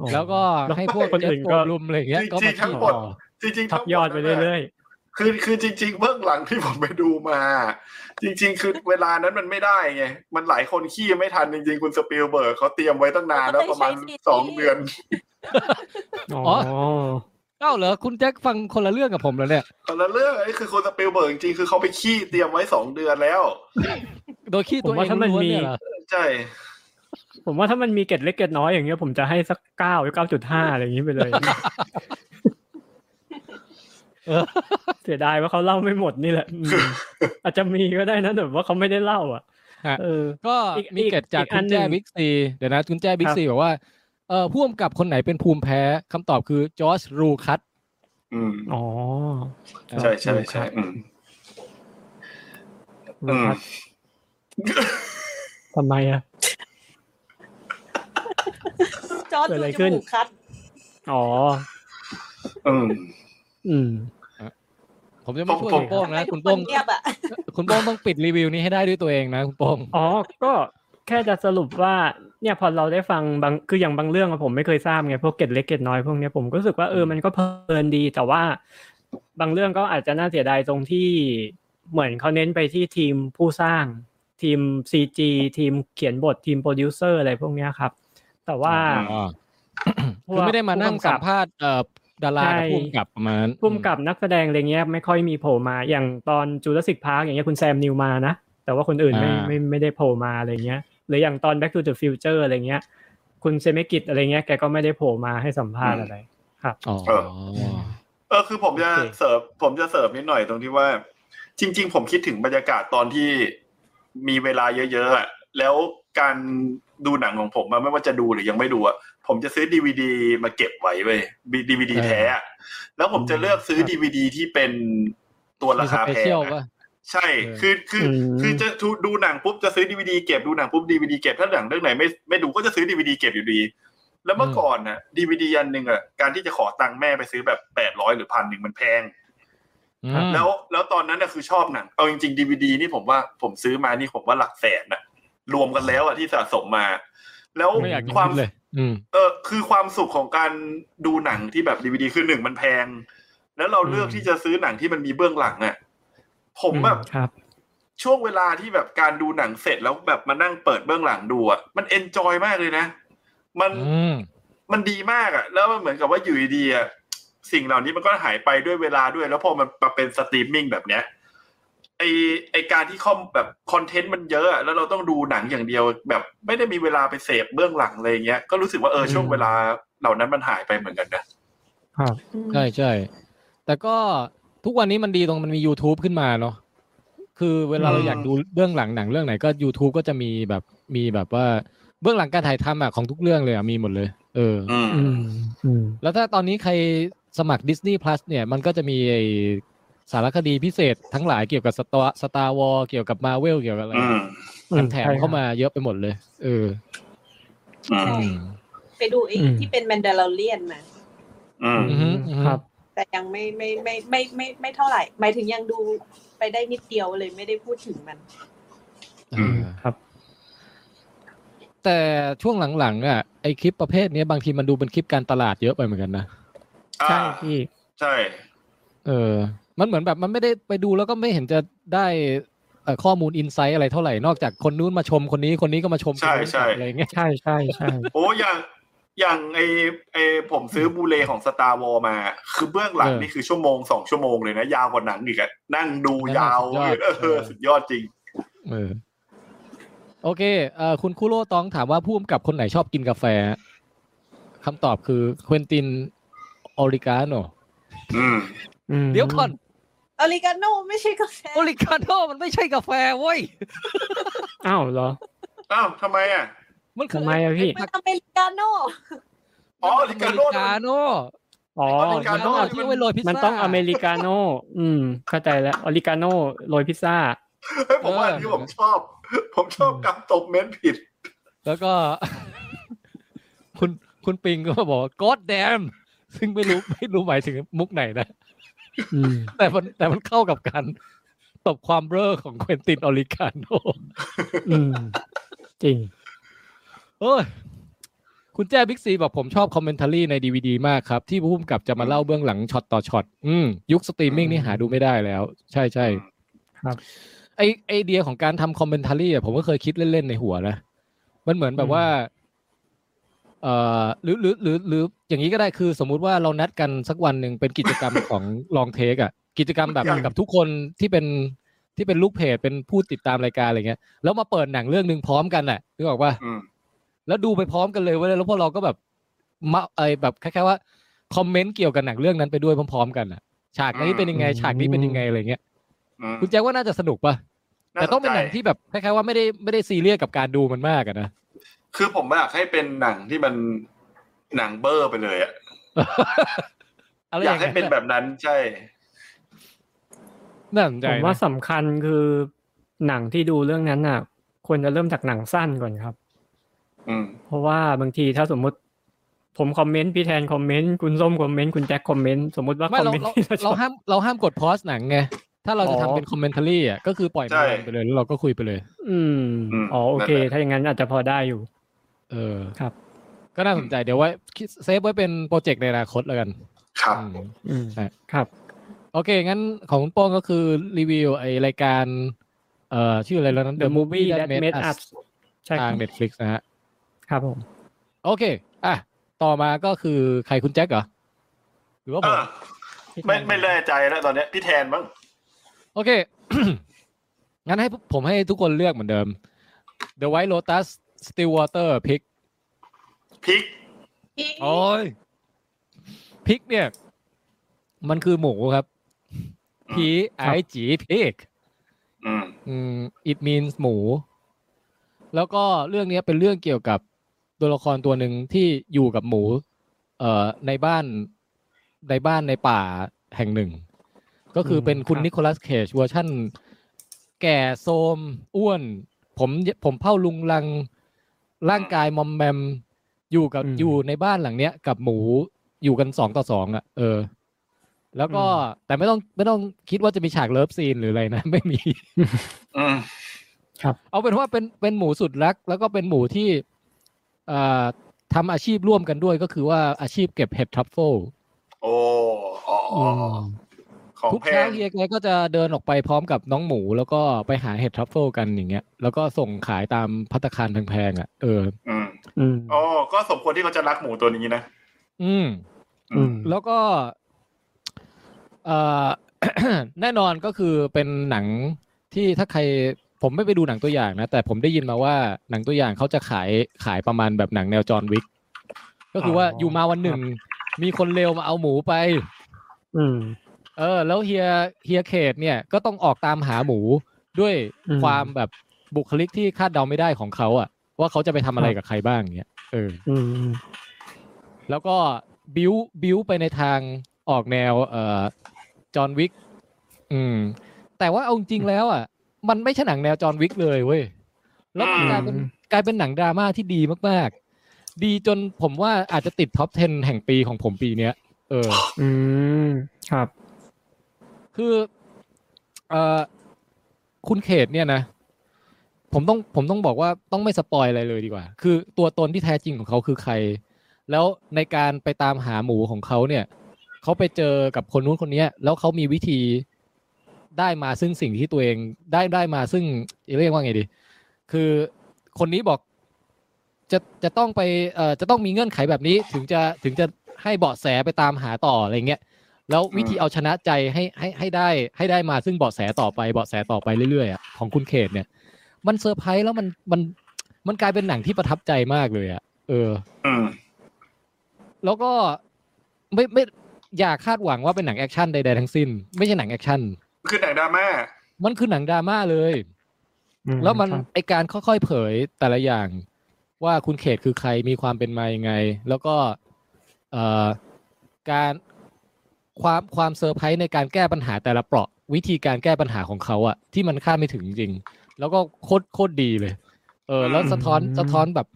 Speaker 5: อ๋อ
Speaker 2: แล้วก็ให้พวก
Speaker 5: คน
Speaker 2: เจ
Speaker 5: อื่
Speaker 2: ฟ
Speaker 5: น
Speaker 2: โก
Speaker 5: ก็
Speaker 2: ลุมอะไรอย่างเงี้ยก็มา
Speaker 3: จริงๆทั้
Speaker 2: ขี้
Speaker 3: งหม
Speaker 2: ต่
Speaker 3: ด
Speaker 2: อ
Speaker 3: จริงๆ
Speaker 5: ทั
Speaker 3: ทั้
Speaker 5: บ
Speaker 3: งหมด
Speaker 5: ยอดไป
Speaker 3: นั่นแหละ
Speaker 5: เรื่อย
Speaker 3: คือคือจริง ๆ เบื้องหลังที่ผมไปดูมา จริง ๆ คือเวลานั้นมันไม่ได้ไงมันหลายคนขี้ไม่ทันจริง ๆ คุณสปิลเบิร์กเขาเตรียมไว้ตั้งนานแล้วประมาณสองเดือน
Speaker 5: ๆอ๋อ
Speaker 2: อ๋อ เอ้าเหรอคุณแจ็คฟังคนละเรื่องกับผมแล้วเนี่ย
Speaker 3: ตอนละเรื่องไอ้คือคุณสปิลเบิร์กจริงๆคือเขาไปขี้เตรียมไว้สองเดือนแล้ว
Speaker 2: โดยขี้ตัว
Speaker 5: ผม
Speaker 2: เอ
Speaker 5: ว่างถ้ามัน
Speaker 2: ล้วน
Speaker 5: มี
Speaker 2: ๆเนี่ยเหรอ
Speaker 3: ใช่
Speaker 5: ผมว่าถ้ามันมีเกร็ดเล็กเกร็ดน้อยอย่างเงี้ยผมจะให้สักเก้าหรือเก้าจุดห้าอะไรอย่างงี้ไป เลย
Speaker 2: เออ
Speaker 5: เสียดายว่าเขาเล่าไม่หมดนี่แหละอืมอาจจะมีก็ได้นะแต่ว่าเขาไม่ได้เล่าอ่ะเออ
Speaker 2: ก็
Speaker 5: อีก
Speaker 2: มีเกร็ดจาก
Speaker 5: อีกอั
Speaker 2: คุณ
Speaker 5: นหนึ่
Speaker 2: แจ้
Speaker 5: ง
Speaker 2: บิ๊กซีเดี๋ยวนะคุณแจ้บิ๊
Speaker 5: ค
Speaker 2: ก
Speaker 5: รับ
Speaker 2: ซีบอกว่าเออผู้กำกับคนไหนเป็นภูมิแพ้คำตอบคือจอร์จรูคัต
Speaker 3: อืม
Speaker 5: อ๋อ
Speaker 3: ใช่ใช่ใช่อืม อืม
Speaker 5: ครับทำไมอ่ะ
Speaker 6: จอร์ด
Speaker 5: เกิด
Speaker 6: ดู
Speaker 5: อะไร
Speaker 6: จ
Speaker 5: ขึ้น
Speaker 6: มูกคัด
Speaker 5: อ๋อ
Speaker 3: อืม
Speaker 5: อืม
Speaker 2: ผมจะไม่ช่วย
Speaker 3: ผม
Speaker 2: คุณโป้งนะ
Speaker 6: ให้
Speaker 2: คุณ
Speaker 6: ทุก
Speaker 2: โป้ง
Speaker 6: นเงียบอ่ะ
Speaker 2: คุณโป้งต้องปิดรีวิวนี้ให้ได้ด้วยตัวเองนะคุณโป้ง
Speaker 5: อ๋อ ก็แค่จะสรุปว่าเนี่ยพอเราได้ฟังบางคืออย่างบางเรื่องอะผมไม่เคยทราบไงพวกเกร็ดเล็กเกร็ดน้อยพวกเนี้ยผมก็รู้สึกว่าเออมันก็เพลินดี แต่ว่าบางเรื่องก็อาจจะน่าเสียดายตรงที่เหมือนเขาเน้นไปที่ทีมผู้สร้าง ทีม CG ทีมเขียนบททีมโปรดิวเซอร์อะไรพวกเนี้ยครับ แต่ว่า
Speaker 2: อ๋อ
Speaker 5: พว
Speaker 2: คื
Speaker 5: ก
Speaker 2: อไม่ได้มานั่ง
Speaker 5: ผู้กำ
Speaker 2: สั
Speaker 5: กั
Speaker 2: ม
Speaker 5: บ
Speaker 2: ภาษณ์เอ่อดารากับ
Speaker 5: ใช่
Speaker 2: ผู้กำกับประมาณนั้น
Speaker 5: พุ่มกับนักแสดงอะไรเงี้ยไม่ค่อยมีโผล่มาอย่างตอนจูราสสิกพาร์คอย่างเงี้ยคุณแซมนิวมานะ แต่ว่าคนอื่นไม่
Speaker 2: อ่า
Speaker 5: ไม่ไม่ได้โผล่มาอะไรเงี้ยหรืออย่างตอน Back to the Future อะไรเงี้ย คุณเซเมกิตอะไรเงี้ยแกก็ไม่ได้โผล่มาให้สัมภาษณ์อะไร
Speaker 2: อ๋อ
Speaker 3: เออคือผมจะ
Speaker 5: โอเค
Speaker 3: เสิร์ฟผมจะเสิร์ฟนิดหน่อยตรงที่ว่า จริง ๆ ผมคิดถึงบรรยากาศตอนที่มีเวลาเยอะๆอะแล้วการดูหนังของผมอะไม่ว่าจะดูหรือยังไม่ดูอะผมจะซื้อดีวดีมาเก็บไว้เว้ยดีวดี
Speaker 2: เออ
Speaker 3: แท้อะแล้วผมจะเลือกซื้อดีวดีที่เป็นตัว
Speaker 2: มี
Speaker 3: รา
Speaker 2: ส
Speaker 3: คา
Speaker 2: เป
Speaker 3: แพ
Speaker 2: เชี
Speaker 3: ง
Speaker 2: ยล
Speaker 3: อะ
Speaker 2: ป่ะ
Speaker 3: ใช่
Speaker 2: เออ
Speaker 3: คือ คือ
Speaker 5: ม
Speaker 3: คือจะดูดูหนังปุ๊บจะซื้อดีวดีเก็บ ดูหนังปุ๊บดีวดีเก็บ ถ้าหนังเรื่องไหนไม่ไม่ดูก็จะซื้อดีวดีเก็บอยู่ดี แล้วเมื่อก่อนน่ะดีวดีอันหนึ่งอ่ะ การที่จะขอตังค์แม่ไปซื้อแบบแปดร้อยหรือพันหนึ่งมันแพง
Speaker 2: อืม
Speaker 3: แล้ว แล้วตอนนั้นน่ะคือชอบหนัง เอาจริงๆดีวดีนี่ผมว่าผมซื้อมานี่ผมว่าหลักแสนน่ะ รวมกันแล้วอ่ะที่สะสมมา แล้ว
Speaker 2: ไม่อยากจะ
Speaker 3: ความ
Speaker 2: พูดเลย อืม
Speaker 3: เออคือความสุขของการดูหนังที่แบบดีวดีคือหนึ่งมันแพง แล้วเราเลือก
Speaker 2: อืม
Speaker 3: ที่จะซื้อหนังที่มันมีเบื้องหลังอ่ะ ผมแบบ
Speaker 5: ครับ
Speaker 3: ช่วงเวลาที่แบบการดูหนังเสร็จแล้วแบบมานั่งเปิดเบื้องหลังดูอ่ะมันเอนจอยมากเลยนะ มัน
Speaker 2: อืม
Speaker 3: มันดีมากอ่ะ แล้วมันเหมือนกับว่าอยู่ดีๆอ่ะสิ่งเหล่านี้มันก็หายไปด้วยเวลาด้วย แล้วพอมันมาเป็นสตรีมมิ่งแบบเนี้ยไอไอการที่คอมแบบคอนเทนต์มันเยอะอะแล้วเราต้องดูหนังอย่างเดียว แบบไม่ได้มีเวลาไปเสพเบื้องหลังอะไรอย่างเงี้ยก็รู้สึกว่าเออช่วงเวลาเหล่านั้นมันหายไปเหมือนกันนะ
Speaker 2: ใช่ใช่ แต่ก็ทุกวันนี้มันดีตรงมันมี YouTube ขึ้นมาเนาะ คือเวลาเรา
Speaker 3: อืม
Speaker 2: อยากดูเบื้องหลังหนังเรื่องไหนก็ YouTube ก็จะมีแบบมีแบบว่าเบื้องหลังการถ่ายทำอะของทุกเรื่องเลยอะมีหมดเลย เออ
Speaker 3: อืม
Speaker 5: อืมอืม
Speaker 2: แล้วถ้าตอนนี้ใครสมัคร Disney Plus เนี่ยมันก็จะมีไอ้สารคดีพิเศษทั้งหลายเกี่ยวกับสตาสตาร์วอเกี่ยวกับมาเวลเกี่ยวกับอะไร
Speaker 3: อืม
Speaker 2: แถม
Speaker 5: ใช่ครับ
Speaker 2: เข้ามาเยอะไปหมดเลย เออ
Speaker 3: อืม
Speaker 2: อืม
Speaker 6: ไปดูไอ้
Speaker 5: อืม
Speaker 6: ที่เป็นแมนดาลเรียนมา
Speaker 3: อืม
Speaker 2: อืมอืม
Speaker 5: ครับ
Speaker 4: แต่ยังไม่ไม่ไม่ไม่ไม่ไม่ไม่เท่าไหร่ หมายถึงยังดูไปได้นิดเดียวเลยไม่ได้พูดถึงมัน
Speaker 3: อืม
Speaker 2: อ่า
Speaker 5: ครับ
Speaker 2: แต่ช่วงหลังๆอ่ะไอคลิปประเภทเนี้ยบางทีมันดูเป็นคลิปการตลาดเยอะไปเหมือนกันนะ
Speaker 5: ใช่
Speaker 3: อ่า
Speaker 5: พี่
Speaker 3: ใช่
Speaker 2: เออ มันเหมือนแบบมันไม่ได้ไปดูแล้วก็ไม่เห็นจะได้เอ่อข้อมูลอินไซต์อะไรเท่าไหร่นอกจากคนนู้นมาชมคนนี้คนนี้ก็มาชม
Speaker 3: ใช่
Speaker 2: คนนู้น
Speaker 3: ใช่
Speaker 2: อะไรเงี้ย
Speaker 5: ใช่ใช่ใช่
Speaker 3: โอ้อย่างอย่างไอไอผมซื้อบูเลของสตาร์วอมา คือเบื้องหลังนี่คือชั่วโมงสองชั่วโมงเลยนะ ยาวกว่าหนังอีกอะนั่งดูยาวเออสุดยอดจริง
Speaker 2: เออโอเคเอ่อคุณคุโรตองถามว่าผู้กำกับคนไหนชอบกินกาแฟคำตอบคือเควินตินออริกาโน
Speaker 3: อืม
Speaker 5: อืม
Speaker 2: เดี๋ยวก่อน
Speaker 4: ออริกาโนไม่ใช่กาแฟ
Speaker 2: ออริกาโนมันไม่ใช่กาแฟเว้ย
Speaker 5: อ้าวเหรอ
Speaker 3: อ้าวทำไมอ่ะ
Speaker 2: มันคือ
Speaker 5: ทำไมอะพี่
Speaker 4: มันอเมริกาโน
Speaker 3: อ๋ออเมริกาโน่
Speaker 2: อเมริกาโน
Speaker 5: อ๋อ
Speaker 3: อเมริกา
Speaker 5: มัน
Speaker 3: โน่
Speaker 5: ต้อง
Speaker 2: เที่ไว้โรยพิซซ่า
Speaker 5: มันต้องอเมริกาโน่อืม เข้าใจแล้วอเมริกาโน่โรยพิซซ่า
Speaker 3: เฮ้ยผมว่าอันนี้
Speaker 2: เออ
Speaker 3: ผมชอบ ผมชอบกำตบเม้นผิด
Speaker 2: แล้วก็ คุณคุณปิงก็บอกว่า God damn ซึ่งไม่รู้ ไม่รู้หมายถึงมุกไหนนะ
Speaker 5: อืม
Speaker 2: แต่มันแต่มันเข้ากับการตบความเบ้อของเควินตินออริกาโน
Speaker 5: อืม จริง
Speaker 2: เอ้ยคุณแจ้บิ๊กซีบอกผมชอบคอมเมนทารีในดีวดีมากครับ ที่ผู้กำกับจะมาเล่าเบื้องหลังช็อตต่อช็อตอืมยุคสตรีมมิ่งนี่หาดูไม่ได้แล้ว ใช่ใช่
Speaker 5: ครับ
Speaker 2: ไอไอเดียของการทำคอมเมนทารีอะผมก็เคยคิดเล่น ๆ ในหัวนะ มันเหมือนแบบว่า เอ่อหรือหรือหรือหรืออย่างนี้ก็ได้คือสมมุติว่าเรานัดกันสักวันหนึ่งเป็นกิจกรรม ของลองเทคอะกิจกรรมแบบ
Speaker 3: อืม
Speaker 2: กับทุกคนที่เป็นที่เป็นลูกเพจเป็นผู้ติดตามรายการอะไรเงี้ยแล้วมาเปิดหนังเรื่องหนึ่งพร้อมกันน่ะนึกออกว่า
Speaker 3: อืม
Speaker 2: แล้วดูไปพร้อมกันเลยเว้ยแล้วพวกเราก็แบบมาไอแบบคล้ายๆว่าคอมเมนต์เกี่ยวกับหนังเรื่องนั้นไปด้วยพร้อมๆ กันน่ะ ฉากนี้เป็นยังไง
Speaker 5: อืม
Speaker 2: ฉากนี้เป็นยังไงอะไรเงี้ย
Speaker 3: อืม
Speaker 2: คุณแจ๊คว่าน่าจะสนุกปะ
Speaker 3: า
Speaker 2: แต่ต้องเป็นหนัง
Speaker 3: สใจ
Speaker 2: ที่แบบคล้ายๆว่าไม่ได้ไม่ได้ซีเรียสกับการดูมันมากอะนะ
Speaker 3: คือผมอยากให้เป็นหนังที่มันหนังเบอร์ไปเลยอะ
Speaker 2: อะไรอย
Speaker 3: อาก
Speaker 2: ย่าง
Speaker 3: ให้
Speaker 2: เงี้ย
Speaker 3: เป็นแบบนั้นใช่
Speaker 2: น่าสนใจ
Speaker 5: ผม
Speaker 2: นะ
Speaker 5: ว่าสำคัญคือหนังที่ดูเรื่องนั้นน่ะ ควรจะเริ่มจากหนังสั้นก่อนครับ
Speaker 3: อืม
Speaker 5: เพราะว่าบางทีถ้าสมมุติผมคอมเมนต์พี่แทนคอมเมนต์คุณส้มคอมเมนต์คุณแจ็คคอมเมนต์สมมติว่า
Speaker 2: ไม่
Speaker 5: คอม
Speaker 2: เรา
Speaker 5: เมนต์
Speaker 2: เรา
Speaker 5: ที่เราช
Speaker 2: เรา
Speaker 5: อบ
Speaker 2: ห้ามเราห้ามกดพอสหนังไง ถ้าเราจะ
Speaker 3: อ๋อ
Speaker 2: ทำเป็นคอมเมนต์รี่อ่ะก็คือปล่อย
Speaker 3: ใช่
Speaker 2: มันไปเลยแล้วเราก็คุยไปเลย
Speaker 5: อืม
Speaker 3: อืม
Speaker 5: อ๋อโอเค
Speaker 3: นั่นแหละ
Speaker 5: ถ้าอย่างนั้นอาจจะพอได้อยู่
Speaker 2: เออ
Speaker 5: ครับ
Speaker 2: ก็น่าสนใจเดี๋ยวไว้คิดเซฟไว้เป็นโปรเจกต์ในอนาคตแล้วกัน
Speaker 3: ครับ
Speaker 2: อืม
Speaker 5: อืม
Speaker 2: ใช่
Speaker 5: ครับ
Speaker 2: โอเค งั้นของคุณโป้งก็คือรีวิวไอรายการ เอ่อชื่ออะไรแล้วนั้น
Speaker 5: The Movie That Made Us ใช่ค
Speaker 2: ทา
Speaker 5: รั
Speaker 2: ง
Speaker 5: บ
Speaker 2: Netflix นะฮะ
Speaker 5: ครับผม
Speaker 2: โอเค อ่ะ ต่อมาก็คือใครคุณแจ็คเหรอ หรือว่าผม
Speaker 3: อ่ะไม่ไม่แน่ใจแล้วตอนเนี้ยพี่แทนบ้าง
Speaker 2: โอเค งั้นให้ผมให้ทุกคนเลือกเหมือนเดิม The White Lotus Stillwater Pick
Speaker 3: พิก
Speaker 4: ที่
Speaker 2: โอ้ยพริกเนี่ย มันคือหมูครับ
Speaker 3: อืม
Speaker 2: P I G pig
Speaker 3: อืม
Speaker 2: อืม it means หมู แล้วก็เรื่องเนี้ยเป็นเรื่องเกี่ยวกับตัวละครตัวหนึ่งที่อยู่กับหมู เอ่อในบ้านในบ้านในป่าแห่งหนึ่ง ก็คืออ
Speaker 5: ม
Speaker 2: เป็นคุณ
Speaker 5: ครับ
Speaker 2: นิโคลัสเคจเวอร์ชั่น แก่โทรมอ้วน ผมผมเผ่าลุงลัง ร่างกายมอมแมม อยู่กับ
Speaker 5: อืม
Speaker 2: อยู่ในบ้านหลังเนี้ย กับหมูอยู่กันสองต่อสองอ่ะ เออ แล้วก็
Speaker 5: อื
Speaker 2: แต่ไม่ต้องไม่ต้องคิดว่าจะมีฉากเลิฟซีนหรืออะไรนะ ไม่มี
Speaker 3: อืม
Speaker 2: เอาเป็นว่าเป็นเป็นหมูสุดรัก แล้วก็เป็นหมูที่เอ่อทำอาชีพร่วมกันด้วยก็คือว่าอาชีพเก็บเห็ดทรัฟเฟิล
Speaker 3: โอ้อ๋ออ๋ออ๋อของ
Speaker 2: ทุก
Speaker 3: แพ
Speaker 2: เช้าง เฮียแกก็จะเดินออกไปพร้อมกับน้องหมู แล้วก็ไปหาเห็ดทรัฟเฟิลกันอย่างเงี้ย แล้วก็ส่งขายตามพัตตาคารแพงๆอ่ะเออ
Speaker 3: อืม
Speaker 5: อืม
Speaker 3: อ๋อก็สมควรที่เขาจะรักหมูตัวนี้นะ
Speaker 2: อืม
Speaker 5: อืม
Speaker 2: แล้วก็เอ่อ แน่นอนก็คือเป็นหนังที่ถ้าใครผมไม่ไปดูหนังตัวอย่างนะ แต่ผมได้ยินมาว่าหนังตัวอย่างเขาจะขายขายประมาณแบบหนังแนวจอห์นวิกก็คือว่า
Speaker 5: อ๋อ
Speaker 2: อ
Speaker 5: อ
Speaker 2: ยู่มาวันหนึ่ง มีคนเลวมาเอาหมูไป
Speaker 5: อืม
Speaker 2: เออ แล้วเฮียเฮียเขตเนี่ยก็ต้องออกตามหาหมูด้วย
Speaker 5: อืม
Speaker 2: ความแบบบุคลิกที่คาดเดาไม่ได้ของเขาอะว่าเขาจะไปทำอะไรกับใครบ้างเนี่ยเออ
Speaker 5: อืมอืม
Speaker 2: แล้วก็บิวบิวไปในทางออกแนวเอ่อจอห์นวิกอืม แต่ว่าเอาจริงๆแล้วอ่ะ มันไม่ใช่หนังแนวจอห์นวิกเลยเว้ย แล้วมันกลายเป็น
Speaker 5: อืม
Speaker 2: กลายเป็นหนังดราม่าที่ดีมากๆ ดีจนผมว่าอาจจะติดท็อป 10 แห่งปีของผมปีเนี้ย เออ
Speaker 5: อืมครับ
Speaker 2: คือเอ่อคุณเขตเนี่ยนะ ผมต้องผมต้องบอกว่าต้องไม่สปอยอะไรเลยดีกว่า คือตัวตนที่แท้จริงของเขาคือใคร แล้วในการไปตามหาหมูของเขาเนี่ย เขาไปเจอกับคนนู้นคนเนี้ย แล้วเขามีวิธีได้มาซึ่งสิ่งที่ตัวเองได้ได้มาซึ่งเรียกว่าไงดี คือคนนี้บอกจะจะต้องไปเอ่อจะต้องมีเงื่อนไขแบบนี้ ถึงจะถึงจะให้เบาะแสไปตามหาต่ออะไรเงี้ย แล้ววิธีเอาชนะใจให้ให้ให้ได้ ให้ได้มาซึ่งเบาะแสต่อไปเบาะแสต่อไปเรื่อยๆอะของคุณเขตเนี่ย มันเซอร์ไพรส์แล้วมันมันมันกลายเป็นหนังที่ประทับใจมากเลยอะเออ
Speaker 3: อืม
Speaker 2: แล้วก็ไม่ไม่อย่าคาดหวังว่าเป็นหนังแอคชั่นใดๆทั้งสิ้น ไม่ใช่หนังแอคชั่น
Speaker 3: คือหนังดราม่า
Speaker 2: มันคือหนังดราม่าเลย
Speaker 5: อื
Speaker 2: แล้วมัน
Speaker 5: ครับ
Speaker 2: ไอการค่อยๆเผยแต่ละอย่าง ว่าคุณเขตคือใครมีความเป็นมายังไง แล้วก็เอ่อการความความเซอร์ไพรส์ในการแก้ปัญหาแต่ละเปราะ วิธีการแก้ปัญหาของเขาอะที่มันคาดไม่ถึงจริง แล้วก็โคตรโคตรดีเลย เออ แล้วสะท้อนสะท้อนแบบ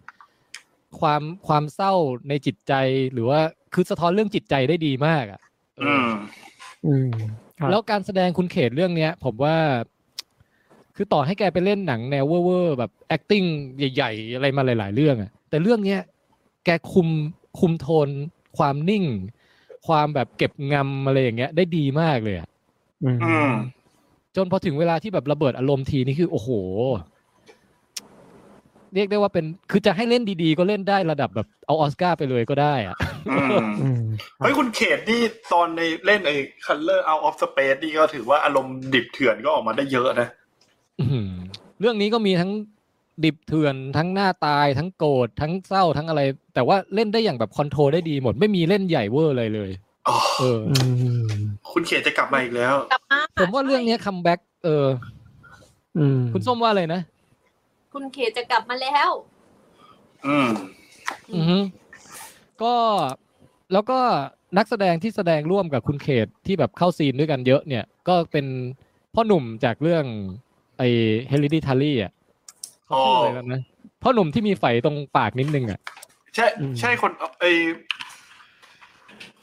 Speaker 2: ความความเศร้าในจิตใจหรือว่าคือสะท้อนเรื่องจิตใจได้ดีมากอะเออ
Speaker 3: อื
Speaker 2: อ
Speaker 3: ม
Speaker 5: อืมครับ
Speaker 2: แล้วการแสดงคุณเขตเรื่องเนี้ย ผมว่า คือต่อให้แกไปเล่นหนังแนวเว่อร์ๆแบบ acting ใหญ่ ๆ อะไรมาหลาย ๆ เรื่องอะแต่เรื่องเนี้ยแกคุมคุมโทน ความนิ่ง ความแบบเก็บงำอะไรอย่างเงี้ย ได้ดีมากเลยอะ
Speaker 5: อืม
Speaker 3: อืม
Speaker 2: จนพอถึงเวลาที่แบบระเบิดอารมณ์ทีนี่คือ โอ้โห เรียกได้ว่าเป็น คือจะให้เล่นดีๆ ก็เล่นได้ระดับแบบเอาออสการ์ไปเลยก็ได้อะ
Speaker 3: อืม
Speaker 5: อืม
Speaker 3: เฮ้ยคุณเขตนี่ตอนในเล่นไอ้ Color Out of Space นี่ก็ถือว่าอารมณ์ดิบเถื่อนก็ออกมาได้เยอะนะ
Speaker 2: อื้อหือเรื่องนี้ก็มีทั้งดิบเถื่อนทั้งหน้าตาย ทั้งโกรธทั้งเศร้าทั้งอะไร แต่ว่าเล่นได้อย่างแบบคอนโทรลได้ดีหมด ไม่มีเล่นใหญ่เวอร์เลยเลย
Speaker 3: อ๋อ
Speaker 2: เออ
Speaker 5: อืม
Speaker 3: คุณเขตจะกลับมาอีกแล้ว
Speaker 4: กลับมา
Speaker 2: ผมว่าเรื่องเนี้คัมแบ็กเออ
Speaker 5: อืม
Speaker 2: คุณส้มว่าอะไรนะ
Speaker 4: คุณเขตจะกลับมาแล้ว
Speaker 3: อืม
Speaker 2: อือหือก็แล้วก็นักแสดงที่แสดงร่วมกับคุณเขตที่แบบเข้าซีนด้วยกันเยอะเนี่ย ก็เป็นพ่อหนุ่มจากเรื่อง ไอเฮลิดิทารี่อ่ะเขาชื่ออะไรกันนะพ่อหนุ่มที่มีไฝตรงปากนิดนึงอ่ะ
Speaker 3: ใช่ใช่คนไอ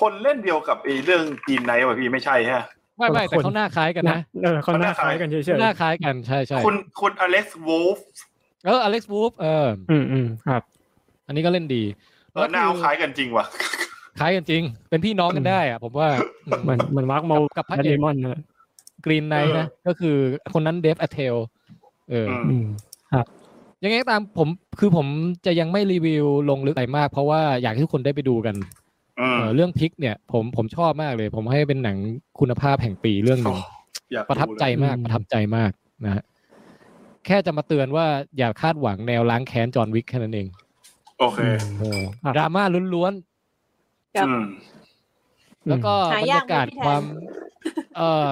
Speaker 3: คนเล่นเดียวกับไอเรื่องกีนไนท์ป่ะพี่ไม่ใช่ฮะ
Speaker 2: ไม่ไม่แต่เขาหน้าคล้ายกัน
Speaker 5: นะ
Speaker 2: นะ
Speaker 5: เออเขาหน้าคล้ายกันเฉย
Speaker 2: หน้าคล้ายกันใช่ใช่
Speaker 3: คุณคุณอเล็กซ์วูฟ
Speaker 2: เอออเล็กซ์วูฟเออ
Speaker 5: ๆอืมอืมครับ
Speaker 2: อันนี้ก็เล่นดี
Speaker 3: เออหน้า
Speaker 2: แล้
Speaker 3: เขาค
Speaker 2: วคือ
Speaker 3: ล้ายกันจริงว่ะ
Speaker 2: คล้ายกันจริง เป็นพี่น้องกันได้อะผมว่าอืม
Speaker 5: เหมือนเหมือนวักโม
Speaker 2: กับพระ
Speaker 5: และ
Speaker 2: เอก
Speaker 5: เลมอนเลย
Speaker 2: กรีนไนท์นะ ก็คือคนนั้นเดฟอเทลเอออ
Speaker 3: ม
Speaker 5: อืม
Speaker 2: ยังไงก็ตามผมคือผมจะยังไม่รีวิวลงลึกอะไรมาก เพราะว่าอยากให้ทุกคนได้ไปดูกัน
Speaker 3: อื
Speaker 2: เอ
Speaker 3: ม
Speaker 2: อเรื่องพิกเนี่ย ผมผมชอบมากเลย ผมให้เป็นหนังคุณภาพแห่งปีเรื่องหนึ่ง
Speaker 3: อยาก
Speaker 2: ประทับใจมาก
Speaker 5: อืม
Speaker 2: ประทับใจมากนะฮะแค่จะมาเตือนว่าอย่าคาดหวังแนวล้างแค้นจอห์นวิกแค่นั้นเอง
Speaker 3: โอเค
Speaker 5: อืม
Speaker 2: เออ
Speaker 5: ครับ
Speaker 2: ดราม่าล้วนๆ
Speaker 4: ครับ
Speaker 3: อืม
Speaker 2: แล้วก็
Speaker 4: หา
Speaker 2: บร
Speaker 4: ยาย
Speaker 2: ราก
Speaker 4: ไหม
Speaker 2: กาศ
Speaker 4: พี่แทน
Speaker 2: ความเอ่อ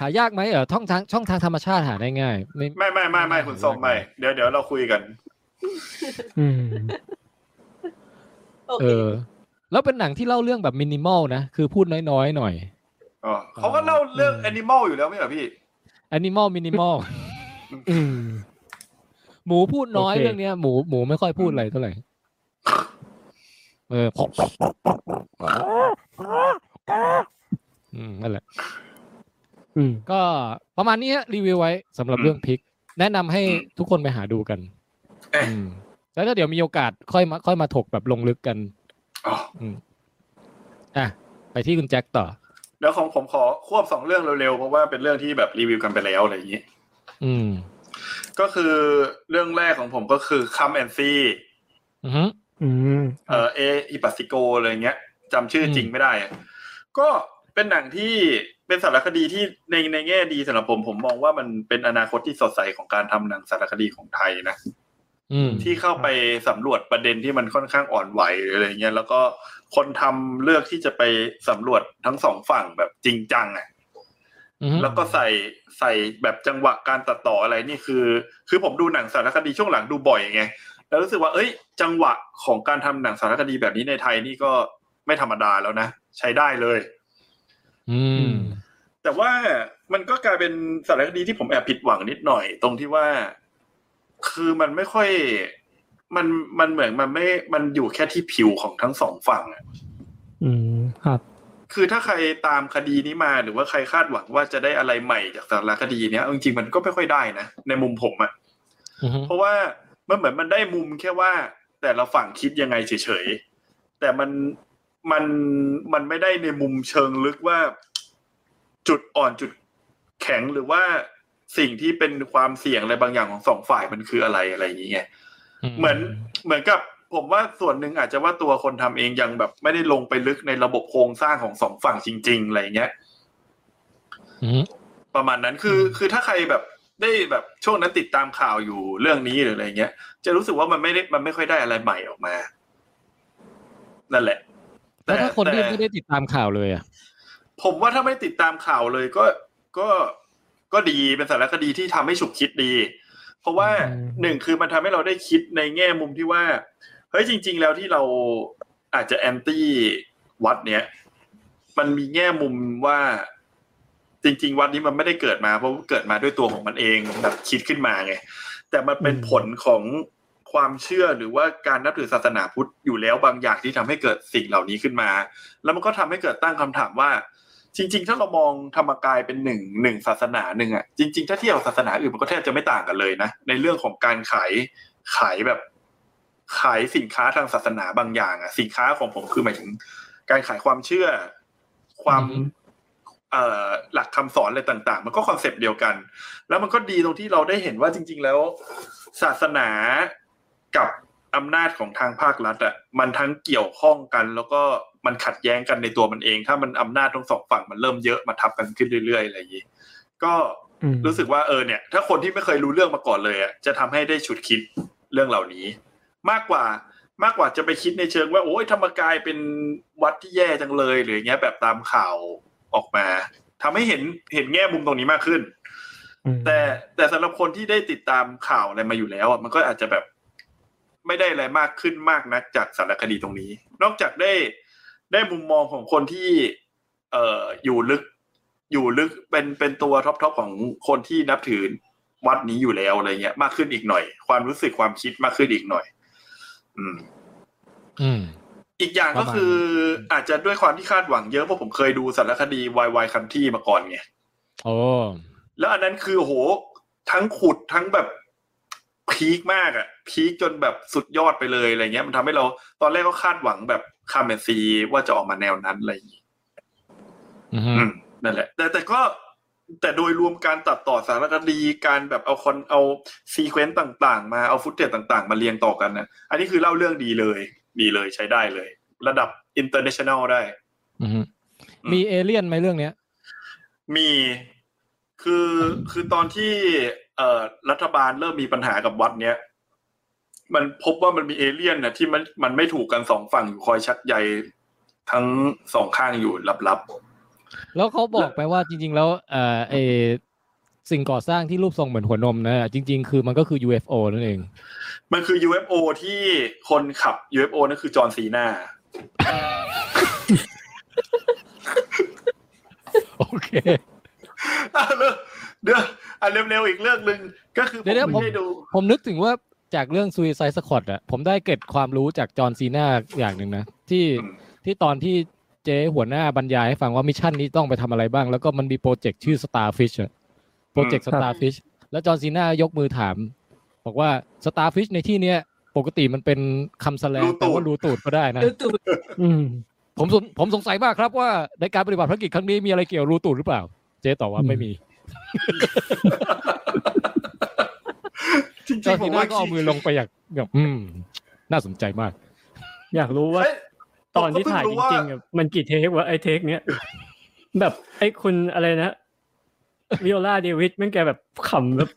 Speaker 2: หายากไหมเออช่องทางช่องทางธรรมชาติหาได้ง่ายไม่
Speaker 3: ไม่ไม่ไม่ไม่คุณส้มไม่เดี๋ยวเดี๋ยวเราคุยกัน
Speaker 5: อืม
Speaker 4: โอ
Speaker 2: เอ
Speaker 4: เค
Speaker 2: อ แล้วเป็นหนังที่เล่าเรื่องแบบมินิมอลนะ คือพูดน้อยๆหน่อย
Speaker 3: อ๋อเขาก็เล่าเรื่องแอนิมอลอยู่แล้วไม่เหรอพี่
Speaker 2: แอนิมอลมินิมอล
Speaker 5: อืม
Speaker 2: หมูพูดน้อย
Speaker 5: โอเค
Speaker 2: เรื่องเนี้ยหมูหมูไม่ค่อยพูดอะไรเท่าไหร่เอออืมนั่นแหละ
Speaker 5: อืม
Speaker 2: ก็ประมาณนี้ฮะรีวิวไว้สำหรับ
Speaker 3: อืม
Speaker 2: เรื่องพิก แนะนำให้
Speaker 3: อืม
Speaker 2: ทุกคนไปหาดูกัน
Speaker 3: เอ๊ะ
Speaker 2: อืมแล้วก็เดี๋ยวมีโอกาสค่อยมาค่อยมาถกแบบลงลึกกัน
Speaker 3: อ๋อ
Speaker 2: อ่ะ ไปที่คุณแจ็คต่อ
Speaker 3: แล้วของผมขอควบสองเรื่องเร็วๆ เพราะว่าเป็นเรื่องที่แบบรีวิวกันไปแล้วอะไรอย่างนี้
Speaker 2: อืม
Speaker 3: ก็คือเรื่องแรกของผมก็คือคัมแอนซี
Speaker 2: อือฮึ
Speaker 5: อืม
Speaker 3: เอ่อเออิปัสซิโกอะไรอย่างเงี้ยจำชื่อ
Speaker 2: อืม
Speaker 3: จริงไม่ได้อะก็เป็นหนังที่เป็นสารคดีที่ในในแง่ดีสำหรับผมผมมองว่ามันเป็นอนาคตที่สดใสของการทำหนังสารคดีของไทยนะ
Speaker 2: อืม
Speaker 3: ที่เข้าไปสำรวจประเด็นที่มันค่อนข้างอ่อนไหวหรืออะไรเงี้ยแล้วก็คนทำเลือกที่จะไปสำรวจทั้งสองฝั่งแบบจริงจังอ่ะ
Speaker 2: อือฮึ
Speaker 3: แล้วก็ใส่ใส่แบบจังหวะการตัดต่ออะไรนี่คือ คือผมดูหนังสารคดีช่วงหลังดูบ่อยไงแล้วรู้สึกว่าเอ้ย จังหวะของการทำหนังสารคดีแบบนี้ในไทยนี่ก็ไม่ธรรมดาแล้วนะ ใช้ได้เลย
Speaker 2: อืม
Speaker 3: แต่ว่ามันก็กลายเป็นสารคดีที่ผมแอบผิดหวังนิดหน่อย ตรงที่ว่า คือมันไม่ค่อย มันมันเหมือนมันไม่ มันอยู่แค่ที่ผิวของทั้งสองฝั่งอะ
Speaker 5: อืมครับ
Speaker 3: คือถ้าใครตามคดีนี้มาหรือว่าใครคาดหวังว่าจะได้อะไรใหม่จากสารคดีเนี้ยเอาจริงๆมันก็ไม่ค่อยได้นะในมุมผมอะ
Speaker 2: อือฮึ
Speaker 3: เพราะว่ามันเหมือนมันได้มุมแค่ว่า แต่ละฝั่งคิดยังไงเฉยๆ แต่มันมันมันไม่ได้ในมุมเชิงลึกว่า จุดอ่อนจุดแข็งหรือว่าสิ่งที่เป็นความเสี่ยงอะไรบางอย่างของสองฝ่ายมันคืออะไรอะไรอย่างเงี้ย เหมือนเหมือนกับผมว่าส่วนหนึ่งอาจจะว่าตัวคนทำเองยังแบบไม่ได้ลงไปลึกในระบบโครงสร้างของสองฝั่งจริง ๆอะไรอย่างเงี้ย
Speaker 2: อือฮึ
Speaker 3: ประมาณนั้นคือคือถ้าใครแบบได้แบบช่วงนั้นติดตามข่าวอยู่เรื่องนี้หรืออะไรเงี้ย จะรู้สึกว่ามันไม่ได้มันไม่ค่อยได้อะไรใหม่ออกมา นั่นแหละ
Speaker 2: แล้วถ้าคนที่
Speaker 3: แต่
Speaker 2: ไม่ได้ติดตามข่าวเลยอ่ะ
Speaker 3: ผมว่าถ้าไม่ติดตามข่าวเลยก็ก็ก็ดีเป็นสารคดีที่ทำให้ฉุกคิดดี เพราะว่า
Speaker 5: อืม
Speaker 3: หนึ่งคือมันทำให้เราได้คิดในแง่มุมที่ว่าเฮ้ยจริง ๆ แล้วที่เราอาจจะแอนตี้วัดเนี้ยมันมีแง่มุมว่าจริง ๆ วัดนี้มันไม่ได้เกิดมา เพราะว่าเกิดมาด้วยตัวของมันเองแบบคิดขึ้นมาไง แต่มันเป็นผลของความเชื่อหรือว่าการนับถือศาสนาพุทธอยู่แล้วบางอย่างที่ทำให้เกิดสิ่งเหล่านี้ขึ้นมา แล้วมันก็ทำให้เกิดตั้งคำถามว่า จริง ๆ ถ้าเรามองธรรมกายเป็นหนึ่งหนึ่งศาสนาหนึ่งอ่ะจริง ๆ ถ้าเทียบกับศาสนาอื่นมันก็แทบจะไม่ต่างกันเลยนะ ในเรื่องของการขายขายแบบ ขายสินค้าทางศาสนาบางอย่าง อ่ะ สินค้าของผมคือหมายถึง การขายความเชื่อ ความ
Speaker 2: อือฮึ
Speaker 3: เอ่อหลักคำสอนอะไรต่าง ๆ มันก็คอนเซปต์เดียวกัน แล้วมันก็ดีตรงที่เราได้เห็นว่าจริง ๆ แล้ว ศาสนากับอำนาจของทางภาครัฐอ่ะมันทั้งเกี่ยวข้องกัน แล้วก็มันขัดแย้งกันในตัวมันเอง ถ้ามันอำนาจทั้งสองฝั่งมันเริ่มเยอะมาทับกันขึ้นเรื่อยๆอะไรอย่างนี้ก็
Speaker 5: อืม
Speaker 3: รู้สึกว่าเออเนี่ย ถ้าคนที่ไม่เคยรู้เรื่องมาก่อนเลยอ่ะจะทำให้ได้ฉุดคิดเรื่องเหล่านี้ มากกว่ามากกว่าจะไปคิดในเชิงว่า โอ้ยธรรมกายเป็นวัดที่แย่จังเลยหรืออย่างเงี้ยแบบตามข่าวออกมาทำให้เห็นเห็นแง่มุมตรงนี้มากขึ้น
Speaker 5: อืม
Speaker 3: แต่แต่สำหรับคนที่ได้ติดตามข่าวอะไรมาอยู่แล้วอ่ะมันก็อาจจะแบบไม่ได้อะไรมากขึ้นมากนักจากสารคดีตรงนี้ นอกจากได้ได้มุมมองของคนที่ เอ่ออยู่ลึก อยู่ลึกเป็นเป็นตัวท็อปทอปของคนที่นับถือวัดนี้อยู่แล้วอะไรเงี้ย มากขึ้นอีกหน่อย ความรู้สึกความคิดมากขึ้นอีกหน่อย อืม
Speaker 2: อืม
Speaker 3: อีกอย่างก็
Speaker 2: ประมาณ
Speaker 3: คืออาจจะด้วยความที่คาดหวังเยอะเพราะผมเคยดูสารคดีวายวายคันที่มาก่อนไง
Speaker 2: โอ้
Speaker 3: แล้วอันนั้นคือโหทั้งขุดทั้งแบบพีคมากอะพีคจนแบบสุดยอดไปเลยอะไรเงี้ย มันทำให้เราตอนแรกก็คาดหวังแบบคาเมนซีว่าจะออกมาแนวนั้นอะไรอย่างงี้
Speaker 2: อือฮึ
Speaker 3: อืมนั่นแหละ แต่แต่ก็แต่โดยรวมการตัดต่อสารคดีการแบบเอาคอนเอาซีเควนต์ต่างๆ มาเอาฟุตเทจต่างๆ มาเรียงต่อกันนะอันนี้คือเล่าเรื่องดีเลยดีเลยใช้ได้เลย ระดับอินเตอร์เนชั่นแนลได้
Speaker 2: อือฮึมีเอเลี่ยนไหมเรื่องเนี้ย
Speaker 3: มีคือคือตอนที่เอ่อรัฐบาลเริ่มมีปัญหากับวัดเนี้ยมันพบว่ามันมีเอเลี่ยนนะที่มันมันไม่ถูกกันสองฝั่งอยู่คอยชักใยทั้งสองข้างอยู่ลับ
Speaker 2: แล้วเขาบอกไปว่าจริง ๆ แล้วเอ่อไอสิ่งก่อสร้างที่รูปทรงเหมือนหัวนมนะจริง ๆ คือมันก็คือ UFO นั่นเอง
Speaker 3: ๆมันคือ UFO ที่คนขับ UFO นั่นคือจอห์นซีนา
Speaker 2: โอเค
Speaker 3: อ่ะเรื่องเดี๋ยวอันเร็วๆอีกเรื่องหนึ่งก็คือผ
Speaker 2: เดี๋
Speaker 3: ม
Speaker 2: ยวๆผม
Speaker 3: ไม่ได้ดู
Speaker 2: ผมนึกถึงว่าจากเรื่อง Suicide Squad อะผมได้เก็บความรู้จากจอห์นซีนาอย่างหนึ่งนะ ที่
Speaker 3: อืม
Speaker 2: ที่ตอนที่เจ๊หัวหน้าบรรยายให้ฟังว่ามิชชั่นนี้ต้องไปทำอะไรบ้าง แล้วก็มันมีโปรเจกต์ชื่อ Starfish อะโปรเจกต์
Speaker 5: ครับ
Speaker 2: Starfish แล้วจอห์นซีนายกมือถาม บอกว่า Starfish ในที่เนี้ยปกติมันเป็นคำแสแลงแต่ว่ารูตูดก็ได้นะ
Speaker 4: ดูตูด
Speaker 5: อืม
Speaker 2: ผมสงผมสงสัยมากครับว่าในการปฏิบัติภารกิจครั้งนี้มีอะไรเกี่ยวรูตูดหรือเปล่า เจ๊ตอบว่า
Speaker 5: อืม
Speaker 2: ไม่มี
Speaker 3: จริ
Speaker 2: จอง
Speaker 3: ๆ
Speaker 2: ห์น
Speaker 3: ผ
Speaker 2: ซี
Speaker 3: ม
Speaker 2: นา
Speaker 3: ว่า
Speaker 2: ก็เอามือลงไปอย่างแบบอืม น่าสนใจมาก
Speaker 5: อยากรู้ว่า
Speaker 3: เอ้ย
Speaker 5: ตอนที่ถ่าย
Speaker 3: ผม
Speaker 5: จ
Speaker 3: ก็เพิ่
Speaker 5: ริ
Speaker 3: รู้
Speaker 5: ง
Speaker 3: ว่า
Speaker 5: ๆอะมันกี่เทควะไอ้เทคเนี้ย แบบไอ้คุณอะไรนะวิโอลาเดวิดแม่งแกแบบขำแบบ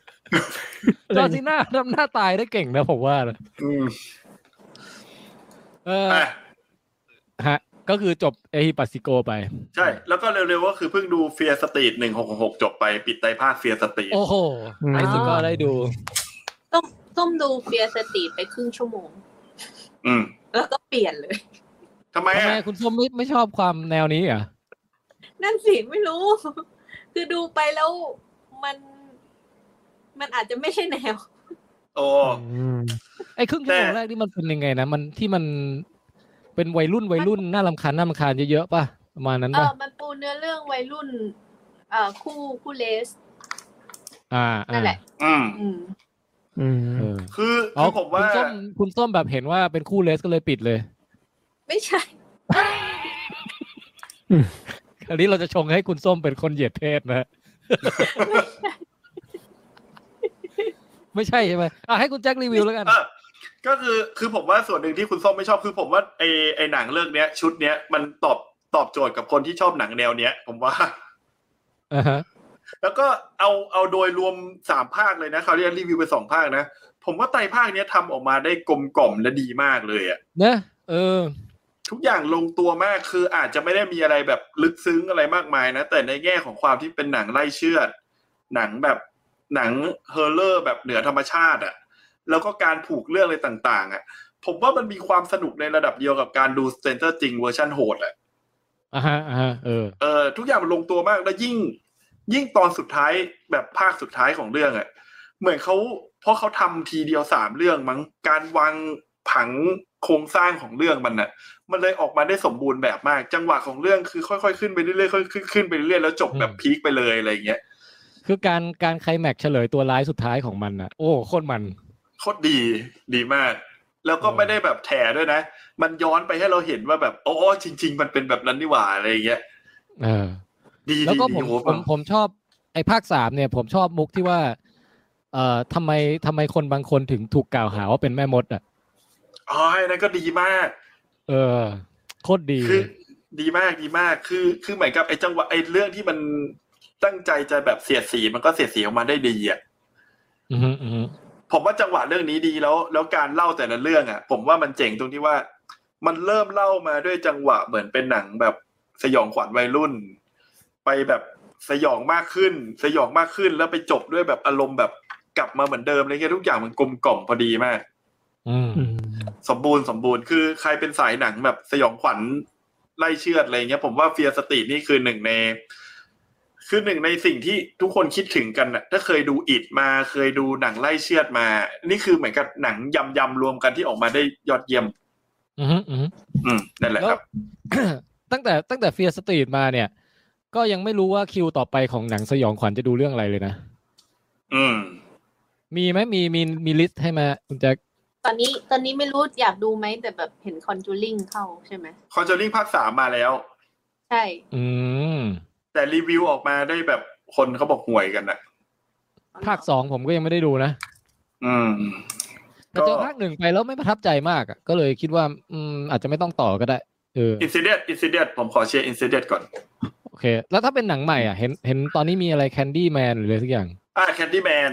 Speaker 2: จอร์จิน่าทำหน้าตายได้เก่งนะผมว่านะ
Speaker 3: อืม
Speaker 2: เออ
Speaker 3: อ่ะ
Speaker 2: ฮะ ก็คือจบเอฮิปัสซิโกไป
Speaker 3: ใช่ แล้วก็เร็วๆก็คือเพิ่งดูเฟียสตรีทหนึ่งหกหกจบไปปิดไตรภาคเฟียสตรีท
Speaker 2: โอ้โห
Speaker 5: อืม
Speaker 2: ไอซิโกได้ดู
Speaker 4: ต้องต้มดูเฟียสตีไปครึ่งชั่วโมง
Speaker 3: อืม
Speaker 4: แล้วก็เปลี่ยนเลย
Speaker 3: ทำไม
Speaker 2: ทำ
Speaker 3: อ่ะ
Speaker 2: ไมคุณส้มไม่ไม่ชอบความแนวนี้เหรอ่ะ
Speaker 4: นั่นสิ ไม่รู้ คือดูไปแล้วมัน มันอาจจะไม่ใช่แนว
Speaker 3: โอ้
Speaker 5: อืม
Speaker 2: ไอครึ่งชั่วโมง
Speaker 3: แต่
Speaker 2: แรกนี่มันเป็นยังไงนะ มันที่มันไป เป็นวัยรุ่นวัยรุ่นน่ารำคาญน่ารำคาญเยอะๆป่ะประมาณนั้น
Speaker 4: เอ
Speaker 2: ป่ะ
Speaker 4: อมันปูเนื้อเรื่องวัยรุ่น เอ่อคู่คู่เลส
Speaker 2: อ่า
Speaker 4: นั่
Speaker 2: อ่าน
Speaker 4: แหละ
Speaker 3: อืม
Speaker 4: อืม
Speaker 5: อืม
Speaker 2: เออ
Speaker 3: คือ
Speaker 2: อ๋อ
Speaker 3: คือผมว่า
Speaker 2: คุณส้มคุณส้มแบบเห็นว่าเป็นคู่เลสก็เลยปิดเลย
Speaker 4: ไม่ใช่
Speaker 2: อันนี้เราจะชงให้คุณส้มเป็นคนเหยียดเพศนะ ไม่ใช่ใช่ไหมอ่ะให้คุณแจ็ครีวิวแล้วกัน
Speaker 3: เออก็คือคือผมว่าส่วนหนึ่งที่คุณส้มไม่ชอบคือผมว่าไอไอหนังเรื่องเนี้ย ชุดเนี้ยมันตอบตอบโจทย์กับคนที่ชอบหนังแนวเนี้ย ผมว่า
Speaker 2: อ่าฮะ
Speaker 3: แล้วก็เอาเอาโดยรวมสามภาคเลยนะเขาวที่แล้วรีวิวไปสองภาคนะ ผมว่าไตรภาคเนี้ยทำออกมาได้กลมกล่อมและดีมากเลยอะ
Speaker 2: เนอะเออ
Speaker 3: ทุกอย่างลงตัวมากคืออาจจะไม่ได้มีอะไรแบบลึกซึ้งอะไรมากมายนะ แต่ในแง่ของความที่เป็นหนังไล่เชื่อด หนังแบบหนังเฮอร์เลอร์แบบเหนือธรรมชาติอะแล้วก็การผูกเรื่องอะไรต่าง ๆอะผมว่ามันมีความสนุกในระดับเดียวกับการดูสเตนเตอร์จริงเวอร์ชันโหดอะ
Speaker 2: อ่าฮะอ่าฮะเออ
Speaker 3: เออทุกอย่างมันลงตัวมากแล้วยิ่ง ยิ่งตอนสุดท้ายแบบภาคสุดท้ายของเรื่องอะ่ะ เหมือนเขาเพราะเขาทำทีเดียวสามเรื่องมั้งการวางผังโครงสร้างของเรื่องมันน่ะ มันเลยออกมาได้สมบูรณ์แบบมาก จังหวะของเรื่องคือค่อยๆขึ้นไปเรื่อยๆค่อยๆขึ้นขึ้นไปเรื่อยๆแล้วจบแบบพีคไปเลยอะไรอย่างเงี้ย
Speaker 2: คือการการไคลแม็กซ์เฉลยตัวร้ายสุดท้ายของมันน่ะ โอ้โคตรมัน
Speaker 3: โคตรดีดีมาก แล้วก็
Speaker 2: เออ
Speaker 3: ไม่ได้แบบแถด้วยนะ มันย้อนไปให้เราเห็นว่าแบบอ๋อจริง ๆ มันเป็นแบบนั้นนี่หว่าอะไรอย่างเงี้ย
Speaker 2: เออ
Speaker 3: ดี
Speaker 2: แล้วก็
Speaker 3: ดี
Speaker 2: ผม
Speaker 3: โอ้โห
Speaker 2: ผมผมชอบไอ้ภาคสามเนี่ย ผมชอบมุกที่ว่า เอ่อทำไมทำไมคนบางคนถึงถูกกล่าวหาว่าเป็นแม่มดอ่ะ
Speaker 3: อ๋ออันนั้นก็ดีมาก
Speaker 2: เออ โคตรดี
Speaker 3: คือดีมากดีมากคือคือเหมือนกับไอ้จังหวะไอ้เรื่องที่มันตั้งใจจะแบบเสียดสีมันก็เสียดสีออกมาได้ดีอ่ะ
Speaker 2: อือฮึอือฮึ
Speaker 3: ผมว่าจังหวะเรื่องนี้ดีแล้ว แล้วการเล่าแต่ละเรื่องอ่ะ ผมว่ามันเจ๋งตรงที่ว่า มันเริ่มเล่ามาด้วยจังหวะเหมือนเป็นหนังแบบสยองขวัญวัยรุ่น ไปแบบสยองมากขึ้น สยองมากขึ้นแล้วไปจบด้วยแบบอารมณ์แบบกลับมาเหมือนเดิมอะไรเงี้ยทุกอย่างมันกลมกล่อมพอดีมาก
Speaker 2: อืม
Speaker 5: อืม
Speaker 3: สมบูรณ์สมบูรณ์คือใครเป็นสายหนังแบบสยองขวัญไล่เชือดอะไรเงี้ย ผมว่าเฟียสตินี่คือหนึ่งใน คือหนึ่งในสิ่งที่ทุกคนคิดถึงกันนะถ้าเคยดูอิดมาเคยดูหนังไล่เชือดมา นี่คือเหมือนกับหนังยำยำๆรวมกันที่ออกมาได้ยอดเยี่ยม
Speaker 2: อือฮึอือฮึ
Speaker 3: อืมนั่นแหละ
Speaker 2: แล้ว
Speaker 3: ครับ
Speaker 2: ตั้งแต่ตั้งแต่เฟียสตรีทมาเนี่ย ก็ยังไม่รู้ว่าคิวต่อไปของหนังสยองขวัญจะดูเรื่องอะไรเลยนะ
Speaker 3: อืม
Speaker 2: มีไหมมีมีมีลิสต์ให้ไหมาคุณแจ็ค
Speaker 4: ตอนนี้ตอนนี้ไม่รู้อยากดูไหมแต่แบบเห็นคอนจูริงเข้าใช่ไหม
Speaker 3: คอนเจอริ่งภาคสามมาแล้ว
Speaker 4: ใช่
Speaker 2: อืม
Speaker 3: แต่รีวิวออกมาได้แบบคนเขาบอกห่วยกันนะ
Speaker 2: ภาคสองผมก็ยังไม่ได้ดูนะ
Speaker 3: อืม
Speaker 2: แต่เจอภาคหนึ่งไปแล้วไม่ประทับใจมากอะก็เลยคิดว่า อืม อาจจะไม่ต้องต่อก็ได้ เออ
Speaker 3: อินซิเดตอินซิเดตผมขอเชียร์อินซิเดตก่อน
Speaker 2: โอเค แล้วถ้าเป็นหนังใหม่อ่ะ เห็นเห็นตอนนี้มีอะไรแคนดี้แมนหรืออะไรสักอย่าง
Speaker 3: อ่าแคนดี้แมน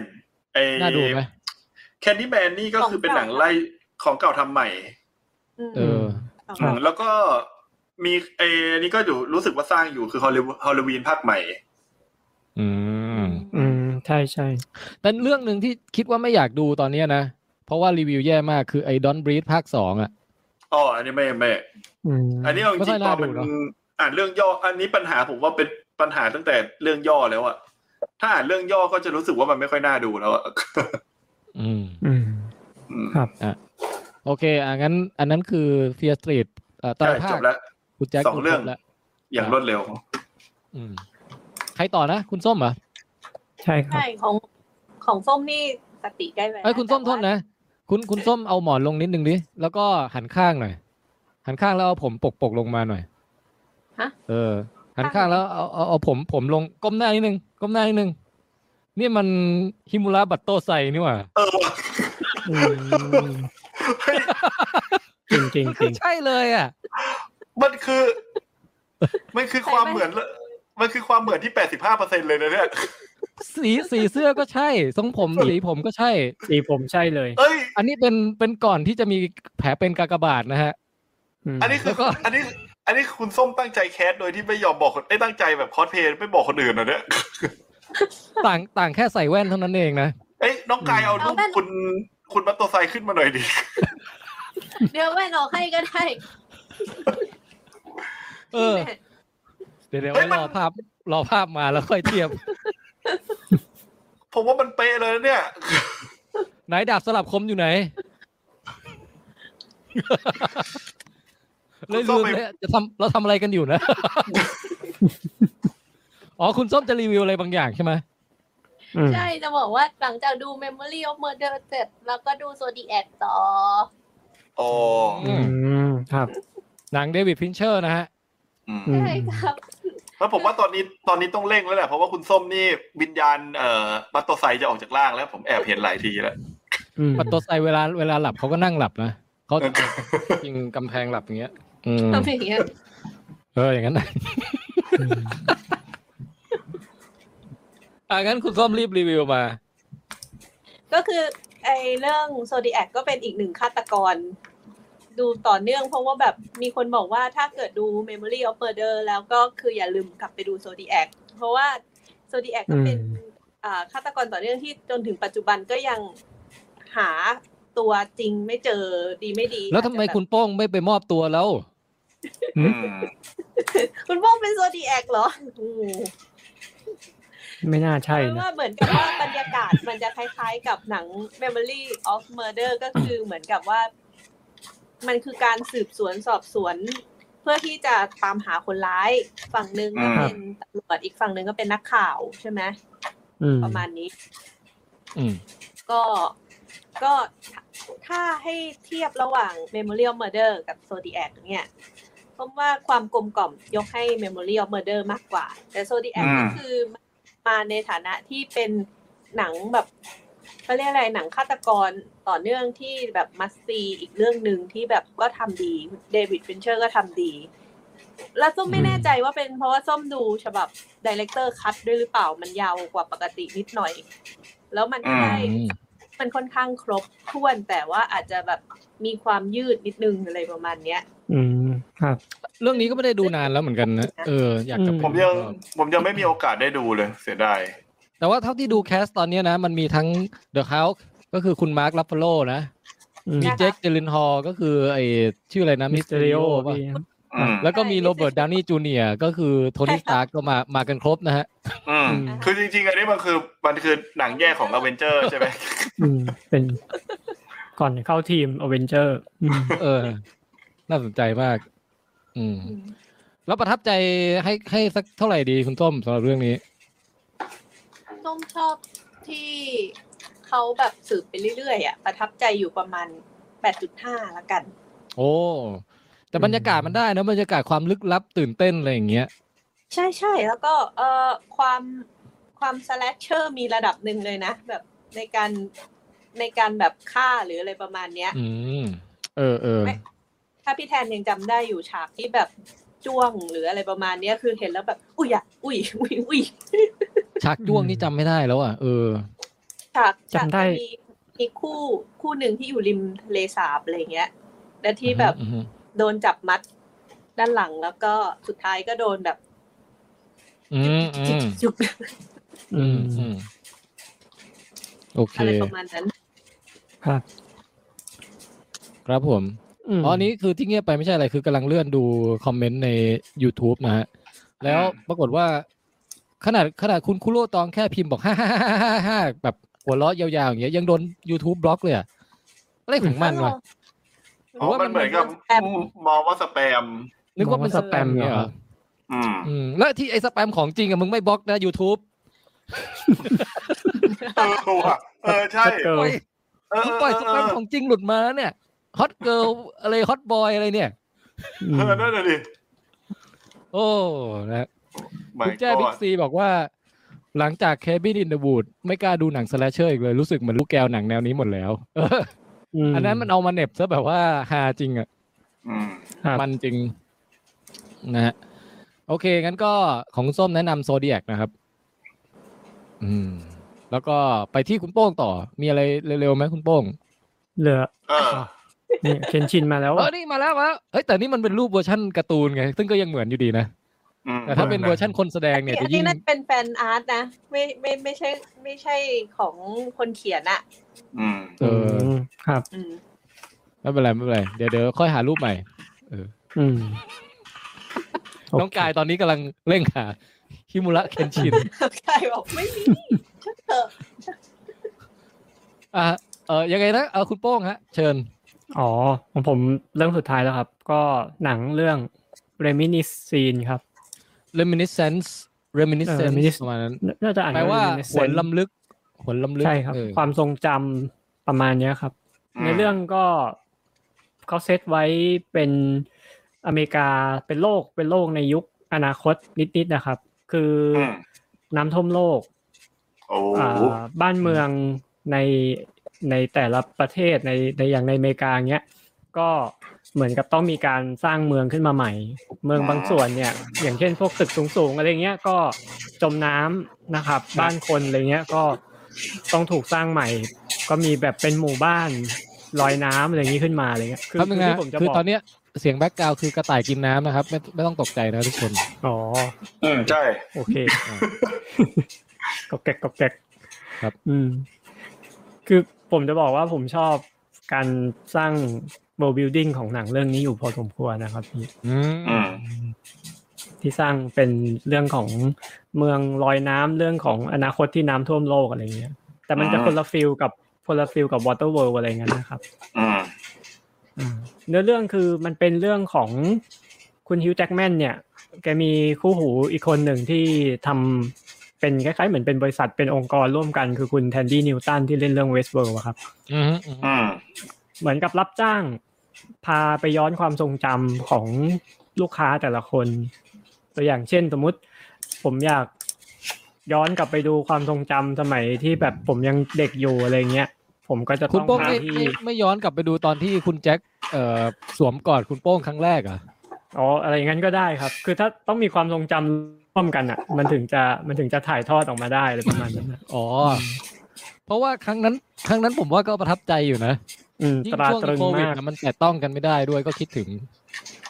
Speaker 3: ไอ
Speaker 2: น่าดูไหม
Speaker 3: แคนดี้แมนนี่ก็คือเป็นหนังไล่ของเก่าทำใหม่
Speaker 4: อืม
Speaker 2: เออ
Speaker 4: สอง
Speaker 3: อืมแล้วก็มีเออนี่ก็อยู่รู้สึกว่าสร้างอยู่คือฮอลลีฮอลลีวีนภาคใหม่
Speaker 2: อืม
Speaker 5: อืมใช่ใช่
Speaker 2: แต่เรื่องหนึ่งที่คิดว่าไม่อยากดูตอนเนี้ยนะ เพราะว่ารีวิวแย่มากคือไอ้ดอนบรีดภาคสองอ่ะ
Speaker 3: อ๋อ อันนี้ไม่ไม่
Speaker 5: อืม
Speaker 3: อันนี้เอาจ
Speaker 2: ไม่ค่
Speaker 3: ริ
Speaker 2: อย
Speaker 3: งๆต
Speaker 2: น่า
Speaker 3: อนมัน
Speaker 2: ดูเนอะ
Speaker 3: อ่านเรื่องย่อ อันนี้ปัญหาผมว่าเป็นปัญหาตั้งแต่เรื่องย่อแล้วอะถ้าอ่านเรื่องย่อก็จะรู้สึกว่ามันไม่ค่อยน่าดูแล้วอะ
Speaker 2: อืม
Speaker 5: อืม
Speaker 3: อืม
Speaker 2: โอเคอ่ะงั้น อันนั้นคือเฟียสตรีทอ่อตอน
Speaker 3: ใช่
Speaker 2: ภา
Speaker 3: จ
Speaker 2: ค
Speaker 3: บแล้ว
Speaker 2: คุณแจ็ค
Speaker 3: สอง
Speaker 2: ดูคบ
Speaker 3: เรื่อง
Speaker 2: แล้ว
Speaker 3: อย่างรวดเร็ว
Speaker 2: อืม ใครต่อนะ คุณส้มเหรอ
Speaker 5: ใช่ครับ
Speaker 4: ใช่ของของส้มนี่สติใกล้ไป
Speaker 2: ไอ้ยคุณส้มโทษนะ คุณคุณส้มเอาหมอนลงนิดนึงดิ แล้วก็หันข้างหน่อย หันข้างแล้วเอาผมปกปกลงมาหน่อย
Speaker 4: ฮะ
Speaker 2: เออ หันข้างแล้วเอาเอาเอาผมผมลงก้มหน้านิดนึงก้มหน้านิดนึง นี่มันฮิมูระบัตโตไซนี่หว่า
Speaker 3: เออว่ะ
Speaker 5: อืมจริงจริง
Speaker 2: มัน
Speaker 5: จ
Speaker 2: คื
Speaker 5: ริ
Speaker 2: อง ใช่เลยอ่ะ
Speaker 3: มันคือ มันคือความ
Speaker 4: ใช่ไหม
Speaker 3: เหมือนละมันคือความเหมือนที่แปดสิบห้าเปอร์เซ็นเลยนะเนี่ย
Speaker 2: สีสีเสื้อก็ใช่ทรงผมสีผมก็ใช่
Speaker 5: สีผมใช่เลย
Speaker 3: เอ้ย
Speaker 2: อันนี้เป็นเป็นก่อนที่จะมีแผลเป็นกากบาทนะฮะ
Speaker 5: ม
Speaker 3: อันนี้คื
Speaker 2: แล้
Speaker 3: อ
Speaker 2: วก็
Speaker 3: อันนี้อันนี้คุณส้มตั้งใจแคสโดยที่ไม่ยอมบอกคนไอ้ยตั้งใจแบบคอสเพลย์ไม่บอกคนอื่นเหรอเนี่ย
Speaker 2: ต่างต่างแค่ใส่แว่นเท่านั้นเองนะ
Speaker 3: เอ้ยน้องกายเอารูป
Speaker 4: เอาแว่น
Speaker 3: คุณคุณบัตโตไซขึ้นมาหน่อยดิ
Speaker 4: เดี๋ยวแม่นออกให้ก็ได้
Speaker 2: เออ เดี๋ยวเดี๋ยวไว้รอภาพรอภาพมาแล้วค่อยเทียบ
Speaker 3: ผมว่ามันเป๊ะเลยนะเนี่ย
Speaker 2: ไหนดาบสลับคมอยู่ไหน เลยลืมเลยจะทำเราทำอะไรกันอยู่นะ อ๋อคุณส้มจะรีวิวอะไรบางอย่างใช่ไหม
Speaker 5: อืม
Speaker 4: ใช่จะบอกว่าหลังจากดู Memory of Murder เสร็จแล้วก็ดู Zodiac ต่อ
Speaker 3: อ๋อ
Speaker 5: อืมครับ
Speaker 2: หนังเดวิดพินเชอร์นะฮะ
Speaker 3: อืม
Speaker 5: อืม
Speaker 4: ใช่ครับ
Speaker 3: แล้วผมว่าตอนนี้ตอนนี้ต้องเร่งแล้วแหละเพราะว่าคุณส้มนี่วิญญาณเอ่อบัตโตไซจะออกจากร่างแล้ว ผมแอบเห็นหลายทีแล้ว
Speaker 5: อืม
Speaker 2: ปัตโตไซเวลาเวลาหลับเขาก็นั่งหลับนะเขาพิงกำแพงหลับอย่างเงี้ย อืม
Speaker 4: ทำอย่างเงี้ย
Speaker 2: เอออย่างนั้นนะ
Speaker 5: อืม
Speaker 2: อ่ะงั้นคุณส้มรีบรีวิวมา
Speaker 4: ก็คือไอเรื่อง Zodiac ก็เป็นอีกหนึ่งฆาตกร ดูต่อเนื่องเพราะว่าแบบมีคนบอกว่าถ้าเกิดดู Memory of Murder แล้วก็คืออย่าลืมกลับไปดู Zodiac เพราะว่า Zodiac ก็เป็นอ่าฆาตกรต่อเนื่องที่จนถึงปัจจุบันก็ยังหาตัวจริงไม่เจอดีไม่ดี
Speaker 2: แล้วทำไมคุณโป้งไม่ไปมอบตัวแล้ว
Speaker 3: อืม
Speaker 4: คุณพ่อเป็น Zodiac เหรอโอ้โห
Speaker 5: ไม่น่าใช่
Speaker 4: เพราะ
Speaker 5: นะ
Speaker 4: ว่าเหมือนกับว่าบรรยากาศ มันจะคล้ายๆกับหนัง Memory of Murder ก็คือเหมือนกับว่า มันคือการสืบสวนสอบสวน เพื่อที่จะตามหาคนร้ายฝั่งหนึ่งก็เป็นตำรวจอีกฝั่งหนึ่งก็เป็นนักข่าวใช่ไหม
Speaker 5: อืม
Speaker 4: ประมาณนี้
Speaker 2: อืม
Speaker 4: ก็ก็ถ้าถ้าให้เทียบระหว่าง Memory of Murder กับ Zodiac เนี่ยผมว่าความกลมกล่อมยกให้ Memory of Murder มากกว่า แต่ Zodiac ก็คือมาในฐานะที่เป็นหนังแบบเขาเรียกอะไรหนังฆาตกรต่อเนื่องที่แบบมัสซีอีกเรื่องหนึ่งที่แบบก็ทำดีเดวิดฟินเชอร์ก็ทำดี แล้วส้มไม่แน่ใจว่าเป็นเพราะว่าส้มดูฉบับดีเลกเตอร์คัตด้วยหรือเปล่ามันยาวกว่าปกตินิดหน่อย แล้วมันก็ได้
Speaker 2: อืม
Speaker 4: มันค่อนข้างครบถ้วนแต่ว่าอาจจะแบบมีความยืดนิดนึงอะไรประมาณเนี้ย
Speaker 5: อืมครับ
Speaker 2: เรื่องนี้ก็ไม่ได้ดูนานแล้วเหมือนกันนะเอออยากจะ
Speaker 5: อืม
Speaker 3: ผมยังผมยังไม่มีโอกาสได้ดูเลยเสียดาย
Speaker 2: แต่ว่าเท่าที่ดูแคสตอนเนี้ยนะ มันมีทั้ง The House ก็คือคุณมาร์คลัฟเฟโลนะ
Speaker 5: อืม
Speaker 2: มี
Speaker 4: นะคะ
Speaker 2: เจคเจลินฮอก็คือไอชื่ออะไรนะ
Speaker 5: มิ
Speaker 2: มิ
Speaker 5: ส
Speaker 2: ส
Speaker 5: เตอ
Speaker 2: เต
Speaker 5: ร
Speaker 2: อริ
Speaker 5: โอ
Speaker 2: โอ
Speaker 5: พี่
Speaker 2: ป่ะ
Speaker 3: อืม
Speaker 2: แล้วก็มีโรเบิร์ตดาวนี่จูเนียก็คือโทนี่สตาร์กก็มามากันครบนะฮะ
Speaker 3: อืมคือจริง ๆ อันนี้มันคือมันคือหนังแยกของอเวนเจอร์ใช่ไหม
Speaker 5: อืมเป็นก่อนเข้าทีมอเวนเจอร์
Speaker 2: เออ น่าสนใจมาก อืม แล้วประทับใจให้ให้สักเท่าไหร่ดีคุณส้มสำหรับเรื่องนี้
Speaker 4: ส้มชอบที่เขาแบบสืบไปเรื่อยๆอ่ะประทับใจอยู่ประมาณ 8.5ละกัน
Speaker 2: โอ้ แต่บรรยากาศมันได้นะบรรยากาศความลึกลับตื่นเต้นอะไรอย่างเงี้ย
Speaker 4: ใช่ใช่แล้วก็เอ่อความความสแลชเชอร์มีระดับหนึ่งเลยนะ แบบในการในการแบบฆ่าหรืออะไรประมาณเนี้ย
Speaker 2: อืม เออเออ
Speaker 4: ไม่ ถ้าพี่แทนยังจำได้อยู่ฉากที่แบบจ้วงหรืออะไรประมาณเนี้ยคือเห็นแล้วแบบ อุ้ยอะอุ้ยอุ้ยอุ้ย
Speaker 2: ฉากจ้วงนี่จำไม่ได้แล้วอ่ะ เออ
Speaker 4: ฉาก
Speaker 5: จำได้
Speaker 4: ฉากจะมีมีคู่คู่หนึ่งที่อยู่ริมทะเลสาบอะไรเงี้ย และที่แบบ
Speaker 2: อือฮึอือฮึ
Speaker 4: โดนจับมัดด้านหลังแล้วก็สุดท้ายก็โดนแบบ
Speaker 2: อืมอืม
Speaker 4: จุก
Speaker 5: อื
Speaker 2: อื
Speaker 5: ม
Speaker 2: มอืมโอเค
Speaker 4: อะไรประมาณนั้น
Speaker 5: ครับ
Speaker 2: ครับผม
Speaker 5: ม
Speaker 2: อ๋ออันนี้คือที่เงียบไปไม่ใช่อะไร คือกำลังเลื่อนดูคอมเมนต์ใน YouTube นะฮะ แล้วปรากฏว่า ขนาดขนาดคุณคุโรตองแค่พิมพ์บอก ฮ่าฮ่าฮ่าฮ่าฮ่าแบบหัวเราะยาวๆอย่างเงี้ยยังโดน YouTube บล็อกเลยอะอะไรของมันวะ
Speaker 3: อ๋อ มันเหมือนกับ
Speaker 4: แอป
Speaker 3: มองว่าสแปม
Speaker 2: นึกว่าเป็นสแปม
Speaker 5: มองว่าสแปม
Speaker 2: เนี่ย
Speaker 5: เห
Speaker 2: เหร
Speaker 5: รอ
Speaker 2: อ
Speaker 3: อืม
Speaker 2: อืมแล้วที่ไอ้สแปมของจริงอะมึงไม่บล็อกนะ YouTube
Speaker 3: เออว่ะเออ ใช่
Speaker 5: Hot
Speaker 3: เอ
Speaker 5: Girl
Speaker 3: อเออ
Speaker 2: มึง
Speaker 3: เอ
Speaker 2: ปล่อย
Speaker 3: อ
Speaker 2: ส
Speaker 3: เอ
Speaker 2: แป
Speaker 3: อ
Speaker 2: มของจริงหลุดมาเนี่ยฮอตเกิ l อะไรฮอตบอยอะไรเนี่ย
Speaker 5: อืม
Speaker 3: เออนั่นน่ะดิ
Speaker 2: โอ้นะ
Speaker 3: ไม่
Speaker 2: คุณแจ้
Speaker 3: ก็
Speaker 2: บิ๊กซีบอกว่า หลังจากเคบินอินเดอะวูดไม่กล้าดูหนังสแลชเชอร์อีกเลย รู้สึกเหมือนลูกแก้วหนังแนวนี้หมดแล้ว
Speaker 5: ม
Speaker 2: อันนั้นมันเอามาเหน็บซะแบบว่าฮาจริงอ่ะ
Speaker 3: อืม
Speaker 5: ครับ
Speaker 2: มันจริงนะฮะโอเค งั้นก็ของคุณส้มแนะนำโซเดียกนะครับ อืม แล้วก็ไปที่คุณโป้งต่อ มีอะไรเร็วๆไหมคุณโป้ง
Speaker 5: เหลือ
Speaker 3: เออ
Speaker 5: นี่เคนชินมาแล้ว
Speaker 2: เออนี่มาแล้วมาแล้วเฮ้ยแต่นี่มันเป็นรูปเวอร์ชั่นการ์ตูนไง ซึ่งก็ยังเหมือนอยู่ดีนะ
Speaker 3: อืม
Speaker 2: แต่ถ้าเป็นเวอร์ชั่นคนแสดงเนี่ย
Speaker 4: อั
Speaker 2: จะ
Speaker 4: น
Speaker 2: ยิ่
Speaker 4: นี้
Speaker 2: ง
Speaker 4: น่าจะเป็นแฟนอาร์ตนะไม่ไม่ไม่ใช่ ไม่ใช่ของคนเขียนอะ
Speaker 3: อืม
Speaker 2: เออ
Speaker 5: มครับ
Speaker 4: อืม
Speaker 2: ไม่เป็นไรไม่เป็นไรเดี๋ยวเดี๋ยวค่อยหารูปใหม่
Speaker 5: อืม
Speaker 2: น้องกายตอนนี้กำลังเร่งหาฮิมุระเคนชิน
Speaker 4: ใครบอกไม่มีช่างเถอะ
Speaker 2: อ่ะเออยังไงนะเออคุณโป้งฮะ เชิญ
Speaker 5: อ๋อของผมเรื่องสุดท้ายแล้วครับ ก็หนังเรื่อง Reminiscence ครับ
Speaker 2: reminiscence
Speaker 5: เออ
Speaker 2: reminiscence
Speaker 5: reminisce
Speaker 2: ประมาณนั้น
Speaker 5: น่น่าจะอ่าน
Speaker 2: แปลว่าหวน
Speaker 5: Reminiscence
Speaker 2: ลำลึกหวนลำลึก
Speaker 5: ใช่ครับ
Speaker 2: เออ
Speaker 5: ความทรงจำประมาณเนี้ยครับ
Speaker 3: อืม
Speaker 5: ในเรื่องก็เขาเซตไว้เป็นอเมริกาเป็นโลกเป็นโลกในยุคอนาคตนิดๆนะครับ คืออ
Speaker 3: ม
Speaker 5: น้ำท่วมโลก
Speaker 3: โอ้
Speaker 5: อ่าบ้านเมืองในในแต่ละประเทศในในอย่างในอเมริกาเนี้ยก็เหมือนกับต้องมีการสร้างเมืองขึ้นมาใหม่ เมืองบางส่วนเนี่ย อย่างเช่นพวกตึกสูงๆอะไรเงี้ยก็จมน้ำนะครับ บ้านคนอะไรเงี้ยก็ต้องถูกสร้างใหม่ ก็มีแบบเป็นหมู่บ้านลอยน้ำอะไรอย่างนี้ขึ้นมาอะไรเงี้ยคือ
Speaker 2: ทำยังไง
Speaker 5: ที่ผมจะ
Speaker 2: คือ
Speaker 5: บอก
Speaker 2: ตอนเนี้ยเสียงแบ็กกราวคือกระต่ายกินน้ำนะครับ ไม่ไม่ต้องตกใจนะทุกคน
Speaker 5: อ๋อ
Speaker 3: อืมใช่
Speaker 5: โอเค ก็แกกก็แกก
Speaker 2: ครับ
Speaker 5: อืม คือผมจะบอกว่าผมชอบการสร้าง world building ของหนังเรื่องนี้อยู่พอสมควรนะครับที่
Speaker 2: อื
Speaker 3: อื
Speaker 2: ม
Speaker 3: ม
Speaker 5: ที่สร้างเป็นเรื่องของเมืองลอยน้ำเรื่องของอนาคตที่น้ำท่วมโลกอะไรเงี้ย แต่มันจะ
Speaker 3: อ่า
Speaker 5: คนละฟิลกับคนละฟิลกับ water world อะไรเงี้ยนะครับ
Speaker 3: อืม
Speaker 5: อ่าเนื้อเรื่องคือมันเป็นเรื่องของคุณฮิวจ์แจ็กแมนเนี่ย แกมีคู่หูอีกคนหนึ่งที่ทำเป็นคล้ายๆ เหมือนเป็นบริษัทเป็นองค์กรร่วมกันคือคุณแทนดี้นิวตันที่เล่นเรื่องเวสเวิร์ครับ
Speaker 2: อืมอืม
Speaker 3: อืม
Speaker 5: เหมือนกับรับจ้าง พาไปย้อนความทรงจำของลูกค้าแต่ละคน ตัวอย่างเช่นสมมุติ ผมอยากย้อนกลับไปดูความทรงจำสมัยที่แบบผมยังเด็กอยู่อะไรเงี้ยผมก็จะ
Speaker 2: คุณ
Speaker 5: ต้อง
Speaker 2: โป้ง
Speaker 5: หา
Speaker 2: ไม่
Speaker 5: ที่
Speaker 2: ไม่ไม่ย้อนกลับไปดูตอนที่คุณแจ็คเอ่อสวมกอดคุณโป้งครั้งแรกเหรอ่ะ
Speaker 5: อ๋ออะไรอย่างนั้นก็ได้ครับ คือถ้าต้องมีความทรงจำร่วมกันอ่ะ มันถึงจะมันถึงจะถ่ายทอดออกมาได้อะไรประมาณนั้นนะ
Speaker 2: อ๋ออเพราะว่าครั้งนั้น ครั้งนั้นผมว่าก็ประทับใจอยู่นะ
Speaker 5: อืม
Speaker 2: ยิ่
Speaker 5: ต
Speaker 2: ง
Speaker 5: รา
Speaker 2: ช่วง
Speaker 5: ตรึง
Speaker 2: โควิด
Speaker 5: มาก
Speaker 2: นะมันแตะต้องกันไม่ได้ด้วยก็คิดถึง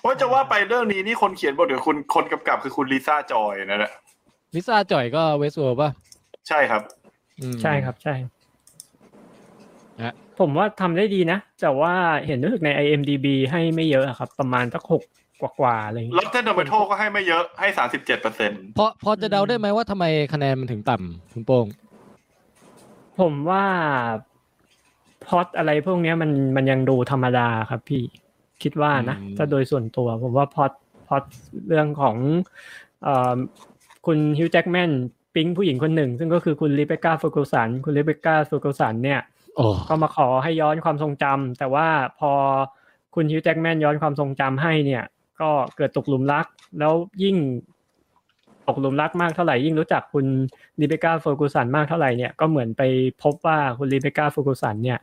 Speaker 3: ว่าจะว่าไปเรื่องนี้นี่คนเขียนบทหรือคุณคนกำกับคือคุณลิซ่าจอยนั่นแหละ
Speaker 2: ลิซ่าจ่อยก็เวสเวิร์ป่ะ
Speaker 3: ใช่ครับ
Speaker 2: อืม
Speaker 5: ใช่ครับใช่
Speaker 2: ฮะ
Speaker 5: ผมว่าทำได้ดีนะ แต่ว่าเห็นรู้สึกใน IMDB ให้ไม่เยอะอะครับ ประมาณสักหกกว่าๆอะไรอย่าง
Speaker 3: ล
Speaker 5: เงี้
Speaker 3: อต
Speaker 5: ย
Speaker 3: เทนโดเมโทก็ให้ไม่เยอะให้สามสิบเจ็ดเปอร์เซ็นต์
Speaker 2: พอพอจะเดาได้ไหมว่าทำไมคะแนนมันถึงต่ำคุณโป้ง
Speaker 5: ผมว่าพล็อตอะไรพวกเนี้ยมันมันยังดูธรรมดาครับพี่คิดว่านะ
Speaker 2: อืม
Speaker 5: ถ้าโดยส่วนตัว ผมว่าพล็อตพล็อตเรื่องของเอ่อ คุณฮิวจ์แจ็กแมนปิ๊งผู้หญิงคนหนึ่ง ซึ่งก็คือคุณริเบก้าเฟอร์กูสันคุณริเบก้าเฟอร์กูสันเนี่ย
Speaker 2: โอ้
Speaker 5: ก็มาขอให้ย้อนความทรงจำแต่ว่าพอคุณฮิวจ์แจ็กแมนย้อนความทรงจำให้เนี่ย ก็เกิดตกหลุมรัก แล้วยิ่งตกหลุมรักมากเท่าไหร่ยิ่งรู้จักคุณริเบก้าเฟอร์กูสันมากเท่าไหร่เนี่ยก็เหมือนไปพบว่าคุณริเบก้าเฟอร์กูสันเนี่ย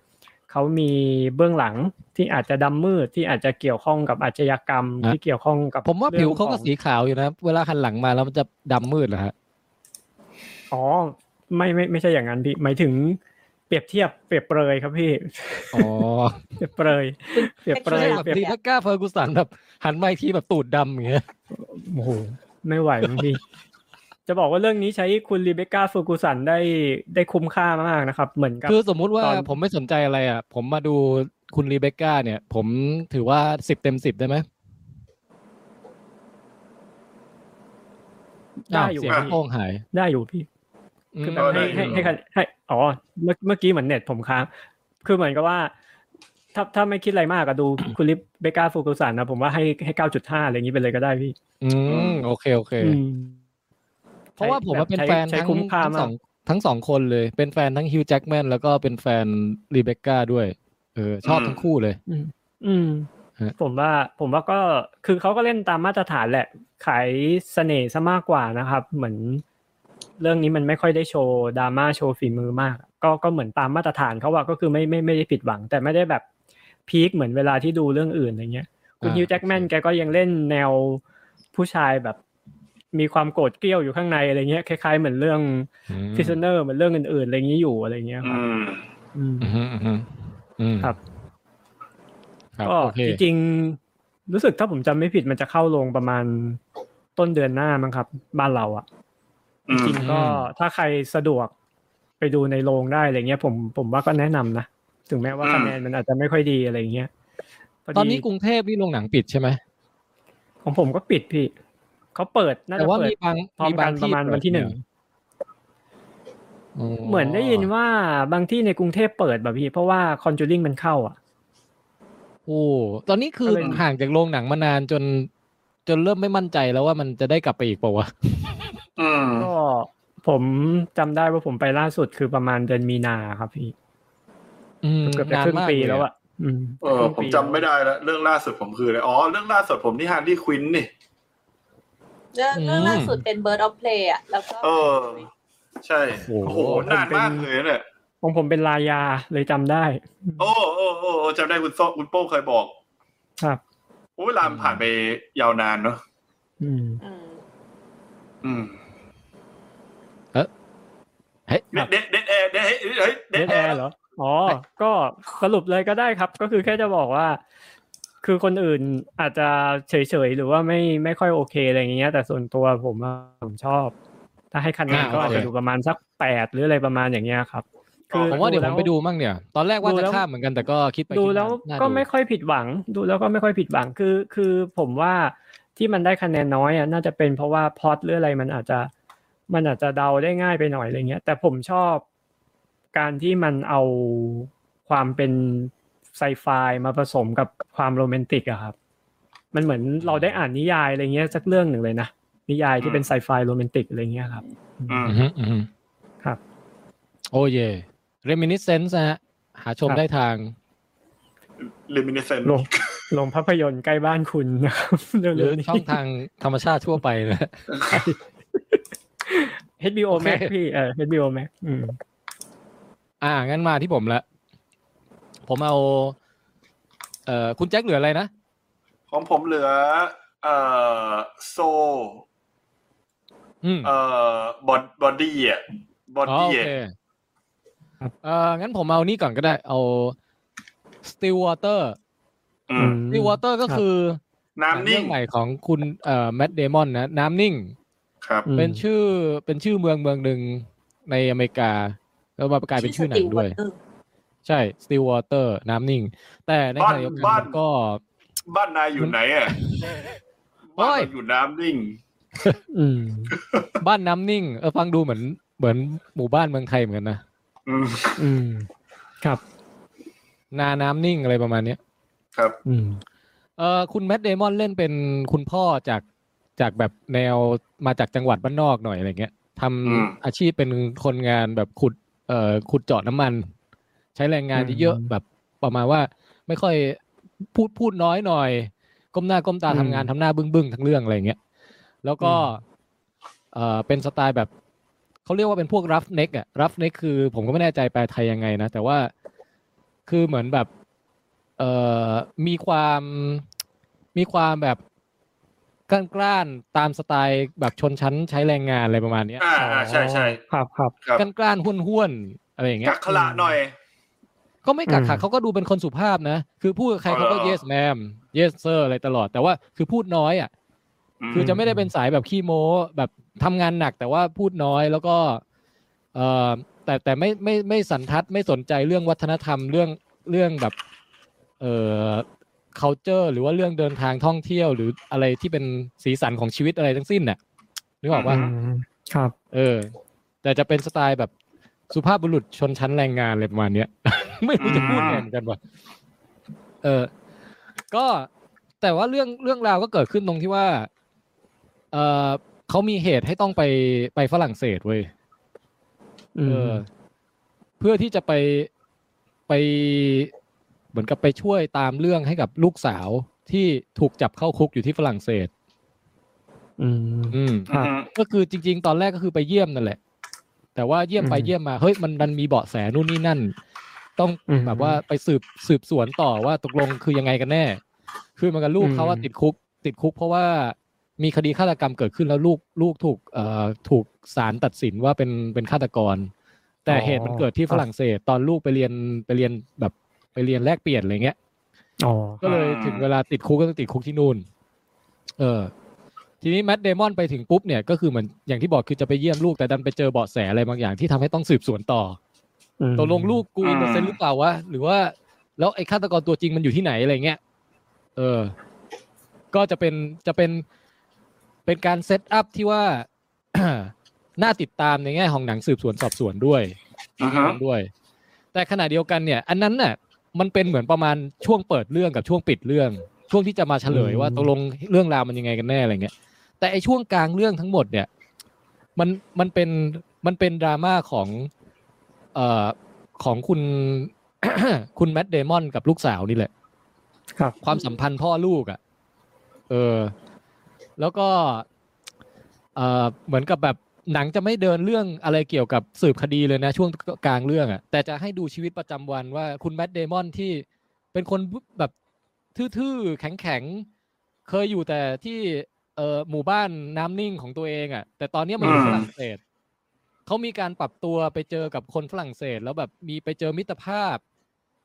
Speaker 5: เขามีเบื้องหลังที่อาจจะดำมืดที่อาจจะเกี่ยวข้องกับอาชญากรรมที่เกี่ยวข้องกับ
Speaker 2: ผมว่าผิวเขาก็
Speaker 5: รื่ององ
Speaker 2: สีขาวอยู่นะ เวลาหันหลังมาแล้วมันจะดำมืดเหรอฮะ
Speaker 5: อ๋อไม่ไม่ไม่ใช่อย่างนั้นพี่หมายถึงเปรียบเทียบเปรียบเปรยครับพี่
Speaker 2: อ๋อ
Speaker 5: เปรียบเปรยเปรียบเปรย
Speaker 2: แบบ
Speaker 5: เปรียบ
Speaker 2: ดีแพกก้าเฟอร์กูสันแบบหันมาอีกทีแบบตูดดำอย่างเงี้ย
Speaker 5: โอ้โหไม่ไหวมั้งพี่ จะบอกว่าเรื่องนี้ใช้คุณรีเบคก้าฟูกูสันได้ได้คุ้มค่ามากนะครับ เหมือนกับ
Speaker 2: คือสมมุติว่า
Speaker 5: ตอน
Speaker 2: ผมไม่สนใจอะไรอ่ะ ผมมาดูคุณรีเบคก้าเนี่ย ผมถือว่าสิบเต็มสิบได้ไหม
Speaker 5: ได้อ
Speaker 2: าว
Speaker 5: ยู่
Speaker 2: เสียง
Speaker 5: พี่
Speaker 2: โป้งหาย
Speaker 5: ได้อยู่พี่ คือแบบ
Speaker 2: ม
Speaker 5: ให้ให้ให้คะแนนให้อ๋อเมื่อเมื่อกี้เหมือนเน็ตผมค้างคือเหมือนกับว่า ถ้าถ้าไม่คิดอะไรมากก็ดูคุณริเบคก้าฟูกูสันนะผมว่าให้ให้เก้าจุดห้าอะไรอย่างนี้ไปเลยก็ได้พี่
Speaker 2: อืมโอเคโอเค
Speaker 5: อืม
Speaker 2: เพราะว่าผมว่าเป็นแฟน
Speaker 5: ใช้
Speaker 2: ทั้ง
Speaker 5: คุ้มค่า
Speaker 2: ทั้ง
Speaker 5: มา
Speaker 2: ส
Speaker 5: ก
Speaker 2: องทั้งสองคนเลย เป็นแฟนทั้งฮิวจ์แจ็กแมนแล้วก็เป็นแฟนรีเบคก้าด้วย เออ ชอบทั้งคู่เลย
Speaker 5: อืม
Speaker 2: ฮะ
Speaker 5: ผมว่าผมว่าก็คือเขาก็เล่นตามมาตรฐานแหละ ขายเสน่ห์ซะมากกว่านะครับ เหมือน เรื่องนี้มันไม่ค่อยได้โชว์ดราม่าโชว์ฝีมือมาก ก็ก็เหมือนตามมาตรฐานเขาว่าก็คือไม่ไม่ไม่ได้ผิดหวัง แต่ไม่ได้แบบพีคเหมือนเวลาที่ดูเรื่องอื่นอะไรเงี้ย คุณฮิวจ์แจ็กแมนแกก็ยังเล่นแนวผู้ชายแบบมีความโกรธเกรี้ยวอยู่ข้างในอะไรเงี้ยคล้ายๆเหมือนเรื่อง
Speaker 2: อืม
Speaker 5: ฟิสเนอร์เหมือนเรื่องอื่นๆอะไรอย่างนี้อยู่อะไรเงี้ยค
Speaker 3: อื
Speaker 5: รับ
Speaker 3: ม
Speaker 5: อืม
Speaker 2: อืมอืมอืม
Speaker 5: ครับ
Speaker 2: ครับ
Speaker 5: ก็
Speaker 2: โอเค
Speaker 5: จริงๆรู้สึกถ้าผมจำไม่ผิดมันจะเข้าลงประมาณต้นเดือนหน้ามั้งครับ บ้านเราอะ
Speaker 3: อืม
Speaker 5: จริงๆก็ถ้าใครสะดวกไปดูในโรงได้อะไรเงี้ย ผมผมว่าก็แนะนำนะถึงแม้ว่า
Speaker 3: อืม
Speaker 5: คะแนนมันอาจจะไม่ค่อยดีอะไรเงี้ยพดี
Speaker 2: ตอนนี้กรุงเทพนี่โรงหนังปิดใช่ไหม
Speaker 5: ของผมก็ปิดพี่เขาเปิดน่า
Speaker 2: แต่
Speaker 5: จะ
Speaker 2: ว่า
Speaker 5: เปิด
Speaker 2: มีบาง
Speaker 5: พร้อมกัน
Speaker 2: ที่
Speaker 5: ประมาณวันที่หนึ่ง
Speaker 2: อ๋
Speaker 5: เหมือนได้ยินว่าบางที่ในกรุงเทพเปิดแบบพี่ เพราะว่าคอนจูริงมันเข้าอะ
Speaker 2: โอ้ตอนนี้คือ
Speaker 5: ก็เลย
Speaker 2: ห่างจากโรงหนังมานานจน จนเริ่มไม่มั่นใจแล้วว่ามันจะได้กลับไปอีกเปล่าวะ
Speaker 3: อืม
Speaker 5: ก็ผมจำได้ว่าผมไปล่าสุดคือประมาณเดือนมีนาครับพี่
Speaker 2: อืม
Speaker 5: เกือบจะ
Speaker 2: นาน
Speaker 5: ครึ่ง
Speaker 2: มาก
Speaker 5: ปี
Speaker 2: เย
Speaker 5: แล้วอ่ะอืม
Speaker 3: เออ ผมจำไม่ได้แล้วเรื่องล่าสุดผมคืออะไรอ๋อ เรื่องล่าสุดผมที่ฮาร์ดี้ควินนี่
Speaker 4: เรื่องเรื่องล่าสุดเป็น Bird of Play อ่ะแล้วก็
Speaker 3: เออ ใช่ โอ้โห นานมากเลยนะเนี่ย
Speaker 5: ของผมเป็นลายาเลยจำได้
Speaker 3: โอ้โอ้โอ้โอ้จำได้คุณโซคุณโป้เคยบอก
Speaker 5: ครับ
Speaker 3: โอ้เวลามนผ่านไปยาวนานเนอะ
Speaker 5: อืม
Speaker 4: อืม
Speaker 3: อืม
Speaker 2: เฮ้ย
Speaker 3: เด็ดเด็ดแอร์เด็ดเฮ้ยเด็
Speaker 5: เด
Speaker 3: ด
Speaker 5: ท
Speaker 3: แอ
Speaker 5: แอ
Speaker 3: ร์
Speaker 5: ร์เหรอ อ๋อ ก็สรุปเลยก็ได้ครับ ก็คือแค่จะบอกว่า คือคนอื่นอาจจะเฉยๆ หรือว่าไม่ไม่ค่อยโอเคอะไรอย่างเงี้ย แต่ส่วนตัวผมอะผมชอบ ถ้าให้คะแนน
Speaker 2: อ่า
Speaker 5: ก็อาจ
Speaker 2: โอเค
Speaker 5: จะดูประมาณสักแปดหรืออะไรประมาณอย่างเงี้ยครับ คื
Speaker 2: ผมว่าเดี๋ยวผม
Speaker 5: แล้
Speaker 2: ไปดูมั่งเนี่ย ตอนแรกว่า
Speaker 5: ดู
Speaker 2: จะ
Speaker 5: แล้ว
Speaker 2: ข้ามเหมือนกันแต่ก็คิดไป
Speaker 5: ดู
Speaker 2: คิมา
Speaker 5: แล้ว
Speaker 2: น่า
Speaker 5: ก็
Speaker 2: ดู
Speaker 5: ไม่ค่อยผิดหวัง ดูแล้วก็ไม่ค่อยผิดหวัง คือ คือผมว่าที่มันได้คะแนนน้อยอ่ะน่าจะเป็นเพราะว่าพล็อตหรืออะไรมันอาจจะ มันอาจจะเดาได้ง่ายไปหน่อยอะไรเงี้ย แต่ผมชอบการที่มันเอาความเป็นไซไฟมาผสมกับความโรแมนติกอะครับ มันเหมือนเราได้อ่านนิยายอะไรเงี้ยสักเรื่องหนึ่งเลยนะ นิยายที่เป็นไซไฟโรแมนติกอะไรเงี้ยครับ
Speaker 3: อืม
Speaker 2: อือฮึอือฮึ
Speaker 5: ครับ
Speaker 2: โอ้เย่ reminiscence นะฮะ หาชมได้ทาง
Speaker 3: ลิมิเนเซน
Speaker 5: ลงลงภาพยนตร์ใกล้บ้านคุณนะครับเร็
Speaker 2: หรือ
Speaker 5: วๆนี้
Speaker 2: ช่องทางธรรมชาติทั่วไปนะ
Speaker 5: HBO
Speaker 2: โอเค
Speaker 5: Max พี่เออ HBO Max อืม
Speaker 2: อ่า งั้นมาที่ผมละ ผมเอา เอ่อ คุณแจ็คเหลืออะไรนะ
Speaker 3: ของผมเหลือ เอ่อโซ
Speaker 2: อืม
Speaker 3: เอ่อบอดบอดี้อ่ะบอ
Speaker 2: อ๋อ
Speaker 3: ดี้
Speaker 2: โอเคเอ่อ งั้นผมเอานี่ก่อนก็ได้ เอา still water
Speaker 3: อืม
Speaker 2: still water ก็
Speaker 5: ครับ
Speaker 2: คือห
Speaker 3: น้ำ
Speaker 2: เรื่
Speaker 3: นิ่
Speaker 2: อง งใหม่ของคุณเอ่อแมดเดมอนนะ น้ำนิ่ง
Speaker 3: ครับ
Speaker 5: อืม
Speaker 2: เป็นชื่อเป็นชื่อเมืองเมืองหนึ่งในอเมริกา แล้วมากลายเป็นชื่อหนังด้วย
Speaker 4: ชื่อ Stillwater
Speaker 2: ใช่ still water น้ำนิ่ง แต่ในขณะเดียวกัน
Speaker 3: บ้าน
Speaker 2: มันก็
Speaker 3: บ้านนายอยู่ไหนอ่ะ
Speaker 2: โอ้
Speaker 3: บ้าน
Speaker 2: ย
Speaker 3: เราอยู่น้ำนิ่ง
Speaker 5: อืม
Speaker 2: บ้านน้ำนิ่ง เออฟังดูเหมือนเหมือนหมู่บ้านเมืองไทยเหมือนกันนะ
Speaker 3: อืม
Speaker 5: อืม ครับ
Speaker 2: นาน้ำนิ่งอะไรประมาณเนี้ย
Speaker 3: ครับ
Speaker 5: อืม
Speaker 2: เออคุณแมดเดมอนเล่นเป็นคุณพ่อจากจากแบบแนวมาจากจังหวัดบ้านนอกหน่อยอะไรเงี้ยท
Speaker 3: อืม
Speaker 2: ำอาชีพเป็นคนงานแบบขุดเอ่อขุดเจาะน้ำมัน ใช้แรงงาน
Speaker 5: อืม
Speaker 2: เยอะๆแบบประมาณว่าไม่ค่อยพูดพูดน้อยหน่อย ก้มหน้าก้มตา
Speaker 5: อืม
Speaker 2: ทำงานทำหน้าบึ้งบึ้งๆทั้งเรื่องอะไรเงี้ยแล้วก็
Speaker 5: อืม
Speaker 2: เออเป็นสไตล์แบบเขาเรียกว่าเป็นพวกรัฟเน็กอะรัฟเน็กคือ ผมก็ไม่แน่ใจแปลไทยยังไงนะ แต่ว่าคือเหมือนแบบ เอ่อมีความมีความแบบกล้านกล้านๆตามสไตล์แบบชนชั้นใช้แรงงานอะไรประมาณเนี้ย
Speaker 3: อ่าอ่าใช่ใช่
Speaker 5: ครับครับ
Speaker 3: ครับ
Speaker 2: กล้านกล้านๆห้วนห้วนๆอะไรอย่างเงี้
Speaker 3: กั
Speaker 2: ย
Speaker 3: กขละหน่อย
Speaker 2: ก็ไม่กักขัก
Speaker 5: อืม
Speaker 2: เขาก็ดูเป็นคนสุภาพนะ คือพูดกับใคร
Speaker 3: อ๋อ
Speaker 2: เขาก็
Speaker 3: เหรอ
Speaker 2: yes ma'am yes sir อะไรตลอด แต่ว่าคือพูดน้อยอ่ะ คือจะไม่ได้เป็นสายแบบขี้โม้แบบทำงานหนักแต่ว่าพูดน้อยแล้วก็เออแต่แต่ไม่ไม่ไม่สันทัดไม่สนใจเรื่องวัฒนธรรมเรื่องเรื่องแบบเอ่อ culture หรือว่าเรื่องเดินทางท่องเที่ยว หรืออะไรที่เป็นสีสันของชีวิตอะไรทั้งสิ้นน่ะนึกออกว่า
Speaker 5: อืมครับ
Speaker 2: เออ แต่จะเป็นสไตล์แบบสุภาพบุรุษชนชั้นแรงงานอะไรประมาณเนี้ย ไม่รู้จะพูดไงเหมือนกันว่าเออ ก็แต่ว่าเรื่องเรื่องราวก็เกิดขึ้นตรงที่ว่า เออเขามีเหตุให้ต้องไปไปฝรั่งเศสเว้ย
Speaker 5: อื
Speaker 2: เอ
Speaker 5: ม
Speaker 2: อ เพื่อที่จะไปไปเหมือนกับไปช่วยตามเรื่องให้กับลูกสาวที่ถูกจับเข้าคุกอยู่ที่ฝรั่งเศส
Speaker 5: อืม
Speaker 2: อืม
Speaker 5: ครับ
Speaker 3: อืม
Speaker 2: ก็คือจริง ๆ ตอนแรกก็คือไปเยี่ยมนั่นแหละ แต่ว่าเยี่ยมไป
Speaker 5: อืม
Speaker 2: เยี่ยมมาเฮ้ยมันดันมีเบาะแสนู่นนี่นั่น ต้อง
Speaker 5: อืม
Speaker 2: แบบว่าไปสืบสืบสวนต่อว่าตกลงคือยังไงกันแน่ คือเหมันกับลูก
Speaker 5: อืม
Speaker 2: เขาว่าติดคุก ติดคุก เพราะว่ามีคดีฆาตกรรมเกิดขึ้นแล้วลูกลูกถูกเอ่อถูกศาลตัดสินว่าเป็นเป็นฆาตกร แต่เหตุมันเกิดที่ฝรั่งเศส ตอนลูกไปเรียนไปเรียนแบบไปเรียนแลกเปลี่ยนอะไรเงี้ย
Speaker 5: อ๋อ
Speaker 2: ก็เลยถึงเวลาติดคุกก็ต้องติดคุกที่นู่น เออ ทีนี้แมดเดมอนไปถึงปุ๊บเนี่ย ก็คือเหมือนอย่างที่บอกคือจะไปเยี่ยมลูกแต่ดันไปเจอเบาะแสอะไรบางอย่างที่ทำให้ต้องสืบสวนต่อ
Speaker 5: อื
Speaker 2: อ
Speaker 5: ม
Speaker 2: ตกลงลูกกูอินเซนหรือเปล่าวะหรือว่าแล้วไอ้ฆาตกรตัวจริงมันอยู่ที่ไหนอะไรเงี้ย เออ ก็จะเป็นจะเป็นเป็นการเซตอัพที่ว่า น่าติดตามในแง่ของหนังสืบสวนสอบสวนด้วย
Speaker 3: อือฮึ
Speaker 2: ด้วย แต่ขณะเดียวกันเนี่ย อันนั้นน่ะ มันเป็นเหมือนประมาณช่วงเปิดเรื่องกับช่วงปิดเรื่อง ช่วงที่จะมาเฉลย
Speaker 5: อืม
Speaker 2: ว่าตกลงเรื่องราวมันยังไงกันแน่อะไรเงี้ยแต่ไอช่วงกลางเรื่องทั้งหมดเนี่ย มันมันเป็นมันเป็นดราม่าของเอ่อของคุณ คุณแมทเดมอนกับลูกสาวนี่แหละ
Speaker 5: ครับ
Speaker 2: ความสัมพันธ์พ่อลูกอ่ะ เออ แล้วก็ เออเหมือนกับแบบหนังจะไม่เดินเรื่องอะไรเกี่ยวกับสืบคดีเลยนะ ช่วงกลางเรื่องอ่ะ แต่จะให้ดูชีวิตประจำวันว่าคุณแมทเดมอนที่เป็นคนแบบทื่อๆ แข็งๆ เคยอยู่แต่ที่เออหมู่บ้านน้ำนิ่งของตัวเองอ่ะ แต่ตอนเนี้ยมาอยู่
Speaker 3: อืม
Speaker 2: ฝรั่งเศสเขามีการปรับตัวไปเจอกับคนฝรั่งเศส แล้วแบบมีไปเจอมิตรภาพ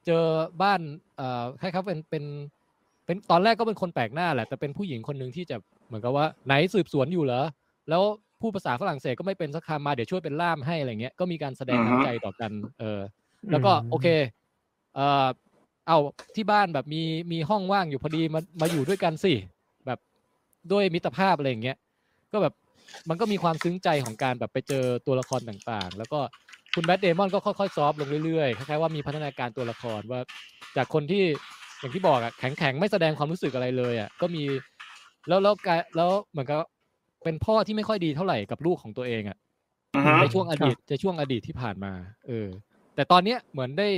Speaker 2: เจอบ้านเอ่อคล้ายๆเป็นเป็น เป็นตอนแรกก็เป็นคนแปลกหน้าแหละแต่เป็นผู้หญิงคนหนึ่งที่จะเหมือนกับว่าไหนสืบสวนอยู่เหรอแล้วผู้ภาษาฝรั่งเศสก็ไม่เป็นสักคำมาเดี๋ยวช่วยเป็นล่ามให้อะไรเงี้ยก็มีการแสดง
Speaker 3: อือฮะ
Speaker 2: น้ำใจต่อกัน เออ แล้วก็โอเค เอ่อ เอาที่บ้านแบบมีมีห้องว่างอยู่พอดีมามาอยู่ด้วยกันสิแบบด้วยมิตรภาพอะไรอย่างเงี้ยก็แบบมันก็มีความซึ้งใจของการแบบไปเจอตัวละครต่างๆ แล้วก็คุณแบทเดมอนก็ค่อยๆซอฟต์ลงเรื่อยๆคล้ายๆว่ามีพัฒนาการตัวละครว่าจากคนที่อย่างที่บอกอะแข็งๆ ไม่แสดงความรู้สึกอะไรเลยอะก็มีแล้วแล้วกลายแล้วเหมือนกับเป็นพ่อที่ไม่ค่อยดีเท่าไหร่กับลูกของตัวเองอะ
Speaker 3: อือฮึ
Speaker 2: ในช่วงอดีตในช่วงอดีตที่ผ่านมา เออ แต่ตอนเนี้ยเหมือนได้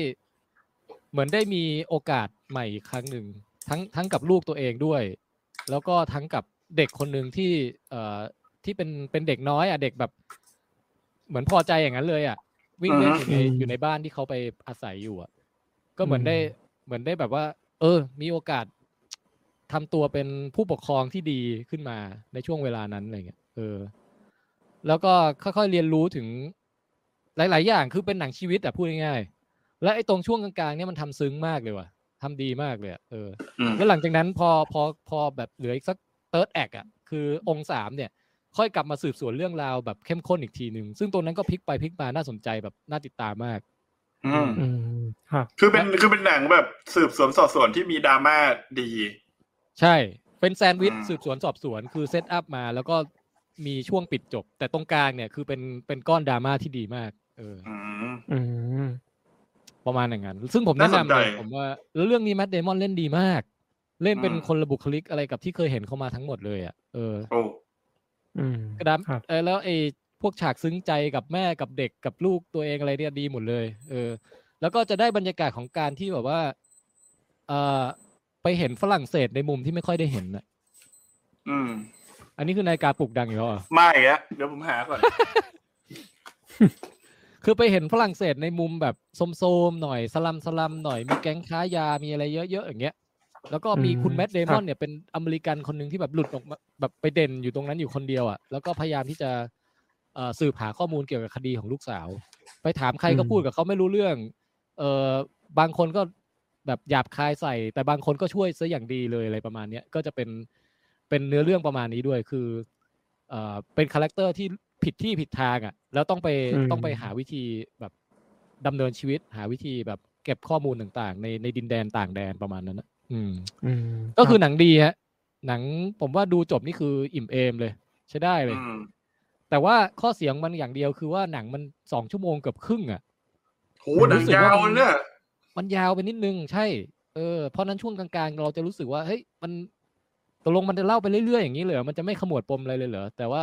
Speaker 2: เหมือนได้มีโอกาสใหม่อีกครั้งหนึ่งทั้งทั้งกับลูกตัวเองด้วย แล้วก็ทั้งกับเด็กคนหนึ่งที่ เอ่อที่เป็นเป็นเด็กน้อยอ่ะเด็กแบบ เหมือนพอใจอย่างนั้นเลยอ่ะ วิ่งเล่นอยู่ใน
Speaker 5: อืม
Speaker 2: อยู่ในบ้านที่เขาไปอาศัยอยู่อ่ะ ก็เหมือน
Speaker 5: อืม
Speaker 2: ได้เหมือนได้แบบว่า เออ มีโอกาสทำตัวเป็นผู้ปกครองที่ดีขึ้นมาในช่วงเวลานั้นอะไรเงี้ยเออ แล้วก็ค่อยๆเรียนรู้ถึงหลาย ๆ อย่างคือเป็นหนังชีวิตแต่พูดง่ายๆและไอ้ตรงช่วงกลางๆเนี่ยมันทำซึ้งมากเลยว่ะทำดีมากเลยอะเออ
Speaker 3: อืม
Speaker 2: แล้วหลังจากนั้นพอพอพอแบบเหลืออีกสักเติร์ดแอคอ่ะคือองค์สามเนี่ย ค่อยกลับมาสืบสวนเรื่องราวแบบเข้มข้นอีกทีหนึ่งซึ่งตรงนั้นก็พลิกไปพลิกมาน่าสนใจแบบน่าติดตามมาก
Speaker 3: อืม
Speaker 5: อืมครับ
Speaker 3: คือเป็นคือเป็นหนังแบบสืบสวนสอบสวนที่มีดราม่าดี
Speaker 2: ใช่ เป็นแซนด์วิช
Speaker 3: อ่า
Speaker 2: สืบสวนสอบสวนคือเซตอัพมา แล้วก็มีช่วงปิดจบ แต่ตรงกลางเนี่ยคือเป็นเป็นก้อนดราม่าที่ดีมาก เออ
Speaker 3: อืม
Speaker 5: อืม
Speaker 2: ประมาณอย่างนั้น ซึ่งผมแนะ
Speaker 3: น่าสน
Speaker 2: นำเลย
Speaker 3: ใจ
Speaker 2: ผมว่าแล้วเรื่องนี้แม t เดมอนเล่นดีมาก เล่นเป็น
Speaker 3: อืม
Speaker 2: คนละบุคลิกอะไรกับที่เคยเห็นเขามาทั้งหมดเลยอ่ะ เออ
Speaker 3: โอ้
Speaker 5: อืม
Speaker 2: กระดับ
Speaker 5: ครับ
Speaker 2: เออแล้วไอ้พวกฉากซึ้งใจกับแม่กับเด็กกับลูกตัวเองอะไรเนี่ยดีหมดเลย เออ แล้วก็จะได้บรรยากาศของการที่แบบว่า เออไปเห็นฝรั่งเศสในมุมที่ไม่ค่อยได้เห็นอ่ะ
Speaker 3: อืม
Speaker 2: อันนี้คือนาฬิกาปลุกดังอยู่แล้วเหรอ
Speaker 3: ไม่อะเดี๋ยวผมหาก่อน
Speaker 2: คือไปเห็นฝรั่งเศสในมุมแบบโซมๆหน่อยสลัมสลัมๆหน่อยมีแก๊งค้ายามีอะไรเยอะๆอย่างเงี้ย แล้วก็มีคุณแมดเดมอนเนี่ยเป็นอเมริกันคนหนึ่งที่แบบหลุดออกมาแบบไปเด่นอยู่ตรงนั้นอยู่คนเดียวอ่ะแล้วก็พยายามที่จะเอ่อสืบหาข้อมูลเกี่ยวกับคดีของลูกสาว ไปถามใครก็พูดกับเขาไม่รู้เรื่อง เออบางคนก็แบบหยาบคายใส่ แต่บางคนก็ช่วยซะอย่างดีเลยอะไรประมาณเนี้ยก็จะเป็นเป็นเนื้อเรื่องประมาณนี้ด้วยคือเออเป็นคาแรคเตอร์ที่ผิดที่ผิดทางอ่ะแล้วต้องไปต้องไปหาวิธีแบบดำเนินชีวิต หาวิธีแบบเก็บข้อมูลต่างๆ ในในดินแดนต่างแดนประมาณนั้นนะอืม
Speaker 5: อืม
Speaker 2: ก็คือ
Speaker 5: รับ
Speaker 2: หนังดีฮะ หนังผมว่าดูจบนี่คืออิ่มเอมเลย ใช้ได้เลย
Speaker 3: อืม
Speaker 2: แต่ว่าข้อเสียงมันอย่างเดียวคือว่าหนังมันสองชั่วโมงเกือบครึ่งอ่ะ
Speaker 3: โหหนังยาวเนี่ย
Speaker 2: มันยาวไปนิดนึงใช่ เออ เพราะฉะนั้นช่วงกลางๆ เราจะรู้สึกว่าเฮ้ยมันตกลงมันจะเล่าไปเรื่อยๆอย่างนี้เลยเหรอมันจะไม่ขมวดปมอะไรเลยเหรอแต่ว่า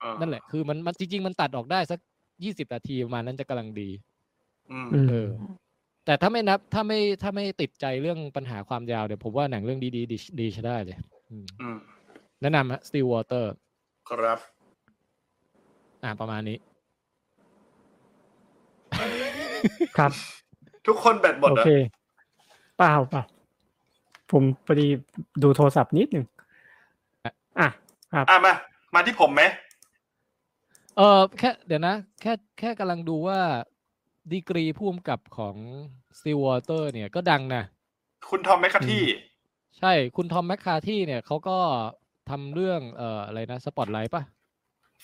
Speaker 3: เออ
Speaker 2: นั่นแหละคือมันมันจริง ๆ มันตัดออกได้สักยี่สิบนาทีประมาณนั้นจะกำลังดี
Speaker 3: อืม
Speaker 5: อืม
Speaker 2: เออ แต่ถ้าไม่นับถ้าไม่ถ้าไม่ติดใจเรื่องปัญหาความยาวเดี๋ยวผมว่าหนังเรื่องดีดีดีดีใช้ได้เลยอืม
Speaker 3: อืม
Speaker 2: แนะนำฮะ Still Water
Speaker 3: ครับ
Speaker 2: อ่าประมาณนี้
Speaker 5: ครับ
Speaker 3: ทุกคนแบตหมด
Speaker 5: โอ
Speaker 3: เหรอ
Speaker 5: เค เปล่าเปล่าผมพอดีดูโทรศัพท์นิดหนึ่งอ่ะ
Speaker 3: อ่ะมา มาที่ผมไหม
Speaker 2: เออแค่เดี๋ยวนะ แค่แค่กำลังดูว่าดีกรีผู้กำกับของ Still Water เนี่ยก็ดังนะ
Speaker 3: คุณทอมแมคคาที่
Speaker 2: ใช่คุณทอมแมคคาที่เนี่ยเขาก็ทำเรื่องเอ่ออะไรนะสปอตไลท์ป่ะ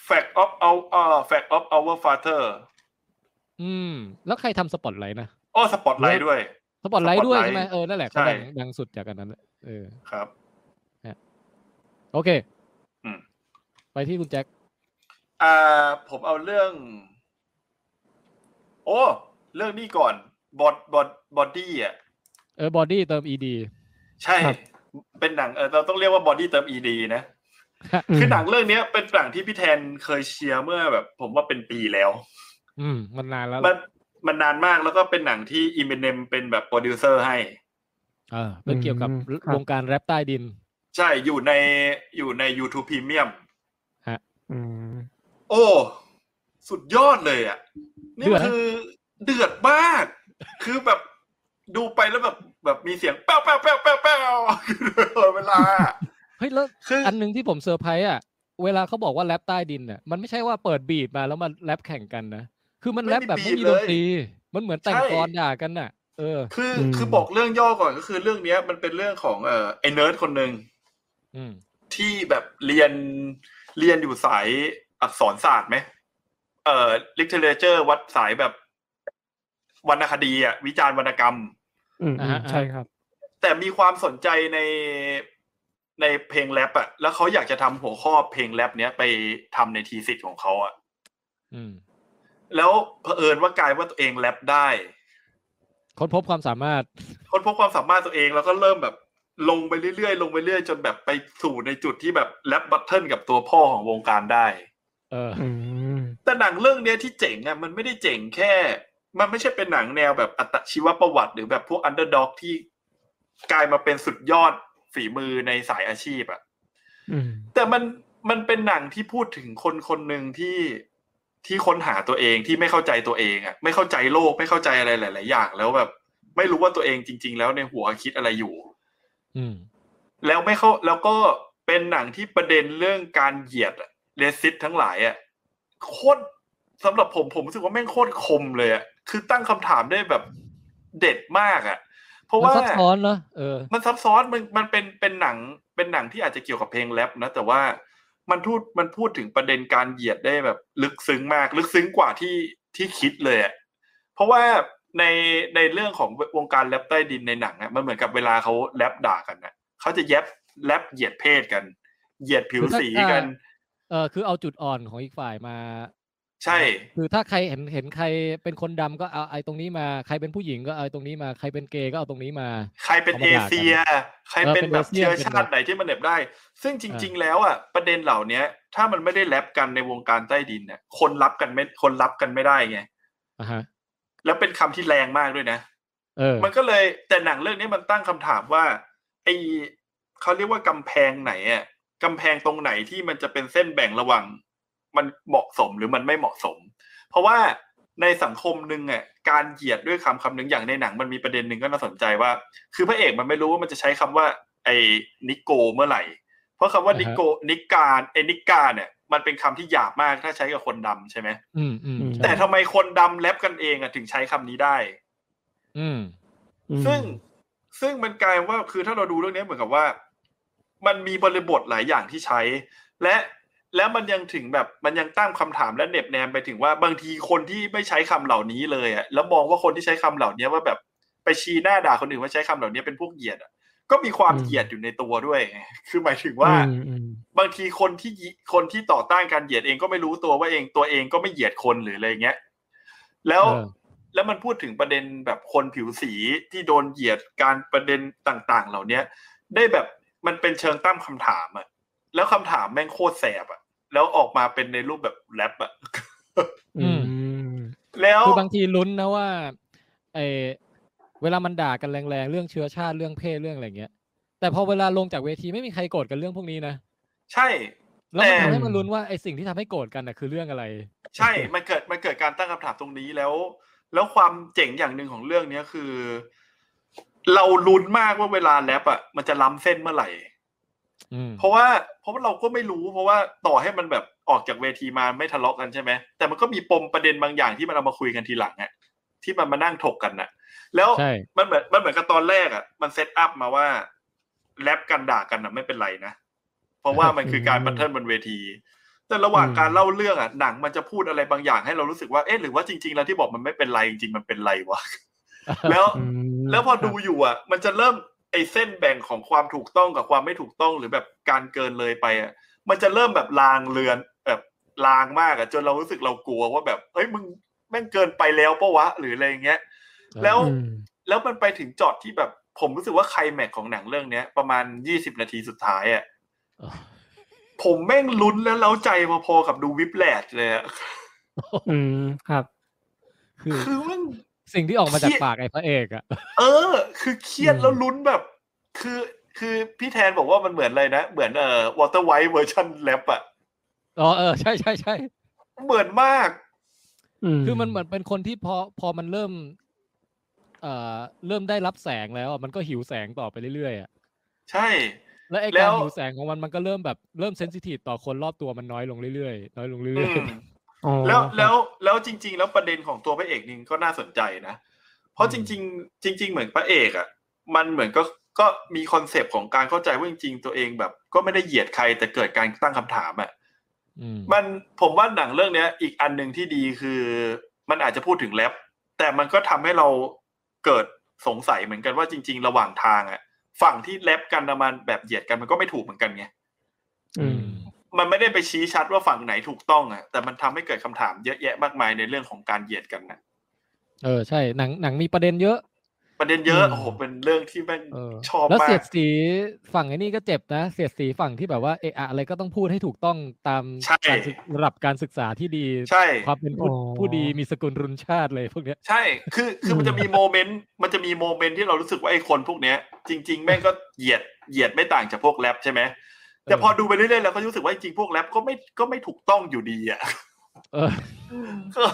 Speaker 3: Fact of our เอ่อ Fact of our father
Speaker 2: อืม แล้วใครทำสปอตไลท์นะ
Speaker 3: โอ้สปอตไลท์ด้วย
Speaker 2: สปอตไลท์ด้วย
Speaker 3: Spotlight
Speaker 2: ใช่ไหมเออ นั่นแหละ
Speaker 3: ใช่
Speaker 2: เขาดังดังสุดจากกันนั้นแหละเออ
Speaker 3: ครับ
Speaker 2: โอเค
Speaker 3: อืม
Speaker 2: ไปที่คุณแจ็ค
Speaker 3: อ่าผมเอาเรื่อง โอ้ เรื่องนี้ก่อนบอดบอดบอดี้อ่ะ
Speaker 2: เออบอดี้เติม ed
Speaker 3: ใช่
Speaker 5: ครับ
Speaker 3: เป็นหนังเออเราต้องเรียกว่าบอดี้เติม ED นะ
Speaker 5: ม
Speaker 3: คือหนังเรื่องเนี้ยเป็นหนังที่พี่แทนเคยเชียร์เมื่อแบบ ผมว่าเป็นปีแล้ว
Speaker 2: อืม มันนานแล้ว
Speaker 3: มันมันนานมากแล้วก็เป็นหนังที่อิมเนมเป็นแบบโปรดิวเซอร์ให้
Speaker 2: เออเป็นเกี่ยวกับ
Speaker 5: อืมครับ
Speaker 2: วงการแรปใต้ดิน
Speaker 3: ใช่อยู่ในอยู่ใน YouTube Premium
Speaker 5: อืม
Speaker 3: โอ้ สุดยอดเลยอ่ะ นี่
Speaker 2: เดือดนะ
Speaker 3: คือเดือดมาก คือแบบดูไปแล้วแบบแบบมีเสียงแป้วแป้วแป้วแป้วแป้ว ตลอดเวลา
Speaker 2: เฮ้ยแล้ว
Speaker 3: คืออ
Speaker 2: อันหนึงที่ผมเซอร์ไพรส์อ่ะ เวลาเขาบอกว่าแรปใต้ดินเนี่ยมันไม่ใช่ว่าเปิดบีทมาแล้วมาแรปแข่งกันนะ คือมัน
Speaker 3: ไม่
Speaker 2: แรป
Speaker 3: มี
Speaker 2: แบบไม่
Speaker 3: บี
Speaker 2: มี
Speaker 3: ทเลย
Speaker 2: ดนตรี มันเหมือนแต่ง
Speaker 3: ใช่
Speaker 2: กรด่ากันน่ะ เออ
Speaker 3: คือ
Speaker 5: อืม
Speaker 3: คือบอกเรื่องย่อก่อนก็คือเรื่องเนี้ย มันเป็นเรื่องของเอ่อไอ้เนิร์ดคนหนึ่ง
Speaker 2: อืม
Speaker 3: ที่แบบเรียนเรียนอยู่สายอักษรศาสตร์ไหมเอ่อลิเทเลเจอร์วัดสายแบบวรรณคดีอ่ะวิจารณ์วรรณกรรม
Speaker 5: อืมอื
Speaker 2: อ่าม ฮะ
Speaker 5: ใช่ครับ
Speaker 3: แต่มีความสนใจในในเพลงแรปอะแล้วเขาอยากจะทำหัวข้อเพลงแรปเนี้ยไปทำในทีสิทธิ์ของเขาอะ
Speaker 2: อืม
Speaker 3: แล้วเผอิญว่ากลายว่าตัวเองแรปได้
Speaker 2: ค้นพบความสามารถ
Speaker 3: ค้นพบความสามารถตัวเองแล้วก็เริ่มแบบลงไปเรื่อยๆ ลงไปเรื่อยจนแบบไปสู่ในจุดที่แบบแรปบัตเทิลกับตัวพ่อของวงการได้
Speaker 2: เออ
Speaker 5: อืม
Speaker 3: แต่หนังเรื่องเนี้ยที่เจ๋งอะมันไม่ได้เจ๋งแค่ มันไม่ใช่เป็นหนังแนวแบบอัตชีวประวัติ หรือแบบพวกอันเดอร์ด็อกที่กลายมาเป็นสุดยอดฝีมือในสายอาชีพอะ
Speaker 5: อืม
Speaker 3: แต่มันมันเป็นหนังที่พูดถึงคนคนหนึ่งที่ที่ค้นหาตัวเองที่ไม่เข้าใจตัวเองอ่ะไม่เข้าใจโลกไม่เข้าใจอะไรหลาย ๆ อย่าง แล้วแบบไม่รู้ว่าตัวเองจริง ๆ แล้วในหัวคิดอะไรอยู่
Speaker 2: อืม
Speaker 3: แล้วไม่เข้าแล้วก็เป็นหนังที่ประเด็นเรื่องการเหยียดเลสิตทั้งหลายอ่ะโคตรสำหรับผมผมรู้สึกว่าแม่งโคตรคมเลยอ่ะคือตั้งคำถามได้แบบเด็ดมากอ่ะ เพราะ
Speaker 2: มัน
Speaker 3: ว่า
Speaker 2: ซับซ้อนเนอะเออ
Speaker 3: มันซับซ้อนมันมันเป็นเป็นหนังเป็นหนังที่อาจจะเกี่ยวกับเพลงแรปนะ แต่ว่ามันพูดมันพูดถึงประเด็นการเหยียดได้แบบ ลึกซึ้งมาก ลึกซึ้งกว่าที่ที่คิดเลยอะเพราะว่าในในเรื่องของวงการแรปใต้ดินในหนังอะมันเหมือนกับเวลาเขาแรปด่ากันนะเขาจะแยบแรปเหยียดเพศกัน เหยียดผิวสีกัน
Speaker 2: เออ คือเอาจุดอ่อนของอีกฝ่ายมา
Speaker 3: ใช่
Speaker 2: คือถ้าใครเห็นเห็นใครเป็นคนดำก็เอาไอ้ตรงนี้มา ใครเป็นผู้หญิงก็เอาไอ้ตรงนี้มา ใครเป็นเกย์ก็เอาตรงนี้มา
Speaker 3: ใครเป็นเอ
Speaker 2: เอามาด่ากัน
Speaker 3: เชีย ใครเป็น
Speaker 2: เออเป็น
Speaker 3: แบบ
Speaker 2: เอเชี
Speaker 3: เชื้
Speaker 2: ย
Speaker 3: อ
Speaker 2: เป็น
Speaker 3: ชาติไหนที่มันเหน็บได้ ซึ่งจริง ๆ แล้วอ่ะประเด็นเหล่าเนี้ย ถ้ามันไม่ได้แลบกันในวงการใต้ดินเนี่ยคนรับกันไม่คนรับกันไม่ได้ไง
Speaker 2: อ่ะฮะ
Speaker 3: แล้วเป็นคำที่แรงมากด้วยนะ
Speaker 2: เออ
Speaker 3: มันก็เลยแต่หนังเรื่องนี้มันตั้งคำถามว่าไอเขาเรียกว่ากำแพงไหนอ่ะกำแพงตรงไหนที่มันจะเป็นเส้นแบ่งระหว่างมันเหมาะสมหรือมันไม่เหมาะสม เพราะว่าในสังคมหนึ่งอ่ะการเหยียดด้วยคำคำหนึ่งอย่างในหนังมันมีประเด็นหนึ่งก็น่าสนใจว่า คือพระเอกมันไม่รู้ว่ามันจะใช้คำว่า ไอ้นิโกเมื่อไหร่ เพราะคำว่า
Speaker 2: อ่าฮะ
Speaker 3: นิโกนิกาไอ้นิกาเนี่ยมันเป็นคำที่หยาบมากถ้าใช้กับคนดำใช่ไหม
Speaker 2: อืมอืม
Speaker 5: อืม
Speaker 2: ใช่
Speaker 3: แต่ทำไมคนดำแลบกันเองอ่ะถึงใช้คำนี้ได้
Speaker 2: อืม
Speaker 5: อืม
Speaker 3: ซึ่งซึ่งมันกลายว่าคือถ้าเราดูเรื่องนี้เหมือนกับว่า มันมีบริบทหลายอย่างที่ใช้ และและมันยังถึงแบบมันยังตั้งคำถามและเหน็บแนมไปถึงว่าบางทีคนที่ไม่ใช้คำเหล่านี้เลยอะแล้วมองว่าคนที่ใช้คำเหล่านี้ว่าแบบไปชี้หน้าด่าคนอื่นว่าใช้คำเหล่านี้เป็นพวกเหยียดอะก็มีความเหยียดอยู่ในตัวด้วยไงคือหมายถึงว่า
Speaker 5: อืมอืม
Speaker 3: บางทีคนที่ยิคนที่ต่อต้านการเหยียดเองก็ไม่รู้ตัวว่าเองตัวเองก็ไม่เหยียดคนหรืออะไรเงี้ยแล้ว
Speaker 2: เออ
Speaker 3: แล้วมันพูดถึงประเด็นแบบคนผิวสีที่โดนเหยียดการประเด็นต่างๆ เหล่าเนี้ย ได้แบบมันเป็นเชิงตั้งคำถามอะแล้วคำถามแม่งโคตรแสบอะแล้วออกมาเป็นในรูปแบบแรปอะ
Speaker 5: อืม
Speaker 3: แล้ว
Speaker 2: คือบางทีลุ้นนะว่าไอเวลามันด่ากันแรงๆ เรื่องเชื้อชาติเรื่องเพศเรื่องอะไรเงี้ย แต่พอเวลาลงจากเวทีไม่มีใครโกรธกันเรื่องพวกนี้นะ
Speaker 3: ใช่
Speaker 2: แล้วมัน
Speaker 3: แต่
Speaker 2: ทำให้มันลุ้นว่าไอสิ่งที่ทำให้โกรธกันน่ะคือเรื่องอะไร
Speaker 3: ใช่ มันเกิด มันเกิดการตั้งคำถามตรงนี้แล้ว แล้วความเจ๋งอย่างหนึ่งของเรื่องเนี้ยคือ เราลุ้นมากว่าเวลาแรปอ่ะ มันจะล้ำเส้นเมื่อไหร่
Speaker 2: อืม
Speaker 3: เพราะว่าเพราะว่าเราก็ไม่รู้ เพราะว่าต่อให้มันแบบออกจากเวทีมาไม่ทะเลาะกันใช่ไหม แต่มันก็มีปมประเด็นบางอย่างที่มันเอามาคุยกันทีหลังอ่ะ ที่มันมานั่งถกกันน่ะ แล้ว
Speaker 2: ใช่
Speaker 3: มันเหมือนมันเหมือนกับตอนแรกอ่ะมันเซตอัพมาว่าแรปกันด่ากันนะไม่เป็นไรนะ เพราะว่ามันคือการ
Speaker 5: อืม
Speaker 3: บันเทิลบนเวที แต่ระหว่าง
Speaker 5: อืม
Speaker 3: การเล่าเรื่องอ่ะหนังมันจะพูดอะไรบางอย่างให้เรารู้สึกว่าเอ๊ะหรือว่าจริง ๆ แล้วที่บอกมันไม่เป็นไรจริงๆมันเป็นไรวะ แล้ว
Speaker 5: อืม
Speaker 3: แล้วพอดูอยู่อ่ะ มันจะเริ่มไอ้เส้นแบ่งของความถูกต้องกับความไม่ถูกต้องหรือแบบการเกินเลยไปอ่ะมันจะเริ่มแบบลางเลือนแบบลางมากอ่ะจนเรารู้สึกเรากลัวว่าแบบเอ้ยมึงแม่งเกินไปแล้วปะวะหรืออะไรอย่างเงี้ย แล้ว
Speaker 5: อืม
Speaker 3: แล้วมันไปถึงจอดที่แบบ ผมรู้สึกว่าใครแม็กซ์ของหนังเรื่องเนี้ย ประมาณยี่สิบนาทีสุดท้ายอ่ะ
Speaker 2: อ๋อ
Speaker 3: ผมแม่งลุ้นแล้วเล้าใจพอๆกับดูวิปแลดเลยอะ
Speaker 5: อืมครับ
Speaker 2: คือ
Speaker 3: คือมัน
Speaker 2: สิ่งที่ออกมาจากปากไอ้พระเอกอะ
Speaker 3: เออ คือเครียด
Speaker 5: อืม
Speaker 3: แล้วลุ้นแบบ คือคือพี่แทนบอกว่ามันเหมือนอะไรนะ เหมือนเอ่อวอเตอร์ไวท์เวอร์ชันแลบอะ
Speaker 2: อ๋อเออใช่ใช่ใช่
Speaker 3: เหมือนมาก
Speaker 2: คือมันเหมือนเป็นคนที่พอพอมันเริ่ม เอ่อเริ่มได้รับแสงแล้วอะมันก็หิวแสงต่อไปเรื่อยๆอะ
Speaker 3: ใช่
Speaker 2: แล้วไอ้
Speaker 3: แล้
Speaker 2: การ
Speaker 3: ว
Speaker 2: หิวแสงของมันมันก็เริ่มแบบเริ่มเซนซิทีฟต่อคนรอบตัวมันน้อยลงเรื่อยๆน้อยลงเรื่
Speaker 3: อื
Speaker 2: อย
Speaker 3: ม
Speaker 5: อ๋อ
Speaker 3: แล้ว
Speaker 5: ครั
Speaker 3: แล้
Speaker 5: บ
Speaker 3: วแล้วจริง ๆ แล้วประเด็นของตัวพระเอกนี่ก็น่าสนใจนะ เพราะจริง ๆ จริง ๆ เหมือนพระเอกอะมันเหมือนก็ก็มีคอนเซปต์ของการเข้าใจว่าจริงๆตัวเองแบบ ก็ไม่ได้เหยียดใครแต่เกิดการตั้งคำถามอะ
Speaker 2: ๆอืม
Speaker 3: มันผมว่าหนังเรื่องเนี้ย อีกอันหนึ่งที่ดีคือมันอาจจะพูดถึงแรปแต่มันก็ทำให้เราเกิดสงสัยเหมือนกันว่าจริง ๆ ระหว่างทางอะฝั่งที่แรปกันนะมันแบบเหยียดกันมันก็ไม่ถูกเหมือนกันไง
Speaker 5: อืม
Speaker 3: มันไม่ได้ไปชี้ชัดว่าฝั่งไหนถูกต้องอะแต่มันทำให้เกิดคำถามเยอะแยะมากมายในเรื่องของการเหยียดกันนะ
Speaker 2: เออใช่หนังหนังมีประเด็นเยอะ
Speaker 3: ประเด็นเยอะ
Speaker 5: อืม
Speaker 3: โอ้โหเป็นเรื่องที่แม่ง
Speaker 2: เออ
Speaker 3: ชอบ
Speaker 2: แล้ว
Speaker 3: มา
Speaker 2: เสีย
Speaker 3: ก
Speaker 2: ดสีฝั่งไอ้นี่ก็เจ็บนะ เสียดสีฝั่งที่แบบว่าเอะอะอะไรก็ต้องพูดให้ถูกต้องตาม
Speaker 3: ใช่
Speaker 2: การศึกระดับการศึกษาที่ดี
Speaker 3: ใช่
Speaker 2: ความเป็นผู้
Speaker 5: อ๋อ
Speaker 2: ผู้ดีมีสกุลรุนชาติเลยพวกเนี้ย
Speaker 3: ใช่ คือ คือมันจะมีโมเมนต์ มันจะมีโมเมนต์ที่เรารู้สึกว่าไอ้คนพวกเนี้ย จริง ๆ แม่งก็เหยียด เหยียดไม่ต่างจากพวกแรปใช่ไหม แต่
Speaker 2: เออ
Speaker 3: พอดูไปเรื่อยๆแล้วก็รู้สึกว่าจริงๆพวกแรปก็ไม่ ก็ไม่ถูกต้องอยู่ดีอ่ะ
Speaker 2: เออ
Speaker 4: อืม
Speaker 3: ก็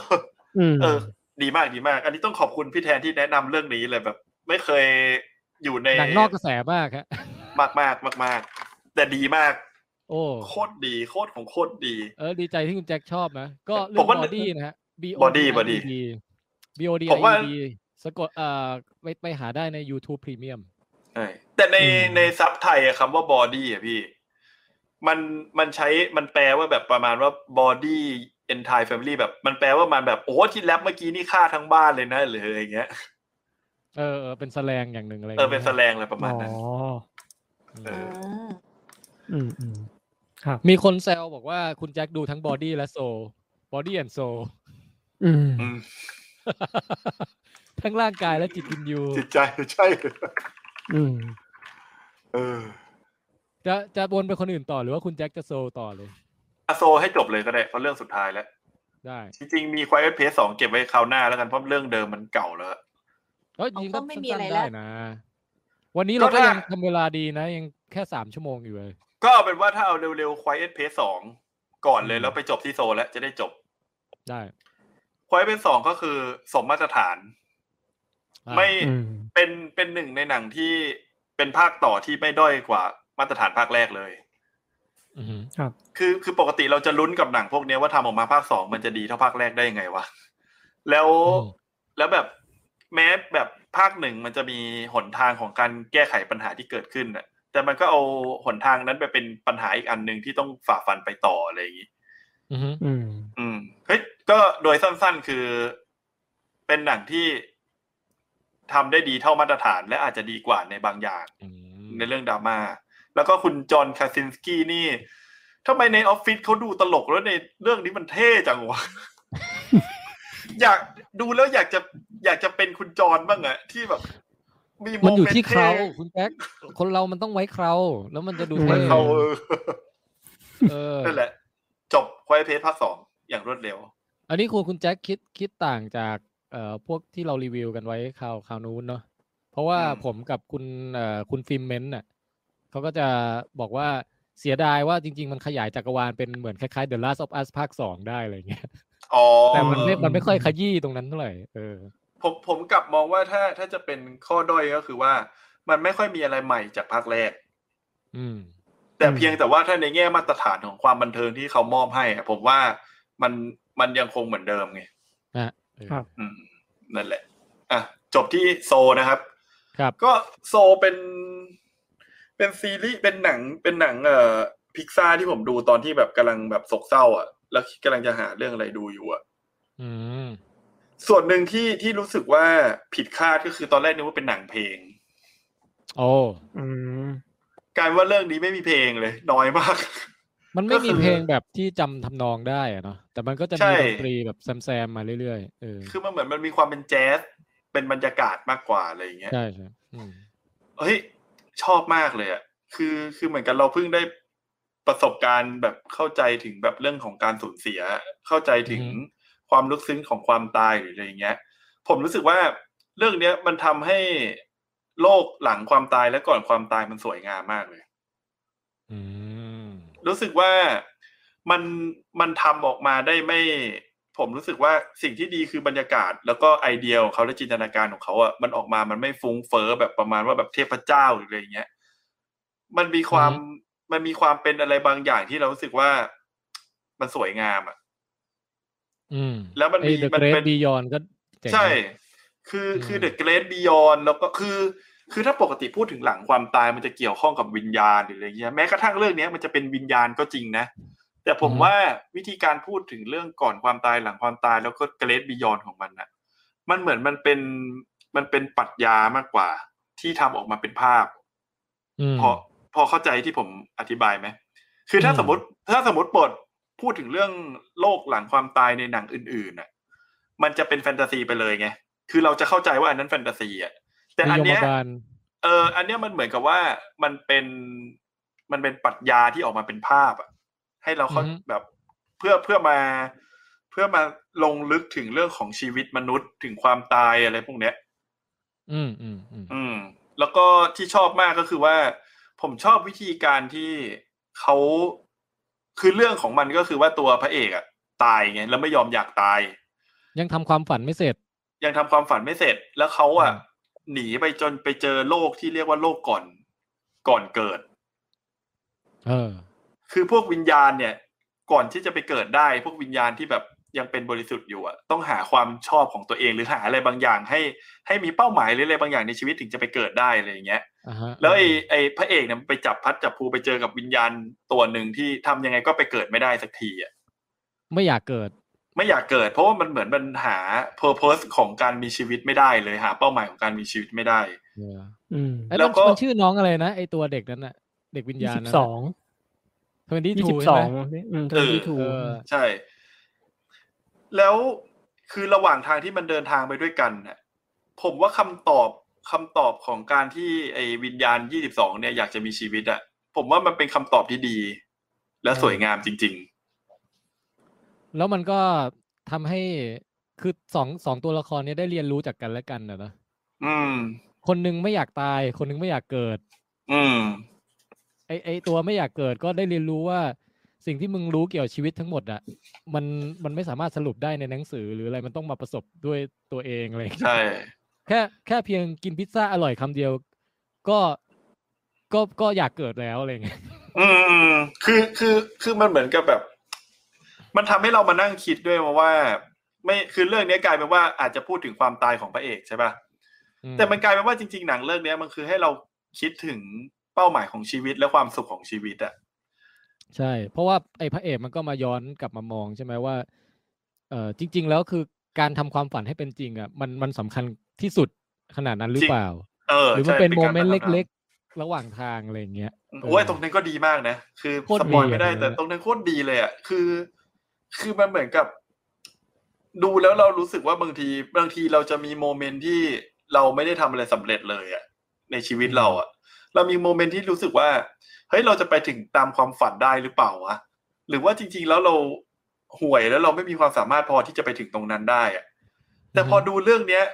Speaker 5: อืม
Speaker 3: เออ ดีมาก ดีมาก อันนี้ต้องขอบคุณพี่แทนที่แนะนำเรื่องนี้เลยแบบ ไม่เคยอยู่ใน
Speaker 2: หนังนอกกระแสมากฮะ
Speaker 3: มากมากๆมากๆแต่ดีมาก
Speaker 2: โอ้
Speaker 3: โคตรดี โคตรของโคตรดี
Speaker 2: เออดีใจที่คุณแจ็คชอบนะ ก็เรื่
Speaker 3: ผ
Speaker 2: อง
Speaker 3: ม
Speaker 2: บ
Speaker 3: ว่า
Speaker 2: อดี้นะฮะ B O
Speaker 3: Body Body
Speaker 2: B O D
Speaker 3: ผมว่า
Speaker 2: I E D สะกดเอ่อไปไปหาได้ใน YouTube Premium
Speaker 3: ใช่แต่ในในซับไทยอะคำว่าบอดี้อะพี่ มันมันใช้มันแปลว่าแบบประมาณว่าบอดี้เอนทายแฟมิลี่แบบมันแปลว่ามันแบบโอ้ที่แรปเมื่อกี้นี่ฆ่าทั้งบ้านเลยนะหรืออะไรอย่างเงี้ย
Speaker 2: เออเออเป็นแสลงอย่างหนึ่งอะไร
Speaker 3: เออเป็นแสลงอะไรประมาณ
Speaker 5: อ๋อ
Speaker 3: นั้นเออ
Speaker 5: อืมอืมครับ
Speaker 2: มีคนแซวบอกว่าคุณแจ็คดูทั้งบอดี้และโซบอดี้ and soul
Speaker 5: อืม
Speaker 3: อืม
Speaker 2: ทั้งร่างกายและจิตวินยู
Speaker 3: จิตใจใช่
Speaker 5: อืม
Speaker 3: เออ
Speaker 2: จะจะวนไปคนอื่นต่อหรือว่าคุณแจ็คจะโซต่อเลย
Speaker 3: อาโซให้จบเลยก็ได้เพราะเรื่องสุดท้ายแล้ว
Speaker 2: ได้
Speaker 3: จริงๆ มี Quiet Place สองเก็บไว้คราวหน้าแล้วกันเพราะเรื่องเดิมมันเก่าแล้ว
Speaker 2: เอ้ยจริงๆ
Speaker 4: ก็
Speaker 2: ก็
Speaker 4: ไม่
Speaker 2: ไม่มี
Speaker 4: มีอะ
Speaker 2: อะไร ไร
Speaker 4: แล้
Speaker 2: แล้ว วนะ วันนี้เรา
Speaker 3: ก็
Speaker 2: ก็
Speaker 3: ถ้ายั
Speaker 2: ยังทำเวลาดีนะ ยังแค่สามชั่วโมงอยู่เลย
Speaker 3: ก็เอาเป็นว่าถ้าเอาเร็วๆ Quiet Place สองก่อนเลยแล้วไปจบที่โซแล้วจะได้จบ
Speaker 2: ได้
Speaker 3: Quiet Place สองก็คือสมมาตรฐาน
Speaker 2: อ่ะ
Speaker 3: ไม่
Speaker 5: อืม
Speaker 3: เป็นเป็นหนึ่งในหนังที่เป็นภาคต่อที่ไม่ด้อยกว่ามาตรฐานภาคแรกเลย
Speaker 2: อือหือ
Speaker 3: คือคือปกติเราจะลุ้นกับหนังพวกเนี้ยว่าทำออกมาภาคสองมันจะดีเท่าภาคแรกได้ยังไงวะแล้ว
Speaker 2: ม
Speaker 3: แล้วแบบแม้แบบภาคหนึ่งมันจะมีหนทางของการแก้ไขปัญหาที่เกิดขึ้นน่ะ แต่มันก็เอาหนทางนั้นไปเป็นปัญหาอีกอันหนึ่งที่ต้องฝ่าฟันไปต่ออะไรอย่างงี้
Speaker 2: อือหือ
Speaker 5: อืม
Speaker 3: อืมเฮ้ยก็โดยสั้นๆคือเป็นหนังที่ทำได้ดีเท่ามาตรฐาน และอาจจะดีกว่าในบางอย่าง
Speaker 2: อืม
Speaker 3: ในเรื่องดราม่า แล้วก็คุณจอห์นคาซินสกี้นี่ทำไมในออฟฟิศเขาดูตลกแล้วในเรื่องนี้มันเท่จังวะ อยากดูแล้วอยากจะอยากจะเป็นคุณจอห์นบ้างอะที่แบบ มีโม
Speaker 2: มันอยู่
Speaker 3: เมน
Speaker 2: ที่
Speaker 3: ต์
Speaker 2: เครา
Speaker 3: เท่
Speaker 2: คุณแจ็คคนเรามันต้องไว้เครา แล้วมันจะดู
Speaker 5: เหมื
Speaker 2: เท่
Speaker 5: อน
Speaker 3: เขาเออ
Speaker 2: เออ
Speaker 3: นั่นแหละ จบควายเพจภาคสองอย่างรวดเร็ว
Speaker 2: อันนี้คุณคุณแจ็คคิดคิดต่างจากเอ่อพวกที่เรารีวิวกันไว้คราวคราวนู้นเนาะเพราะว่า
Speaker 3: อืม
Speaker 2: ผมกับคุณเอ่อคุณฟิล์มเมนต์น่ะเขาก็จะบอกว่าเสียดายว่าจริง ๆ มันขยายจักรวาลเป็นเหมือนคล้ายๆ The Last of Us ภาคสองได้อะไรเงี้ย
Speaker 3: อ๋อ
Speaker 2: แต่มันไม่มันไม่ค่อยขยี้ตรงนั้นเท่าไหร่เออ
Speaker 3: ผมผมกลับมองว่าถ้าถ้าจะเป็นข้อด้อยก็คือว่า มันไม่ค่อยมีอะไรใหม่จากภาคแรก
Speaker 2: อืม
Speaker 3: แต่
Speaker 5: อืม
Speaker 3: เพียงแต่ว่าถ้าในแง่มาตรฐานของความบันเทิงที่เขามอบให้อะผมว่ามันมันยังคงเหมือนเดิมไง
Speaker 2: เออ
Speaker 5: ครับ
Speaker 3: อืมนั่นแหละ อ่ะ จบที่โซนะครับ
Speaker 2: ครับ
Speaker 3: ก็โซเป็น เป็นซีรีส์เป็นหนังเป็นหนังเอ่อพิกซาที่ผมดูตอนที่แบบกำลังแบบโศกเศร้า อ่ะ แล้วกำลังจะหาเรื่องอะไรดูอยู่อ่ะ
Speaker 2: อืม
Speaker 3: ส่วนหนึ่งที่ที่รู้สึกว่าผิดคาดก็คือตอนแรกนึกว่าเป็นหนังเพลง
Speaker 2: โอ้
Speaker 5: อืม
Speaker 3: กลารว่าเรื่องนี้ไม่มีเพลงเลย น้อยมาก
Speaker 2: มันไม่
Speaker 3: ก็
Speaker 2: มี
Speaker 3: คือ
Speaker 2: เพลงแบบที่จำทำนองได้อะเนาะแต่มันก็จะ
Speaker 3: ใช่
Speaker 2: มีดนตรีแบบแซมๆมาเรื่อยๆเออ
Speaker 3: คือมันเหมือนมันมีความเป็นแจ๊สเป็นบรรยากาศมากกว่าอะไรอย่างเงี้ย
Speaker 2: ใช่ใช่อืม
Speaker 3: เฮ้ยชอบมากเลยอ่ะคือคือเหมือนกันเราเพิ่งได้ประสบการณ์แบบเข้าใจถึงแบบเรื่องของการสูญเสีย เข้าใจถึง
Speaker 2: อือฮึ
Speaker 3: ความลึกซึ้งของความตายหรืออะไรอย่างเงี้ย ผมรู้สึกว่าเรื่องเนี้ยมันทำให้โลกหลังความตายและก่อนความตายมันสวยงามมากเลย
Speaker 2: อืม
Speaker 3: รู้สึกว่ามันมันทำออกมาได้ไม่ ผมรู้สึกว่าสิ่งที่ดีคือบรรยากาศ แล้วก็ไอเดียของเขาและจินตนาการของเขาอ่ะมันออกมามันไม่ฟุ้งเฟ้อแบบประมาณว่าแบบเทพเจ้าหรืออะไรอย่างเงี้ยมันมีความมันมีความเป็นอะไรบางอย่างที่เรารู้สึกว่ามันสวยงามอ่ะ
Speaker 2: อืม
Speaker 3: แล้วมันมี
Speaker 2: เดอะ
Speaker 3: มัน
Speaker 2: เกร
Speaker 3: เป็
Speaker 2: ด
Speaker 3: น
Speaker 2: บียอนก็เจ๋งนะ
Speaker 3: ใช่ คืออ
Speaker 2: ม
Speaker 3: คือเดอะเกรดบิยอนแล้วก็คือ คือถ้าปกติพูดถึงหลังความตายมันจะเกี่ยวข้องกับวิญญาณหรืออะไรเงี้ยแม้กระทั่งเรื่องเนี้ยมันจะเป็นวิญญาณก็จริงนะ แต่ผมว่าวิธีการพูดถึงเรื่องก่อนความตายหลังความตายแล้วก็เกรดบิยอนของมันนะมันเหมือนมันเป็นมันเป็นปรัชญามากกว่า ที่ทำออกมาเป็นภาพ
Speaker 2: อืม
Speaker 3: พอพอเข้าใจที่ผมอธิบายไหม คือถ้า
Speaker 2: อืม
Speaker 3: สมมติถ้าสมมติบทพูดถึงเรื่องโลกหลังความตายในหนังอื่นๆน่ะ มันจะเป็นแฟนตาซีไปเลยไง คือเราจะเข้าใจว่าอันนั้นแฟนตาซีอ่ะ แต่อันเนี้ย
Speaker 2: ยมบาล
Speaker 3: เออ อันเนี้ยมันเหมือนกับว่ามันเป็นมันเป็นปรัชญาที่ออกมาเป็นภาพอ่ะ ให้เราเขาแบบเพื่อเพื่อมาเพื่อมาลงลึกถึงเรื่องของชีวิตมนุษย์ถึงความตายอะไรพวกเนี้ย
Speaker 2: อืมอืมอืม
Speaker 3: อืมแล้วก็ที่ชอบมากก็คือว่า ผมชอบวิธีการที่เขาคือเรื่องของมันก็คือว่าตัวพระเอกอะตายไงแล้วไม่ยอมอยากตาย
Speaker 2: ยังทำความฝันไม่เสร็จ
Speaker 3: ยังทำความฝันไม่เสร็จ แล้วเขาอะ
Speaker 2: อืม
Speaker 3: หนีไปจนไปเจอโลกที่เรียกว่าโลกก่อนก่อนเกิด
Speaker 2: เออ
Speaker 3: คือพวกวิญญาณเนี่ย ก่อนที่จะไปเกิดได้ พวกวิญญาณที่แบบยังเป็นบริสุทธิ์อยู่อะต้องหาความชอบของตัวเองหรือหาอะไรบางอย่าง ให้ให้มีเป้าหมายหรืออะไรบางอย่างในชีวิตถึงจะไปเกิดได้อะไรอย่างเงี้ย
Speaker 2: อ่าฮะ
Speaker 3: แล้วไอ้ไอ้พระเอกเนี่ยมันไปจับพัดจับภูไปเจอกับวิญญาณตัวหนึ่งที่ทำยังไงก็ไปเกิดไม่ได้สักทีอ่ะ
Speaker 2: ไม่อยากเกิด
Speaker 3: ไม่อยากเกิด เพราะว่ามันเหมือนมันหา purpose ของการมีชีวิตไม่ได้เลยหาเป้าหมายของการมีชีวิตไม่ได้
Speaker 2: เออ
Speaker 5: อืม
Speaker 2: ไอ้
Speaker 3: แล้
Speaker 2: แล้ว ว
Speaker 3: ก็
Speaker 2: ก็ชื่อน้องอะไรนะ ไอ้ตัวเด็กนั้นน่ะ เด็กวิญ
Speaker 5: ยี่
Speaker 2: ญาณ
Speaker 5: สิบ
Speaker 2: นั้น
Speaker 5: ส
Speaker 2: น่ะ
Speaker 5: อง
Speaker 2: 22
Speaker 5: ยี่สิบ
Speaker 2: ใช่
Speaker 5: สอ
Speaker 2: ไหม
Speaker 5: งอืมเทอร์ที่ถู
Speaker 2: เออ
Speaker 3: ใช่ แล้วคือระหว่างทางที่มันเดินทางไปด้วยกันน่ะผมว่าคำตอบคำตอบของการที่ไอ้วิญญาณยี่สิบสองเนี่ยอยากจะมีชีวิตอ่ะผมว่ามันเป็นคำตอบที่ดี และสวยงามจริง ๆ
Speaker 2: แล้วมันก็ทำให้คือสองสองตัวละครเนี้ได้เรียนรู้จากกันและกันนะเนอะ
Speaker 3: อืม
Speaker 2: คนหนึงไม่อยากตาย คนหนึงไม่อยากเกิด
Speaker 3: อืม
Speaker 2: ไอไอตัวไม่อยากเกิดก็ได้เรียนรู้ว่า สิ่งที่มึงรู้เกี่ยวชีวิตทั้งหมดอะมันมันไม่สามารถสรุปได้ในหนังสือหรืออะไรมันต้องมาประสบด้วยตัวเองอะไรอย่างเลย
Speaker 3: ใช่
Speaker 2: แค่แค่เพียงกินพิซซ่าอร่อยคำเดียว ก็ก็ก็อยากเกิดแล้วอะไรอย่างเงี้ย
Speaker 3: อืมคือคือคือมันเหมือนกับแบบ มันทำให้เรามานั่งคิดด้วยว่าว่า ไม่คือเรื่องเนี้ยกลายเป็นว่าอาจจะพูดถึงความตายของพระเอกใช่ปะ
Speaker 2: อื
Speaker 3: แต่มันกลายเป็นว่าจริง ๆ หนังเรื่องเนี้ยมันคือให้เราคิดถึงเป้าหมายของชีวิตและความสุขของชีวิตอะ
Speaker 2: ใช่ เพราะว่าไอพระเอกมันก็มาย้อนกลับมามองใช่ไหมว่าเออจริง ๆ แล้วคือการทำความฝันให้เป็นจริงอะมันมันสำคัญที่สุดขนาดนั้นหรือเปล่า
Speaker 3: เออ
Speaker 2: หรือมัน
Speaker 3: ใช่
Speaker 2: เป็นโม
Speaker 3: การ
Speaker 2: เมนต์
Speaker 3: ตั้งคำถา
Speaker 2: เล็ก ๆ ระหว่างทางอะไรอย่างเงี้ย
Speaker 3: โอ้ยตรงนั้นก็ดีมากนะคือ
Speaker 2: โคต
Speaker 3: ส
Speaker 2: รดี
Speaker 3: ปอยไม่ได้
Speaker 2: อะ
Speaker 3: แต่ตรงนั้นโคตรดีเลยอะคือ คือมันเหมือนกับ ดูแล้วเรารู้สึกว่าบางที บางทีเราจะมีโมเมนต์ที่เราไม่ได้ทำอะไรสำเร็จเลยอะในชีวิตเราอะเรามีโมเมนต์ที่รู้สึกว่าเฮ้ยเราจะไปถึงตามความฝันได้หรือเปล่าวะหรือว่าจริง ๆ แล้วเราห่วยแล้วเราไม่มีความสามารถพอที่จะไปถึงตรงนั้นได้อะแต่พอดูเรื่องเนี้ย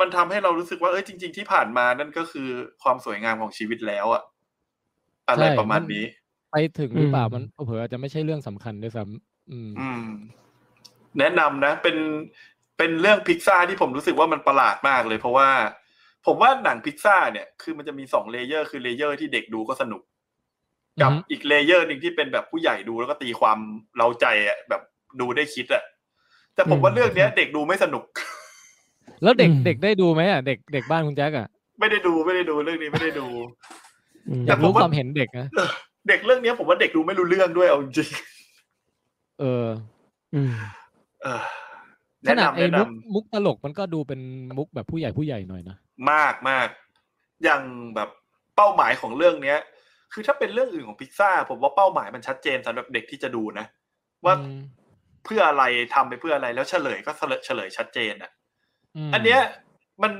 Speaker 3: มันทำให้เรารู้สึกว่าเอ้ยจริง ๆ ที่ผ่านมานั่นก็คือความสวยงามของชีวิตแล้วอะอะไร
Speaker 2: ใช่
Speaker 3: ประมาณ
Speaker 2: มัน
Speaker 3: นี้
Speaker 2: ไปถึงหรือเปล่ามันเผลอๆอาจจะไม่ใช่เรื่องสำคัญด้วยซ้ำอืม
Speaker 3: อืม แนะนำนะเป็นเป็นเรื่องพิกซ่าที่ผมรู้สึกว่ามันประหลาดมากเลย เพราะว่า ผมว่าหนังพิกซ่าเนี่ยคือมันจะมีสองเลเยอร์ คือเลเยอร์ที่เด็กดูก็สนุก กับ
Speaker 2: อือฮึ
Speaker 3: อีกเลเยอร์หนึ่งที่เป็นแบบผู้ใหญ่ดูแล้วก็ตีความเราใจอ่ะแบบดูได้คิดอ่ะแต่ผมว่าเรื่องเนี้ย เด็กดูไม่สนุก
Speaker 2: แล้วเด็กเด็กได้ดูไหมอ่ะเด็กเด็กบ้านคุณแจ็คอ่ะ
Speaker 3: ไม่ได้ดูไม่ได้ดูเรื่องนี้ไม่ได้ดู
Speaker 5: อืม
Speaker 2: อยาก
Speaker 3: แต่ผม
Speaker 2: รู้
Speaker 3: ว่า
Speaker 2: ความเห็นเด็กนะ
Speaker 3: เด็กเรื่องเนี้ยผมว่าเด็กดูไม่รู้เรื่องด้วยเอาจริง
Speaker 2: เออ
Speaker 5: อืม
Speaker 3: ๆเออ
Speaker 2: ข
Speaker 3: แนะ
Speaker 2: นาด
Speaker 3: นำ
Speaker 2: ไอ้
Speaker 3: แนะน
Speaker 2: มุกมุกตลกมันก็ดูเป็นมุกแบบผู้ใหญ่ผู้ใหญ่หน่อยนะ
Speaker 3: ำมากมากอย่างแบบเป้าหมายของเรื่องเนี้ย คือถ้าเป็นเรื่องอื่นของพิซซ่าผมว่าเป้าหมายมันชัดเจนสำหรับเด็กที่จะดูนะว่า
Speaker 2: อืม
Speaker 3: เพื่ออะไรทำไปเพื่ออะไรแล้วเฉลยก็เฉลยเฉลยชัดเจนอ่ะ
Speaker 2: ม
Speaker 3: อันเนี้ยมัน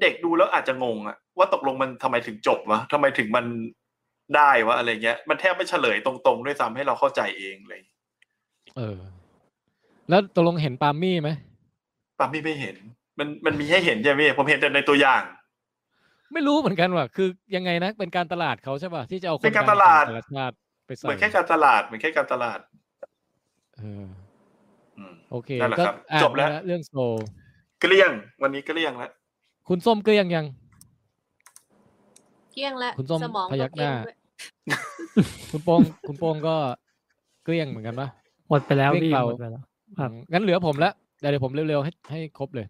Speaker 3: เด็กดูแล้วอาจจะงงอ่ะ ว่าตกลงมันทำไมถึงจบวะทำไมถึงมันได้วะอะไรเงี้ย มันแทบไม่เฉลยตรงๆ ด้วยซ้ำให้เราเข้าใจเองเลย
Speaker 2: เออ แล้วตกลงเห็นปาล์มมี่ไหม
Speaker 3: ปามี่ไม่เห็น มันมันมีให้เห็นใช่ไหมผมเห็นแต่ในตัวอย่าง
Speaker 2: ไม่รู้เหมือนกันว่ะ คือยังไงนะ เป็นการตลาดเขาใช่ป่ะ ที่จะเอาคน
Speaker 3: เป็นการตลาด
Speaker 2: ดังของแต่ะชาติไป
Speaker 3: เห
Speaker 2: ใส่
Speaker 3: มือนแค่การตลาดเหมือนแค่การตลาด
Speaker 2: เออ
Speaker 3: อืม
Speaker 2: โอเค
Speaker 3: นั่นแหละ
Speaker 2: ก็
Speaker 3: ครับ
Speaker 2: อ่ะ
Speaker 3: จบแล้ว
Speaker 2: เรื่องโซ
Speaker 3: เกลี้ยง วันนี้เกลี้ยงแล้ว
Speaker 2: คุณส้มเกลี้ยงยัง
Speaker 4: เกลี้ยงแล้ว
Speaker 2: คุณส้ม
Speaker 4: สมอง
Speaker 2: พยักหน้า
Speaker 4: เลี้งด้วย
Speaker 2: คุณโป้ง คุณโป้งก็เกลี้ยงเหมือนกันปะ
Speaker 5: หมดไปแล้ว
Speaker 2: เรียก
Speaker 5: พี่
Speaker 2: เรา
Speaker 5: หมดไปแล้ว ครับ
Speaker 2: อืมงั้นเหลือผมละเดี๋ยวผมเร็วๆให้ให้ครบเลย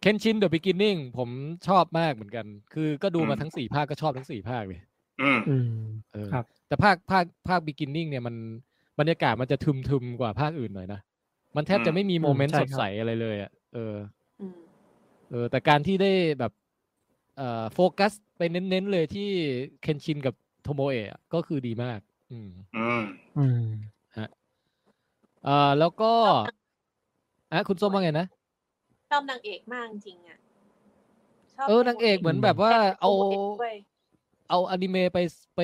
Speaker 2: เคนชินเดอะ e ิกินนิ่งผมชอบมากเหมือนกัน คือก็ดูมาทั้งสี่ภาคก็ชอบทั้งสี่ภาคเลย
Speaker 3: อืม
Speaker 5: อืม
Speaker 2: เออ
Speaker 5: ครับ
Speaker 2: แต่ภาคภาคภาค beginning เนี่ยมันบรรยากาศมันจะทึมๆกว่าภาคอื่นหน่อยนะ มันแทบจะไม่มีโมเมนต์
Speaker 5: ใช่
Speaker 2: ส
Speaker 5: ครั
Speaker 2: ด
Speaker 5: บ
Speaker 2: ใสอะไรเลยอ่ะเออ
Speaker 4: อืม
Speaker 2: เออแต่การที่ได้แบบเอ่อโฟกัสไปเน้นๆเลยที่เคนชินกับโทโมเอะอะก็คือดีมาก อืม
Speaker 3: อืม
Speaker 5: อืม
Speaker 2: เอ่อแล้วก็อ่ะคุณส้มว่าไงนะ
Speaker 4: ชอบนางเอกมากจริงๆอ่ะชบ
Speaker 2: เออนางเอกเหมือน
Speaker 5: อืม
Speaker 2: แบบว่าเอา
Speaker 4: นงกด้วย
Speaker 2: เอาอนิเมะไปไป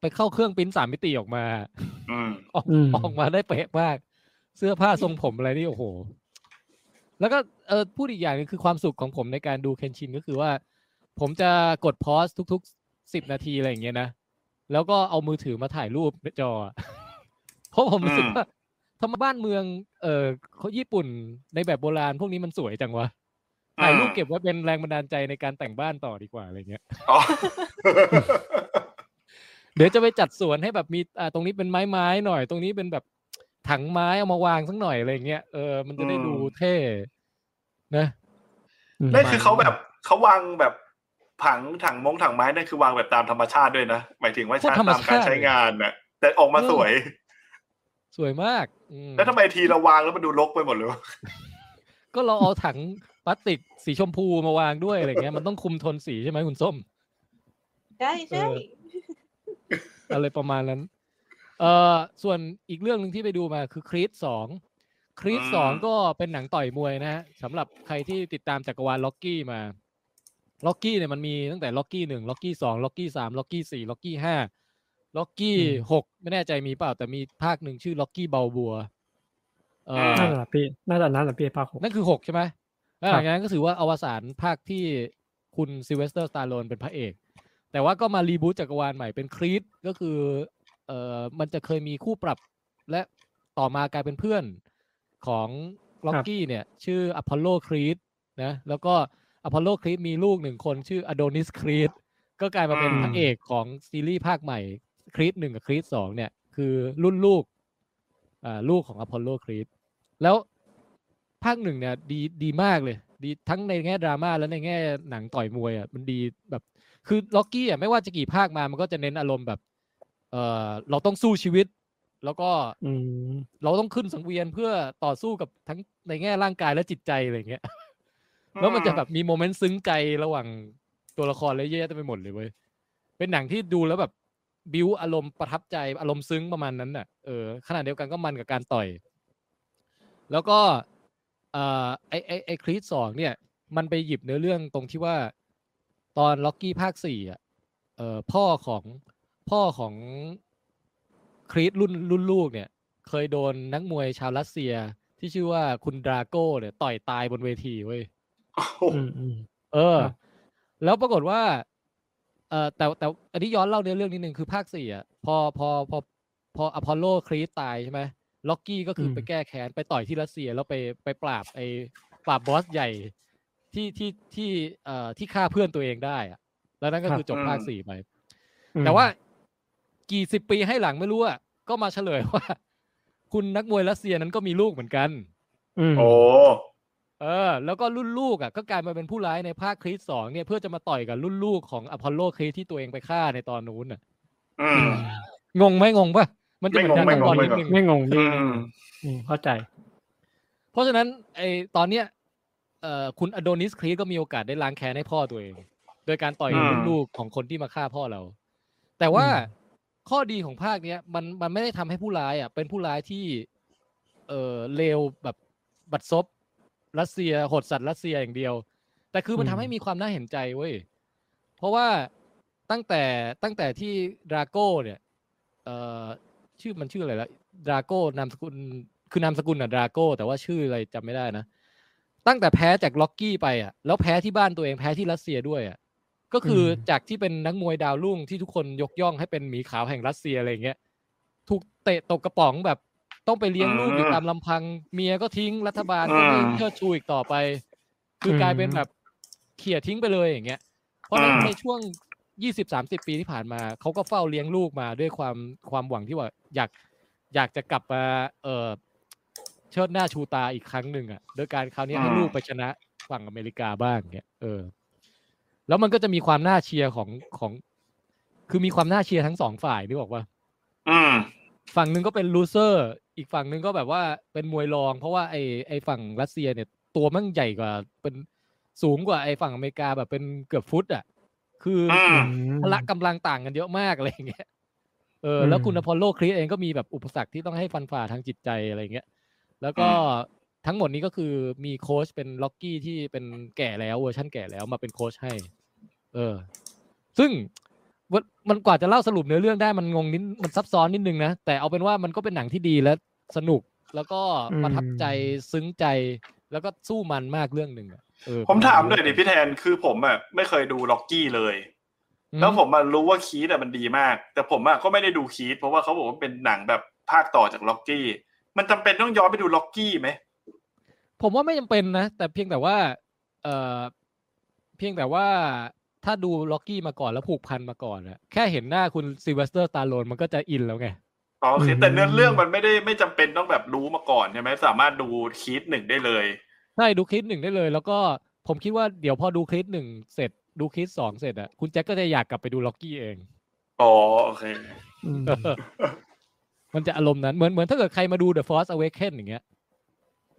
Speaker 2: ไปเข้าเครื่องปริ้นสามมิติออกมา
Speaker 3: อืม
Speaker 2: ออก
Speaker 5: อืม
Speaker 2: ออกมาได้เป๊ะมาก เสื้อผ้าทรงผมอะไรนี่โอ้โห แล้วก็เออพูดอีกอย่างหนึงคือความสุขของผมในการดูเคนชินก็คือว่า ผมจะกดพอสทุกๆสิบนาทีอะไรอย่างเงี้ยนะ แล้วก็เอามือถือมาถ่ายรูปจอ เพราะผมรู้สึก
Speaker 3: อืม
Speaker 2: ว่าทำไมบ้านเมือง เออเขาญี่ปุ่นในแบบโบราณ พวกนี้มันสวยจังวะถ่ายรูปเก็บไว้เป็นแรงบันดาลใจในการแต่งบ้านต่อดีกว่าอะไรเงี้ย
Speaker 3: อ๋อ
Speaker 2: เดี๋ยวจะไปจัดสวนให้แบบมีอ่าตรงนี้เป็นไม้ไม้หน่อย ตรงนี้เป็นแบบถังไม้เอามาวางสักหน่อยอะไรอย่างเงี้ยเออมันจะได้
Speaker 3: อืม
Speaker 2: ดูเท่นะ
Speaker 3: นั่นคือเขาแบบเขาวางแบบผังถังมงถังไม้นั่นคือวางแบบตามธรรมชาติด้วยนะหมายถึงว่า
Speaker 2: โคต
Speaker 3: ใช้
Speaker 2: รธรรม
Speaker 3: ตาม
Speaker 2: ชาติ
Speaker 3: การใช้งานนะแต่ออกมาสวย
Speaker 2: สวยมากอืม
Speaker 3: แล้วทำไมทีเราวางแล้วมันดูรกไปหมดเลยวะ
Speaker 2: ก็เราเอาถังพลาสติกสีชมพูมาวางด้วยอะไรเงี้ยมันต้องคุมโทนสีใช่ไหมคุณส้ม
Speaker 4: ใช่ใช่
Speaker 2: เออ อะไรประมาณนั้น เออส่วนอีกเรื่องหนึ่งที่ไปดูมาคือครีดสองครีดสองก็เป็นหนังต่อยมวยนะฮะสำหรับใครที่ติดตามจักรวาลล็อกกี้มา ล็อกกี้เนี่ยมันมีตั้งแต่ล็อกกี้หนึ่งล็อกกี้สองล็อกกี้สามล็อกกี้สี่ล็อกกี้ห้าล็อกกี้
Speaker 5: อืม
Speaker 2: หกไม่แน่ใจมีเปล่า แต่มีภาคหนึ่งชื่อล็อกกี้เบาบัว เออ
Speaker 5: น่าจะพี่น่าจะนั้นแหละพี่ภาคหก
Speaker 2: นั่นคือหกใช่ไหมแล้ว
Speaker 5: ค
Speaker 2: ห
Speaker 5: รั
Speaker 2: ลั
Speaker 5: บ
Speaker 2: งจากนั้นก็ถือว่าอวสานภาคที่คุณซิเวสเตอร์สตาร์โลนเป็นพระเอก แต่ว่าก็มารีบูตจักรวาลใหม่เป็นครีดก็คือเอ่อมันจะเคยมีคู่ปรับและต่อมากลายเป็นเพื่อนของล็อกกี้เนี่ย ชื่ออพอลโลครีดนะแล้วก็อพอลโลครีดมีลูกหนึ่งคนชื่ออโดนิสครีดก็กลายมาเป็นพระเอกของซีรีส์ภาคใหม่ครีดหนึ่งกับครีดสองเนี่ย คือรุ่นลูกอ่าลูกของอพอลโลครีด แล้วภาคหนึ่งเนี่ยดีดีมากเลย ดีทั้งในแง่ดราม่าและในแง่หนังต่อยมวยอ่ะมันดีแบบ คือล็อกกี้อ่ะไม่ว่าจะกี่ภาคมามันก็จะเน้นอารมณ์แบบ เออเราต้องสู้ชีวิต แล้วก็
Speaker 5: อืม
Speaker 2: เราต้องขึ้นสังเวียนเพื่อต่อสู้กับทั้งในแง่ร่างกายและจิตใจอะไรอย่างเงี้ย แล้วมันจะแบบมีโมเมนต์ซึ้งใจระหว่างตัวละครเลยเยอะๆเต็มไปหมดเลยเว้ย เป็นหนังที่ดูแล้วแบบบิวอารมณ์ประทับใจอารมณ์ซึ้งประมาณนั้นน่ะ เออขนาดเดียวกันก็มันกับการต่อย แล้วก็เอ่อไอไอไอครีดสองเนี่ย มันไปหยิบเนื้อเรื่องตรงที่ว่า ตอนล็อกกี้ภาคสี่อ่ะเอ่อพ่อของพ่อของครีดรุ่นรุ่นลูกเนี่ย เคยโดนนักมวยชาวรัสเซียที่ชื่อว่าคุณดราโก้เนี่ยต่อยตายบนเวทีเว้ย
Speaker 3: โอ้โห
Speaker 5: อืมอืม
Speaker 2: เออ
Speaker 5: ครับ
Speaker 2: แล้วปรากฏว่า เออแต่แต่อันนี้ย้อนเล่าเนื้อเรื่องนิดนึงคือภาคสี่อ่ะพอพอพอพออพอลโลครีสตายใช่ไหมล็อกกี้ก็คืออ
Speaker 5: ม
Speaker 2: ไปแก้แค้นไปต่อยที่รัสเซียแล้วไปไปปราบไอปราบบอสใหญ่ที่ที่ที่เอ่อที่ฆ่าเพื่อนตัวเองได้อ่ะ แล้วนั่นก็คือจบภาคสี่ไป
Speaker 5: อืม
Speaker 2: แต่ว่ากี่สิบปีให้หลังไม่รู้อ่ะก็มาเฉลยว่า คุณนักมวยรัสเซียนั้นก็มีลูกเหมือนกัน
Speaker 5: อืม
Speaker 3: โอ้
Speaker 2: เออแล้วก็รุ่นลูกอ่ะก็กลายมาเป็นผู้ร้ายในภาคครีสสองเนี่ยเพื่อจะมาต่อยกับรุ่นลูกของอพอลโลครีสที่ตัวเองไปฆ่าในตอนนู้นน่ะ
Speaker 3: อืม
Speaker 2: งงไหมงงปะมันจะเหมือน
Speaker 3: ไม่
Speaker 2: การ
Speaker 3: งง
Speaker 2: ตอน
Speaker 3: ไม่งง
Speaker 2: นิดนึง
Speaker 5: ไม่งง
Speaker 3: อื
Speaker 5: พี่
Speaker 3: ม
Speaker 5: อืมเข้าใจ
Speaker 2: เพราะฉะนั้นไอตอนเนี้ยเอ่อคุณอโดนิสครีสก็มีโอกาสได้ล้างแค้นให้พ่อตัวเอง โดยการต่อยกับ
Speaker 3: อืม
Speaker 2: รุ่นลูกของคนที่มาฆ่าพ่อเรา แต่ว่า
Speaker 5: อืม
Speaker 2: ข้อดีของภาคเนี้ยมันมันไม่ได้ทำให้ผู้ร้ายอ่ะเป็นผู้ร้ายที่ เออเลวแบบบัดซบรัสเซียโหดสัตว์รัสเซียอย่างเดียว แต่คือมันทำให้มีความน่าเห็นใจเว้ย เพราะว่าตั้งแต่ตั้งแต่ที่ดราโก้เนี่ยเอ่อชื่อมันชื่ออะไรละดราโก้นามสกุลคือนามสกุลอะดราโก้แต่ว่าชื่ออะไรจำไม่ได้นะ ตั้งแต่แพ้จากล็อกกี้ไปอ่ะ แล้วแพ้ที่บ้านตัวเองแพ้ที่รัสเซียด้วยอ่ะก็คืออ
Speaker 5: ม
Speaker 2: จากที่เป็นนักมวยดาวรุ่งที่ทุกคนยกย่องให้เป็นหมีขาวแห่งรัสเซียอะไรอย่างเงี้ยถูกเตะตกกระป๋องแบบต้องไปเลี้ยงลูกอยู่
Speaker 3: อืม
Speaker 2: ตามลำพังเมียก็ทิ้งรัฐบาลก็ไม่เชิดชูอีกต่อไป คือ
Speaker 5: ม
Speaker 2: กลายเป็นแบบเขี่ยทิ้งไปเลยอย่างเงี้ย เพราะฉะนั้น
Speaker 3: อืม
Speaker 2: ในช่วงยี่สิบสามสิบปีที่ผ่านมา เขาก็เฝ้าเลี้ยงลูกมาด้วยความความหวังที่ว่าอยากอยากจะกลับมาเออเชิดหน้าชูตาอีกครั้งหนึ่งอ่ะโดยการคราวนี้ให้ลูกไปชนะฝั่งอเมริกาบ้างเงี้ยเออ แล้วมันก็จะมีความน่าเชียร์ของของ คือมีความน่าเชียร์ทั้งสองฝ่ายนี่บอกว่า
Speaker 3: อืม
Speaker 2: ฝั่งหนึ่งก็เป็นลูเซอร์ อีกฝั่งหนึ่งก็แบบว่าเป็นมวยรอง เพราะว่าไอไอฝั่งรัสเซียเนี่ย ตัวมันใหญ่กว่าเป็นสูงกว่าไอฝั่งอเมริกาแบบเป็นเกือบฟุตอ่ะ คืออ
Speaker 3: อืม
Speaker 2: พละกำลังต่างกันเยอะมากอะไรอย่างเงี้ย เออ
Speaker 5: อืม
Speaker 2: แล้วคุณอพอลโลคริสเองก็มีแบบอุปสรรคที่ต้องให้ฟันฝ่าทางจิตใจอะไรอย่างเงี้ย แล้วก็ทั้งหมดนี้ก็คือมีโค้ชเป็นล็อกกี้ที่เป็นแก่แล้วเวอร์ชั่นแก่แล้วมาเป็นโค้ชให้ เออ ซึ่งวันมันกว่าจะเล่าสรุปเนื้อเรื่องได้มันงงนิดมันซับซ้อนนิดนึงนะ แต่เอาเป็นว่ามันก็เป็นหนังที่ดีและสนุกแล้วก็ประทับใจซึ้งใจแล้วก็สู้มันมากเรื่องหนึ่งอะเออ
Speaker 3: ผมถามหน่อยดิพี่แทนคือผมอ่ะไม่เคยดูล็อกกี้เลย
Speaker 2: อื
Speaker 3: แล้วผมมารู้ว่าคีตอะมันดีมาก แต่ผมอะก็ไม่ได้ดูคีตเพราะว่าเขาบอกว่าเป็นหนังแบบภาคต่อจากล็อกกี้ มันจำเป็นต้องย้อนไปดูล็อกกี้ไหม
Speaker 2: ผมว่าไม่จำเป็นนะ แต่เพียงแต่ว่า เออเพียงแต่ว่าถ้าดูล็อกกี้มาก่อนแล้วผูกพันมาก่อนอะแค่เห็นหน้าคุณซิลเวสเตอร์สตาร์โลนมันก็จะอินแล้วไง
Speaker 3: อ๋อโอเค
Speaker 5: อืม
Speaker 3: แต่เนื้อเรื่องมันไม่ได้ไม่จำเป็นต้องแบบรู้มาก่อนใช่ไหมสามารถดูคีตหนึ่งได้เลย
Speaker 2: ใช่ดูคลิปหนึ่งได้เลย แล้วก็ผมคิดว่าเดี๋ยวพอดูคลิปหนึ่งเสร็จดูคลิปสองเสร็จอะคุณแจ็คก็จะอยากกลับไปดูล็อกกี้เอง
Speaker 3: อ๋อโอเค
Speaker 5: อืม
Speaker 2: มันจะอารมณ์นั้นเหมือนเหมือนถ้าเกิดใครมาดู The Force Awakens อย่างเงี้ย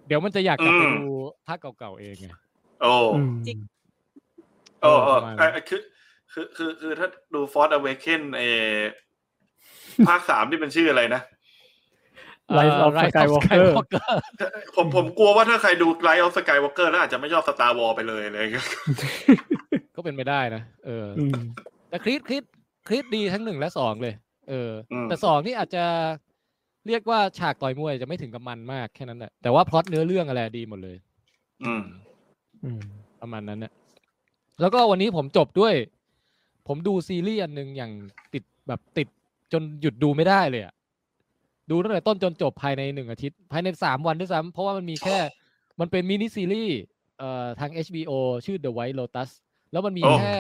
Speaker 2: เดี๋ยวมันจะอยากกลับไป
Speaker 3: อืม
Speaker 2: ดูภาคเก่าๆเองไง
Speaker 3: โอ้
Speaker 6: จริง
Speaker 3: โอ้โอ้
Speaker 2: ประมาณนั้น
Speaker 3: เอ่อคือคือคือคือถ้าดูฟอร์ a อเวเ e นเออภาคสามที่เป็นชื่ออะไรนะ
Speaker 5: Rise of
Speaker 2: เอ่อ Rise
Speaker 5: Skywalker
Speaker 2: Skywalker
Speaker 3: ผมผมกลัวว่าถ้าใครดูไลท์ออฟสกายวอล์กเกอร์แล้วอาจจะไม่ชอบสตาร์วอลไปเลยเลย
Speaker 2: ก็เป็นไปได้นะเอออ
Speaker 5: อืม
Speaker 2: แต่คลิปคลิปคลิปดีทั้งหนึ่งและสองเลย เอออ
Speaker 3: ม
Speaker 2: แต่สองนี่อาจจะเรียกว่าฉากต่อยมวยจะไม่ถึงกับมันมากแค่นั้นแหละแต่ว่าพล็อตเนื้อเรื่องอะไรดีหมดเลย
Speaker 3: อืม
Speaker 5: อืม
Speaker 2: ประมาณนั้นเนี่ยแล้วก็วันนี้ผมจบด้วย ผมดูซีรีส์อันหนึ่งอย่างติดแบบติดจนหยุดดูไม่ได้เลยอะดูตั้งแต่ต้นจนจบภายในหนึ่งอาทิตย์ ภายในสามวันด้วยซ้ำเพราะว่ามันมีแค่ มันเป็นมินิซีรีส์เอ่อทาง HBO ชื่อ The White Lotus แล้วมันมี
Speaker 3: โอ้
Speaker 2: แค่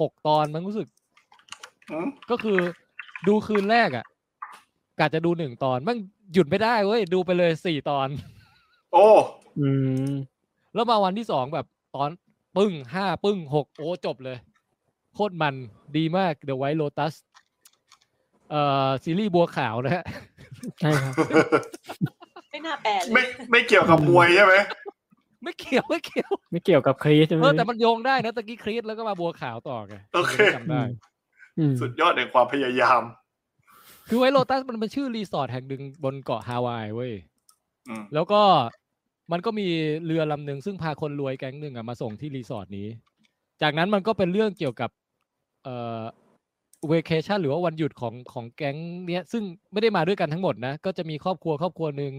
Speaker 2: หกตอนมันรู้สึก
Speaker 3: อืม
Speaker 2: ก็คือดูคืนแรกอะกะจะดูหนึ่งตอนมันหยุดไม่ได้เว้ยดูไปเลยสี่ตอน
Speaker 3: โอ้
Speaker 5: อืม
Speaker 2: แล้วมาวันที่สองแบบตอนปึ้งห้าปึ้งหกโอ้จบเลย โคตรมันดีมาก The White Lotus เอ่อซีรีส์บัวขาวนะ ฮะ
Speaker 5: ใช่ครับ
Speaker 4: ไม่น่าแปลเล
Speaker 3: ไม่
Speaker 4: ย
Speaker 3: ไม่เกี่ยวกับมวยใช่ไหม
Speaker 2: ไม่เกี่ยวไม่เกี่ยว
Speaker 5: ไม่เกี่ยวกับครีสใช่ไหม
Speaker 2: เออแต่มันโยงได้นะตะกี้ครีสแล้วก็มาบัวขาวต่อไง
Speaker 3: โอเค
Speaker 2: จำได้
Speaker 5: อืม
Speaker 3: สุดยอดในความพยายาม
Speaker 2: คือไวโ o ตัสมันเป็นชื่อรีสอร์ทแห่งหนึ่งบนเกาะฮาวายเว้ย
Speaker 3: อืม
Speaker 2: แล้วก็มันก็มีเรือลำหนึ่งซึ่งพาคนรวยแก๊งหนึ่งอะมาส่งที่รีสอร์ทนี้ จากนั้นมันก็เป็นเรื่องเกี่ยวกับเอ่อเวเคชันหรือว่าวันหยุดของของแก๊งเนี้ยซึ่งไม่ได้มาด้วยกันทั้งหมดนะ ก็จะมีครอบครัวครอบครัวหนึ่ง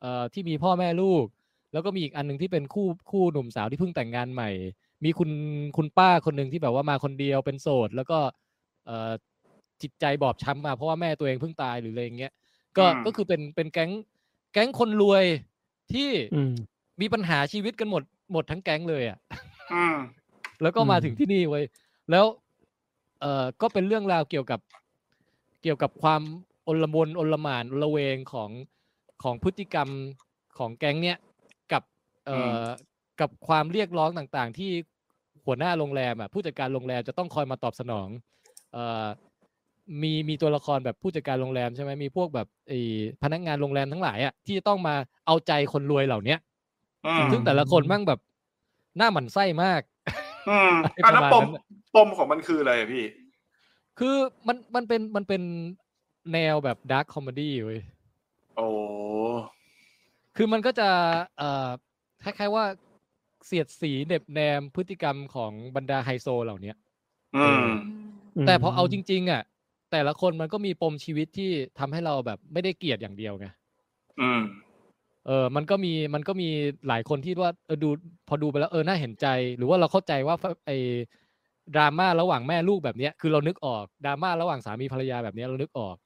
Speaker 2: เอ่อที่มีพ่อแม่ลูก แล้วก็มีอีกอันหนึ่งที่เป็นคู่คู่หนุ่มสาวที่เพิ่งแต่งงานใหม่ มีคุณคุณป้าคนหนึ่งที่แบบว่ามาคนเดียวเป็นโสด แล้วก็เอ่อจิตใจบอบช้ำมาเพราะว่าแม่ตัวเองเพิ่งตายหรืออะไรอย่างเงี้ยก็
Speaker 3: อืม
Speaker 2: ก็คือเป็นเป็นแก๊งแก๊งคนรวยที่
Speaker 5: อืม
Speaker 2: มีปัญหาชีวิตกันหมดหมดทั้งแก๊งเลยอ่ะ
Speaker 3: อืม
Speaker 2: แล้วก็มา
Speaker 5: อืม
Speaker 2: ถึงที่นี่เว้ย แล้วเอ่อก็เป็นเรื่องราวเกี่ยวกับเกี่ยวกับความอลมนอลหมานอลเวงของของพฤติกรรมของแก๊งเนี้ยกับเอ่ออกับความเรียกร้องต่างๆ ที่หัวหน้าโรงแรมอ่ะผู้จัดการโรงแรมจะต้องคอยมาตอบสนองเอ่อมีมีตัวละครแบบผู้จัดการโรงแรมใช่ไหมมีพวกแบบไอ้พนักงานโรงแรมทั้งหลายอ่ะที่จะต้องมาเอาใจคนรวยเหล่าเนี้ย
Speaker 3: อืม
Speaker 2: ซึ่งแต่ละคนมั่งแบบหน้าหมันไส้มาก
Speaker 3: อืม
Speaker 2: ป
Speaker 3: อ่ะ
Speaker 2: ระ
Speaker 3: แล้ว
Speaker 2: มาณ
Speaker 3: ป
Speaker 2: นั้
Speaker 3: ม
Speaker 2: นน่ะ
Speaker 3: ปมของมันคืออะไรอะพี่
Speaker 2: คือมันมันเป็นมันเป็นแนวแบบดาร์คคอมเมดี้เว้ย
Speaker 3: โอ้
Speaker 2: คือมันก็จะเอ่อคล้ายๆว่าเสียดสีเหน็บแนมพฤติกรรมของบรรดาไฮโซเหล่าเนี้ย
Speaker 3: อืม
Speaker 5: ม
Speaker 2: แต่พอเอาจริง ๆ อ่ะ แต่ละคนมันก็มีปมชีวิตที่ทำให้เราแบบไม่ได้เกลียดอย่างเดียวไง
Speaker 3: อืม
Speaker 2: เออ มันก็มีมันก็มีหลายคนที่ว่าเออดูพอดูไปแล้วเออน่าเห็นใจ หรือว่าเราเข้าใจว่าไอดราม่าระหว่างแม่ลูกแบบเนี้ยคือเรานึกออกดราม่าระหว่างสามีภรรยาแบบเนี้ยเรานึกออก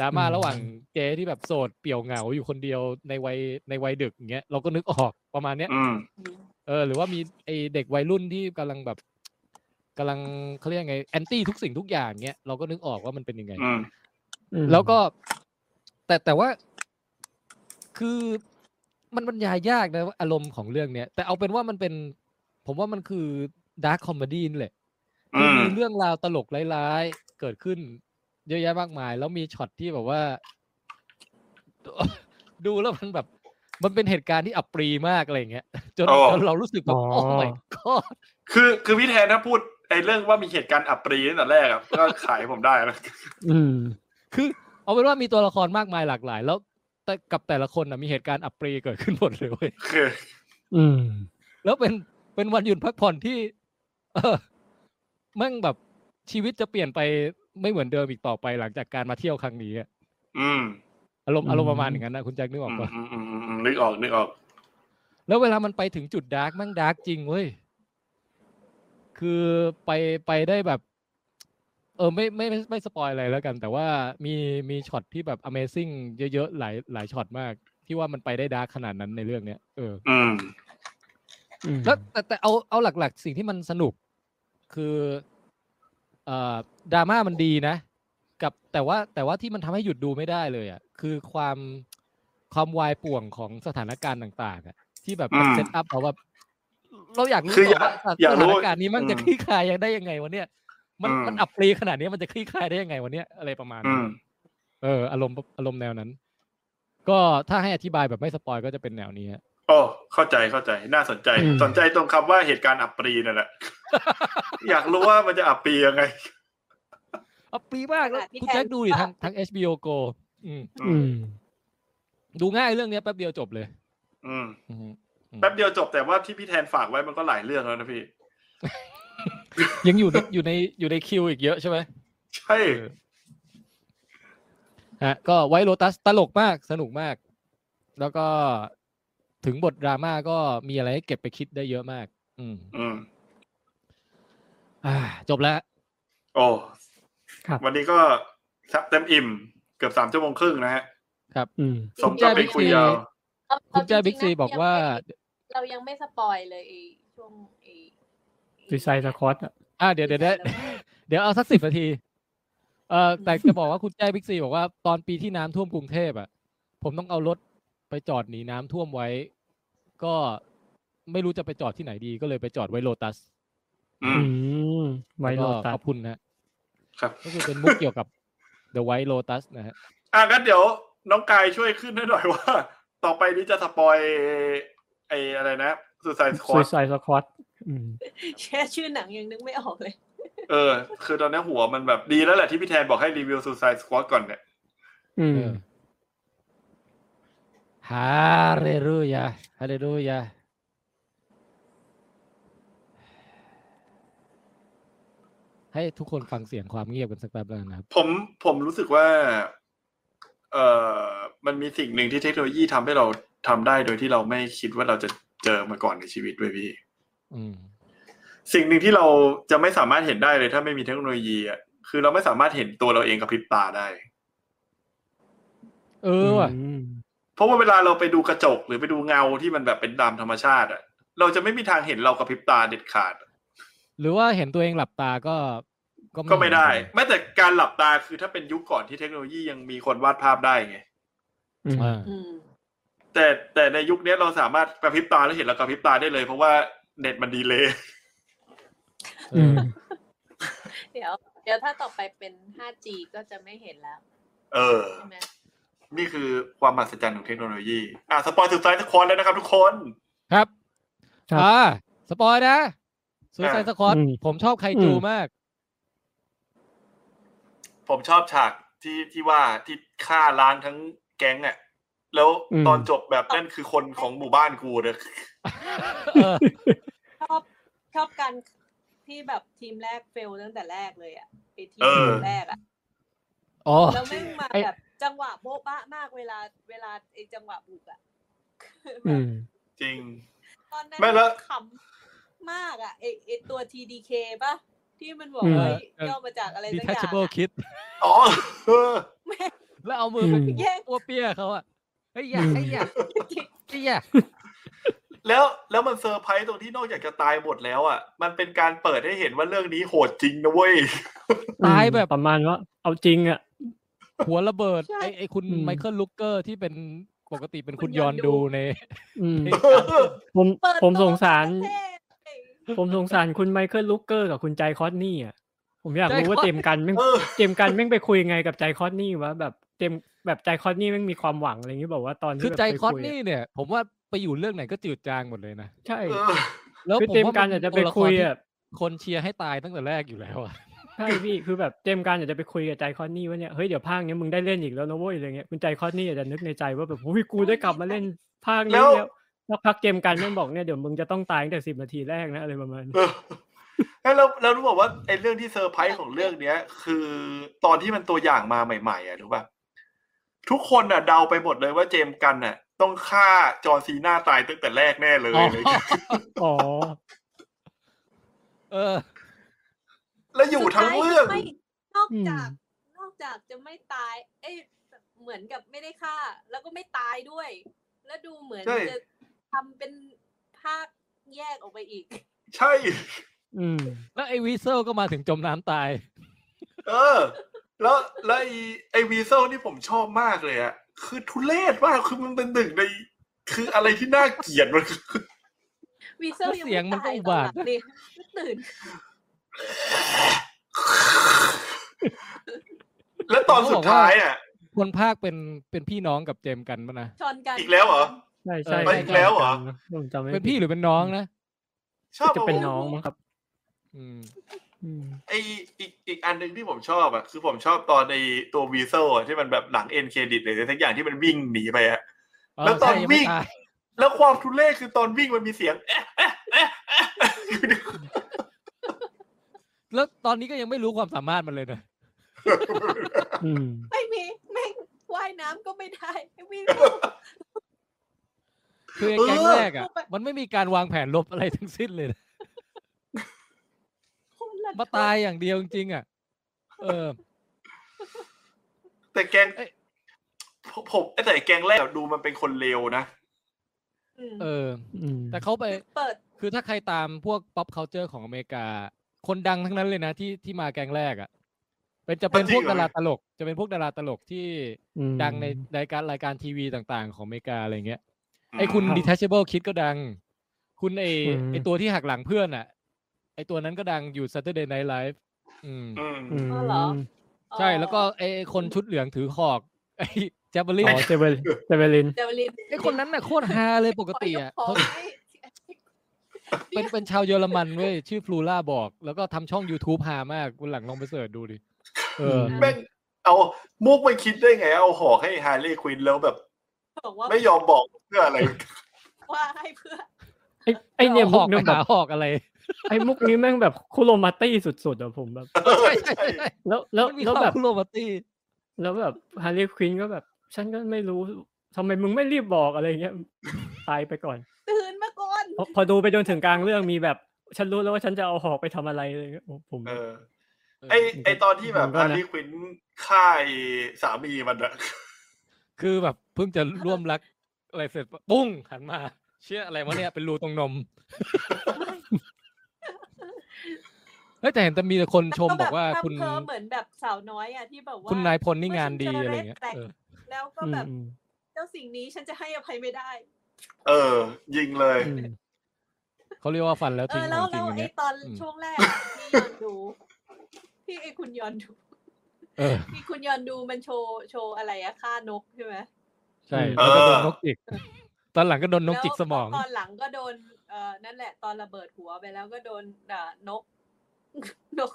Speaker 2: ดราม่าระหว่างเจ๊ที่แบบโสดเปี่ยวเหงาอยู่คนเดียวในวัยในวัยดึกอย่างเงี้ยเราก็นึกออกประมาณเนี้ย
Speaker 3: อืม
Speaker 2: เออหรือว่ามีไอเด็กวัยรุ่นที่กำลังแบบกำลังเขาเรียกไงแอนตี้ทุกสิ่งทุกอย่างเงี้ยเราก็นึกออกว่ามันเป็นยังไง
Speaker 3: อืม
Speaker 5: อืม
Speaker 2: แล้วก็ แต่แต่ว่าคือมันบรรยายยากนะว่าอารมณ์ของเรื่องเนี้ยแต่เอาเป็นว่ามันเป็น ผมว่ามันคือดาร์คคอมเมดี้นี่แหละ
Speaker 3: อืม
Speaker 2: คือมีเรื่องราวตลกร้ายๆ เกิดขึ้น เยอะแยะมากมาย แล้วมีช็อตที่แบบว่า ดูแล้วมันแบบ มันเป็นเหตุการณ์ที่อับปรีมากอะไรอย่างเงี้ยจน
Speaker 3: อ๋อ
Speaker 2: จนเรารู้สึกแบบโอ้ my god
Speaker 3: คือคือพี่แทนถ้าพูดไอ้เรื่องว่ามีเหตุการณ์อับปรีตั้งแต่แรกอะก็ขายผมได้นะ
Speaker 5: อืม
Speaker 2: คือเอาเป็นว่ามีตัวละครมากมายหลากหลาย แล้วแต่กับแต่ละคนนะมีเหตุการณ์อับปรีเกิดขึ้นหมดเลยเว้ย
Speaker 3: คือ
Speaker 5: อืม
Speaker 2: แล้วเป็นเป็นวันหยุดพักผ่อนที่ เออแม่งแบบชีวิตจะเปลี่ยนไปไม่เหมือนเดิมอีกต่อไปหลังจากการมาเที่ยวครั้งนี้อะ
Speaker 3: อืม
Speaker 2: อารมณ์
Speaker 5: อืม
Speaker 2: อารมณ์ประมาณอย่างนั้นนะคุณแจ็คนึกอ
Speaker 3: อื
Speaker 2: อก
Speaker 3: ม
Speaker 2: ปะ
Speaker 3: อืมอืมอืมอืมนึกออกนึกออก
Speaker 2: แล้วเวลามันไปถึงจุดดาร์กแม่งดาร์กจริงเว้ยคือไปไปได้แบบ เออ ไม่ไม่ไม่ไม่สปอยอะไรแล้วกัน แต่ว่ามีมีช็อตที่แบบ Amazing เยอะๆหลายหลายช็อตมาก ที่ว่ามันไปได้ดาร์กขนาดนั้นในเรื่องเนี้ยเออ
Speaker 3: อืม
Speaker 5: อืม
Speaker 2: แล้วแต่แต่เอาเอาหลัก ๆ สิ่งที่มันสนุก คือเอ่อดราม่ามันดีนะ กับแต่ว่าแต่ว่าที่มันทำให้หยุดดูไม่ได้เลยอ่ะคือความความวายป่วงของสถานการณ์ต่างๆอ่ะที่แบบมัน
Speaker 3: อืม
Speaker 2: เซตอัพเอาว่าเราอยากรู้
Speaker 3: คือ
Speaker 2: ต่อ
Speaker 3: อยากอยา
Speaker 2: ว่าส
Speaker 3: กรู้
Speaker 2: ถานการณ์นี้มันจะ
Speaker 3: อืม
Speaker 2: คลี่คลายยังได้ยังไงวะเนี่ยมัน
Speaker 3: อืม
Speaker 2: มันอับปรีขนาดนี้มันจะคลี่คลายได้ยังไงวะเนี่ยอะไรประมาณ
Speaker 3: อื
Speaker 2: นั้น
Speaker 3: ม
Speaker 2: เอออารมณ์อารมณ์แนวนั้น ก็ถ้าให้อธิบายแบบไม่สปอยก็จะเป็นแนวนี้ฮะ
Speaker 3: โอ้เข้าใจเข้าใจน่าสนใจ สนใจตรงคำว่าเหตุการณ์อับปรีนั่นแหละ อยากรู้ว่ามันจะอับปรียังไง
Speaker 2: เอาปีมากแล้ว
Speaker 6: ค่ะพี่
Speaker 2: คุณ
Speaker 6: แทน
Speaker 2: แจ็คดูดิ
Speaker 6: ค่ะ
Speaker 2: ทางทาง HBO Go อืม
Speaker 5: อืม
Speaker 2: ดูง่ายเรื่องเนี้ยแป๊บเดียวจบเลย
Speaker 3: อืม
Speaker 2: อืม
Speaker 3: แป๊บเดียวจบแต่ว่าที่พี่แทนฝากไว้มันก็หลายเรื่องแล้วนะพี่
Speaker 2: ยังอยู่ในอยู่ในอยู่ในคิวอีกเยอะใช่ไหม
Speaker 3: ใช่
Speaker 2: ฮะก็ไวโรตัสตลกมากสนุกมาก แล้วก็ถึงบทดราม่าก็มีอะไรให้เก็บไปคิดได้เยอะมาก อืม
Speaker 3: อืม
Speaker 2: อ่าจบแล้ว
Speaker 3: โอ้
Speaker 5: ครับ
Speaker 3: วันนี้ก็ครับเต็มอิ่ม เกือบสามชั่วโมงครึ่งนะฮะ
Speaker 5: อืม
Speaker 3: สมกับเป็นคุยยาว
Speaker 4: เอา
Speaker 2: คุ
Speaker 4: เอา
Speaker 2: ณแจ้
Speaker 4: ริ
Speaker 2: บิ๊ก
Speaker 4: งๆ
Speaker 2: ซี
Speaker 4: นะ
Speaker 2: บอกว่า
Speaker 4: เรายังไม่สปอยเลยไอ้ช่วงไอ้
Speaker 5: ดีไซน์สคอตอ่ะ
Speaker 2: อ่าเดี๋ยวเดี๋ยวเดี๋ยว เดี๋ยวเอาสักสิบนาที เอ่อแต่จะบอกว่าคุณแจ้บิ๊กซีบอกว่าตอนปีที่น้ำท่วมกรุงเทพอ่ะ ผมต้องเอารถไปจอดหนีน้ำท่วมไว้ ก็ไม่รู้จะไปจอดที่ไหนดีก็เลยไปจอดไว้โลตัส
Speaker 3: อืม
Speaker 5: อืม ไวโร
Speaker 2: ก็
Speaker 5: ตั
Speaker 2: ข
Speaker 5: ส
Speaker 2: อบคุณนะครับ ก็คือเป็นมุกเกี่ยวกับ The White Lotus นะฮะ
Speaker 3: อ่ะงั้นเดี๋ยวน้องกายช่วยขึ้นให้หน่อย ว่า ต่อไปนี้จะสปอยไออะไรนะสุดสายคอ
Speaker 5: ซู
Speaker 3: ร์
Speaker 5: ไซสคอตอืม
Speaker 4: แค่ชื่อหนังยังนึกไม่ออกเลย
Speaker 3: เออ คือตอนนี้หัวมันแบบดีแล้วแหละที่พี่แทนบอกให้รีวิวสุดสายคอร์ก่อนเนี่ย
Speaker 5: อืม
Speaker 2: ฮาเลลูยาฮาเลลูยาให้ทุกคนฟังเสียงความเงียบกันสักแป๊บแล้วกันนะครับ
Speaker 3: ผมผมรู้สึกว่า เอ่อมันมีสิ่งหนึ่งที่เทคโนโลยีทำให้เราทำได้โดยที่เราไม่คิดว่าเราจะเจอมาก่อนในชีวิตเว้ยพี่
Speaker 2: อืม
Speaker 3: สิ่งหนึ่งที่เราจะไม่สามารถเห็นได้เลยถ้าไม่มีเทคโนโลยีอ่ะคือเราไม่สามารถเห็นตัวเราเองกับพริบตาได้
Speaker 2: เออว่ะ
Speaker 3: เพราะว่าเวลาเราไปดูกระจกหรือไปดูเงาที่มันแบบเป็นตามธรรมชาติอ่ะ เราจะไม่มีทางเห็นเรากับพริบตาเด็ดขาด
Speaker 2: หรือว่าเห็นตัวเองหลับตาก็
Speaker 3: ก็ไม่ได้แม้แต่การหลับตาคือถ้าเป็นยุคก่อนที่เทคโนโลยียังมีคนวาดภาพได้ไง
Speaker 5: อืม
Speaker 2: อ่า
Speaker 4: อืม
Speaker 3: แต่แต่ในยุคนี้เราสามารถกระพริบตาแล้วเห็นเรากระพริบตาได้เลย เพราะว่าเน็ตมันดีเลย
Speaker 2: เอ
Speaker 5: อื
Speaker 2: อ
Speaker 5: ม
Speaker 4: เดี๋ยว เดี๋ยวถ้าต่อไปเป็น 5G ก็จะไม่เห็นแล้ว
Speaker 3: เออ
Speaker 4: ใช่ไหม
Speaker 3: นี่คือความมหัศจรรย์ของเทคโนโลยี อ่ะสปอยล์สุดท้ายทุกคนแล้วนะครับทุกคน
Speaker 2: ครับ
Speaker 5: ครับ
Speaker 2: อ่าสปอยนะซูซายสคอต
Speaker 5: อืม
Speaker 2: ผมชอบไคจู
Speaker 5: อืม
Speaker 2: มาก
Speaker 3: ผมชอบฉากที่ที่ว่าที่ฆ่าล้างทั้งแก๊งอ่ะ แล้วตอนจบแบบนั่นคือคนของหมู่บ้านกูเนี่ย
Speaker 2: เออ
Speaker 4: ชอบชอบการ ที่แบบทีมแรกเฟลตั้งแต่แรกเลยอ่ะไอทีม
Speaker 3: เออ
Speaker 4: แรกอ่ะ
Speaker 2: อ๋อ
Speaker 4: แล้วแม่งมา
Speaker 5: ไอ้
Speaker 4: แบบจังหวะโบ๊ะบะมากเวลาเวลาไอจังหวะบุกอ่ะ
Speaker 5: อืม
Speaker 3: จริง
Speaker 4: ตอนนั้น
Speaker 3: ไม่แล้ว
Speaker 4: ขำมากอ่ะไอไอตัว TDK ป่ะ ที่มันบอก
Speaker 5: อืม
Speaker 4: ว่าเฮ้ย
Speaker 2: เออ
Speaker 4: ย่อมาจากอะไรสักอย่าง
Speaker 2: detachable
Speaker 4: อะ
Speaker 2: kit
Speaker 3: อ๋อ เออ
Speaker 2: แล้วเอามือไป
Speaker 5: อืม
Speaker 2: แย่งปัวเปียเขาอะเฮ้ยอยากเฮ้ยอยากเฮ้ยอยาก
Speaker 3: แล้วแล้วมันเซอร์ไพรส์ตรงที่นอกจากจะตายหมดแล้วอ่ะมันเป็นการเปิดให้เห็นว่าเรื่องนี้โหดจริงนะเว้ย
Speaker 2: ตายแบบ
Speaker 5: ประมาณว่าเอาจริงอ่ะ
Speaker 2: หัวระเบิด
Speaker 4: ใช่
Speaker 2: ไอ้ไอ้คุณ
Speaker 5: อืม
Speaker 2: ไมเคิลลุกเกอร์ที่เป็นปกติเป็น
Speaker 4: คุ
Speaker 2: คุณ ณ
Speaker 4: ย
Speaker 2: ย
Speaker 4: อ
Speaker 2: อน นดู
Speaker 4: ดู
Speaker 2: ใน
Speaker 5: อืม ผม
Speaker 4: เปิด
Speaker 5: ผม
Speaker 4: ตัว
Speaker 5: สงสาร
Speaker 4: เท่
Speaker 5: ผมสงสารคุณไมเคิลลุกเกอร์กับคุณใจคอตนี่อ่ะ ผมอยากรู้ว่าเจมส์กันแม่ง
Speaker 3: เออ
Speaker 5: เจมส์กันแม่งไปคุยไงกับใจคอตนี่วะแบบเจมส์แบบใจคอตนี่แม่งมีความหวังอะไรอย่างนี้บอกว่าตอนที่
Speaker 2: คือ
Speaker 5: แบบ
Speaker 2: ใจ
Speaker 5: ไป
Speaker 2: คอต
Speaker 5: ยะ
Speaker 2: นี่เนี่ย ผมว่าไปอยู่เรื่องไหนก็จืดจางหมดเลยนะ
Speaker 5: ใช่
Speaker 3: เออ
Speaker 2: แล้ว
Speaker 5: คือ
Speaker 2: ผม
Speaker 5: เจม
Speaker 2: ว่า
Speaker 5: ส์กันอาจจะไปคุยอ่ะ
Speaker 2: คนเชียร์ให้ตายตั้งแต่แรกอยู่แล้วอะ
Speaker 5: ใช่พี่ คือแบบเจมส์การอยากจะไปคุยกับใจคอนนี่ว่าเนี่ยเฮ้ยเดี๋ยวภาคเนี้ยมึงได้เล่นอีกแล้วนะเว้ยอะไรเงี้ยคุณใจคอนนี่อาจจะนึกในใจว่าแบบโอ้ยกูได้กลับมาเล่นภาคนี้
Speaker 3: แล้ว
Speaker 5: แล้วแล้วพักเจมส์การแม่งบอกเนี่ยเดี๋ยวมึงจะต้องตายตั้งแต่สิบนาทีแรกนะอะไรประมาณนี้
Speaker 3: เอ อแล้วแล้วรู้บอกว่าไอ้เรื่องที่เซอร์ไพรส์ของเรื่องเนี้ย คือตอนที่มันตัวอย่างมาใหม่ๆอ่ะรู้ป่ะทุกคนอ่ะเดาไปหมดเลยว่าเจมส์กันน่ะ ต้องฆ่าจอร์นซีน่าตายตั้งแต่แรกแน่เลย
Speaker 2: อ๋อ
Speaker 3: เลย
Speaker 5: อ๋อ
Speaker 2: เออ
Speaker 3: แล้วอยู่ทั้งเรื่อง
Speaker 4: สุดท้ายไม่นอกจาก
Speaker 5: อืม
Speaker 4: นอกจากจะไม่ตาย เอ้ยเหมือนกับไม่ได้ฆ่า แล้วก็ไม่ตายด้วย แล้วดูเหมือน
Speaker 3: ใช่
Speaker 4: จะทำเป็นภาคแยกออกไปอีก
Speaker 3: ใช่
Speaker 5: อืม
Speaker 2: แล้วไอ้วีเซลก็มาถึงจมน้ำตาย
Speaker 3: เออ แล้วแล้วไอ้ไอ้วีเซลนี่ผมชอบมากเลยอ่ะคือทุเรศมากคือมันเป็นหนึ่งใน คืออะไรที่น่าเกลียดมัน คือ
Speaker 4: วีเซล
Speaker 2: แล้วเสียงมันก็อุบาท
Speaker 4: ดิตื่น
Speaker 3: แล้วตอนสุดท้ายอ่ะ
Speaker 2: คนภาคเป็นเป็นพี่น้องกับเจมส์กันปะนะ
Speaker 4: ชนกัน
Speaker 3: อีกแล้วเหรอ
Speaker 5: ใช่ใช่
Speaker 2: เออไปอีกแล้วเหรอ
Speaker 5: ผมจำไม่
Speaker 2: เป็นพี่หรือเป็นน้องนะ
Speaker 3: ชอบ
Speaker 5: จะ
Speaker 3: มา
Speaker 5: เป็น
Speaker 3: ว่า
Speaker 5: น้องมั้งครับ
Speaker 2: อืม
Speaker 5: อืม
Speaker 3: ไออีกอีกอันหนึ่งที่ผมชอบอ่ะคือผมชอบตอนในตัววีเซลอะที่มันแบบหลังเอ็นเครดิตหรืออะไรทั้งอย่างที่มันวิ่งหนีไปอ่ะ
Speaker 2: เออ
Speaker 3: แล้วตอน
Speaker 2: ใช่ยัง
Speaker 3: วิ่
Speaker 2: ไม่
Speaker 3: ง
Speaker 2: ตาย
Speaker 3: แล้วความทุเรศคือตอนวิ่งมันมีเสียงแอะแอะแอะแอะ
Speaker 2: แล้วตอนนี้ก็ยังไม่รู้ความสามารถมันเลยนะ
Speaker 5: อืม
Speaker 4: ไม่มีแม่งว่ายน้ำก็ไม่ได้วิ่ง
Speaker 2: คือไอ้แก๊งแรกอ่ะ มันไม่มีการวางแผนลบอะไรทั้งสิ้นเลยนะ
Speaker 4: คนละ
Speaker 2: มาตายอย่างเดียวจริงๆอ่ะ เออ
Speaker 3: แต่แกง
Speaker 2: เอ้ย
Speaker 3: ผมผมแต่แกงแรกดูมันเป็นคนเลวนะ
Speaker 4: อืม
Speaker 2: เออ
Speaker 5: อืม
Speaker 2: แต่เขาไป
Speaker 4: คือเปิด
Speaker 2: คือถ้าใครตามพวก pop culture ของอเมริกา คนดังทั้งนั้นเลยนะที่ที่มาแกงแรกอ่ะ เป็นจะเป็น
Speaker 3: จริ
Speaker 2: พ
Speaker 3: ง
Speaker 2: วก
Speaker 3: เหรอ
Speaker 2: ดาราตลก จะเป็นพวกดาราตลกที่
Speaker 5: อืม
Speaker 2: ดังในรายการรายการทีวีต่างๆ ของอเมริกาอะไรเงี้ย ไอคุณ
Speaker 5: ครับ
Speaker 2: detachable kid ก็ดัง คุณไอ
Speaker 5: อืม
Speaker 2: ไอตัวที่หักหลังเพื่อนอ่ะ ไอตัวนั้นก็ดังอยู่ Saturday Night Live อืม
Speaker 3: อืม
Speaker 5: ม
Speaker 4: อ๋อเหรอ
Speaker 2: ใช่ แล้วก็ไอไอ้คนชุดเหลืองถือหอก ไอแจบเบอรี่
Speaker 5: อ๋อเจเวลเจเวลิน
Speaker 4: เดวลิน
Speaker 2: ไอคนนั้นน่ะโคตรฮาเลยปกติอ่ะ
Speaker 4: ขยกข
Speaker 2: เขา
Speaker 4: งให้
Speaker 2: เป็นเป็นชาวเยอรมันเว้ย ชื่อฟลูล่าบอก แล้วก็ทำช่อง YouTube ฮามากคุณหลังลองไปเสิร์ชดูดิ เออ
Speaker 5: อื
Speaker 3: แม่งเอามุกไปคิดได้ไง เอาหอกให้ฮาร์เลย์ควินแล้วแบบ
Speaker 4: บอกว่า
Speaker 3: ไม่ยอมบอกเพื่ออะไร
Speaker 4: ว่าให้เพื่อ
Speaker 5: ไอไอเนี่ย
Speaker 2: ห
Speaker 5: มุ
Speaker 2: อก กไป
Speaker 5: เนี่ยแบ
Speaker 2: หา
Speaker 5: บ
Speaker 2: หอกอะไร
Speaker 5: ไอมุกนี้แม่งแบบคุโรมาตี้สุดๆอะผมแบบ
Speaker 2: ใช่ใช่ใช่ใช่
Speaker 5: แล้วแล้ว
Speaker 2: มันมีค
Speaker 5: แล้ว
Speaker 2: วาม
Speaker 5: แบบ
Speaker 2: คุโรมาตี้
Speaker 5: แล้วแบบฮาร์ลีควินก็แบบ ฉันก็ไม่รู้ทำไมมึงไม่รีบบอกอะไรเงี้ย ตายไปก่อน
Speaker 4: ตื่นมาก่อน
Speaker 5: พอพอดูไปจนถึงกลางเรื่องมีแบบ ฉันรู้แล้วว่าฉันจะเอาหอกไปทำอะไรอะไรเลยโอ้ผม
Speaker 3: เออ
Speaker 2: เออ
Speaker 3: ไอไอตอนที่แบบ
Speaker 5: ผมก็นะ
Speaker 3: ฮาร์เลย์ควินฆ่าไอ้สามีมันอะ
Speaker 2: คือแบบเพิ่งจะร่วมรักอะไรเสร็จปะปุ้งหันมา เชื่ออะไรวะเนี่ยเป็นรูตรงนม เฮ้ยแต่เห็นแต่มีแต่คนชมบอกว่า
Speaker 4: แล้ว
Speaker 2: คุณ
Speaker 4: ทำเพิ่มเหมือนแบบสาวน้อยอ่ะที่แบบว่า
Speaker 2: คุณนายพลนี่งานดีอะไรเงี้ย
Speaker 4: แต่
Speaker 2: เออ
Speaker 4: แล้วก็
Speaker 5: อืม
Speaker 4: แบบ
Speaker 5: อืม
Speaker 4: เจ้าสิ่งนี้ฉันจะให้อภัยไม่ได้
Speaker 3: เออ ยิงเลย
Speaker 5: อืม
Speaker 2: เขาเรียกว่าฟันแล้ว
Speaker 4: เอ
Speaker 2: ทิ้ง
Speaker 4: อ
Speaker 2: ข
Speaker 4: แล้
Speaker 2: อ
Speaker 4: ว
Speaker 2: งจริ
Speaker 4: แล้
Speaker 2: ง
Speaker 4: ว
Speaker 2: อัน
Speaker 4: ไอ้
Speaker 2: เนี้ย
Speaker 4: ตอน
Speaker 2: อืม
Speaker 4: ช่วงแรกอะที่ยอนดู ที่ไอ้คุณยอนดู
Speaker 2: เออ
Speaker 4: ที่คุณยอนดูมันโชว์โชว์อะไรอะฆ่านกใช่ไหม
Speaker 2: ใช่
Speaker 3: เอ
Speaker 2: แล้ว
Speaker 3: อ
Speaker 2: ก็โดนนกจิกตอนหลังก็โดนนกจิก
Speaker 4: แล้ว
Speaker 2: สมอง
Speaker 4: ตอนหลังก็โดนเอ่อนั่นแหละ ตอนระเบิดหัวไปแล้วก็โดนอ่านก นก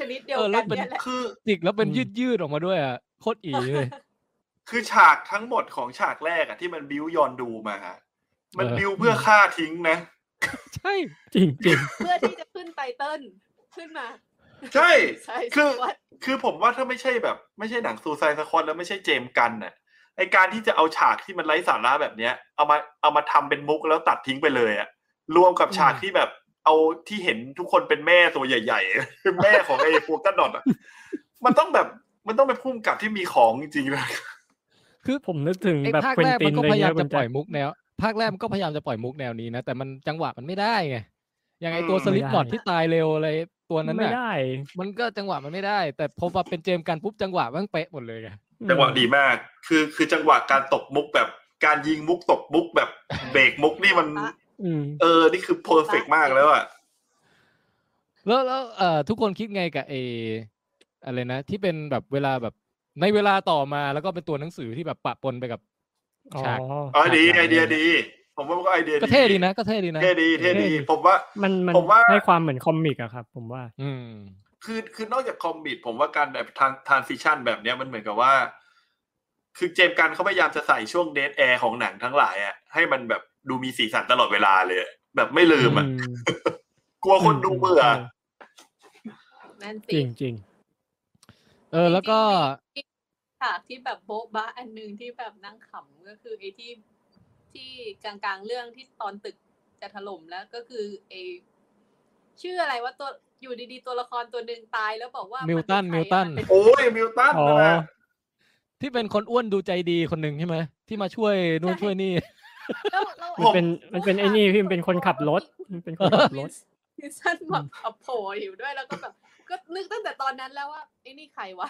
Speaker 4: ชนิดเดียว
Speaker 2: เออแล้
Speaker 4: กั
Speaker 2: วน เป็น
Speaker 4: เนี่ยแหละ
Speaker 3: คือ
Speaker 2: จิกแล้วเป็นยืดยืดๆออกมาด้วยอ่ะโคตรอีเลย
Speaker 3: คือฉากทั้งหมดของฉากแรกอะที่มันบิวยอนดูมาฮะมัน
Speaker 2: เออ
Speaker 3: บิวเพื่อฆ่าทิ้งนะ
Speaker 2: ใช่
Speaker 5: จริงจริง
Speaker 4: เพื่อที่จะขึ้นไป
Speaker 6: ไตเติ้ลขึ้นมา
Speaker 3: ใช่
Speaker 6: ใช่
Speaker 3: คือ
Speaker 6: วัด
Speaker 3: คือผมว่าถ้าไม่ใช่แบบ ไม่ใช่หนังซูซายสควอตแล้วไม่ใช่เจมส์กันน่ะไอการที่จะเอาฉากที่มันไร้สาระแบบเนี้ย เอามาเอามาทำเป็นมุกแล้วตัดทิ้งไปเลยอะรวมกับฉากที่แบบเอาที่เห็นทุกคนเป็นแม่ตัวใหญ่ๆ เป็นแม่ของไอ้พวกกันดอนอะมันต้องแบบมันต้องเป็นพุ่มกับที่มีของจริงๆนะ
Speaker 2: คือ
Speaker 5: ผมนึกถึง
Speaker 2: ไอ้
Speaker 5: แบบ
Speaker 2: ภาค
Speaker 5: เควิ
Speaker 2: แร
Speaker 5: น
Speaker 2: ก
Speaker 5: ติ
Speaker 2: มัน นก็
Speaker 5: อะไร
Speaker 2: พยายา
Speaker 5: เงี้
Speaker 2: ม
Speaker 5: ยคุ
Speaker 2: จะ
Speaker 5: ณ
Speaker 2: ป
Speaker 5: แจ็
Speaker 2: ล่อย
Speaker 5: ค
Speaker 2: มุกแนวภาคแรกมันก็พยายามจะปล่อยมุกแนวนี้นะ แต่มันจังหวะมันไม่ได้ไงอย่างไอตัว
Speaker 5: อืม
Speaker 2: สลิป
Speaker 5: ไม่ได้
Speaker 2: หลอดที่ตายเร็วอะไรตัวนั้น
Speaker 5: ไม่
Speaker 2: น่ะ
Speaker 5: ได้
Speaker 2: มันก็จังหวะมันไม่ได้ แต่พอมาเป็นเจมส์กันปุ๊บจังหวะมันเป๊ะหมดเลยไง
Speaker 3: จังหวะดีมาก คือคือจังหวะการตกมุกแบบการยิงมุกตกมุกแบบเบรกมุกนี่มัน
Speaker 5: อืม
Speaker 3: เออ นี่คือเพอร์เฟกมากแล้วอะ
Speaker 2: แล้วแล้วเอ่อทุกคนคิดไงกับเออะไรนะ ที่เป็นแบบเวลาแบบในเวลาต่อมาแล้วก็เป็นตัวหนังสือที่แบบปะปนไปกับ
Speaker 5: อ๋อ
Speaker 2: ฉาก
Speaker 3: เออดีไอเดียดี ผมว่ามันก็ไอเดียดี
Speaker 2: ก็เท่ดีนะก็เท่ดีนะ
Speaker 3: เท่ดีเท่ดี
Speaker 5: เท่ดี
Speaker 3: ผมว่า
Speaker 5: มันมัน
Speaker 3: ผมว่า
Speaker 5: ให้ความเหมือนคอมิกอะครับ ผมว่า
Speaker 2: อืม
Speaker 3: คือคือนอกจากคอมบิดผมว่าการแบบทางทานซิชันแบบเนี้ยมันเหมือนกับว่า คือเจมส์กันเขาพยายามจะใส่ช่วงเดทแอร์ของหนังทั้งหลายอ่ะให้มันแบบดูมีสีสันตลอดเวลาเลยอะแบบไม่ลืมอ่ะ
Speaker 5: อืม
Speaker 3: กลัวคนดูเบื่ออ
Speaker 4: นั่น
Speaker 5: จ
Speaker 4: สิ
Speaker 5: ริงจริง
Speaker 2: เออ แล้วก็
Speaker 4: ฉากที่แบบโบ๊ะบะอันหนึงที่แบบนั่งขำก็คือไอ้ที่ที่กลางๆเรื่องที่ตอนตึกจะถล่มแล้วก็คือไอ้ชื่ออะไรว่าตัวอยู่ดีๆตัวละครตัวหนึ่งตายแล้วบอกว่า
Speaker 2: มิ
Speaker 4: มิ
Speaker 2: ลตันมิลตัน
Speaker 3: โอ้ยมิลตัน
Speaker 5: ๆอ๋อ
Speaker 3: นะฮะ
Speaker 2: ที่เป็นคนอ้วนดูใจดีคนหนึ่งใช่ไหมที่มาช่วยนู่นช่วยนี่
Speaker 4: แล้วแล้ว
Speaker 5: มันเป็นมันเป็นไอ้นี่พี่มันเป็นคนขับรถมันเป็นคนขับรถ
Speaker 4: ซีซั่นแบบเอาโผล่อยู่ด้วยแล้วก็แบบ ก็นึกตั้งแต่ตอนนั้นแล้วว่าไอ้นี่ใครวะ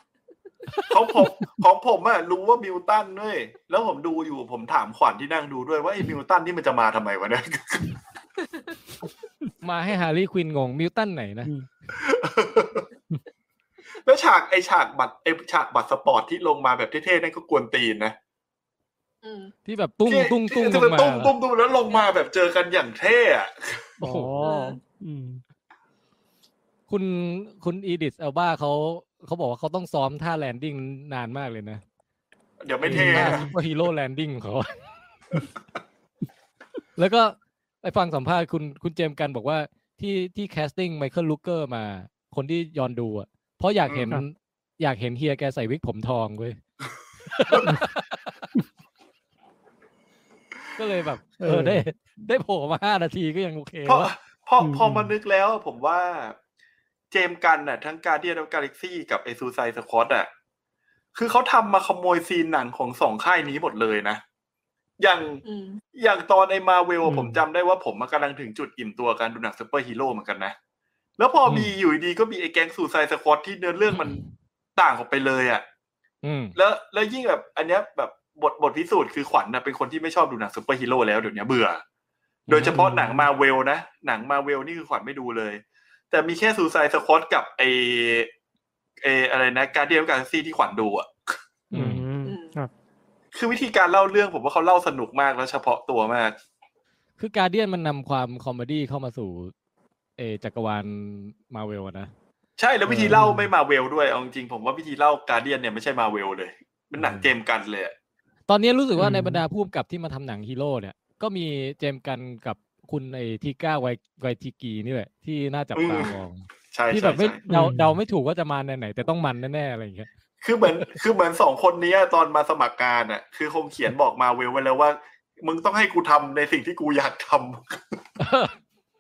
Speaker 3: ของ ผมของผมอ่ะรู้ว่ามิลตันด้วยแล้วผมดูอยู่ผมถามขวัญที่นั่งดูด้วยว่าไอ้มิลตันนี่มันจะมาทำไมวะเนี่ย
Speaker 2: มาให้ฮาร์รี่ควินงงมิลตันไหนนะ
Speaker 3: แล้วฉากไอฉากบัตรไอฉากบัตรสปอร์ตที่ลงมาแบบเท่ๆนั่นก็กวนตีนนะ
Speaker 4: อืม
Speaker 2: ที่แบบตุ้ง
Speaker 3: ที่
Speaker 2: ตุ้งตุ้งล
Speaker 3: ที่
Speaker 2: งมา
Speaker 3: ตุ้งตุ้งตุ้งแล้วลงมาแบบเจอกันอย่างเท่อะ
Speaker 2: โอ้โห
Speaker 5: อ๋ออืม
Speaker 2: คุณคุณอีดิสเอลบ้าเขาเขาบอกว่าเขาต้องซ้อมท่าแลนดิ้งนานมากเลยนะ
Speaker 3: เดี๋ยวไม่เท่
Speaker 2: ท่า
Speaker 3: อะ
Speaker 2: ซูเปอร์ฮีโร่แลนดิ้งของเขา แล้วก็ไปฟังสัมภาษณ์คุณคุณเจมส์กันบอกว่าที่ที่แคสติ้งไมเคิลลูเกอร์มา คนที่ยอนดูอ่ะ เพราะอยากเห็น
Speaker 5: ครับ
Speaker 2: อยากเห็นเฮียแกใส่วิกผมทองเว้ย ก็เลยแบบ เออได้ ได้โผล่มาห้านาทีก็ยังโอเค
Speaker 3: เพราะ
Speaker 2: วะ
Speaker 3: เพราะ
Speaker 5: อืม
Speaker 3: พอมานึกแล้วผมว่า เจมส์กันน่ะ ทั้งการเดียนกาแล็กซี่กับไอซูไซสคอตอ่ะ คือเขาทำมาขโมยซีนหนังของสองค่ายนี้หมดเลยนะ อย่าง
Speaker 4: อืม
Speaker 3: อย่างตอนในมาเวล
Speaker 5: อืม
Speaker 3: ผมจำได้ว่าผมมากำลังถึงจุดอิ่มตัวการดูหนังซูเปอร์ฮีโร่เหมือนกันนะ แล้วพออ
Speaker 2: ม
Speaker 3: มีอยู่ดีๆก็มีไอแก๊งซูไซสคอตที่เนื้อเรื่องมันต่างออกไปเลยอ่ะ
Speaker 2: อืม
Speaker 3: แล้วแล้วยิ่งแบบอันเนี้ยแบบบทบทพิสูจน์คือขวัญนะเป็นคนที่ไม่ชอบดูหนังซูเปอร์ฮีโร่แล้วเดี๋ยวนี้เบื่อ โดยเฉพาะหนังมาเวลนะ หนังมาเวลนี่คือขวัญไม่ดูเลย แต่มีแค่ซูซายสคอตกับไอไออะไรนะการเดียนการซีที่ขวัญดูอ่ะ
Speaker 2: อื
Speaker 5: อื
Speaker 2: ม
Speaker 5: มครับ
Speaker 3: คือวิธีการเล่าเรื่องผมว่าเขาเล่าสนุกมากแล้วเฉพาะตัวมาก
Speaker 2: คือการเดียนมันนำความคอมเมดี้เข้ามาสู่เออจักรวาลมาเวลนะ
Speaker 3: ใช่แล้ววิธีเล่าไม่มาเวลด้วยเอาจริงๆผมว่าวิธีเล่าการเดียนเนี่ยไม่ใช่มาเวลเลย เป็นหนังเจมส์กันเลยอะ
Speaker 2: ตอนนี้รู้สึกว่า
Speaker 5: อืม
Speaker 2: ในบรรดาผู้กำกับที่มาทำหนังฮีโร่เนี่ย ก็มีเจมส์กันกับคุณไอทีก้าไวไวทีกีนี่แหละ ที่น่าจับตามอง
Speaker 3: ใช่
Speaker 2: ที่แบ
Speaker 3: ใช่
Speaker 2: บไม่
Speaker 3: ใช่
Speaker 2: เดาเดาไม่ถูกว่าจะมาในไหน แต่ต้องมันแน่ๆอะไรอย่างเงี้ย
Speaker 3: คือเหมือน คือเหมือนสองคนเนี้ยตอนมาสมัครงานอ่ะ คือคงเขียนบอกมาเวลไว้แล้วว่า มึงต้องให้กูทำในสิ่งที่กูอยากทำ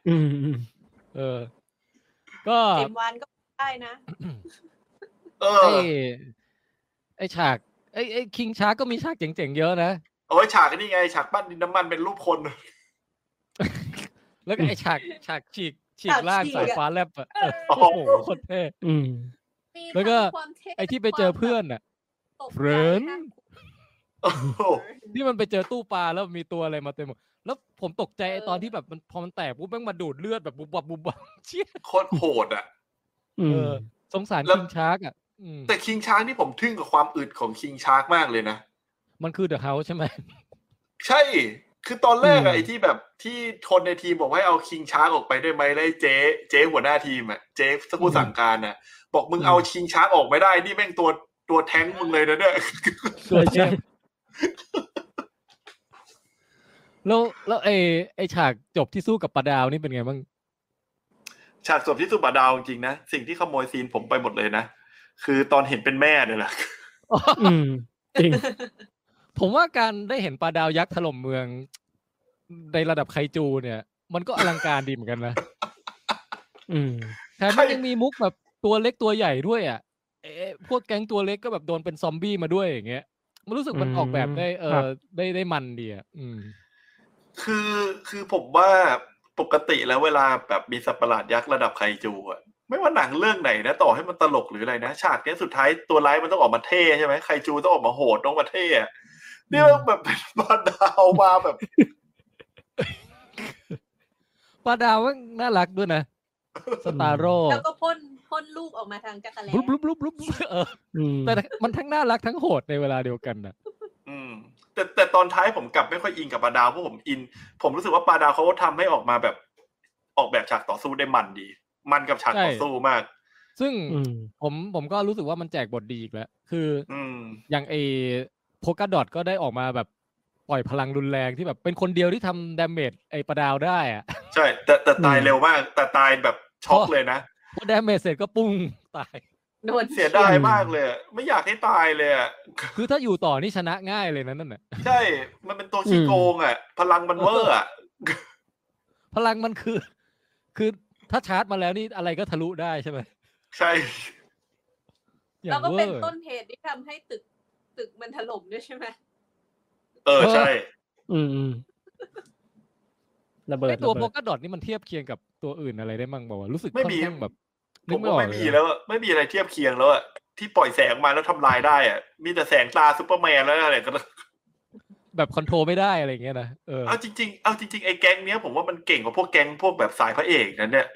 Speaker 5: อืมอืม
Speaker 2: เออ ก็
Speaker 4: เจมส์วานก็ได้นะ
Speaker 3: เอ
Speaker 2: ไอ
Speaker 3: อ
Speaker 2: ไอฉากไอไอคิงชาก็มีฉากเจ๋งๆเยอะนะ
Speaker 3: เอาไว้ฉากนี่ไง ฉากปั้นดินน้ำมันเป็นรูปคน
Speaker 2: แล้วก็ไอฉากฉากฉีกฉีกล่าง
Speaker 4: ฉา
Speaker 2: สาก ย
Speaker 4: ฉีกอะ
Speaker 2: ฟ้าแลบอะเออ
Speaker 3: โอ้
Speaker 2: โอ้
Speaker 3: โห
Speaker 2: โหโคตรเท่
Speaker 5: อืม
Speaker 4: มี
Speaker 2: แล้วก็
Speaker 4: ทั้งความเท่
Speaker 2: ไอที่ไปเจอเพื่อนอะ
Speaker 4: ตกใจ
Speaker 2: เฟรนด์
Speaker 4: ะ
Speaker 3: โอ้โห
Speaker 2: ที่มันไปเจอตู้ปลาแล้วมีตัวอะไรมาเต็มหมดแล้วผมตกใจไอตอนที่แบบมันพอมันแตกปุ๊บแม่งมาดูดเลือดแบบบุบบับบุบบับเชี่ย
Speaker 3: โคตรโหดอ่ะ
Speaker 5: อื
Speaker 2: เอ
Speaker 5: ม
Speaker 2: อสงสาร
Speaker 3: แล้ว
Speaker 2: คิงชาร์กอ่ะอืม
Speaker 3: แต่คิงช้างนี่ผมทึ่งกับความอึดของคิงช้างมากเลยนะ
Speaker 2: มันคือเดอะเฮาส์ใช่ไหม
Speaker 3: ใช่ คือตอนแรก
Speaker 5: อื
Speaker 3: อะ
Speaker 5: ม
Speaker 3: ไอ้ที่แบบที่คนในทีมบอกให้เอาคิงช้างออกไปได้ไหมแล้วไอ้เจ๊เจ๊หัวหน้าทีมอะเจ๊ผู้สั่งการอะบอกมึงเอาคิงช้างออกไม่ได้นี่แม่งตัวตัวแท้งมึงเลยนะเนี่ย
Speaker 5: ใช่ใช่
Speaker 2: แล้วแล้วไอไอฉากจบที่สู้กับปลาดาวนี่เป็นไงบ้าง
Speaker 3: ฉากศพที่สุบาดาวจริงๆนะสิ่งที่ขโมยซีนผมไปหมดเลยนะคือตอนเห็นเป็นแม่เนี่ยแหละ
Speaker 5: อืมจริง
Speaker 2: ผมว่าการได้เห็นปลาดาวยักษ์ถล่มเมือง ในระดับไคจูเนี่ย มันก็อลังการดีเหมือนกัน นะ
Speaker 5: อืม
Speaker 2: แถมมันยังมีมุกแบบตัวเล็กตัวใหญ่ด้วยอ่ะเอ๊ะพวกแก๊งตัวเล็กก็แบบโดนเป็นซอมบี้มาด้วยอย่างเงี้ยมันรู้สึกมัน
Speaker 5: อืม
Speaker 2: ออกแบบได้ เอ
Speaker 5: ครั
Speaker 2: อบ ได้ได้มันดีอ่ะอืม
Speaker 3: คือคือผมว่าปกติแล้วเวลาแบบมีสัตว์ประหลาดยักษ์ระดับไคจูอะไม่ว่าหนังเรื่องไหนนะต่อให้มันตลกหรืออะไรนะฉากเนี้ยสุดท้ายตัวร้ายมันต้องออกมาเท่ใช่ไหมไคจูต้องออกมาโหดต้องมาเท่อะนี่มันแบบเป็นบาดาวมาแบบ
Speaker 2: ปลาดาวมันน่ารักด้วย นะ สตาร์โร่
Speaker 4: แล้วก็พ่นพ่นลูกออกมาทางจักรแล
Speaker 2: บลุ๊บลุ๊บลุ๊บลุ๊บเออ
Speaker 5: อืม
Speaker 2: แต่มันทั้งน่ารักทั้งโหดในเวลาเดียวกันนะ
Speaker 3: อืม แต่แต่ตอนท้ายผมกลับไม่ค่อยอินกับบาดาวเพราะผมอิน ผมรู้สึกว่าบาดาวเขาทำให้ออกมาแบบ ออกแบบฉากต่อสู้ได้มันดี มันกับฉากต่อสู้มาก
Speaker 2: ซึ่ง
Speaker 5: อืม
Speaker 2: ผมผมก็รู้สึกว่ามันแจกบทดีอีกแล้ว คือ
Speaker 3: อืม
Speaker 2: อย่างไอโพกาดอทก็ได้ออกมาแบบปล่อยพลังรุนแรงที่แบบเป็นคนเดียวที่ทำดาเมจไอปลาดาวได้อะ
Speaker 3: ใช่ แต่แต่ตาย
Speaker 5: อืม
Speaker 3: เร็วมาก แต่ตายแบบช็อกเลยนะ
Speaker 2: พอดาเมจเสร็จก็ปุ้งตาย
Speaker 4: โดน
Speaker 3: เสียดายมากเลยอะไม่อยากให้ตายเลยอะ
Speaker 2: คือถ้าอยู่ต่อนี่ชนะง่ายเลยนะนั่นน่ะ
Speaker 3: ใช่ มันเป็นตัวขี้โกงอ่ะ พลังมันเวอร์อ่ะ
Speaker 2: พลังมันคือ คือถ้าชาร์จมาแล้วนี่อะไรก็ทะลุได้ใช่ไหม
Speaker 3: ใช่
Speaker 2: อย่า
Speaker 4: แล้ว
Speaker 2: ง
Speaker 4: ก็
Speaker 2: เวอ
Speaker 4: เป็น
Speaker 2: ร์
Speaker 4: ต้นเหตุที่ทำให้ตึกตึกมันถล่มด้วยใช่ไหม
Speaker 3: เออใช่
Speaker 5: อืมอืมระเบิด
Speaker 2: ไอตัว
Speaker 5: ระ
Speaker 2: โพ
Speaker 5: เบิด
Speaker 2: กาดอทนี่มันเทียบเคียงกับตัวอื่นอะไรได้มั่งบอกว่าวะรู้สึก
Speaker 3: ไม่
Speaker 2: ค่อน
Speaker 3: มี
Speaker 2: ข้างแบบ
Speaker 3: ผ
Speaker 2: นึก
Speaker 3: ม
Speaker 2: ไม่
Speaker 3: ว่า
Speaker 2: ออก
Speaker 3: ไม่มี
Speaker 2: เลย
Speaker 3: แล้วอะไม่มีอะไรเทียบเคียงแล้วอะที่ปล่อยแสงมาแล้วทำลายได้อ่ะ มีแต่แสงตาซูเปอร์แมนแล้วอะไรก็
Speaker 2: แบบคอนโทรลไม่ได้อะไรอย่างเงี้ยนะเออ
Speaker 3: เอาจริงๆ เอาจริงๆ ไอ้แก๊งเนี้ยผมว่ามันเก่งกว่าพวกแก๊งพวกแบบสายพระเอกนั่นเนี่ย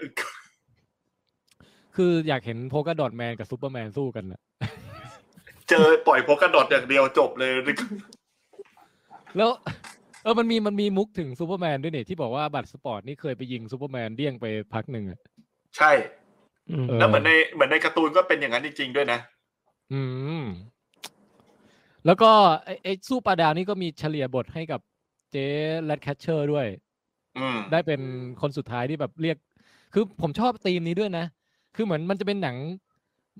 Speaker 2: คืออยากเห็นโพกาดอทแมนกับซูเปอร์แมนสู้กันนะ
Speaker 3: เจอปล่อยโพกกระดดอย่างเดียวจบเลย
Speaker 2: แล้ว เออมันมีมันมีมุกถึงซูเปอร์แมนด้วยเนี่ยที่บอกว่าบัตรสปอร์ตนี่เคยไปยิงซูเปอร์แมนเดี้ยงไปพักหนึ่งอ่ะ
Speaker 3: ใช่
Speaker 5: อืม
Speaker 2: เอ
Speaker 3: แล้วเหมือนในเหมือนในการ์ตูนก็เป็นอย่างนั้นจริงๆ ด้วยนะ
Speaker 2: อืม แล้วก็ไอ้ไอ้สู้ปลาดาวนี่ก็มีเฉลี่ยบทให้กับเจ๊แรดแคชเชอร์ด้วย
Speaker 3: อืม
Speaker 2: ได้เป็นคนสุดท้ายที่แบบเรียก คือผมชอบธีมนี้ด้วยนะ คือเหมือนมันจะเป็นหนัง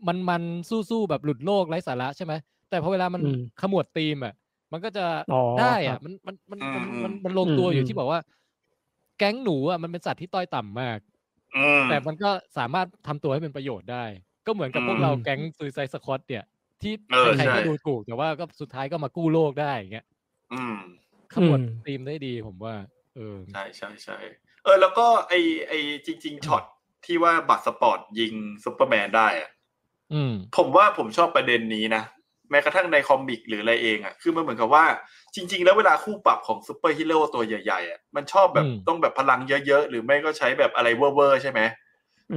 Speaker 2: มันมันๆสู้ๆแบบหลุดโลกไร้สาระใช่ไหมแต่พอเวลามัน
Speaker 5: อืม
Speaker 2: ขมวดธีมอ่ะ มันก็จะ
Speaker 5: อ๋อ
Speaker 2: ได้
Speaker 5: ครั
Speaker 2: อะ
Speaker 5: บ
Speaker 2: มันมันมัน
Speaker 3: อืม
Speaker 2: มัน
Speaker 3: อืม
Speaker 2: มันมันลงตัว
Speaker 5: อืม
Speaker 2: อยู่
Speaker 5: อืม
Speaker 2: ที่บอกว่า แก๊งหนูอ่ะมันเป็นสัตว์ที่ต้อยต่ำมาก
Speaker 3: อืม
Speaker 2: แต่มันก็สามารถทำตัวให้เป็นประโยชน์ได้ ก็เหมือนกับพวกเราแก๊งซูไซสคอตเนี่ย ที่
Speaker 3: เออ
Speaker 2: ใครๆก็
Speaker 3: ใช่
Speaker 2: ดูถูกแต่ว่าก็สุดท้ายก็มากู้โลกได้อย่างเงี้ย
Speaker 3: อืม
Speaker 2: ขมวด
Speaker 5: อืม
Speaker 2: ธีมได้ดีผมว่า เออ
Speaker 3: ใช่ใช่ใช่เออ แล้วก็ไอไอจริง ๆช็อตที่ว่าบัตรสปอร์ตยิงซูเปอร์แมนได้อะ
Speaker 2: อืม
Speaker 3: ผมว่าผมชอบประเด็นนี้นะ แม้กระทั่งในคอมิกหรืออะไรเองอ่ะ คือมันเหมือนกับว่า จริง ๆ แล้วเวลาคู่ปรับของซูเปอร์ฮีโร่ตัวใหญ่ๆอ่ะมันชอบแบบ
Speaker 2: อืม
Speaker 3: ต้องแบบพลังเยอะๆ หรือไม่ก็ใช้แบบอะไรเวอร์ๆใช่ไหม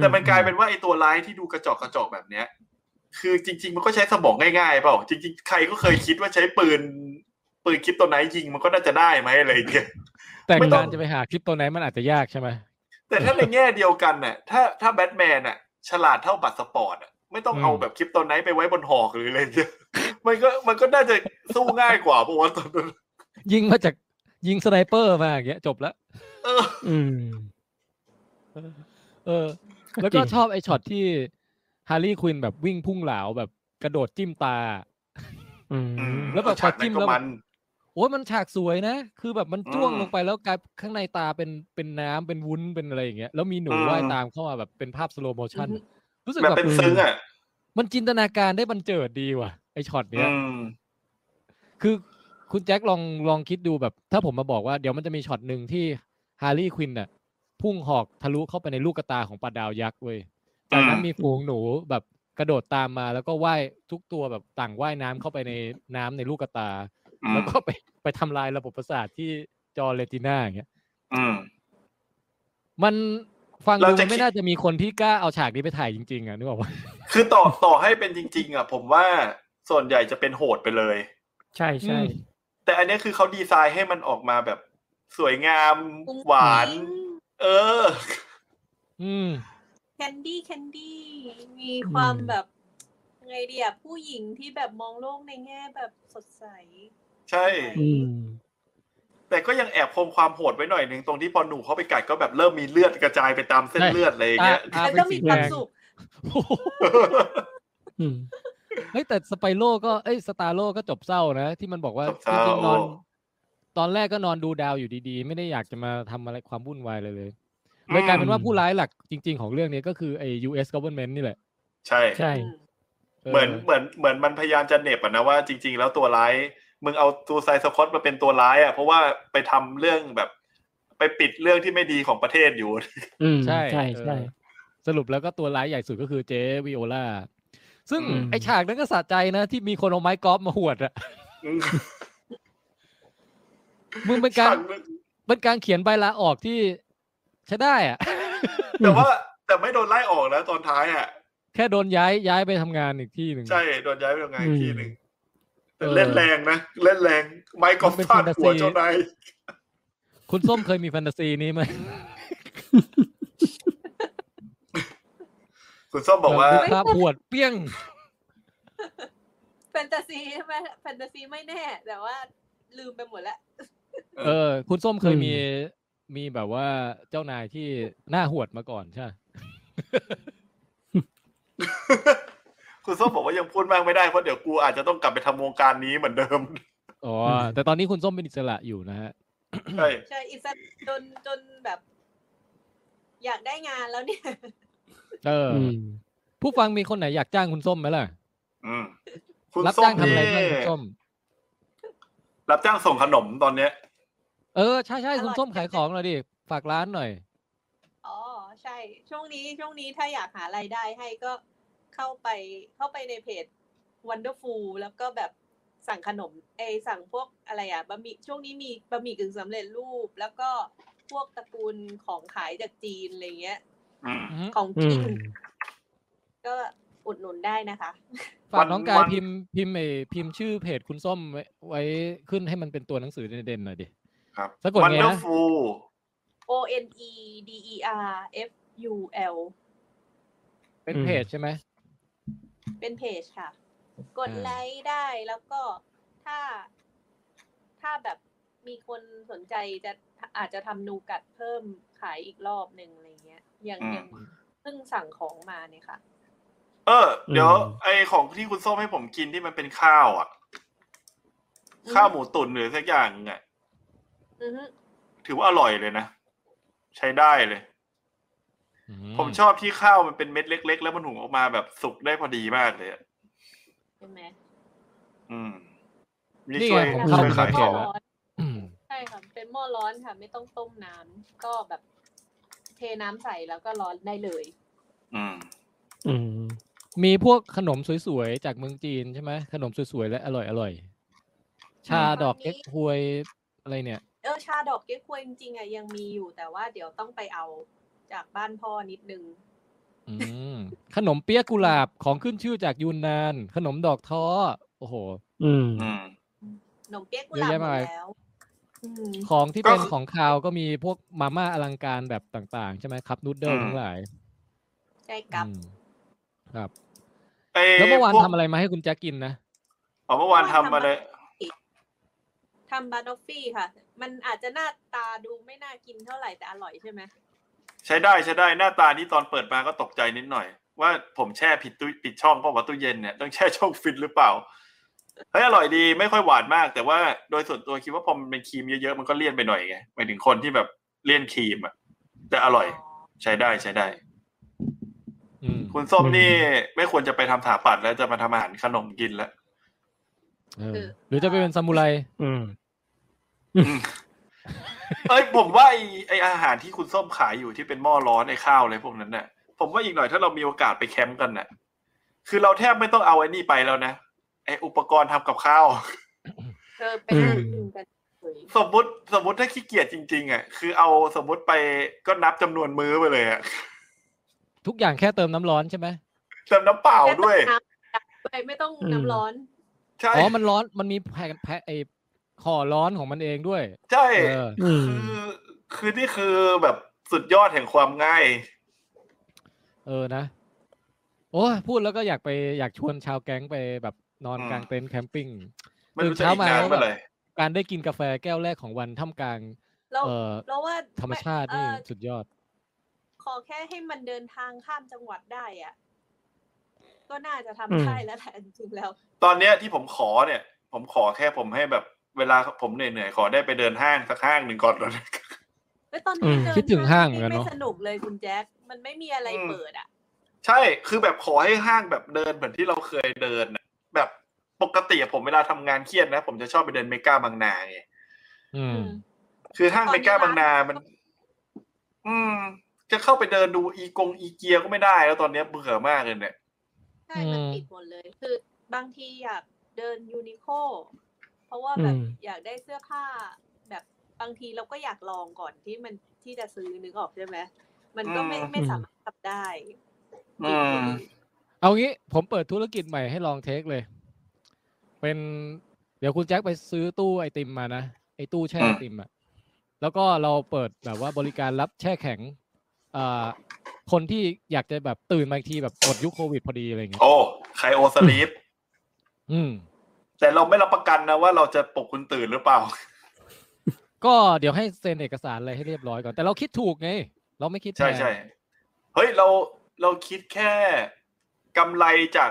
Speaker 3: แต่มันกลายเป็นว่าไอ้ตัวร้ายที่ดูกระจอกกระจอกแบบเนี้ย คือจริง ๆ มันก็ใช้สมองง่ายๆเปล่าจริง ๆ ใครก็เคยคิดว่าใช้ปืน ปืนคลิปตัวไหนยิงมันก็น่าจะได้ไหมอะไรอย่างเงี้ย
Speaker 2: แต่
Speaker 3: ไม่ต้อก
Speaker 2: าง รจะไปหาคลิปตัวไหนมันอาจจะยากใช่ไหม
Speaker 3: แต่ ถ้าในแง่เดียวกันน่ะถ้าถ้าแบทแมนน่ะ ฉลาดเท่าบัตรสปอร์ตอ่ะไม่ต้องเอาแบบคลิปตัวไหนไปไว้บนหอกหรืออะไรเงี้ย มันก็มันก็น่าจะสู้ง่ายกว่าเพราะว่าตอนนั้น
Speaker 2: ยิงมาจากยิงสไนเปอร์มาอย่างเงี้ยจบละ
Speaker 3: เออ
Speaker 5: อืม
Speaker 2: เออ
Speaker 5: ก็
Speaker 2: แล้ว
Speaker 5: จริ
Speaker 2: ก็
Speaker 5: ง
Speaker 2: ชอบไอ้ช็อตที่ฮาร์รี่ควินแบบวิ่งพุ่งเหลาแบบกระโดดจิ้มตา
Speaker 5: อืม
Speaker 3: ม
Speaker 2: แล้วแบบพอจิ้มแล้ว
Speaker 3: ฉากนั้นก็มั
Speaker 2: แบบ
Speaker 3: น
Speaker 2: โอ้ยมันฉากสวยนะ คือแบบมันจ้วง
Speaker 3: อืม
Speaker 2: ลงไปแล้วกลายข้างในตาเป็นเป็นน้ำเป็นวุ้นเป็นอะไรอย่างเงี้ยแล้วมีหนู
Speaker 3: อืม
Speaker 2: ว่ายตามเข้ามาแบบเป็นภาพสโลโมชันรู้สึก
Speaker 3: มัน
Speaker 2: แบบ
Speaker 3: เป็นซึ้งอ่ะ
Speaker 2: มันจินตนาการได้บรรเจิดดีว่ะไอ้ช็อตเนี้
Speaker 3: อื
Speaker 2: ย
Speaker 3: ม
Speaker 2: คือคุณแจ็คลองลองคิดดูแบบ ถ้าผมมาบอกว่าเดี๋ยวมันจะมีช็อตหนึ่งที่ฮาร์รี่ควินน่ะ พุ่งหอกทะลุเข้าไปในลูกกระตาของปลาดาวยักษ์เว้ยจากนั้น
Speaker 3: อืม
Speaker 2: มีฝูงหนูแบบกระโดดตามมา แล้วก็ว่ายทุกตัวแบบต่างว่ายน้ำเข้าไปในน้ำในลูกกระตา
Speaker 3: อื
Speaker 2: แล้ว
Speaker 3: ม
Speaker 2: ก็ไปไปทำลายระบบประสาทที่จอเรติน่าอย่างเงี้ย
Speaker 3: อืม
Speaker 2: มันฟังดู
Speaker 3: เราจะ
Speaker 2: มันไม่
Speaker 3: คิด
Speaker 2: น่าจะมีคนที่กล้าเอาฉากนี้ไปถ่ายจริงๆอ่ะนึกออกปะ
Speaker 3: คือต่อต่อให้เป็นจริง ๆ อ่ะ ผมว่าส่วนใหญ่จะเป็นโหดไปเลย
Speaker 5: ใช่ใช่
Speaker 3: แต่อันเนี้ยคือเขาดีไซน์ให้มันออกมาแบบสวยงามหวาน เออ
Speaker 2: อืม
Speaker 4: แคนดี้แคนดี้มีความ
Speaker 5: อืม
Speaker 4: แบบยังไงเดียผู้หญิงที่แบบมองโลกในแง่แบบสดใส
Speaker 3: ใช่
Speaker 5: อืม
Speaker 3: แต่ก็ยังแอบคงความโหดไว้หน่อยหนึ่งตรงที่พอหนูเข้าไปกัดก็แบบเริ่มมีเลือดกระจายไปตามเส้นเลือดอะไรอย่างเงี้ย
Speaker 2: อ่า
Speaker 4: แล้
Speaker 2: เป็
Speaker 4: วก็
Speaker 2: น
Speaker 4: มี
Speaker 2: สี
Speaker 4: ความ
Speaker 2: แดง
Speaker 4: สุข
Speaker 5: อืม
Speaker 2: เฮ้ยแต่สไปโลก็เอ้ยสตาร์โลก็จบเศร้านะ ที่มันบอกว่า
Speaker 3: จบ
Speaker 2: จ
Speaker 3: เศร้า
Speaker 2: ริงๆนอน ตอนแรกก็นอนดูดาวอยู่ดีๆ ไม่ได้อยากจะมาทำอะไรความวุ่นวายเลยเลยเลยกลายเป็นว่าผู้ร้ายหลักจริง ๆ ของเรื่องนี้ก็คือไอ้ U.S. government นี่แหละ
Speaker 3: ใช่
Speaker 5: ใช่
Speaker 3: เหมือนเหมือนเหมือนมันพยายามจะเหน็บอะนะว่าจริง ๆ แล้วตัวร้ายมึงเอาตัวไซสคอตมาเป็นตัวร้ายอะเพราะว่าไปทำเรื่องแบบ ไปปิดเรื่องที่ไม่ดีของประเทศ อยู่
Speaker 5: อืม
Speaker 2: ใช่
Speaker 5: ใช่
Speaker 2: เออ
Speaker 5: ใช่
Speaker 2: สรุปแล้วก็ตัวร้ายใหญ่สุดก็คือเจวิโอลาซึ่ง
Speaker 5: อืม
Speaker 2: ไอฉากนั้นก็สะใจนะ ที่มีคนเอาไม้กอล์ฟมาหวดอะมึงเป็นการ
Speaker 3: ฉากมึง
Speaker 2: เป็นการเขียนใบลาออกที่ใช้ได้อะ
Speaker 3: แต่ว่าแต่ไม่โดนไล่ออกนะตอนท้ายอะ
Speaker 2: แค่โดนย้ายย้ายไปทำงานอีกที่หนึ่ง
Speaker 3: ใช่โดนย้ายไปทำงานอีกที่หนึ่งแต่
Speaker 2: เออ
Speaker 3: เล่นแรงนะเล่นแรงไมค์กอล์ฟ
Speaker 2: มันเป็น
Speaker 3: ฟาดหัว
Speaker 2: fantasy
Speaker 3: เจ้านาย
Speaker 2: คุณส้มเคยมีแฟนตาซีนี้ไหม
Speaker 3: คุณส้มบอกว่า
Speaker 2: เภาพปวดเปี้ยง
Speaker 4: แฟนตาซีใช่ไหมแฟนตาซีไม่แน่ แต่ว่าลืมไปหมดแล้ว
Speaker 3: เออ
Speaker 2: เออ คุณส้มเคย
Speaker 5: อืม
Speaker 2: มีมีแบบว่าเจ้านายที่หน้าหวดมาก่อนใช่ไหม
Speaker 3: คุณส้มบอกว่ายังพูดมากไม่ได้เพราะเดี๋ยวกูอาจจะต้องกลับไปทำวงการนี้เหมือนเดิ ม
Speaker 2: อ๋อ แต่ตอนนี้คุณส้มเป็นอิสระอยู่นะฮะ
Speaker 3: ใช่
Speaker 4: ใช่อิสระจนจนแบบ อยากได้งานแล้วเนี่ย
Speaker 2: เอออ
Speaker 5: อืม
Speaker 2: ผู้ฟังมีคนไหนอยากจ้างคุณส้มไหมล่ะ
Speaker 3: อืมคุณ
Speaker 2: รับ
Speaker 3: ส้ม
Speaker 2: จ้างทำอะไรบ้าง
Speaker 3: นี่
Speaker 2: คุณส้ม
Speaker 3: รับจ้างส่งขนมตอนเนี้ย
Speaker 2: เออ ใช่ใช่
Speaker 4: อร่อย
Speaker 2: คุณส้มขายของหน่อยดิ ฝากร้านหน่อย
Speaker 4: อ๋อใช่ ช่วงนี้ช่วงนี้ถ้าอยากหารายได้ให้ก็เข้าไปเข้าไปในเพจ Wonderful แล้วก็แบบสั่งขนมเอยสั่งพวกอะไรอะบะหมี่ช่วงนี้มีบะหมี่กึ่งสำเร็จรูป แล้วก็พวกตระกูลของขายจากจีนอะไรเงี้ย
Speaker 3: อืม
Speaker 2: อือฮึ
Speaker 4: ของ
Speaker 5: อื
Speaker 4: กิน
Speaker 5: ม
Speaker 4: ก็อุดหนุนได้นะคะ
Speaker 2: ฝากน้องกาย
Speaker 3: วัน
Speaker 2: พิมพ์พิมพ์ไอพิมพ์ชื่อเพจคุณส้มไว้ไว้ขึ้นให้มันเป็นตัวหนังสือเด่นๆหน่อยดิ
Speaker 3: ครับ
Speaker 2: สะกดไงนะ
Speaker 3: Wonderful
Speaker 4: O N E D E R F U L
Speaker 2: เป็น
Speaker 5: อืม
Speaker 2: เพจใช่ไหม
Speaker 4: เป็นเพจค่ะ กด
Speaker 2: อ่า
Speaker 4: ไลค์ได้แล้วก็ถ้า ถ้าแบบมีคนสนใจจะอาจจะทำนูกัดเพิ่มขายอีกรอบหนึ่งอะไรเงี้ยยัง
Speaker 3: อืม
Speaker 4: ยังเพิ่งสั่งของมาเนี่ยค่ะ
Speaker 3: เออ เดี๋ยว
Speaker 5: อืม
Speaker 3: ไอของที่คุณส้มให้ผมกินที่มันเป็นข้าวอ่ะ
Speaker 4: อืม
Speaker 3: ข้าวหมูตุ๋นหรือสักอย่างไงอะ
Speaker 4: อือฮึ
Speaker 3: ถือว่าอร่อยเลยนะ ใช้ได้เลย
Speaker 2: อื
Speaker 3: ผมชอบที่ข้าวมันเป็นเม็ดเล็ก ๆ แล้วมันหุงออกมาแบบสุกได้พอดีมากเลยอะ
Speaker 4: ใช่ไหม
Speaker 3: อืม
Speaker 2: นี่
Speaker 3: ช่
Speaker 2: ไง
Speaker 3: วย
Speaker 2: ผม
Speaker 5: นี่
Speaker 2: เข้า
Speaker 3: ช่วยขาย
Speaker 2: ไปในเพ
Speaker 3: ข
Speaker 2: จ
Speaker 3: อง
Speaker 2: แล้วอืม
Speaker 4: ใช่ค่ะเป็นหม้อร้อนค่ะ ไม่ต้องต้มน้ำก็แบบ เทน้ำใส่แล้วก็ร้อนได้เลย
Speaker 3: อืม
Speaker 5: อืม
Speaker 2: มีพวกขนมสวยๆ จากเมืองจีนใช่ไหมขนมสวยๆ และอร่อยอร่อยๆชาดอกเก๊กฮวยอะไรเนี่ย
Speaker 4: เออชาดอกเก๊กควยจริงๆอ่ะยังมีอยู่แต่ว่าเดี๋ยวต้องไปเอาจากบ้านพ่อนิดนึง
Speaker 2: อืม ขนมเปี๊ยกกุหลาบของขึ้นชื่อจากยูนนาน ขนมดอกท้อ โอ้โห
Speaker 5: อืม
Speaker 3: อืม
Speaker 4: ขนมเปี๊ยกกุหลาบ
Speaker 2: เยอะ
Speaker 4: หม
Speaker 2: แยะมา
Speaker 4: ด
Speaker 2: ก
Speaker 4: แล้วอืม
Speaker 2: ของที่เป็น
Speaker 3: ก็คือ
Speaker 2: ของคาวก็มีพวกมาม่าอลังการแบบต่างๆ ใช่ไหมครับนูดเดิล
Speaker 3: อืม
Speaker 2: ทั้งหลาย
Speaker 4: ใช่ครับ
Speaker 2: อืมครับ
Speaker 3: ไอ
Speaker 2: แล้วเมื่อวาน
Speaker 3: พก
Speaker 2: ทำอะไรมาให้คุณแจ๊กกินนะ
Speaker 3: อ๋อเมื่อวานทำมาเลย
Speaker 4: ทำบานอฟฟี่ค่ะ มันอาจจะหน้าตาดูไม่น่ากินเท่าไหร่แต่อร่อยใช่ไหม
Speaker 3: ใช้ได้ใช้ได้หน้าตาที่ตอนเปิดมาก็ตกใจนิดหน่อย ว่าผมแช่ผิดตู้ปิดช่องเพราะว่าตู้เย็นเนี่ยต้องแช่ช่องฟิตหรือเปล่าเฮ้ยอร่อยดีไม่ค่อยหวานมาก แต่ว่าโดยส่วนตัวคิดว่าพอมันเป็นครีมเยอะๆมันก็เลี่ยนไปหน่อยไงหมายถึงคนที่แบบเลี่ยนครีมอ่ะแต่อร่อย ใช้ได้ใช้ได้
Speaker 2: อืม
Speaker 3: คุณส้ม
Speaker 5: อืม
Speaker 3: นี่ไม่ควรจะไปทำถาปัดแล้วจะมาทำอาหารขนมกินแล้ว
Speaker 2: เออหรือจะไปเป็นซามูไร
Speaker 5: อืม
Speaker 3: เอ้ยผมว่าไอ้ไออาหารที่คุณส้มขายอยู่ที่เป็นหม้อร้อนไอข้าวอะไรพวกนั้นเนี่ยผมว่าอีกหน่อยถ้าเรามีโอกาสไปแคมป์กันเนี่ยคือเราแทบไม่ต้องเอาไอ้นี่ไปแล้วนะไออุปกรณ์ทำกับข้าว
Speaker 4: เออเป็น
Speaker 5: อืม
Speaker 4: กินกันเลย
Speaker 3: สมมติสมมติถ้าขี้เกียจจริงๆอ่ะคือเอาสมมติไปก็นับจำนวนมื้อไปเลยอ่ะ
Speaker 2: ทุกอย่างแค่เติมน้ำร้อนใช่ไหม
Speaker 3: เติมน้ำเปล่าด้วย
Speaker 4: แค่ต้องน้ำด้วยไม่ต้องน้ำร้อน
Speaker 3: ใช่
Speaker 2: อ๋อมันร้อนมันมีแผ่นแผ่นไอห่อร้อนของมันเองด้วย
Speaker 3: ใช่
Speaker 2: เออ
Speaker 5: อืม
Speaker 3: คือคือนี่คือแบบสุดยอดแห่งความง่าย
Speaker 2: เออนะ โอ้ยพูดแล้วก็อยากไปอยากชวนชาวแก๊งไปแบบนอน
Speaker 3: อืม
Speaker 2: กลางเต็นท์แคมปิ้ง
Speaker 3: ไม่รู้จะอีกนานเมื่อไหร่
Speaker 2: การได้กินกาแฟแก้วแรกของวันท่ามกลาง
Speaker 4: แล้ว
Speaker 2: เอ่อ
Speaker 4: แล้วว่า
Speaker 2: ธรรมชาตินี่
Speaker 4: เอ่อ
Speaker 2: สุดยอด
Speaker 4: ขอแค่ให้มันเดินทางข้ามจังหวัดได้อ่ะ ก็น่าจะ
Speaker 5: อืม
Speaker 4: ทำได้แล้วแหละจ ริงๆแล้ว
Speaker 3: ตอนเนี้ยที่ผมขอเนี่ย ผมขอแค่ผมให้แบบเวลาผมเหนื่อยๆขอได้ไปเดินห้างสักห้างหนึ่งก่อนแล้ว
Speaker 4: เฮ้ยตอน
Speaker 5: อื
Speaker 4: นี้
Speaker 5: ม
Speaker 4: เดิน
Speaker 2: คิดถึงห้างเหมือน
Speaker 4: ที่
Speaker 2: กันเนอะ
Speaker 4: ไม่สนุกเลยคุณแจ๊คมันไม่มีอะไร
Speaker 3: อืม
Speaker 4: เปิดอ่ะ
Speaker 3: ใช่ คือแบบขอให้ห้างแบบเดินเหมือนที่เราเคยเดินน่ะแบบปกติอะผมเวลาทำงานเครียดนะ ผมจะชอบไปเดินเมกาบางนาไง
Speaker 2: อืม
Speaker 3: คือห้าง
Speaker 4: ตอนนี้
Speaker 3: เมกาบางนา
Speaker 4: ร้าน
Speaker 3: มัน อืม จะเข้าไปเดินดูอีกงอีเกียก็ไม่ได้ แล้วตอนเนี้ยเบื่อมากเลยเนี่ย
Speaker 4: ใช่ มั
Speaker 2: อื
Speaker 4: น
Speaker 2: ม
Speaker 4: ปิดหมดเลย คือบางทีอยากเดินยูนิโคเพราะว่าแบบ
Speaker 5: อืม
Speaker 4: อยากได้เสื้อผ้า แบบบางทีเราก็อยากลองก่อนที่มันที่จะซื้อนึกออกใช่ไหมมันก็ไม่
Speaker 3: อืม
Speaker 4: ไม่สามารถทำได้
Speaker 3: อืม
Speaker 2: เอางี้ผมเปิดธุรกิจใหม่ให้ลองเทคเลย เป็นเดี๋ยวคุณแจ็คไปซื้อตู้ไอติมมานะไอตู้แช่
Speaker 3: อืม
Speaker 2: ไอติมอะแล้วก็เราเปิดแบบว่าบริการรับแช่แข็งอ่าคนที่อยากจะแบบตื่นมาอีกทีแบบหมดยุคโควิดพอดีอะไรอย่างเงี้ย
Speaker 3: โอ้ไคโอสลีป
Speaker 2: อืม
Speaker 3: แต่เราไม่รับประกันนะว่าเราจะปลุกคุณตื่นหรือเปล่า
Speaker 2: ก็เดี๋ยวให้เซ็นเอกสารอะไรให้เรียบร้อยก่อน แต่เราคิดถูกไง เราไม่คิด
Speaker 3: ใช่
Speaker 2: แพง
Speaker 3: ใช่เฮ้ยเราเราคิดแค่กำไรจาก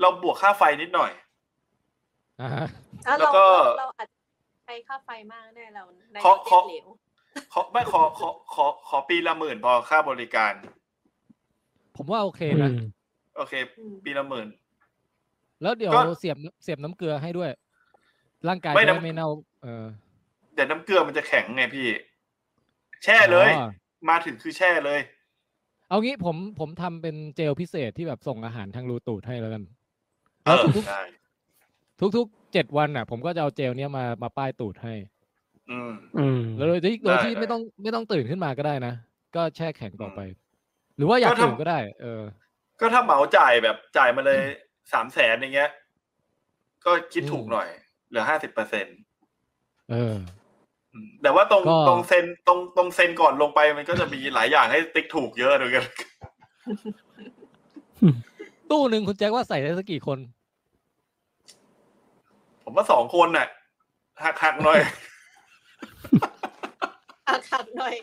Speaker 3: เราบวกค่าไฟนิดหน่อย
Speaker 2: อ่าฮะ
Speaker 4: แล้ว
Speaker 3: แล้ว
Speaker 4: เรา
Speaker 3: ก็
Speaker 4: เราเราอาจจะใช้ค่าไฟมากแน่เราใน
Speaker 3: ขอ
Speaker 4: ประเท
Speaker 3: ขอ
Speaker 4: ศเหลว
Speaker 3: ขอไม่ขอขอขอขอปีละหมื่นพอค่าบริการ
Speaker 2: ผมว่าโอเค
Speaker 5: อื
Speaker 2: นะ
Speaker 5: ม
Speaker 3: โอเค
Speaker 4: อืม
Speaker 3: ปีละหมื่น
Speaker 2: แล้วเดี๋ยว
Speaker 3: ก็
Speaker 2: เสียบเสียบน้ำเกลือให้ด้วย ร่างกาย
Speaker 3: ไม่
Speaker 2: จะ
Speaker 3: น้ำ
Speaker 2: ได้ไม่เน่า เออ
Speaker 3: แต่น้ำเกลือมันจะแข็งไงพี่ แช่เลย
Speaker 2: อ๋อ
Speaker 3: มาถึงคือแช่เลย
Speaker 2: เอางี้ผมผมทำเป็นเจลพิเศษที่แบบส่งอาหารทางรูตูดให้แล้วกัน แล้ว
Speaker 3: เออ
Speaker 2: ทุก
Speaker 3: ได้
Speaker 2: ๆทุกๆเจ็ดวันอ่ะ ผมก็จะเอาเจลเนี้ยมามาป้ายตูดให้
Speaker 3: อืม
Speaker 5: อืม
Speaker 2: แล้วโดยที่โดยที่
Speaker 3: ได้
Speaker 2: ไม่ต้องไม่ต้องตื่นขึ้นมาก็ได้นะ ก็แช่แข็งต่อไป หรือว่าอยาก
Speaker 3: ก็ทำ
Speaker 2: ตื่นก็ได้ เออ
Speaker 3: ก็ถ้าเหมาจ่ายแบบจ่ายมาเลยสามแสนอย่างเงี้ย ก็คิดถูกหน่อย เหลือห้าสิบเปอร์เซ็น
Speaker 2: เออ
Speaker 3: แต่ว่าตรง
Speaker 2: ก็
Speaker 3: ตรงเซนตรงตรงเซนก่อนลงไปมันก็จะมีหลายอย่างให้ติ๊กถูกเยอะเหมือน กัน
Speaker 2: ตู้หนึ่งคุณแจ็คว่าใส่ได้สักกี่คน
Speaker 3: ผมว่าสองคนน่ะหักหักๆหน่อย
Speaker 4: อ่ะขับหน่อย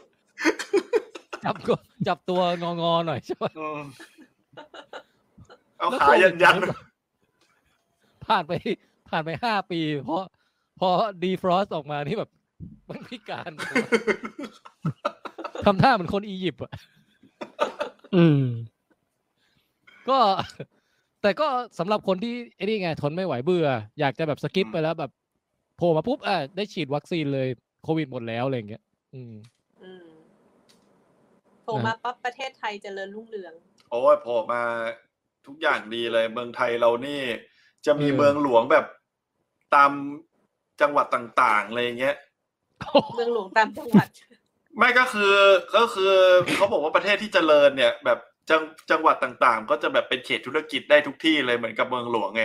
Speaker 2: จับก็จับตัวงองอๆหน่อยใช่ปะ
Speaker 3: อืมเอา
Speaker 2: แล้ว
Speaker 3: ขา
Speaker 2: โควิ
Speaker 3: ยั
Speaker 2: ด
Speaker 3: นยัน
Speaker 2: หายไปผ่านไปผ่านไปห้าปี เพราะพอดีฟรอสออกมานี่แบบ มันพิการทำท่าเหมือนคนอียิปต์อะ
Speaker 5: อืม
Speaker 2: ก็ แต่ก็สำหรับคนที่ไอ้นี่ไงทนไม่ไหวเบื่อ อยากจะแบบสกิปไปแล้วแบบโผล่มาปุ๊บอ่ะได้ฉีดวัคซีนเลยโควิดหมดแล้วอะไรอย่างเงี้ยอืม
Speaker 4: อืมโผล่มาปั๊บประเทศไทยเจริญรุ่งเรือง
Speaker 3: โอ้ยโผล่มาทุกอย่างดีเลย เมืองไทยเรานี่ จะมี
Speaker 2: เออ
Speaker 3: เมืองหลวงแบบตามจังหวัดต่างๆอะไรอย่างเงี้ย
Speaker 4: เมืองหลวงตามจังหวัด
Speaker 3: ไม่ก็คือก็คือเขาบอกว่าประเทศที่เจริญเนี่ย แบบจังจังหวัดต่างๆ ก็จะแบบเป็นเขตธุรกิจได้ทุกที่เลยเหมือนกับเมืองหลวงไง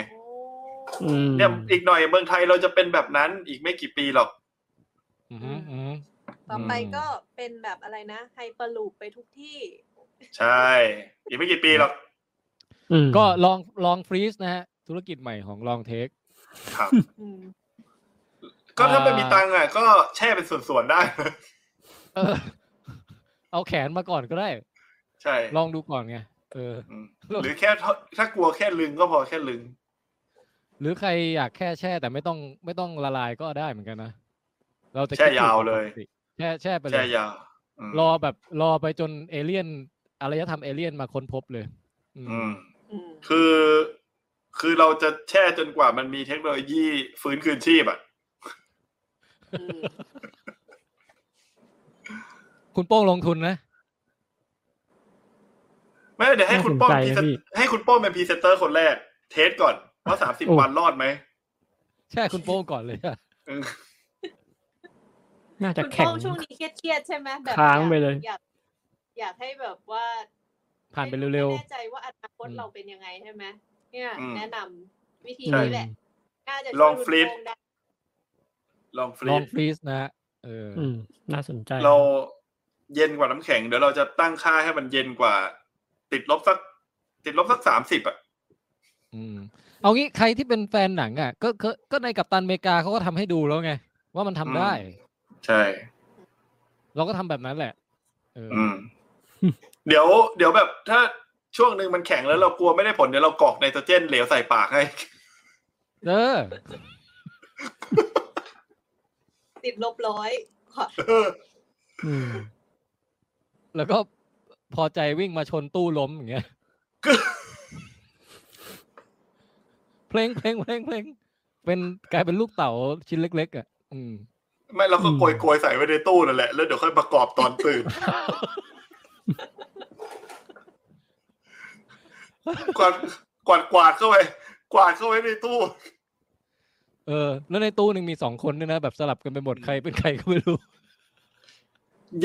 Speaker 5: อืม
Speaker 3: เนี่ยอีกหน่อยเมืองไทยเราจะเป็นแบบนั้นอีกไม่กี่ปีหรอก
Speaker 2: อืมอืม
Speaker 4: ต่อไป
Speaker 2: อืม
Speaker 4: ก็เป็นแบบอะไรนะไฮเปอร์ลูปไปทุกที่
Speaker 3: ใช่ อีกไม่กี่ปีหรอก
Speaker 5: อืม
Speaker 2: ก็ลองลองฟรีซนะฮะ ธุรกิจใหม่ของลองเทค
Speaker 3: ครับ
Speaker 4: อืม
Speaker 3: ก็ถ้าไม่
Speaker 2: อ่ามี
Speaker 3: มีตังค์อ่ะ ก็แช่เป็นส่วนๆได้
Speaker 2: เออ เอาแขนมาก่อนก็ได้
Speaker 3: ใช่
Speaker 2: ลองดูก่อนไง เออ
Speaker 3: อืมหรือแค่ถ้าถ้ากลัวแค่ลึงก็พอแค่ลึง
Speaker 2: หรือใครอยากแค่แช่แต่ไม่ต้องไม่ต้องละลายก็ได้เหมือนกันนะ เราจะ
Speaker 3: แช่ยาวเลย
Speaker 2: คิดถึงปกติแช่แช่ไปเล
Speaker 3: แช่
Speaker 2: ย
Speaker 3: ยาวม
Speaker 2: รอแบบรอไปจนเอเลี่ยนอารยธรรมเอเลี่ยนมาค้นพบเลย อืม
Speaker 3: อืม
Speaker 4: อืม
Speaker 3: คือ คือเราจะแช่จนกว่ามันมีเทคโนโลยีฟื้นคืนชีพอ่ะ
Speaker 4: อืม
Speaker 2: คุณโป้งลงทุนนะ
Speaker 3: ไม่เดี๋ยวให้คุณป้อม
Speaker 5: น่าสนใจ
Speaker 3: พรี
Speaker 5: นะ
Speaker 3: เซน
Speaker 5: พี่
Speaker 3: ให้คุณป้อมเป็นพรีเซนเตอร์คนแรก เทสก่อนว่าสามสิบ
Speaker 5: โอ้
Speaker 3: วันรอดไหม
Speaker 2: แช่คุณโป้ง ก่อนเลยอะ
Speaker 3: เออ
Speaker 5: น่าจะ
Speaker 4: คุณ
Speaker 5: แข็ง
Speaker 4: โป้งช่วงนี้เครียดๆใช่ไหมแบบ
Speaker 5: ค้างไปเลย
Speaker 4: อยากอยากให้แบบว่า
Speaker 2: ผ่านไปเร็ว
Speaker 4: ไม่แน่ใจว่าอนาคต
Speaker 2: อืม
Speaker 4: เราเป็นยังไงใช่ไหมเนี่ย แนะนำวิธี
Speaker 5: ใช่
Speaker 4: นี้แหละ น่าจะ
Speaker 3: ล
Speaker 4: ช่ว
Speaker 3: อย ง
Speaker 4: คุณ
Speaker 3: ฟลิป
Speaker 4: โป้งได้
Speaker 3: ลองฟ
Speaker 2: ๆ ล
Speaker 3: ลิ
Speaker 2: อง
Speaker 3: ป
Speaker 2: ฟรีซนะฮะเอออ
Speaker 5: อืม น่าสนใจ
Speaker 3: เราเย็นกว่าน้ำแข็ง เดี๋ยวเราจะตั้งค่าให้มันเย็นกว่า ติดลบสัก ติดลบสักสามสิบอ่ะ
Speaker 2: อืม เอางี้ใครที่เป็นแฟนหนังอ่ะก็ก็ก็ในกัปตันอเมริกาเขาก็ทำให้ดูแล้วไง ว่ามันทำได้
Speaker 3: ใช่
Speaker 2: เราก็ทำแบบนั้นแหละเอออ
Speaker 3: อืม เดี๋ยว เดี๋ยวแบบถ้าช่วงหนึ่งมันแข็งแล้วเรากลัวไม่ได้ผลเดี๋ยวเรากรอกไนโตรเจนเหลวใส่ปากให้
Speaker 2: เออ
Speaker 4: ติดลบร้อย
Speaker 5: อืม
Speaker 2: แล้วก็พอใจวิ่งมาชนตู้ล้มอย่างเงี้ย เพลงเพลงเพลงเพลงเป็นกลายเป็นลูกเต๋าชิ้นเล็ก ๆ อ่ะ อืม
Speaker 3: ไม่เราก็โกยโกยๆใส่ไว้ในตู้นั่นแหละ แล้วเดี๋ยวค่อยประกอบตอน ตื่น กวาดกวาดกวาดเข้าไปกวาดเข้าไว้ในตู้
Speaker 2: เออ แล้วในตู้หนึ่งมีสองคนด้วยนะ แบบสลับกันไปหมดใครเป็นใครก็ไม่รู้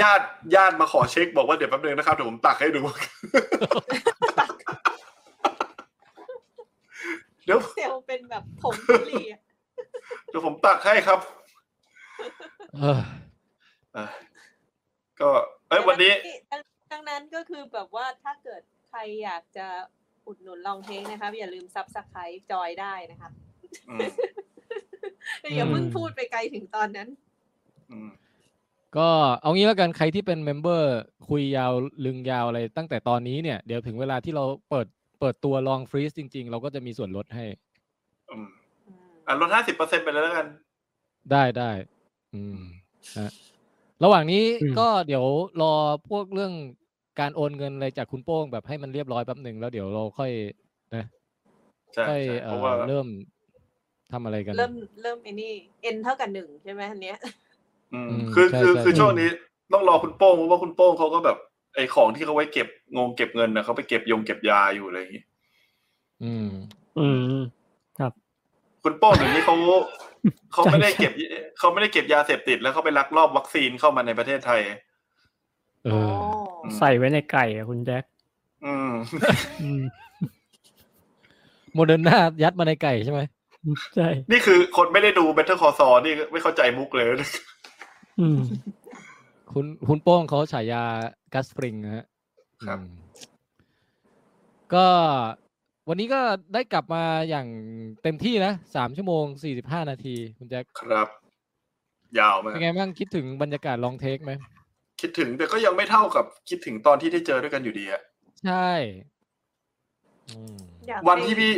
Speaker 3: ญาติญาติมาขอเช็ค บอกว่าเดี๋ยวแป๊บนึงนะครับเดี๋ยวผมตักให้ดู เดี๋ยว
Speaker 4: เซลล์เป็นแบบผมเหลี่ยม
Speaker 3: เดี๋ยวผมตักให้ครับ
Speaker 2: เออ
Speaker 3: ก็เอ้ยวันนี้
Speaker 4: ดังดังนั้นก็คือแบบว่าถ้าเกิดใครอยากจะอุดหนุนลองเทงนะครับ อย่าลืมซับสไครต์จอยได้นะครับ
Speaker 3: อืม
Speaker 4: อย่าเพิ่งพูดไปไกลถึงตอนนั้น
Speaker 3: อืม
Speaker 2: ก็เอางี้แล้วกันใครที่เป็นเมมเบอร์คุยยาวลึงยาวอะไรตั้งแต่ตอนนี้เนี่ยเดี๋ยวถึงเวลาที่เราเปิดเปิดตัวลองฟรีสจริง ๆ เราก็จะมีส่วนลดให้
Speaker 3: อืมอ่ะลดห้าสิบเปอร์เซ็นต์ไปเลยแล้วกัน
Speaker 2: ได้ได้อืมฮะระหว่างนี้ก็เดี๋ยวรอพวกเรื่องการโอนเงินอะไรจากคุณโป้งแบบให้มันเรียบร้อยแป๊บหนึ่งแล้วเดี๋ยวเราค่อย
Speaker 3: ใช่
Speaker 2: ค่อย
Speaker 3: ใช่
Speaker 2: เอ่
Speaker 3: เพราะ
Speaker 2: อ
Speaker 3: ว่า
Speaker 2: เริ่มทำอะไรกัน
Speaker 4: เริ่มเริ่มไอ้นี่ n เท่ากับหนึ่งใช่ไหมอันเนี้ย
Speaker 3: อืม
Speaker 2: อืม
Speaker 3: คือ
Speaker 2: ใช่
Speaker 3: คือ
Speaker 2: ใช่
Speaker 3: คือช่วงนี้ต้องรอคุณโป้งเพราะว่าคุณโป้งเขาก็แบบไอของที่เขาไว้เก็บงงเก็บเงินนะเขาไปเก็บยงเก็บยาอยู่อะไรอย่างงี้
Speaker 2: อืม
Speaker 5: อืม
Speaker 3: คุณโป้งเดี๋ยว นี้เขาเขาไม่ได้เก็บเขาไม่ได้เก็บยาเสพติดแล้วเขาไปลักลอบวัคซีนเข้ามาในประเทศไทย
Speaker 2: เอ
Speaker 3: อ
Speaker 2: อ
Speaker 3: ืม
Speaker 5: ใส่ไว้ในไก่อะคุณแจ็ค
Speaker 3: อืม
Speaker 5: อืม
Speaker 2: โมเดอร์นายัดมาในไก่ใช่ไหม
Speaker 5: ใช่
Speaker 3: นี่คือคนไม่ได้ดู Better Call Saul นี่ไม่เข้าใจมุกเลย
Speaker 5: อืม
Speaker 2: คุณคุณโป้งเขาฉายากัสปริงนะฮะ
Speaker 3: ครับ
Speaker 2: อืมก็วันนี้ก็ได้กลับมาอย่างเต็มที่นะสามชั่วโมงสี่สิบห้านาที คุณแจ็ค
Speaker 3: ครับ ยาวมาก
Speaker 2: เป็นไงบ้างคิดถึงบรรยากาศลองเทคไหม
Speaker 3: คิดถึงแต่ก็ยังไม่เท่ากับคิดถึงตอนที่ได้เจอด้วยกันอยู่ดีอะ
Speaker 2: ใช่อืม
Speaker 4: อยาก
Speaker 3: วันที่พี่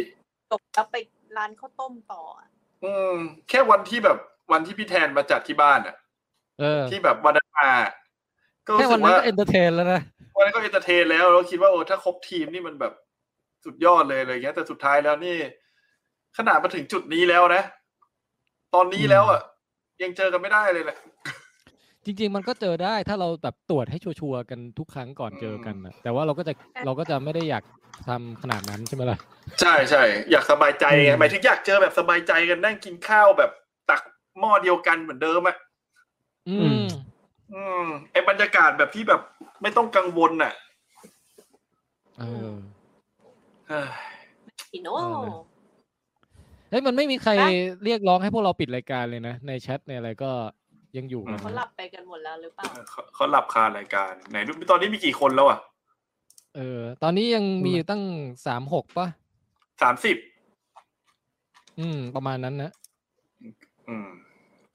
Speaker 4: ตกแล้วไปร้านข้าวต้มต่ออะ
Speaker 3: อืม แค่วันที่แบบวันที่พี่แทนมาจัดที่บ้านอะ
Speaker 2: เออ
Speaker 3: ที่แบบวันนั้นมาก็รู้
Speaker 2: แค่
Speaker 3: สึ
Speaker 2: วัน
Speaker 3: ก
Speaker 2: นั้น
Speaker 3: ว่า
Speaker 2: ก็เอนเตอร์เทนแล้วนะ
Speaker 3: วันนั้นก็เอนเตอร์เทนแล้วเราคิดว่าโอ้ถ้าครบทีมนี่มันแบบสุดยอดเลยอะไรเงี้ย แต่สุดท้ายแล้วนี่ ขนาดมาถึงจุดนี้แล้วนะ ตอนนี้แล้วอ่ะ ยังเจอกันไม่ได้เลยแหละ
Speaker 2: จริง ๆ มันก็เจอได้ถ้าเราแบบตรวจให้ชัวร์ๆกันทุกครั้งก่อนเจอกันนะแต่ว่าเราก็จะเราก็จะไม่ได้อยากทำขนาดนั้นใช่ไหมล่ะ
Speaker 3: ใช่ใช่อยากสบายใจไง
Speaker 2: อืม
Speaker 3: หมายถึงอยากเจอแบบสบายใจกันนั่งกินข้าวแบบตักหม้อเดียวกันเหมือนเดิมอ่ะ
Speaker 2: อื
Speaker 5: อื
Speaker 2: ม
Speaker 5: ม
Speaker 3: อืมไอบรรยากาศแบบที่แบบไม่ต้องกังวลน่ะ
Speaker 2: เออ
Speaker 3: เฮ้ย
Speaker 4: อีโน่
Speaker 2: เออ เฮ้ยมันไม่มีใคร
Speaker 4: นะ
Speaker 2: เรียกร้องให้พวกเราปิดรายการเลยนะ ในแชทในอะไรก็ยังอยู่กัน
Speaker 4: เขาห
Speaker 2: นะ
Speaker 4: ลับไปกันหมดแล้วหรือเปล่า
Speaker 3: เขาเขาหลับคารายการไหนดูตอนนี้มีกี่คนแล้วอ่ะ
Speaker 2: เออ ตอนนี้ยังมีอยู่ตั้งสามหกป่ะ
Speaker 3: สามสิบ
Speaker 2: อืม ประมาณนั้นนะ
Speaker 3: อืม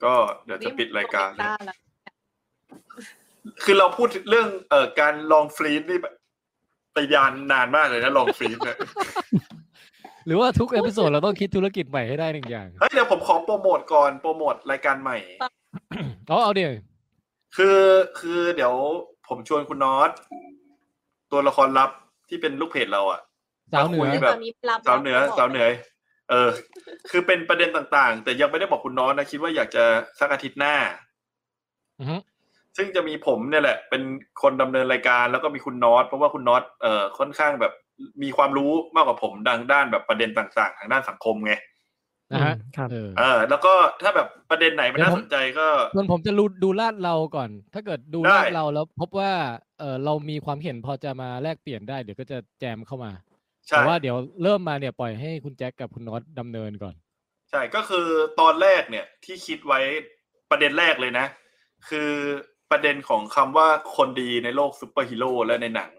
Speaker 3: ก็เดี๋ยวจะปิดรายการ
Speaker 4: นี่
Speaker 3: นะ
Speaker 4: มันต้องปิดตแล้ว
Speaker 3: คือเราพูดเรื่องเอ่อการลองฟรีดนี่แบบไปยานนานมากเลยนะลองฟรีดเนี่ย
Speaker 2: หรือว่าทุกเอพิโซดเราต้องคิดธุรกิจใหม่ให้ได้หนึ่งอย่าง
Speaker 3: เฮ้ยเดี๋ยวผมขอโปรโมทก่อนโปรโมทรายการใหม่
Speaker 2: เอาเอาเดี๋ยว
Speaker 3: คือคือเดี๋ยวผมชวนคุณน็อตตัวละครลับที่เป็นลูกเพจเราอะ
Speaker 2: สาวเหนื
Speaker 3: คุ
Speaker 2: อ
Speaker 3: ย
Speaker 4: ซึ่ง
Speaker 3: แบบ
Speaker 4: ตอนนี้รับ
Speaker 3: สาวเหนือสาวเหนือ เออ คือเป็นประเด็นต่างๆ แต่ยังไม่ได้บอกคุณน็อตนะคิดว่าอยากจะสักอาทิตย์หน้า
Speaker 2: อือฮึ
Speaker 3: ซึ่งจะมีผมเนี่ยแหละ เป็นคนดำเนินรายการแล้วก็มีคุณน็อตเพราะว่าคุณน็อตเอ่อค่อนข้างแบบมีความรู้มากกว่าผมดังด้านแบบประเด็นต่างๆ ทางด้านสังคมไง
Speaker 2: นะฮะ
Speaker 5: ครับ
Speaker 2: เออ
Speaker 3: เออแล้วก็ถ้าแบบประเด็นไหนมันน่าสนใจก็
Speaker 2: ส่วนผมจะรูดูลาดเราก่อน ถ้าเกิดดู
Speaker 3: ได้
Speaker 2: ลาดเราแล้วพบว่า เออเรามีความเห็นพอจะมาแลกเปลี่ยนได้ เดี๋ยวก็จะแจมเข้ามา
Speaker 3: ใช่
Speaker 2: แต่ว่าเดี๋ยวเริ่มมาเนี่ยปล่อยให้คุณแจ็คกับคุณน็อตดำเนินก่อน
Speaker 3: ใช่ก็คือตอนแรกเนี่ยที่คิดไว้ประเด็นแรกเลยนะ คือประเด็นของคำว่าคนดีในโลกซูเปอร์ฮีโร่และในหนัง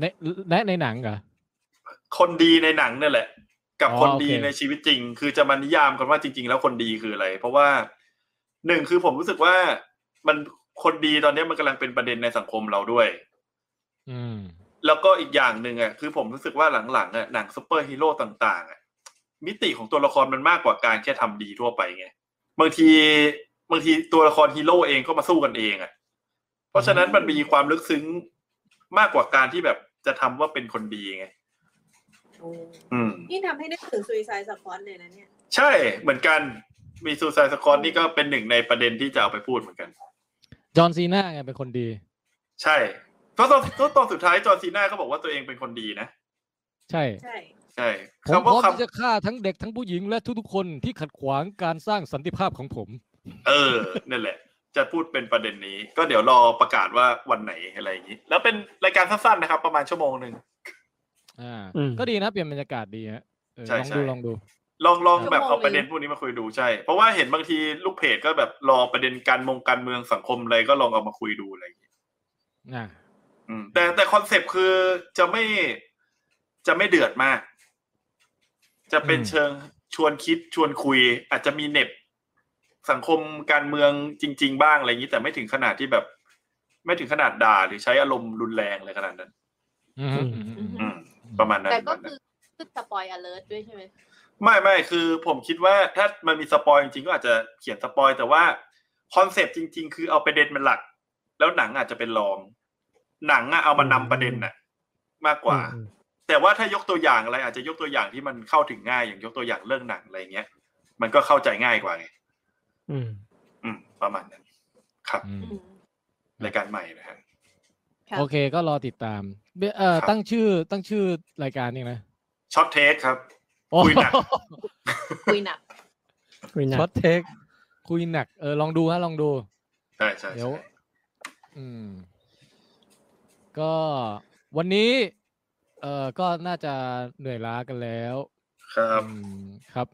Speaker 2: ในและในหนังเหรอ
Speaker 3: คนดีในหนังเนี่ยแหละ กับ
Speaker 2: อ๋อ
Speaker 3: คนดี
Speaker 2: โอเค
Speaker 3: ในชีวิตจริง คือจะมานิยามกันว่าจริง ๆ แล้วคนดีคืออะไร เพราะว่าหนึ่งคือผมรู้สึกว่ามันคนดีตอนเนี้ยมันกำลังเป็นประเด็นในสังคมเราด้วย
Speaker 2: อืม
Speaker 3: แล้วก็อีกอย่างหนึ่งอ่ะคือผมรู้สึกว่าหลังๆอ่ะหนังซูเปอร์ฮีโร่ต่างๆอ่ะมิติของตัวละครมันมากกว่าการแค่ทำดีทั่วไปไงบางทีบางทีตัวละครฮีโร่เองก็มาสู้กันเองอ่ะเพราะฉะนั้นมันมีความลึกซึ้งมากกว่าการที่แบบจะทำว่าเป็นคนดีไงอืม
Speaker 4: นี่ทำให้นึกถึงซุยไซสปอนเลยนะเนี่ย
Speaker 3: ใช่เหมือนกันมีซูซายสกอตนี่ก็เป็นหนึ่งในประเด็นที่จะเอาไปพูดเหมือนกัน
Speaker 2: จอห์นซีน่าไงเป็นคนดี
Speaker 3: ใช่เพราะตอนตอนสุดท้ายจอร์นซีน่าก็บอกว่าตัวเองเป็นคนดีนะ
Speaker 2: ใช่
Speaker 4: ใช่
Speaker 3: ใช่
Speaker 2: ผม
Speaker 3: คำ
Speaker 2: พ
Speaker 3: ว่า
Speaker 2: ร้อม
Speaker 3: คำ
Speaker 2: ที่จะฆ่าทั้งเด็กทั้งผู้หญิงและทุกๆคนที่ขัดขวางการสร้างสันติภาพของผม
Speaker 3: เออ นั่นแหละ จะพูดเป็นประเด็นนี้ ก็เดี๋ยวรอประกาศว่าวันไหนอะไรอย่างนี้ แล้วเป็นรายการสั้นๆนะครับ ประมาณชั่วโมงหนึ่ง
Speaker 2: อ่า
Speaker 5: อืม
Speaker 2: ก็ดีนะเปลี่ยนบรรยากาศดีฮะเออ
Speaker 3: ใช่
Speaker 2: ลอง
Speaker 3: ใช่
Speaker 2: ดูลองดู
Speaker 3: ลองลอง
Speaker 4: ชั่วโมง
Speaker 3: แบบเอา
Speaker 4: เลย
Speaker 3: ประเด็นพวกนี้มาคุยดูใช่ เพราะว่าเห็นบางทีลูกเพจก็แบบรอประเด็นการมงการเมืองสังคมอะไรก็ลองเอามาคุยดูอะไรอย่างนี้
Speaker 2: อ่า
Speaker 3: อืมแต่แต่คอนเซปต์คือจะไม่จะไม่เดือดมาก จะเป็น
Speaker 2: อืม
Speaker 3: เชิงชวนคิดชวนคุย อาจจะมีเหน็บสังคมการเมืองจริง ๆ บ้างอะไรอย่างนี้ แต่ไม่ถึงขนาดที่แบบ ไม่ถึงขนาดด่าหรือใช้อารมณ์รุนแรงอะไรขนาดนั้น
Speaker 2: อืมอืมอืม
Speaker 3: อืม ประมาณนั้น
Speaker 6: แต่ก็
Speaker 3: ประมาณ
Speaker 6: คื
Speaker 3: นั้
Speaker 6: อน ขึ้นสปอยอเลิร์ด้วยใช่ไหม
Speaker 3: ไม่ไม่คือผมคิดว่าถ้ามันมีสปอยจริงๆก็อาจจะเขียนสปอยแต่ว่าคอนเซปต์จริง ๆ คือเอาประเด็นเป็นหลัก แล้วหนังอาจจะเป็นรอง หนังอะเอามานำประเด็นน่ะ มากกว่า
Speaker 5: อืม
Speaker 3: แต่ว่าถ้ายกตัวอย่างอะไร อาจจะยกตัวอย่างที่มันเข้าถึงง่ายอย่างยกตัวอย่างเรื่องหนังอะไรเงี้ย มันก็เข้าใจง่ายกว่าไง
Speaker 5: อืม
Speaker 3: อืม ประมาณนั้น ครับ
Speaker 2: อืม
Speaker 4: อืม
Speaker 3: รายการใหม่นะฮะ
Speaker 4: ครับ
Speaker 2: โอเคก็รอติดตามเบเอ่
Speaker 3: ค
Speaker 2: อ
Speaker 3: รับ
Speaker 2: ตั้งชื่อตั้งชื่อรายการนี่นะ
Speaker 3: ช็อตเทคครับ
Speaker 2: โอ้
Speaker 3: คุยหนัก
Speaker 6: คุยหนัก
Speaker 5: วินา
Speaker 2: ช็อตเทคคุยหนักเออลองดูฮะลองดู
Speaker 3: ใช่ใช่
Speaker 2: เดี๋
Speaker 3: ใช่
Speaker 2: ยว อืม ก็วันนี้ เอ่อก็น่าจะเหนื่อยล้ากันแล้ว
Speaker 3: ครับ
Speaker 2: อืมครับ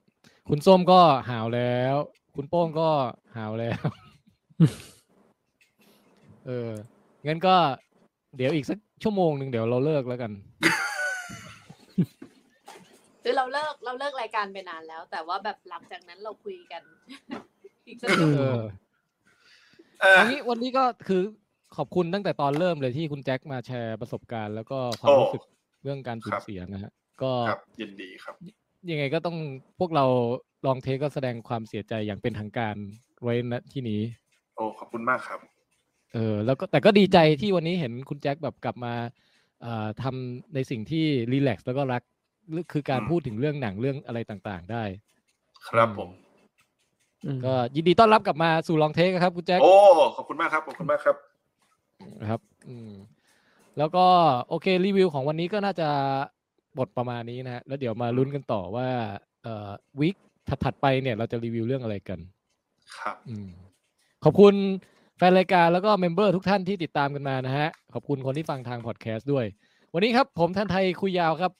Speaker 2: คุณส้มก็หาวแล้ว คุณโป้งก็หาวแล้ว เอองั้นก็ เดี๋ยวอีกสักชั่วโมงหนึ่งเดี๋ยวเราเลิกแล้วกัน
Speaker 6: คือเราเลิกเราเลิกรายการไปนานแล้ว แต่ว่าแบบหลังจากนั้นเราคุยกัน อีกสักหนึ่ง
Speaker 2: เออ
Speaker 3: เออ
Speaker 2: อันนี้วันนี้ก็คือขอบคุณตั้งแต่ตอนเริ่มเลยที่คุณแจ็คมาแชร์ประสบการณ์แล้วก็ความ
Speaker 3: โอ้
Speaker 2: รู้สึกเรื่องการสู
Speaker 3: ครั
Speaker 2: ญ
Speaker 3: บ
Speaker 2: เสียนะฮะ ก็
Speaker 3: ครับ ยินดีครับ
Speaker 2: ยังไงก็ต้องพวกเราลองเทคก็แสดงความเสียใจอย่างเป็นทางการไว้ณที่นี้
Speaker 3: โอ้ขอบคุณมากครับ
Speaker 2: เออ แล้วก็แต่ก็ดีใจที่วันนี้เห็นคุณแจ็คแบบกลับมาเอ่อทำในสิ่งที่รีแลกซ์แล้วก็รักคือการ
Speaker 3: อืม
Speaker 2: พูดถึงเรื่องหนังเรื่องอะไรต่างๆ ได้
Speaker 3: ครับ
Speaker 2: อืม
Speaker 3: ผม
Speaker 5: อืม
Speaker 2: ก็ยินดีต้อนรับกลับมาสู่ลองเทคครับคุณแจ็ค
Speaker 3: โอ้ ขอบคุณมากครับ ขอบคุณมากครับ
Speaker 2: นะครับ อืม แล้วก็โอเครีวิวของวันนี้ก็น่าจะบทประมาณนี้นะฮะ แล้วเดี๋ยวมาลุ้นกันต่อว่าเอ่อวิกถัดๆไปเนี่ยเราจะรีวิวเรื่องอะไรกัน
Speaker 3: ครับ
Speaker 2: อืม ขอบคุณแฟนรายการแล้วก็เมมเบอร์ทุกท่านที่ติดตามกันมานะฮะ ขอบคุณคนที่ฟังทางพอดแคสต์ด้วย วันนี้ครับผมท่านไทยคุยยาวครับ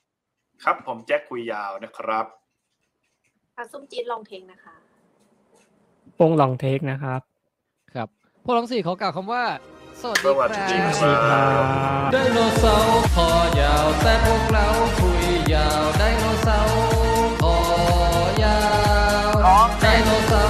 Speaker 3: ครับ ผมแจ็คคุยยาวนะครับ
Speaker 4: อ่ะส้มจีนลองเพลงนะคะ
Speaker 5: ปงลองเทคนะครับ
Speaker 2: ครับ พวกเราทั้งสี่ขอกล่าวคำว่า สวัส
Speaker 3: สวัสดี
Speaker 2: ดีค
Speaker 3: ค
Speaker 5: ส
Speaker 3: รับ
Speaker 2: รับ
Speaker 5: วัสดีครับ
Speaker 7: ไดโนเสาร์คอยาวแต่พวกเราคุยยาวไดโนเสาร์คอยาวไดโนเสา